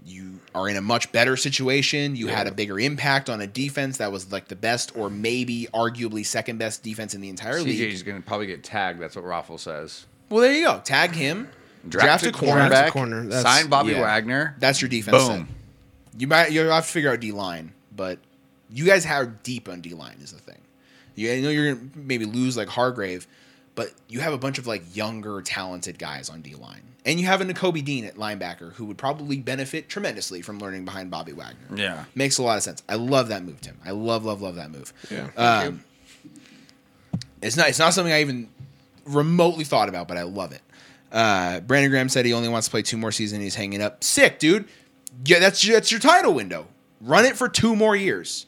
C: you are in a much better situation. You had a bigger impact on a defense that was like the best or maybe arguably second best defense in the entire league.
E: CJ's going to probably get tagged. That's what Raffle says.
C: Well, there you go. Tag him. Draft,
E: Draft
C: a
E: a
C: cornerback.
D: That's a corner. That's,
E: Sign Bobby
C: yeah.
E: Wagner.
C: That's your defense.
E: Boom.
C: set. You might you'll have to figure out D line, but you guys how deep on D line is the thing. You I know you're gonna maybe lose like Hargrave, but you have a bunch of like younger, talented guys on D line, and you have a N'Kobe Dean at linebacker who would probably benefit tremendously from learning behind Bobby Wagner.
E: Yeah.
C: makes a lot of sense. I love that move, Tim. I love, love, love that move.
D: Yeah.
C: Um, it's not. It's not something I even remotely thought about, but I love it. Uh, Brandon Graham said he only wants to play two more seasons. He's hanging up. Sick, dude. Yeah, that's that's your title window. Run it for two more years,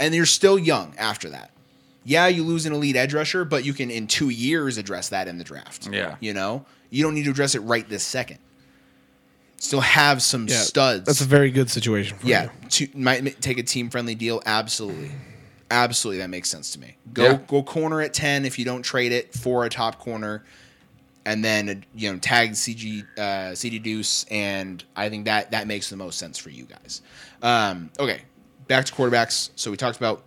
C: and you're still young after that. Yeah, you lose an elite edge rusher, but you can in two years address that in the draft.
E: Yeah.
C: you know, you don't need to address it right this second. Still have some
D: yeah,
C: studs.
D: That's a very good situation for
C: Yeah,
D: you.
C: to, might ma- take a team friendly deal. Absolutely, absolutely, that makes sense to me. Go
E: Yeah.
C: go corner at ten if you don't trade it for a top corner, and then you know tag CG uh, CD Deuce, and I think that that makes the most sense for you guys. Um, okay, back to quarterbacks. So we talked about.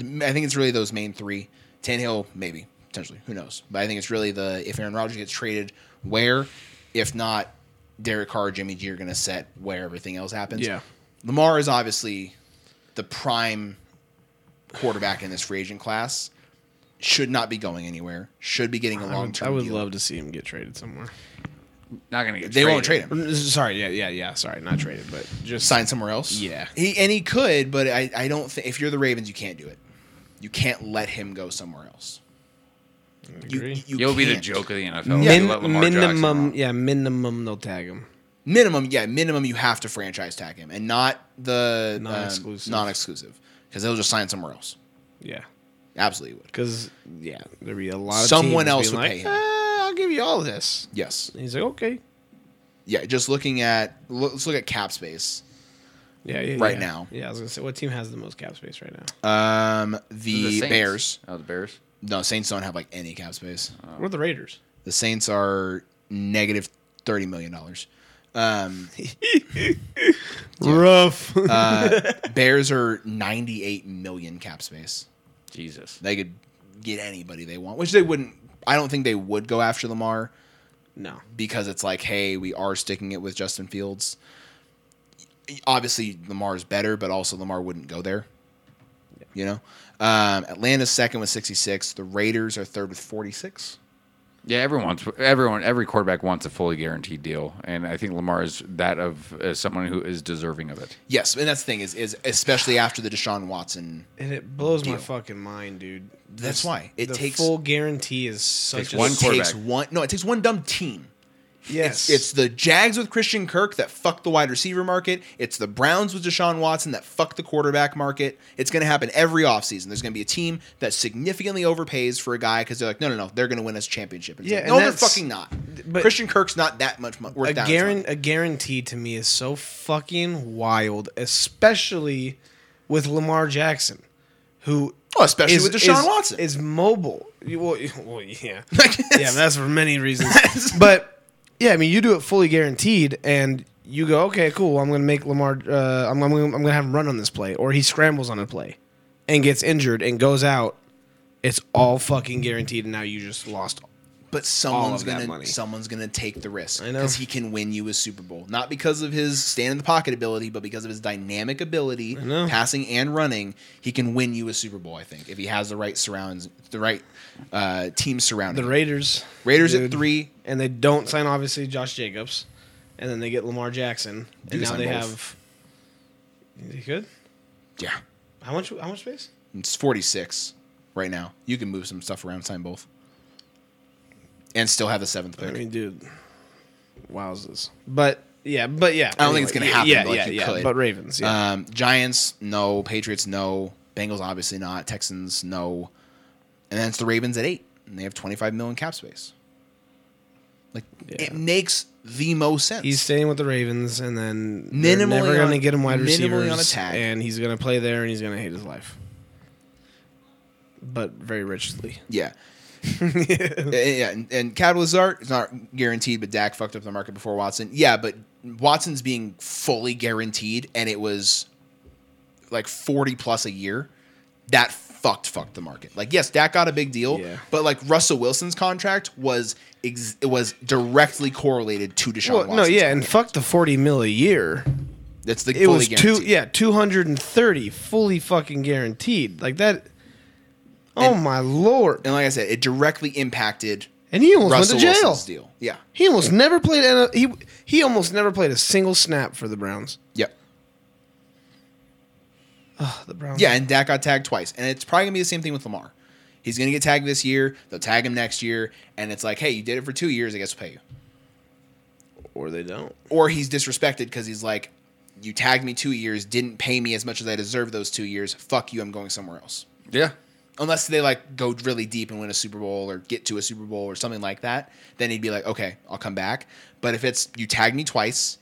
C: I think it's really those main three. Tannehill, maybe potentially, who knows? But I think it's really the if Aaron Rodgers gets traded, where, if not. Derek Carr, Jimmy G are going to set where everything else happens.
D: Yeah.
C: Lamar is obviously the prime quarterback in this free agent class. Should not be going anywhere. Should be getting a
D: I
C: long
D: would,
C: term.
D: I would
C: deal.
D: love to see him get traded somewhere.
E: Not going to get.
C: They won't trade
E: traded.
C: him.
D: Or, Sorry, yeah, yeah, yeah. Sorry, not traded, but just
C: Sign somewhere else.
D: Yeah.
C: He and he could, but I, I don't think if you're the Ravens, you can't do it. You can't let him go somewhere else. You,
D: Agree.
C: you
E: You'll be the
C: can't.
E: joke of the NFL. if you let
D: Min-
E: Lamar Jackson
D: minimum,
E: walk.
D: yeah, minimum. They'll tag him.
C: Minimum, yeah, minimum. You have to franchise tag him and not the
D: Non-exclusive.
C: non exclusive because they'll just sign somewhere else.
D: Yeah,
C: Absolutely would.
D: because yeah, there'd be a lot. of
C: Someone
D: teams
C: else
D: being
C: would
D: like,
C: pay him.
D: "Uh, I'll give you all this.
C: Yes.
D: And he's like, okay,
C: Yeah. Just looking at lo- let's look at cap space.
D: yeah, yeah.
C: Right
D: yeah.
C: now.
D: yeah. I was gonna say, what team has the most cap space right now?
C: Um,
E: The
C: the
E: Saints.
C: Bears.
E: Oh, the Bears.
C: No, Saints don't have like any cap space.
D: We're the Raiders.
C: The Saints are negative thirty million dollars. Um,
D: Rough.
C: uh, Bears are ninety-eight million cap space.
E: Jesus.
C: They could get anybody they want, which they wouldn't. I don't think they would go after Lamar
D: no.
C: because it's like, hey, we are sticking it with Justin Fields. Obviously, Lamar's better, but also Lamar wouldn't go there. You know, um, Atlanta's second with sixty-six. The Raiders are third with forty-six.
E: Yeah, everyone's everyone every quarterback wants a fully guaranteed deal, and I think Lamar is that of uh, someone who is deserving of it.
C: Yes, and that's the thing is is especially after the Deshaun Watson.
D: And it blows my
C: Deal.
D: fucking mind, dude.
C: That's why. It
D: the
C: takes-
D: full guarantee is such
E: Takes
D: a
E: one
C: it
E: quarterback.
C: takes one. No, it takes one dumb team.
D: Yes.
C: It's, it's the Jags with Christian Kirk that fucked the wide receiver market. It's the Browns with Deshaun Watson that fucked the quarterback market. It's going to happen every offseason. There's going to be a team that significantly overpays for a guy because they're like, no, no, no, they're going to win us a championship. And it's
D: Yeah,
C: like,
D: and
C: no, they're
D: that's-
C: fucking not.
D: but-
C: Christian Kirk's not that much mo- worth
D: a,
C: that much
D: guaran-
C: money.
D: a guarantee to me is so fucking wild, especially with Lamar Jackson, who
C: Oh, especially
D: is-
C: with Deshaun
D: is-
C: Watson.
D: is mobile. You- Well, you- well, yeah,
C: Like,
D: yeah, that's for many reasons. but yeah, I mean, you do it fully guaranteed, and you go, okay, cool. I'm gonna make Lamar. Uh, I'm, I'm, gonna- I'm gonna have him run on this play, or he scrambles on a play, and gets injured and goes out. It's all fucking guaranteed, and now you just lost
C: but someone's
D: of that
C: gonna
D: money.
C: someone's gonna take the risk
D: I know.
C: because he can win you a Super Bowl, not because of his stand in the pocket ability, but because of his dynamic ability,
D: know.
C: passing and running. He can win you a Super Bowl, I think, if he has the right surrounds, the right uh, team surrounding.
D: the
C: him.
D: Raiders.
C: Raiders at
D: dude.
C: three.
D: and they don't sign obviously Josh Jacobs, and then they get Lamar Jackson,
C: can
D: and now
C: sign
D: they
C: both.
D: have. They could.
C: Yeah,
D: How much? How much space?
C: it's forty six right now. You can move some stuff around, sign both, and still have the seventh pick.
D: I mean, dude, wowzers. But yeah, but yeah.
C: I don't think it's gonna happen,
D: Yeah,
C: but, like,
D: yeah,
C: you
D: yeah.
C: could.
D: But Ravens, yeah.
C: Um, Giants, no. Patriots, no. Bengals, obviously not. Texans, no. And then it's the Ravens at eight, and they have 25 million cap space. Like it
D: Yeah.
C: makes the most sense.
D: he's staying with the Ravens, and then they're
C: Minimally
D: never gonna
C: on-
D: get him wide
C: minimally on
D: receivers,
C: attack.
D: and he's gonna play there, and he's gonna hate his life. But very richly.
C: yeah. Uh, yeah, and, and Capital Art is not guaranteed, but Dak fucked up the market before Watson. Yeah, but Watson's being fully guaranteed, and it was like forty plus a year. That fucked fucked the market. Like, yes, Dak got a big deal,
D: Yeah.
C: but like Russell Wilson's contract was ex- it was directly correlated to Deshaun
D: Well,
C: Watson.
D: no, yeah, and fuck the forty mil a year.
C: that's the
D: it
C: fully
D: was
C: guaranteed.
D: two yeah 230 fully fucking guaranteed like that oh
C: And-
D: my lord
C: And like I said, it directly impacted
D: and he almost
C: Russell
D: went to jail
C: Wilson's deal. Yeah,
D: he almost never played N- he he almost never played a single snap for the browns
C: yep.
D: Ugh, the browns
C: Yeah, and Dak got tagged twice, and it's probably gonna be the same thing with Lamar. He's gonna get tagged this year. They'll tag him next year, and it's like, hey, you did it for two years. I guess we'll pay you.
D: or they don't
C: Or he's disrespected because he's like, you tagged me two years, didn't pay me as much as I deserved those two years. Fuck you. I'm going somewhere else.
E: Yeah.
C: Unless they like go really deep and win a Super Bowl or get to a Super Bowl or something like that, then he'd be like, okay, I'll come back. But if it's you tagged me twice,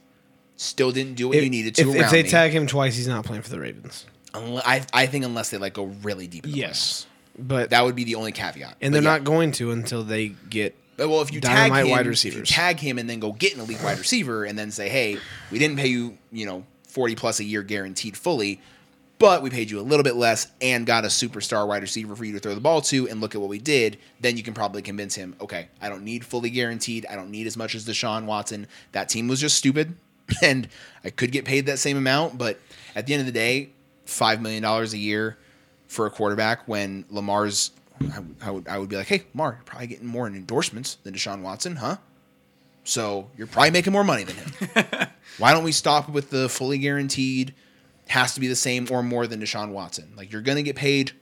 C: still didn't do what
D: if,
C: you needed to
D: if,
C: around
D: if they
C: me.
D: tag him twice he's not playing for the ravens
C: unle- I, I think unless they like go really deep. In the playoffs.
D: but
C: that would be the only caveat.
D: and
C: But
D: they're
C: yeah.
D: not going to until they get
C: But, well, if you
D: Dynamite
C: tag him,
D: wide
C: if you
D: receivers.
C: tag him and then go get an elite wide receiver, and then say, "Hey, we didn't pay you, you know, forty plus a year guaranteed fully, but we paid you a little bit less and got a superstar wide receiver for you to throw the ball to, and look at what we did." Then you can probably convince him, "Okay, I don't need fully guaranteed. I don't need as much as Deshaun Watson. That team was just stupid, and I could get paid that same amount, but at the end of the day, five million dollars a year." for a quarterback when Lamar's I, I would I would be like, hey, Lamar, you're probably getting more in endorsements than Deshaun Watson, huh? So you're probably making more money than him. Why don't we stop with the fully guaranteed has to be the same or more than Deshaun Watson? Like you're gonna get paid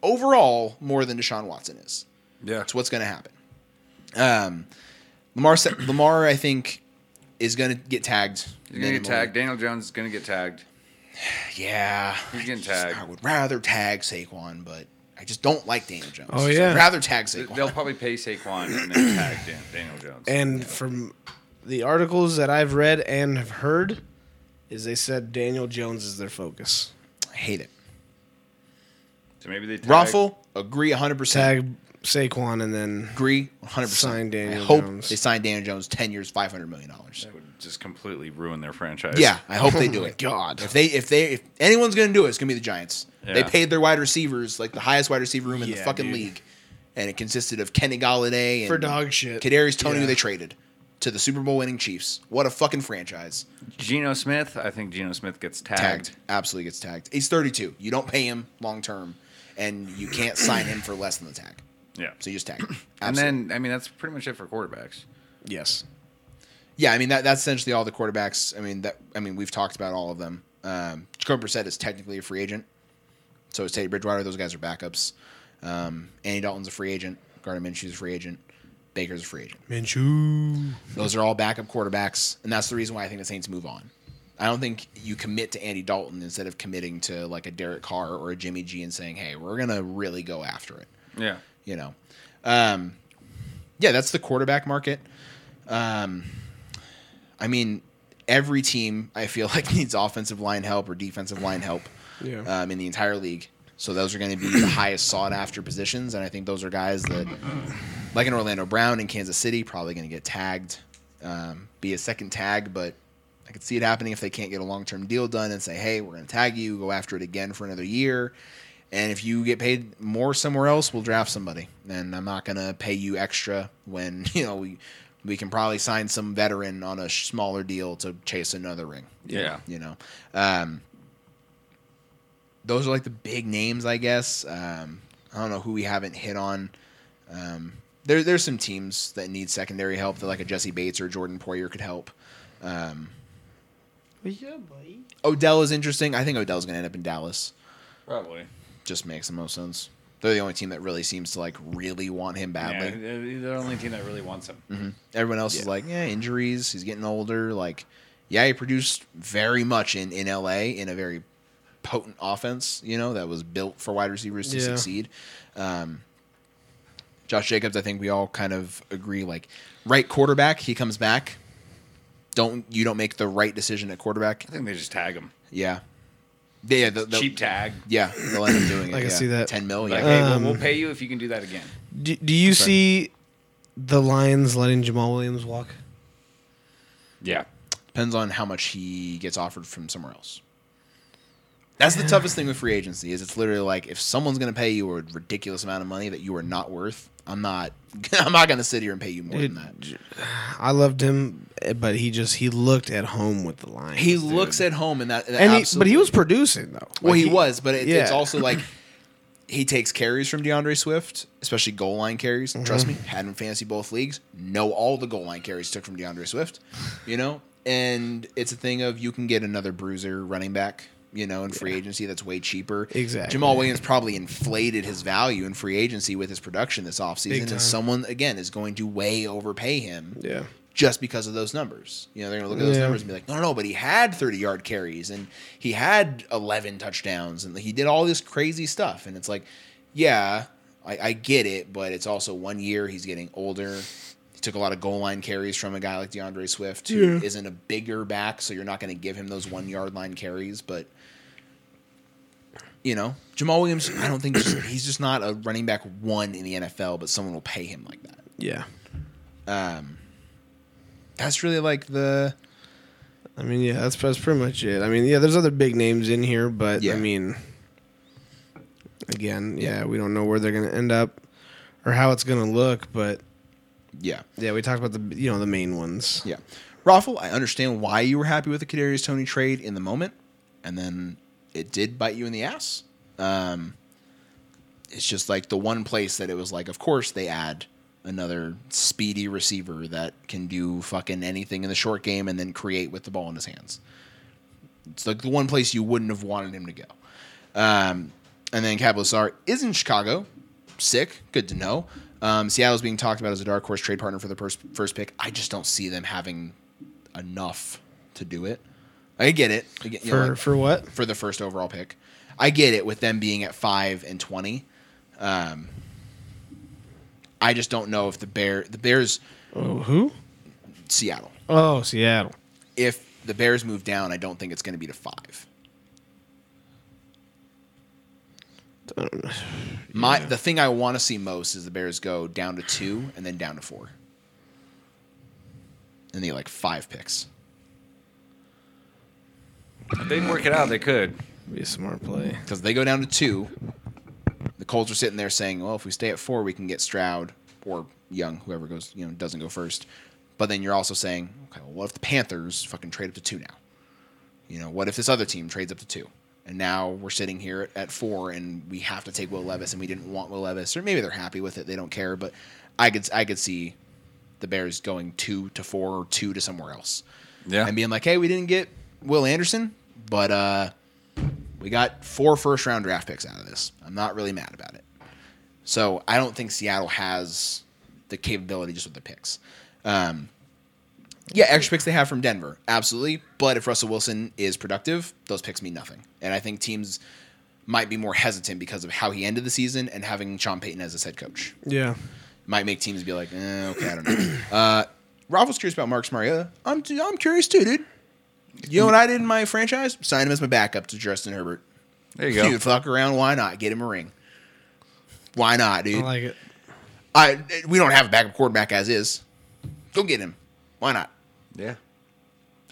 C: overall more than Deshaun Watson is.
E: Yeah.
C: That's what's going to happen. Um, Lamar, sa- Lamar, I think, is going to get tagged.
E: He's gonna get
C: minimally.
E: tagged. Daniel Jones is gonna get tagged.
C: Yeah,
E: He's getting
C: I just-
E: tagged.
C: I would rather tag Saquon, but I just don't like Daniel Jones.
D: Oh,
C: So
D: yeah.
C: I'd rather tag
E: Th-
C: Saquon.
E: They'll probably pay Saquon and then tag Dan- Daniel Jones.
D: And from the articles that I've read and have heard, is they said Daniel Jones is their focus.
C: I hate it.
E: so maybe they tag,
C: Raffle agree 100. percent
D: Tag Saquon and then
C: Agree 100. percent
D: Sign Daniel
C: I hope
D: Jones.
C: they sign Daniel Jones 10 years, 500 million dollars.
E: That would just completely ruin their franchise.
C: Yeah, I hope they do
D: Oh my
C: it.
D: God.
C: if they if they if anyone's gonna do it, it's gonna be the Giants. They
E: Yeah.
C: paid their wide receivers like the highest wide receiver room in the
D: Yeah,
C: fucking
D: dude.
C: league, and it consisted of Kenny Galladay and
D: For dog shit.
C: Kadarius Tony, who
D: Yeah.
C: they traded to the Super Bowl winning Chiefs. What a fucking franchise!
E: Geno Smith. I think Geno Smith gets tagged.
C: tagged. Absolutely gets tagged. He's 32. You don't pay him long term, and you can't sign him for less than the tag.
E: Yeah.
C: So you just tag. Him.
E: and
C: Absolutely.
E: then I mean that's pretty much it for quarterbacks.
D: yes,
C: yeah, I mean that, that's essentially all the quarterbacks. I mean that. I mean we've talked about all of them. Um, Jacoby Brissett is technically a free agent. So is Teddy Bridgewater. Those guys are backups. Um, Andy Dalton's a free agent. Gardner Minshew's a free agent. Baker's a free agent.
D: Minshew.
C: Those are all backup quarterbacks, and that's the reason why I think the Saints move on. I don't think you commit to Andy Dalton instead of committing to like a Derek Carr or a Jimmy G and saying, "Hey, we're gonna really go after it."
E: Yeah.
C: You know, um, yeah, that's the quarterback market. Um, I mean, every team I feel like needs offensive line help or defensive line help
D: Yeah.
C: um, in the entire league. So those are going to be the highest sought after positions, and I think those are guys that, like an Orlando Brown in Kansas City, probably going to get tagged, um, be a second tag. But I could see it happening if they can't get a long term deal done and say, hey, we're going to tag you, go after it again for another year, and if you get paid more somewhere else, we'll draft somebody. And I'm not going to pay you extra when you know we we can probably sign some veteran on a sh- smaller deal to chase another ring
E: Yeah.
C: you know um, those are like the big names i guess um, i don't know who we haven't hit on um, there, there's some teams that need secondary help that like a jesse bates or jordan poyer could help um,
B: Yeah, buddy.
C: odell is interesting i think odell's going to end up in dallas
E: Probably.
C: just makes the most sense they're the only team that really seems to like really want him badly
E: Yeah, they're the only team that really wants him.
C: Mm-hmm. Everyone else is like, yeah, injuries. He's getting older. Like, yeah, he produced very much in, in LA in a very potent offense, you know, that was built for wide receivers to
D: Yeah.
C: succeed. Um, Josh Jacobs, I think we all kind of agree like, right quarterback, he comes back. Don't you don't make the right decision at quarterback?
E: I think they just tag him.
C: Yeah, yeah, the, the,
E: Cheap tag.
C: Yeah, they'll end up doing it.
D: I can
C: yeah.
D: see that.
C: ten mil.
E: Like,
C: Yeah,
E: hey, we'll,
D: Um,
E: we'll pay you if you can do that again.
D: Do, do you see the Lions letting Jamal Williams walk?
E: Yeah.
C: depends on how much he gets offered from somewhere else. That's the toughest thing with free agency is it's literally like if someone's going to pay you a ridiculous amount of money that you are not worth, I'm not I'm not going to sit here and pay you more
D: Dude,
C: than that.
D: I loved him, eh, but he just he looked at home with the Lions.
C: He
D: dude.
C: looks at home and that, that
D: and he, but
C: absolutely-
D: he was producing though.
C: well
D: Like,
C: he, was, but it, it's
D: yeah.
C: also like he takes carries from DeAndre Swift, especially goal line carries.
D: Mm-hmm.
C: Trust me, had him in fantasy both leagues. Know all the goal line carries took from DeAndre Swift, you know. And it's a thing of you can get another bruiser running back, you know, in free agency that's way cheaper.
D: Exactly.
C: Jamal Williams probably inflated his value in free agency with his production this offseason,
D: time.
C: and someone again is going to way overpay him
D: Yeah.
C: just because of those numbers. You know, they're gonna look at those
D: Yeah.
C: numbers and be like, no, no, no, but he had 30 yard carries and he had 11 touchdowns and he did all this crazy stuff. And it's like, yeah, I, I get it, but it's also one year. He's getting older. He took a lot of goal line carries from a guy like DeAndre Swift, who
D: Yeah.
C: not a bigger back, so you're not going to give him those one yard line carries. But you know, Jamal Williams, I don't think he's just not a running back one in the NFL, but someone will pay him like that
D: Yeah.
C: that's really like the
D: I mean, yeah, that's, that's pretty much it. I mean, yeah, there's other big names in here, but
C: Yeah.
D: I mean, again, yeah, we don't know where they're going to end up or how it's going to look, but
C: yeah
D: yeah, we talked about the you know the main ones.
C: yeah Raffle, I understand why you were happy with the Kadarius Tony trade in the moment, and then it did bite you in the ass. Um, it's just like the one place that it was like, of course they add another speedy receiver that can do fucking anything in the short game and then create with the ball in his hands. It's like the one place you wouldn't have wanted him to go. Um, and then Cabosar is in Chicago. Sick. Good to know. Um, Seattle's being talked about as a dark horse trade partner for the first, first pick. I just don't see them having enough to do it. I get it. I get- you know,
D: For
C: like-
D: for what?
C: for the first overall pick. I get it with them being at five and twenty. Um, I just don't know if the bear the Bears
D: Oh, who?
C: Seattle.
D: Oh, Seattle.
C: If the Bears move down, I don't think it's going to be to five. My the thing I want to see most is the Bears go down to two and then down to four, and they get, like five picks.
E: If they work it out, they could.
D: Be a smart play.
C: Because they go down to two. The Colts are sitting there saying, well, if we stay at four, we can get Stroud or Young, whoever goes, you know, doesn't go first. But then you're also saying, okay, well, what if the Panthers fucking trade up to two now? You know, what if this other team trades up to two? And now we're sitting here at four and we have to take Will Levis and we didn't want Will Levis. Or maybe they're happy with it. They don't care. But I could, I could see the Bears going two to four or two to somewhere else
E: Yeah.
C: and being like, "Hey, we didn't get Will Anderson, but uh, we got four first round draft picks out of this. I'm not really mad about it." So I don't think Seattle has the capability just with the picks. Um, yeah, extra picks they have from Denver, absolutely. But if Russell Wilson is productive, those picks mean nothing. And I think teams might be more hesitant because of how he ended the season and having Sean Payton as his head coach
D: Yeah.
C: might make teams be like, eh, okay, I don't know. uh, Ralph was curious about Marcus Mariota. I'm I'm curious too, dude. You know what I did in my franchise? Signed him as my backup to Justin Herbert.
E: There
C: Dude, fuck around. Why not? Get him a ring. Why not,
D: I
C: dude?
D: like it.
C: I we don't have a backup quarterback as is. Go get him. Why not?
E: Yeah.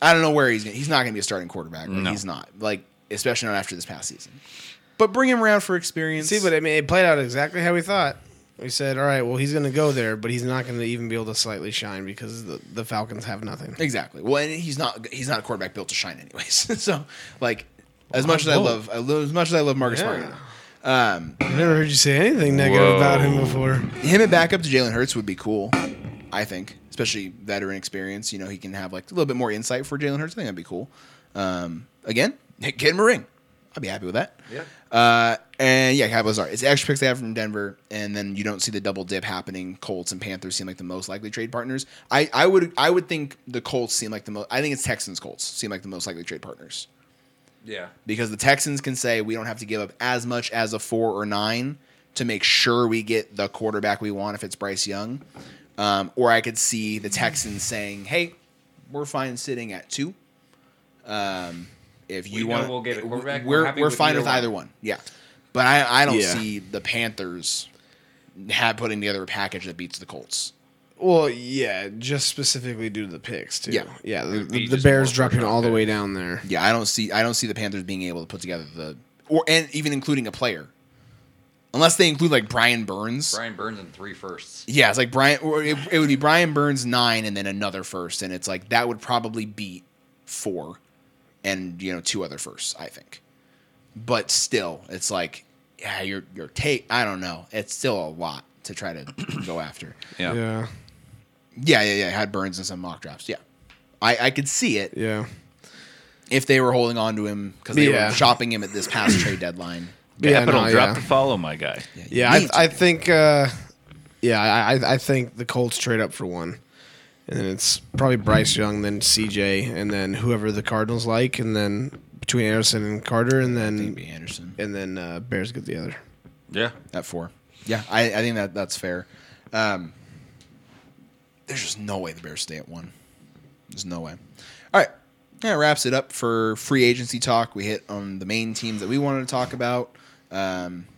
C: I don't know where he's gonna, he's not going to be a starting quarterback. Like,
E: No.
C: He's not. Like especially not after this past season. But bring him around for experience.
D: See, but I mean, it played out exactly how we thought. We said, all right, well, he's going to go there, but he's not going to even be able to slightly shine because the, the Falcons have nothing.
C: Exactly. Well, and he's not he's not a quarterback built to shine, anyways. so like, as much as I
D: won't.
C: love, I love as much as I love Marcus
D: Yeah.
C: Mariota, um,
D: I've never heard you say anything negative
E: Whoa.
D: about him before.
C: him at backup to Jalen Hurts would be cool. I think, especially veteran experience. You know, he can have like a little bit more insight for Jalen Hurts. I think that'd be cool. Um, again, get him a ring. I'd be happy with that.
E: Yeah.
C: Uh, and yeah, Cowboys are. It's the extra picks they have from Denver, and then you don't see the double dip happening. Colts and Panthers seem like the most likely trade partners. I, I would I would think the Colts seem like the most. I think it's Texans Colts seem like the most likely trade partners
E: Yeah.
C: because the Texans can say we don't have to give up as much as a four or nine to make sure we get the quarterback we want if it's Bryce Young. Um, or I could see the Texans saying, "Hey, we're fine sitting at two. Um, if you
E: know
C: want,
E: we'll get a quarterback. We're
C: We're we're,
E: happy with
C: fine
E: either
C: with
E: one."
C: either one. Yeah, but I I don't
D: Yeah.
C: see the Panthers have putting together a package that beats the Colts.
D: Well, yeah, just specifically due to the picks, too.
C: Yeah.
D: Yeah, the,
E: would be
D: the, the
E: just
D: Bears
E: more
D: dropping
E: first-round
D: all the way down there.
C: Yeah, I don't see I don't see the Panthers being able to put together the or and even including a player, unless they include like Brian Burns.
E: Brian Burns in three firsts.
C: Yeah, it's like Brian. Or it, it would be Brian Burns nine, and then another first, and it's like that would probably beat four, and you know two other firsts, I think. But still, it's like yeah, your your take. I don't know. It's still a lot to try to go after.
E: Yeah.
D: Yeah.
C: Yeah, yeah, yeah. I had Burns in some mock drafts. Yeah, I I could see it
D: Yeah.
C: if they were holding on to him because they
D: Yeah.
C: were shopping him at this past trade deadline.
D: Yeah,
F: Capital
D: no,
F: drop
D: yeah.
F: the follow, my guy.
D: Yeah,
C: you need to.
D: I, I think. Uh, yeah, I, I I think the Colts trade up for one, and then it's probably Bryce Young, then CJ, and then whoever the Cardinals like, and then between Anderson and Carter, and
C: Maybe
D: then
C: Anderson.
D: and then uh, Bears get the other.
F: Yeah.
C: at four. Yeah, I, I think that that's fair. Um, there's just no way the Bears stay at one. There's no way. All right, that wraps it up for free agency talk. We hit on the main teams that we wanted to talk about, um,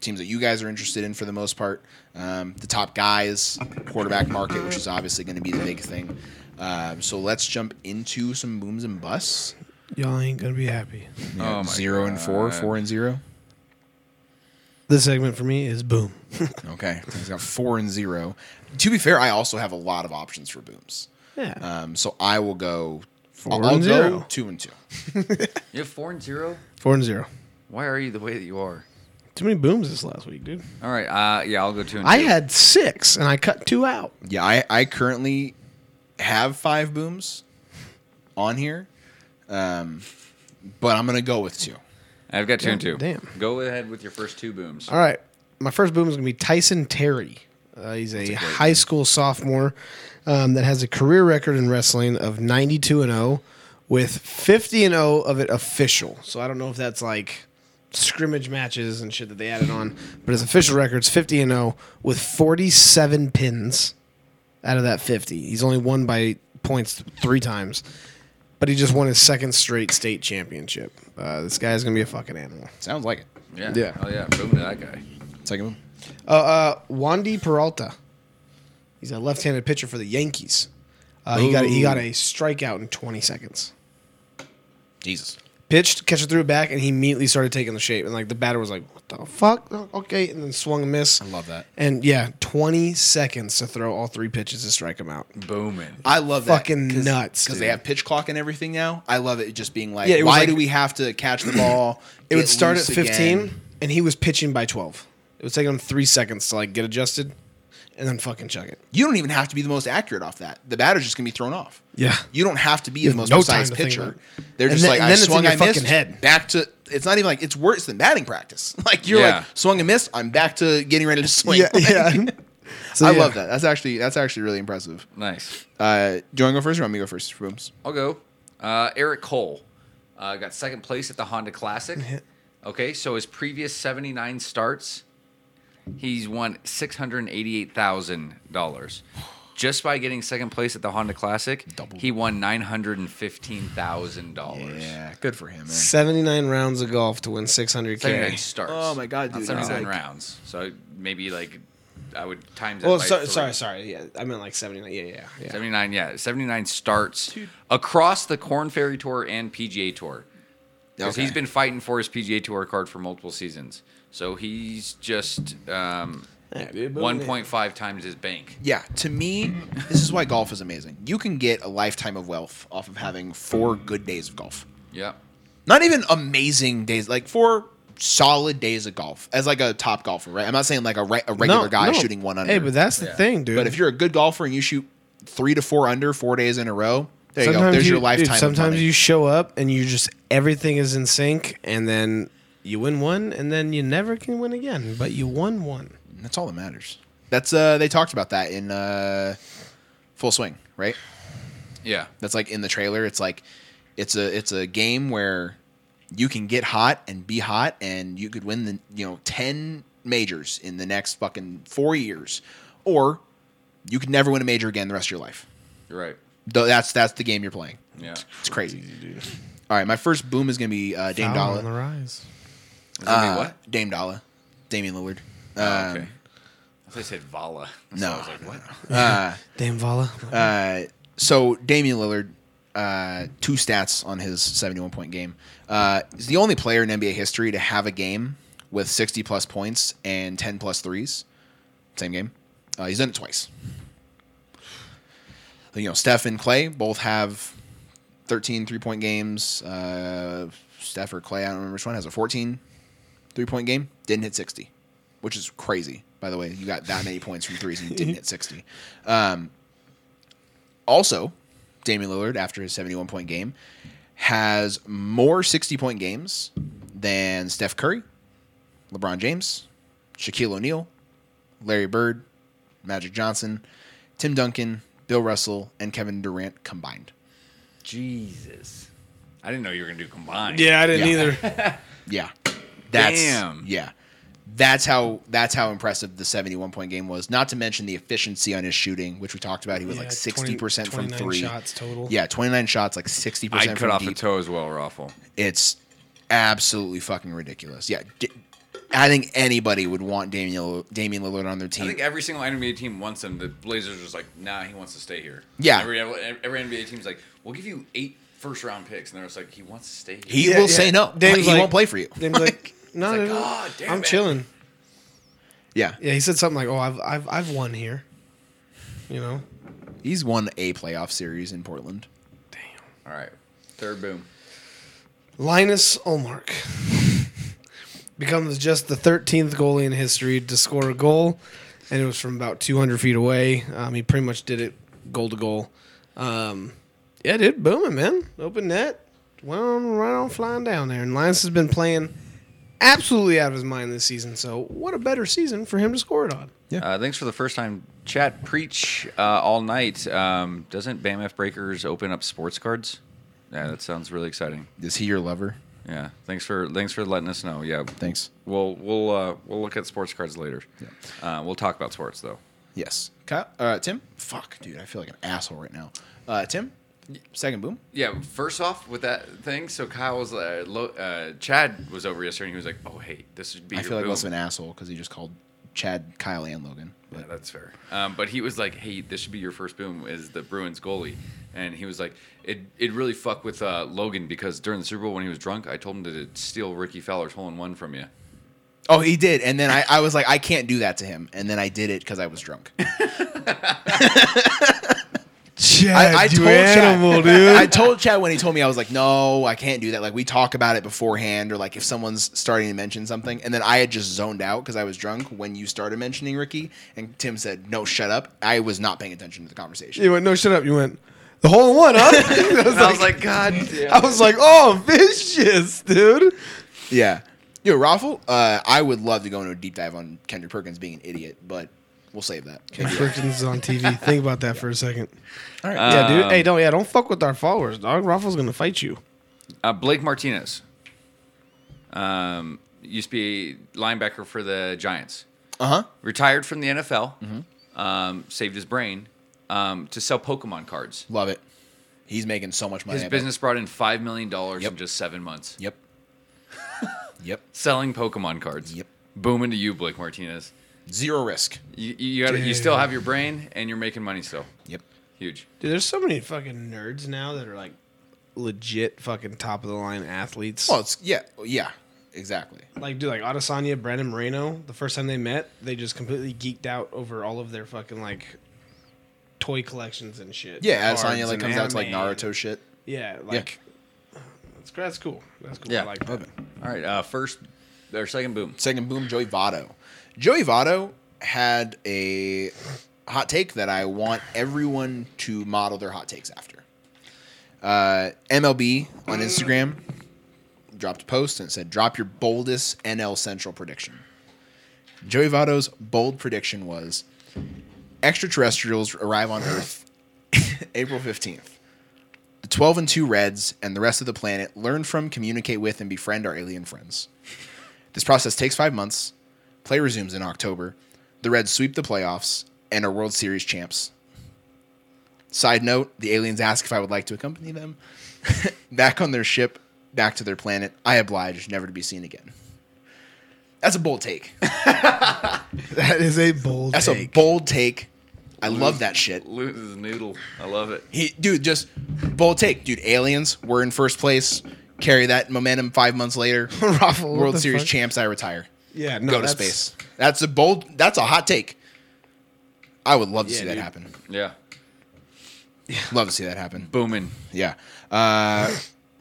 C: teams that you guys are interested in for the most part. Um, the top guys, quarterback market, which is obviously going to be the big thing. Um, so let's jump into some booms and busts.
D: Y'all ain't gonna be happy.
E: Oh my
C: zero and four,
E: God.
C: four and zero.
D: This segment for me is boom.
C: Okay, he's got four and zero. To be fair, I also have a lot of options for booms.
D: yeah.
C: Um, so I will go.
D: 4
C: I'll,
D: and
C: I'll go
D: zero.
C: two and two.
E: You have four and zero.
D: Four and zero.
E: Why are you the way that you are?
D: Too many booms this last week, dude.
E: All right. Uh, yeah, I'll go two and
D: I
E: two.
D: had six and I cut two out.
C: Yeah, I, I currently have five booms on here, um, but I'm gonna go with two.
E: I've got two and two.
D: damn. Uh,
E: Go ahead with your first two booms.
D: All right. My first boom is going to be Tyson Terry. Uh, he's a, high school sophomore um, that has a career record in wrestling of 92 and 0 with 50 and 0 of it official. So I don't know if that's like scrimmage matches and shit that they added on, but his official record's 50 and 0 with 47 pins out of that 50. He's only won by points 3 times. But he just won his second straight state championship. Uh, this guy's gonna be a fucking animal.
C: Sounds like it.
E: Yeah.
D: Yeah.
E: Oh yeah. Boom to that guy.
C: Second boom.
D: Uh, uh, Wandy Peralta. He's a left-handed pitcher for the Yankees. Uh, he got he got a strikeout in 20 seconds.
C: Jesus.
D: Pitched, catcher threw it back, and he immediately started taking the shape. And like the batter was like, "What the fuck? Oh, Okay," and then swung and missed. I
C: love that.
D: And yeah, 20 seconds to throw all three pitches to strike him out.
E: Booming.
C: I love
D: Fucking
C: that.
D: nuts,
C: because
D: dude.
C: they have pitch clock and everything now. I love it. Just being like,
D: Yeah, it was
C: why
D: like-
C: do we have to catch the ball?
D: It would
C: get
D: start at
C: loose
D: 15,
C: again?
D: and he was pitching by 12. It would take him three seconds to like get adjusted, and then fucking chuck it.
C: You don't even have to be the most accurate off that. The batter's just gonna be thrown off.
D: Yeah.
C: You don't have to be the
D: have
C: most
D: no time
C: precise
D: to think
C: pitcher.
D: about it.
C: They're
D: And
C: just
D: then-
C: like
D: and
C: I
D: then it's in
C: swung,
D: your
C: I missed.
D: fucking head.
C: Back to it's not even like it's worse than batting practice. Like you're
E: Yeah.
C: like swung and missed. I'm back to getting ready to swing. Like,
D: yeah. So,
C: I
D: yeah.
C: love that. That's actually that's actually really impressive.
E: Nice.
C: Uh, do you want to go first or want me to go first? Rooms.
E: I'll go. Uh, Eric Cole uh, got second place at the Honda Classic. Okay, so his previous 79 starts, he's won $688,000. Just by getting second place at the Honda Classic, he won $915,000.
C: good for him, man.
D: 79 rounds of golf to win 600K.
E: 79 starts.
C: Oh my God,
E: Not
C: dude,
E: 79
C: that's like-
E: rounds. So maybe like I would times that
D: Well,
E: by
D: so,
E: three.
D: sorry, sorry. Yeah, I meant like 79. Yeah, yeah, yeah.
E: 79, yeah. 79 starts across the Corn Ferry Tour and PGA Tour. Because
C: Okay.
E: he's been fighting for his PGA Tour card for multiple seasons. So he's just um,
D: Yeah, dude, boom,
E: 1.5 times his bank.
C: Yeah, to me, this is why golf is amazing. You can get a lifetime of wealth off of having four good days of golf.
E: Yeah.
C: Not even amazing days, like four solid days of golf as like a top golfer, right? I'm not saying like a, re- a regular
D: No,
C: guy
D: no.
C: shooting one under.
D: Hey, but that's the thing, dude.
C: But if you're a good golfer and you shoot three to four under four days in a row, there you go.
D: sometimes
C: There's your
D: dude,
C: lifetime. of
D: sometimes
C: money.
D: you show up and you just everything is in sync, and then you win one, and then you never can win again. But you won one.
C: That's all that matters. That's uh they talked about that in uh Full Swing, right?
E: Yeah.
C: That's like in the trailer. It's like it's a it's a game where you can get hot and be hot and you could win the you know 10 majors in the next fucking 4 years or you could never win a major again the rest of your life.
E: You're right.
C: Th- That's that's the game you're playing.
E: Yeah.
C: It's crazy. All right, my first boom is going to be uh, Dame
D: Foul on the
C: Dollar.
D: rise.
E: Is that me, what?
C: Dame Dollar. Damian Lillard.
E: Uh, Oh,
C: Um,
E: okay. I thought you said Vala. So
C: no,
E: I was like, what?
C: uh,
D: Damn Vala.
C: Uh, so Damian Lillard, uh, two stats on his 71 point game. Uh, is the only player in NBA history to have a game with 60 plus points and 10 plus threes. Same game. Uh, he's done it twice. You know, Steph and Clay both have 13 three point games. Uh, Steph or Clay, I don't remember which one, has a 14 three point game. Didn't hit 60, which is crazy, by the way. You got that many points from threes and you didn't hit 60. Um, also, Damian Lillard, after his 71 point game, has more 60 point games than Steph Curry, LeBron James, Shaquille O'Neal, Larry Bird, Magic Johnson, Tim Duncan, Bill Russell, and Kevin Durant combined.
E: Jesus. I didn't know you were going to do combined.
D: Yeah, I didn't
C: Yeah.
D: either.
C: Yeah. That's
E: Damn.
C: yeah. That's how that's how impressive the 71 point game was. Not to mention the efficiency on his shooting, which we talked about. He was
D: Yeah,
C: like
D: 20
C: 60% from
D: 29
C: 3.
D: shots total.
C: Yeah, 29 shots, like 60%
E: I
C: from
E: cut off
C: deep.
E: a toe as well, Raffle.
C: It's absolutely fucking ridiculous. Yeah, D- I think anybody would want Damian Damian Lillard on their
E: I
C: team.
E: think every single NBA team wants him. The Blazers are just like, nah, he wants to stay here.
C: Yeah.
E: Every, every NBA team's like, we'll give you eight first round picks. And they're just like, he wants to stay here.
C: He
D: Yeah,
C: will
D: yeah.
C: say no.
D: Dame's
C: Like, he
D: like-
C: won't play for you.
D: Dame's like, no,
E: He's like,
D: no, no,
C: "Oh,
E: "God damn
D: I'm
E: it."
D: chilling.
C: Yeah,
D: Yeah, he said something like, "Oh, I've I've I've won here." You know.
C: he's won a playoff series in Portland.
E: All right. Third boom.
D: Linus Ulmark becomes just the 13th goalie in history to score a goal, and it was from about 200 feet away. Um, he pretty much did it goal to goal. Um, yeah, dude, booming, man. Open net, went on, right on flying down there. And Linus has been playing absolutely out of his mind this season, so what a better season for him to score it on.
E: Uh, thanks for the first time chat. Preach uh, all night. Um, doesn't BAMF Breakers open up sports cards? Yeah, that sounds really exciting.
C: Is he your lover?
E: Yeah, thanks for thanks for letting us know. Yeah,
C: Thanks.
E: We'll we'll uh, we'll look at sports cards later. Uh, we'll talk about sports though.
C: Yes. Kyle, uh, Tim. Fuck, dude, I feel like an asshole right now. Uh, Tim, second boom.
E: Yeah, first off with that thing, so Kyle was uh, lo- uh, Chad was over yesterday, and he was like, "Oh, hey, this would be."
C: I
E: your
C: feel like
E: boom.
C: less of an asshole because he just called Chad, Kyle, and Logan.
E: Yeah,
C: But
E: that's fair. Um, but he was like, "Hey, this should be your first boom." Is the Bruins goalie? And he was like, "It it really fucked with uh, Logan because during the Super Bowl when he was drunk, I told him to steal Ricky Fowler's hole in one from you."
C: oh, he did, and then I, I was like, I can't do that to him, and then I did it because I was drunk.
D: Chad,
C: I, I
D: you
C: told
D: animal,
C: Chad,
D: dude.
C: I told Chad when he told me I was like, no, I can't do that. Like we talk about it beforehand, or like if someone's starting to mention something, and then I had just zoned out because I was drunk when you started mentioning Ricky, and Tim said, no, shut up. I was not paying attention to the conversation.
D: You went, no, shut up. You went, the hole in one, huh? I, was
E: And I
D: like,
E: was like, "God damn!"
D: I was like, oh, vicious, dude.
C: Yeah, yo, Raffle, uh, I would love to go into a deep dive on Kendrick Perkins being an idiot, but We'll save that.
D: Ken Friction's is on TV. Think about that for a second.
C: All right.
D: Yeah, dude.
E: Um,
D: Hey, don't yeah, don't fuck with our followers, dog. Raffle's gonna fight you.
E: Uh, Blake Martinez. Um, used to be linebacker for the Giants.
C: Uh
E: Uh-huh.
C: huh.
E: Retired from the NFL. Um, saved his brain um, to sell Pokemon cards.
C: Love it. He's making so much money.
E: His
C: I bet.
E: business brought in five million dollars
C: Yep.
E: in just seven months.
C: Yep. yep.
E: Selling Pokemon cards.
C: Yep.
E: Booming to you, Blake Martinez.
C: Zero risk.
E: You you, you, gotta, you still have your brain and you're making money still.
C: Yep.
E: Huge.
D: Dude, there's so many fucking nerds now that are like legit fucking top of the line athletes.
C: Well, it's yeah, yeah, exactly.
D: Like, dude, like Adesanya, Brandon Moreno, the first time they met, they just completely geeked out over all of their fucking like toy collections and shit.
C: Yeah,
D: Cards
C: Adesanya like
D: and
C: comes out to like
D: anime.
C: Naruto shit.
D: Yeah, like That's, that's cool. That's cool.
E: Yeah.
D: I like that.
E: All right. Uh, first or second boom.
C: Second boom, Joey Votto. Joey Votto had a hot take that I want everyone to model their hot takes after. Uh, MLB on Instagram dropped a post and said, "Drop your boldest NL Central prediction." Joey Votto's bold prediction was, "Extraterrestrials arrive on Earth April fifteenth. The twelve and two Reds and the rest of the planet learn from, communicate with, and befriend our alien friends." This process takes five months. Play resumes in October. The Reds sweep the playoffs and are World Series champs. Side note the aliens ask if I would like to accompany them. back on their ship, back to their planet. I oblige, never to be seen again. That's a bold take.
D: That is a bold
C: That's a
D: take.
C: bold take. I love that shit.
E: Loses noodle. I love it.
C: He, dude, just bold take. Dude, aliens, we're in first place. Carry that momentum five months later.
D: Raffle, what
C: World
D: the
C: Series
D: fuck?
C: champs, I retire.
D: Yeah, no,
C: go to
D: that's-
C: space. That's a bold. That's a hot take. I would love to
D: Yeah,
C: see that
D: dude.
C: happen.
E: Yeah.
C: Love to see that happen.
E: Booming.
C: Yeah. Uh,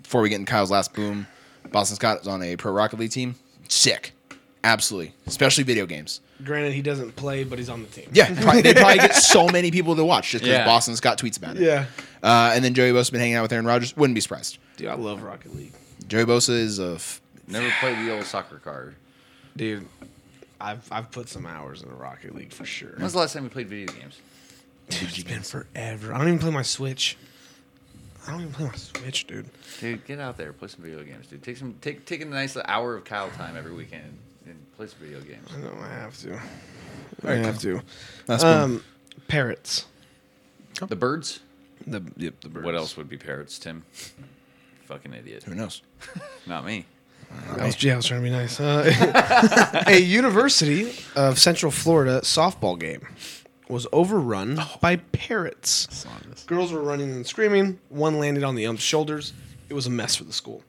C: before we get in Kyle's last boom, Boston Scott is on a pro Rocket League team. Sick. Absolutely. Especially video games.
D: Granted, he doesn't play, but he's on the team.
C: Yeah. Probably, they probably get so many people to watch just because
E: Yeah.
C: Boston Scott tweets about it.
D: Yeah.
C: Uh, and then Joey Bosa's been hanging out with Aaron Rodgers. Wouldn't be surprised.
D: Dude, I love Rocket League.
C: Joey Bosa is a. F-
E: Never played the old soccer card.
D: Dude, I've I've put some hours in the Rocket League for sure.
E: When was the last time you played video games?
D: It's been forever. I don't even play my Switch. I don't even play my Switch, dude.
E: Dude, get out there, play some video games, dude. Take some, take, take a nice hour of Kyle time every weekend and play some video games.
D: I know I have to. I have to.
C: That's
D: Um, parrots.
E: The birds.
D: The yep, the birds.
E: What else would be parrots, Tim? Fucking idiot.
C: Who knows?
E: Not me.
D: I was, yeah, I was trying to be nice. Uh, a University of Central Florida softball game was overrun
C: Oh.
D: by parrots. Girls were running and screaming. One landed on the ump's shoulders. It was a mess for the school.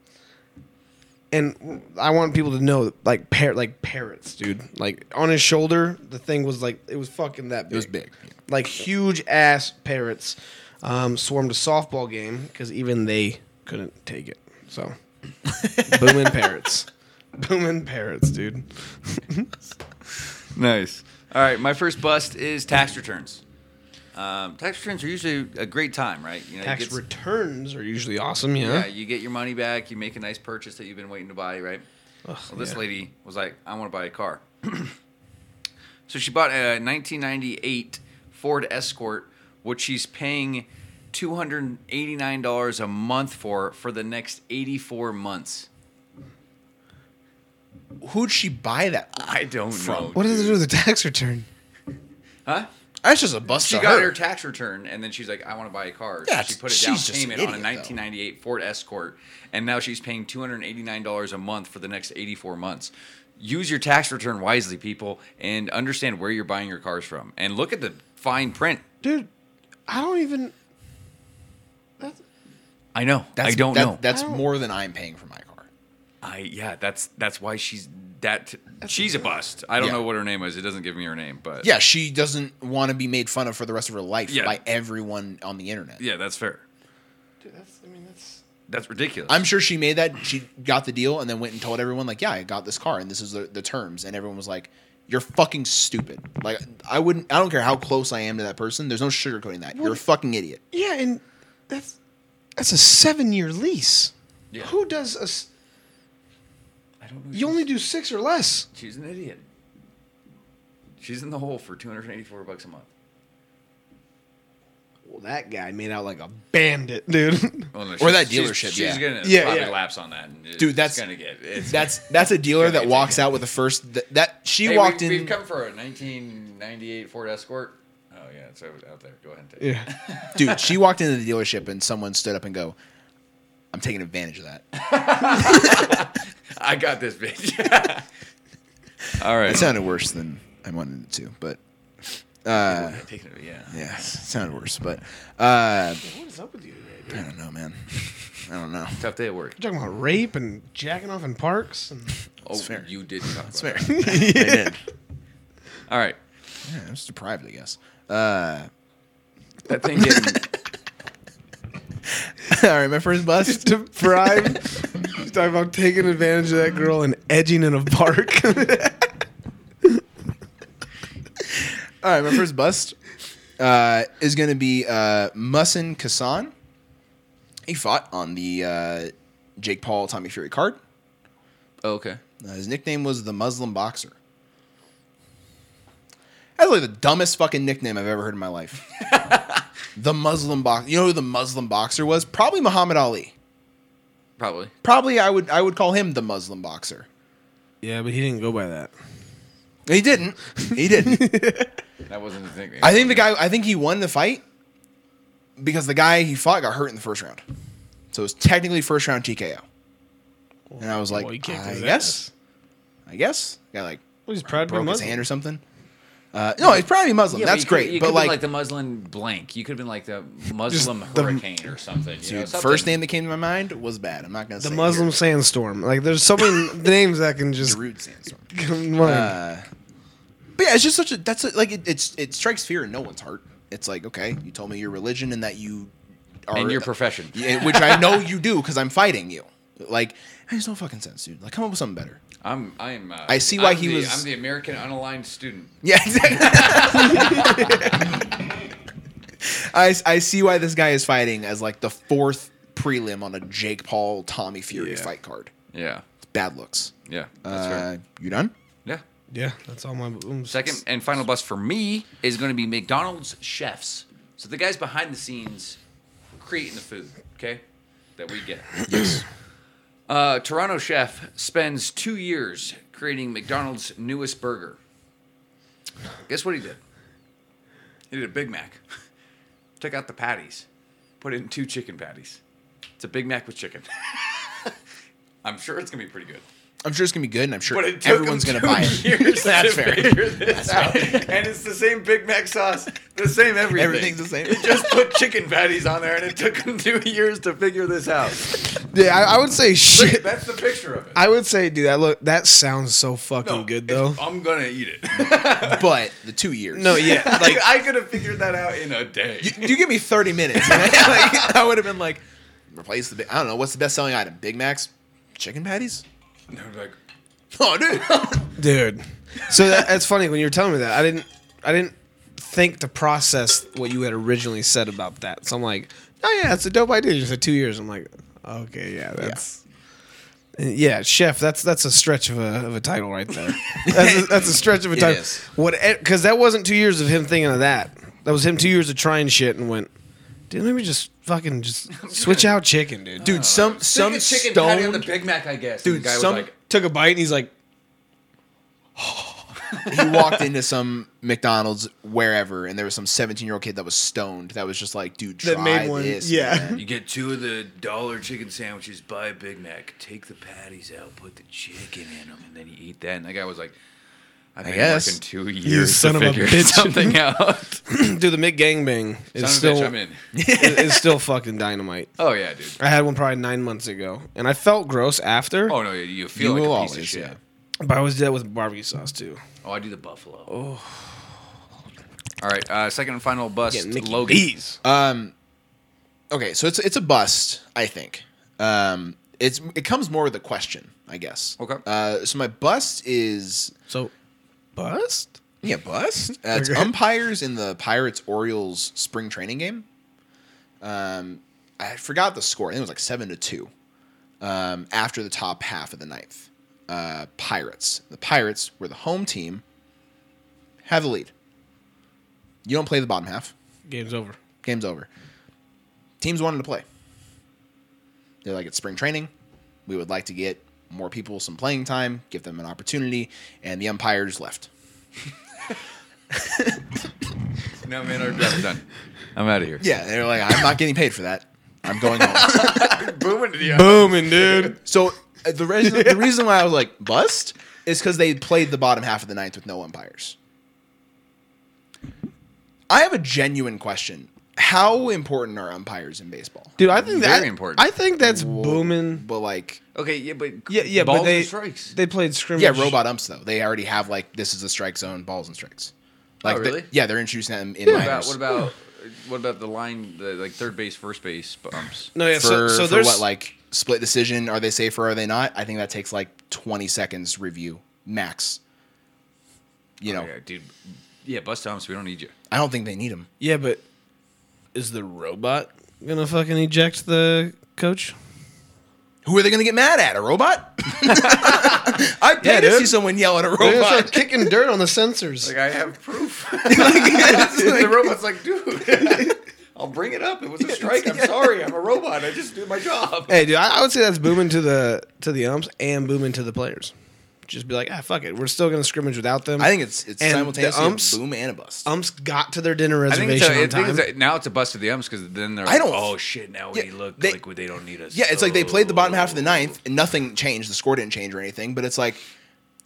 D: And I want people to know, that, like par- like parrots, dude. Like on his shoulder, the thing was like it was fucking that big.
C: It was big.
D: Like huge ass parrots um, swarmed a softball game because even they couldn't take it. So Booming parrots. Booming parrots, dude.
E: Nice. All right, my first bust is tax returns. Um, tax returns are usually a great time, right? You know, you
D: Tax
E: get s-
D: returns are usually awesome,
E: Yeah,
D: yeah.
E: you get your money back. You make a nice purchase that you've been waiting to buy, right? well, this
D: yeah.
E: lady was like, "I want to buy a car," so she bought a 1998 Ford Escort, which she's paying $289 a month for for the next 84 months.
C: Who'd she buy that?
E: I don't know.
C: From-
D: What does it do with the tax return?
E: Huh?
C: That's just a bust.
E: She
C: to
E: got
C: her.
E: her tax return, and then she's like, "I want to buy a car."
C: Yeah,
E: so she put a down
C: she's just an
E: payment on a
C: idiot,
E: 1998
C: though.
E: Ford Escort, and now she's paying 289 dollars a month for the next 84 months. Use your tax return wisely, people, and understand where you're buying your cars from, and look at the fine print.
D: Dude, I don't even
E: I know.
C: That's,
E: I don't
C: that-
E: know.
C: That's
D: I don't-
C: more than I'm paying for my car.
E: I yeah. That's that's why she's that. she's a bust. I don't
C: Yeah.
E: know what her name is. It doesn't give me her name, but
C: Yeah, she doesn't want to be made fun of for the rest of her life
E: Yeah.
C: by everyone on the internet.
E: yeah. That's fair.
D: Dude, that's I mean that's
E: That's ridiculous.
C: I'm sure she made that. She got the deal and then went and told everyone, like, yeah, I got this car and this is the, the terms. And everyone was like, you're fucking stupid. Like, I wouldn't, I don't care how close I am to that person. There's no sugarcoating that. You're a fucking idiot.
D: Yeah, and that's that's a 7-year lease.
E: Yeah.
D: Who does a s-
E: I don't know.
D: you only do 6 or less.
E: She's an idiot. She's in the hole for 284 bucks a month.
D: Well, that guy made out like a bandit, dude.
E: Well, Oh, no,
C: Or that
E: she's-
C: dealership,
E: She's,
C: yeah.
E: she's gonna
D: Yeah,
E: probably
D: yeah.
E: lapse on that, and
C: Dude,
E: it's
C: that's-
E: gonna get it's
C: That's that's a dealer
E: Gotta
C: that
E: be
C: walks
E: taken.
C: out with the first that, that she
E: Hey,
C: walked
E: we've,
C: in.
E: We've come for a 1998 Ford Escort. Oh yeah, it's over- out there. Go ahead and take it.
D: yeah.
C: dude, she walked into the dealership and someone stood up and go, "I'm taking advantage of that."
E: I got this bitch. All right.
C: It sounded worse than I wanted it to, but uh,
E: Taking it, yeah.
C: yeah, it sounded worse. But uh,
B: What is up with you today,
C: I don't know, man. I don't know.
E: Tough day at work.
D: You're talking about rape and jacking off in parks and
E: Oh,
C: fair.
E: you did talk
C: It's
E: about
C: fair.
E: that.
C: I did.
E: All right.
C: Yeah, I was deprived, I guess. Uh,
E: That thing getting
C: all right, my first bust.
D: deprived. He's talking about taking advantage of that girl and edging in a park.
C: All right, my first bust uh, is going to be uh, Musin Kassan. He fought on the uh, Jake Paul Tommy Fury card.
E: Oh, okay.
C: Uh, his nickname was the Muslim Boxer. That's like the dumbest fucking nickname I've ever heard in my life. the Muslim Boxer. You know who the Muslim Boxer was? Probably Muhammad Ali.
E: Probably.
C: Probably I would I would call him the Muslim Boxer.
D: yeah, but he didn't go by that.
C: He didn't. He didn't.
E: That wasn't his nickname.
C: I think the guy. I think he won the fight because the guy he fought got hurt in the first round, so it was technically first round TKO. And I was like,
D: Well, he kicked
C: I
D: his
C: guess, I guess, got like
D: Well, he's proud to be
C: broke his
D: Muslim.
C: hand or something. Uh, no, he's probably Muslim.
E: Yeah,
C: That's
E: you could-
C: great,
E: you
C: but
E: could've
C: like,
E: been like the Muslim blank. You could have been like the Muslim
D: the-
E: hurricane or something. You
C: dude,
E: know, something.
C: first name that came to my mind was bad. I'm not gonna
D: The
C: say
D: Muslim sandstorm. Like, there's so many names that can just
C: Rude sandstorm.
D: come to mind.
C: Uh, but yeah, it's just such a that's a, like it, it's it strikes fear in no one's heart. It's like okay, you told me your religion and that you are
E: and your profession.
C: Yeah, which I know you do because I'm fighting you. Like, that makes no fucking sense, dude. Like, come up with something better.
E: I'm. I'm. Uh,
C: I see why
E: I'm
C: he
E: the-
C: was-
E: I'm the American unaligned student.
C: Yeah, exactly. I, I see why this guy is fighting as like the fourth prelim on a Jake Paul Tommy Fury
D: Yeah.
C: fight card.
E: Yeah.
C: It's bad looks.
E: Yeah. That's
C: Uh,
E: right.
C: you done?
E: Yeah.
D: yeah, that's all my um,
E: Second and final bust for me is going to be McDonald's chefs. So the guys behind the scenes creating the food, okay, that we get. Yes. Uh, Toronto chef spends two years creating McDonald's newest burger. Guess what he did? He did a Big Mac. Took out the patties, put in two chicken patties. It's a Big Mac with chicken. I'm sure it's gonna be pretty good.
C: I'm sure it's gonna be good, and I'm sure
E: But it took
C: everyone's
E: him
C: gonna
E: two
C: buy it.
E: Years
C: That's
E: to
C: fair.
E: Figure this out. And it's the same Big Mac sauce, the same everything.
C: Everything's the same.
E: He just put chicken patties on there, and it took him two years to figure this out.
D: Yeah, I, I would say
E: Look,
D: shit.
E: that's the picture of it.
D: I would say, dude, that look that sounds so fucking
E: No,
D: good
E: it's-
D: though.
E: I'm gonna eat it.
C: But the two years.
D: No, yeah,
E: Like
D: like
E: I could have figured that out in a day.
C: you, you give me 30 minutes. and I, like, I would have been like, replace the. Big- I don't know what's the best selling item. Big Macs, chicken patties.
E: And I'm like,
C: Oh, dude.
D: dude. So that, that's funny when you were telling me that. I didn't I didn't think to process what you had originally said about that. So I'm like, oh yeah, it's a dope idea. You said two years. I'm like, okay, yeah, that's. And Yeah. chef. That's that's a stretch of a of a title right there. That's a, that's a stretch of a
C: It
D: title.
C: is.
D: What? Because that wasn't two years of him thinking of that. That was him two years of trying shit and went, dude. Let me just fucking just switch out chicken, dude. Dude
C: dude some
E: "Stick
C: some
E: a chicken patty on the
C: stoned
E: Big Mac, I guess.
C: dude
E: and the guy
C: some
E: was like,
D: took a bite and he's like,
C: he walked into some mcdonald's wherever and there was some 17 year old kid that was stoned that was just like dude try
D: that made one.
C: this
D: yeah.
C: man."
E: You get two of the dollar chicken sandwiches, buy a Big Mac, take the patties out, put the chicken in them, and then you eat that. And that guy was like, I've been
C: guess.
E: working two years
D: son
E: to
D: of a
E: figure
D: bitch.
E: something out.
D: Dude, the Mick Gangbang is
E: Son
D: still
E: of a bitch, I'm in.
D: is, is still fucking dynamite.
E: Oh, yeah, dude.
D: I had one probably nine months ago, and I felt gross after,
E: Oh, no, you feel like
C: You
E: a piece
C: will
E: of
C: always,
E: shit.
C: yeah.
D: but I was dead with barbecue sauce too.
E: Oh, I do the buffalo. Oh. All right, uh, second and final bust,
D: Getting Mickey
E: Logan.
C: okay so it's it's a bust i think um it's it comes more with a question i guess
E: Okay.
C: uh so my bust is
D: So, bust.
C: yeah bust uh, it's
D: Okay.
E: um,
C: umpires in the pirates orioles spring training game um i forgot the score i think it was like seven to two um, after the top half of the ninth. Uh, Pirates. The Pirates were the home team, have the lead. You don't play the bottom half.
D: Game's over.
C: Game's over. Teams wanted to play. They're like, it's spring training. We would like to get more people some playing time, give them an opportunity, and the umpires left.
E: No, man, our job's done. I'm out of here.
C: Yeah, they're like, I'm not getting paid for that. I'm going home.
E: Booming to the uh,
D: Booming, dude.
C: so uh, the reason the reason why I was like bust is because they played the bottom half of the ninth with no umpires. I have a genuine question: How important are umpires in baseball?
D: Dude, I think Mm, that
E: Very important.
D: I think that's booming.
C: But like,
E: Okay, yeah, but
D: Yeah, yeah,
E: balls
D: but they
E: and strikes.
D: they played scrimmage.
C: yeah, robot umps though they already have like this is the strike zone, balls and strikes. Like, they-
E: Oh, really?
C: yeah, they're introducing them in
E: what about
C: minors.
E: what about what about the line, the like third base, first base bumps?
D: No, Oh, yeah.
C: for,
D: so, so
C: for
D: there's
C: what like split decision? Are they safe or are they not? I think that takes like 20 seconds review max.
D: Oh,
C: You know,
E: Yeah, dude. Yeah, bust Thomas. We don't need you.
C: I don't think they need them.
D: yeah, but is the robot gonna fucking eject the coach?
C: Who are they going to get mad at? A robot? I paid
D: Yeah,
C: to
D: dude.
C: see someone yell at a
D: They're gonna start
C: robot.
D: kicking dirt on the sensors.
E: I have proof.
C: It's
E: the
C: like-
E: robot's like, dude, I'll bring it up. It was a strike. I'm sorry. I'm a robot. I just do my job.
D: Hey, dude, I, I would say that's booming to the to the umps and booming to the players. Just be like, ah, fuck it, we're still gonna scrimmage without them.
C: I think it's it's
D: And the
C: simultaneously
D: umps-
C: a boom and a bust.
D: umps got to their dinner
E: I think, it's
D: reservation
E: a, I
D: on
E: think
D: time.
E: it's a- now it's a bust to the umps because then they're
C: I
E: like,
C: don't-
E: oh shit, now we
C: Yeah,
E: look
C: they-
E: like we- they don't need us.
C: yeah, it's like they played the bottom half of the
E: Oh.
C: ninth and nothing changed. The score didn't change or anything, but it's like,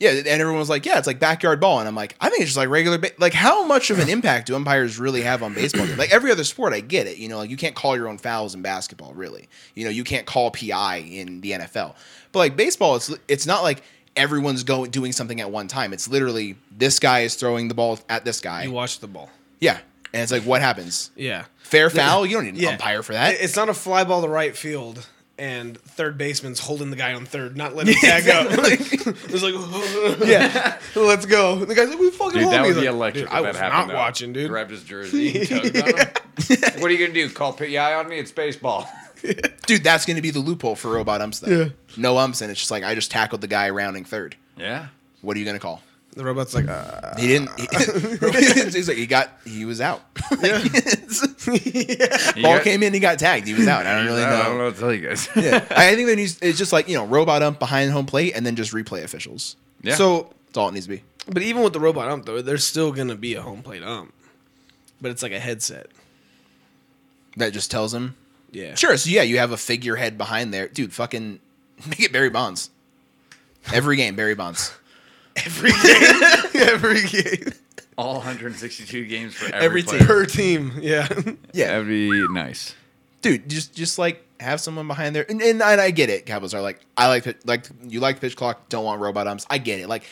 C: yeah, and everyone was like, yeah, it's like backyard ball. And I'm like, I think it's just like regular, ba- like how much of an impact do umpires really have on baseball? like every other sport, I get it. You know, like you can't call your own fouls in basketball, really. You know, you can't call PI in the NFL. But like baseball, it's it's not like everyone's going doing something at one time. It's literally this guy is throwing the ball at this guy.
D: you watch the ball.
C: Yeah. And it's like, what happens?
D: Yeah,
C: Fair foul? You don't need an
D: Yeah.
C: umpire for that.
D: It- It's not a fly ball to right field. And third baseman's holding the guy on third, not letting him tag up. it's like, yeah, let's go. And the guy's like, we fucking
E: Dude,
D: hold
E: that
D: me.
E: would
D: He's
E: be
D: like,
E: electric.
D: dude,
E: if
D: I
E: that
D: was
E: happened,
D: not
E: though.
D: watching, dude.
E: Grabbed his jersey. and tugged on him. what are you gonna do? Call PI on me? It's baseball.
C: Dude, that's going to be the loophole for robot umps, though.
D: Yeah.
C: No umps, and it's just like, I just tackled the guy rounding third.
E: Yeah.
C: What are you going to call?
D: The robot's like, uh,
C: He didn't. He, he's like, he got, he was out. Ball
E: got-
C: came in, he got tagged. He was out. I don't really
E: I don't know
C: know.
E: what to tell you guys.
C: Yeah. I think they need, it's just like, you know, robot ump behind home plate and then just replay officials.
E: Yeah.
D: so
C: That's all it needs to be.
D: But even with the robot ump, though, there's still gonna be a home plate ump. But it's like a headset.
C: That just tells him.
D: Yeah.
C: Sure. So, yeah, you have a figurehead behind there. Dude, fucking make it Barry Bonds. Every game, Barry Bonds.
D: Every game. Every game.
E: all 162 games for
C: Every
E: every,
C: team.
E: player.
D: Per team. Yeah.
C: Yeah.
E: That'd be nice.
C: dude, just just like have someone behind there. And, and, and I get it. Cowboys are like, I like pit- like you like pitch clock. Don't want robot umps. I get it. Like,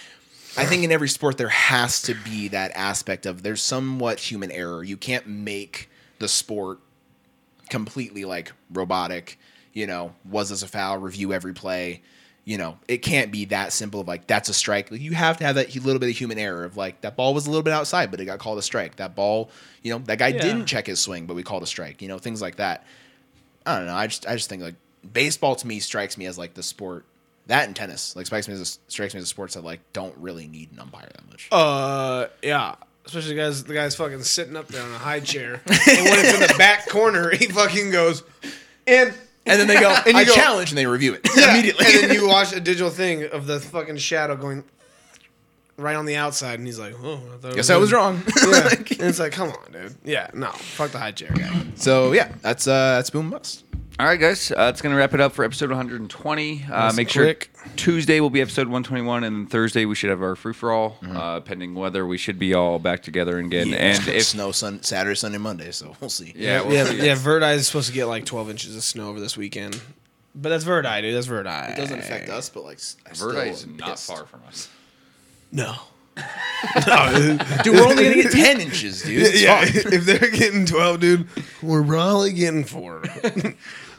C: I think in every sport there has to be that aspect of there's somewhat human error. You can't make the sport completely like robotic. You know, was this a foul? Review every play. You know, it can't be that simple of like that's a strike. Like, you have to have that little bit of human error of like that ball was a little bit outside, but it got called a strike. That ball, you know, that guy
D: Yeah.
C: didn't check his swing, but we called a strike. You know, things like that. I don't know. I just I just think like baseball to me strikes me as like the sport that and tennis like strikes me as a, strikes me as a sports that like don't really need an umpire that much.
D: Uh yeah. Especially the guys the guy's fucking sitting up there on a high chair. and when it's in the back corner, he fucking goes and
C: And then they go
D: And you
C: I
D: go-
C: challenge and they review it immediately.
D: And then you watch a digital thing of the fucking shadow going right on the outside and he's like, Oh, I thought it
C: Guess I was wrong.
D: Yeah. and it's like, come on, dude. Yeah, no. Fuck the high chair guy.
C: so yeah, that's uh that's boom bust.
E: All right, guys, uh, that's gonna wrap it up for episode 120. Uh,
D: and
E: make sure
D: quick.
E: Tuesday will be episode 121, and then Thursday we should have our free for all.
C: Mm-hmm.
E: Uh, pending weather, we should be all back together again. And if
C: snow sun Saturday, Sunday, Monday, so we'll see.
E: yeah, we'll
D: yeah,
E: see.
D: yeah. Verde is supposed to get like 12 inches of snow over this weekend, but that's Verde, dude. That's Verde.
C: It doesn't affect us, but like I still
E: Verde is
C: am
E: not
C: pissed.
E: far from us.
D: No. no.
C: Dude, we're only gonna get ten inches, dude. It's
D: yeah,
C: fine.
D: if they're getting 12, dude, we're probably getting four.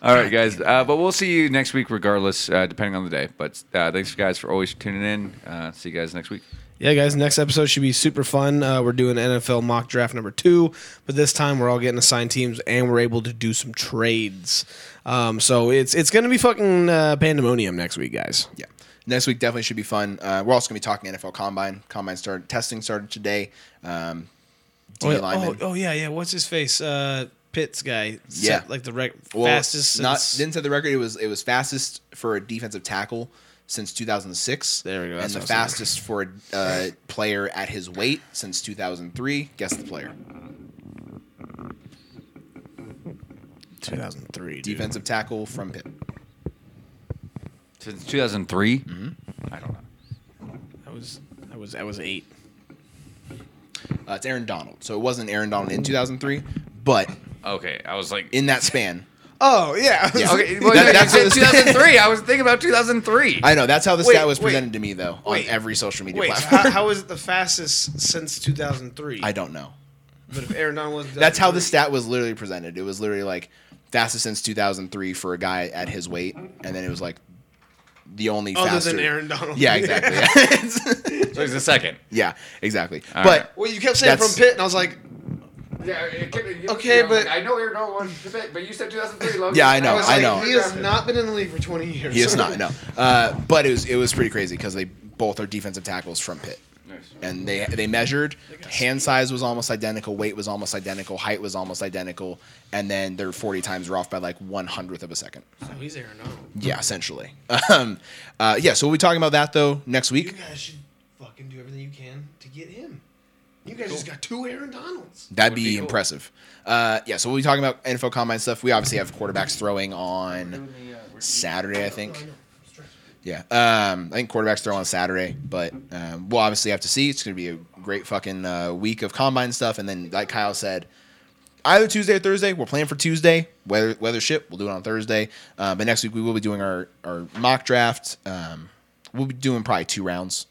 E: All right, guys. Uh, but we'll see you next week, regardless, uh, depending on the day. But uh, thanks, guys, for always tuning in. Uh, see you guys next week.
D: yeah, guys, next episode should be super fun. Uh, we're doing NFL mock draft number two, but this time we're all getting assigned teams and we're able to do some trades. Um, so it's it's going to be fucking uh, pandemonium next week, guys.
C: Yeah. next week definitely should be fun. Uh, we're also gonna be talking NFL Combine. Combine started testing started today. Um, D
B: Oh, yeah.
C: lineman.
B: Oh, oh, yeah, yeah. What's his face? Uh, Pitts guy.
C: Yeah.
B: Set, like the rec-
C: Well,
B: fastest.
C: Not
B: since-
C: didn't set the record. It was it was fastest for a defensive tackle since 2006.
D: There we go,
C: And
D: that's
C: the
D: what I was thinking.
C: fastest for a uh, player at his weight since 2003. Guess the player.
D: 2003. dude.
C: Defensive tackle from Pitt.
E: Since 2003? Mm-hmm. I don't know.
D: I was I was I was eight.
C: Uh, it's Aaron Donald. So it wasn't Aaron Donald in 2003, but
E: Okay, I was like.
C: in that span.
D: Oh yeah.
C: Yeah.
E: okay, well,
C: That-
E: you
C: that's
E: said
C: what this-
E: 2003. I was thinking about 2003.
C: I know that's how the
D: Wait,
C: stat was
D: wait,
C: presented to me though on
D: wait,
C: every social media
D: Wait,
C: platform.
D: how, how is it the fastest since 2003?
C: I don't know.
D: But if Aaron Donald was
C: That's how the stat was literally presented. It was literally like fastest since 2003 for a guy at his weight, and then it was like the only
D: other
C: faster.
D: than Aaron Donald.
C: Yeah, exactly. Yeah,
E: So it's the second.
C: exactly.
E: All
C: but
E: right.
D: Well, you kept saying
C: That's-
D: from Pitt, and I was like,
E: Yeah, it could, you,
D: Okay, but-
E: I know Aaron Donald won the debate, but you said 2003. Logan.
C: Yeah, I know,
D: I was
C: I
D: like,
C: know.
D: he has not been in the league for 20 years.
C: he is not. No. Uh, but it was it was pretty crazy because they both are defensive tackles from Pitt.
E: Nice.
C: And they they measured hand size was almost identical, weight was almost identical, height was almost identical, and then their forty times were off by like one hundredth of a second.
D: Oh, he's Aaron Donald.
C: Yeah, essentially. Um, uh, yeah, so we'll be talking about that though next
D: You
C: week.
D: guys should fucking do everything you can to get him. You guys just got two Aaron Donalds.
C: That'd
E: Would be
C: be,
E: cool.
C: impressive. Uh, yeah, so we'll be talking about NFL combine stuff. We obviously have quarterbacks throwing on Saturday, I think. Yeah, um, I think quarterbacks throw on Saturday, but um, we'll obviously have to see. It's going to be a great fucking uh, week of combine stuff, and then like Kyle said, either Tuesday or Thursday. We're planning for Tuesday. Weather weather shit. We'll do it on Thursday. Uh, but next week we will be doing our our mock draft. Um, we'll be doing probably two rounds,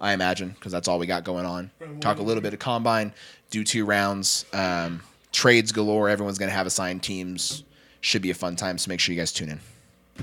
C: I imagine, because that's all we got going on. Talk a little bit of combine, do two rounds, um, trades galore. Everyone's going to have assigned teams. Should be a fun time. So make sure you guys tune in.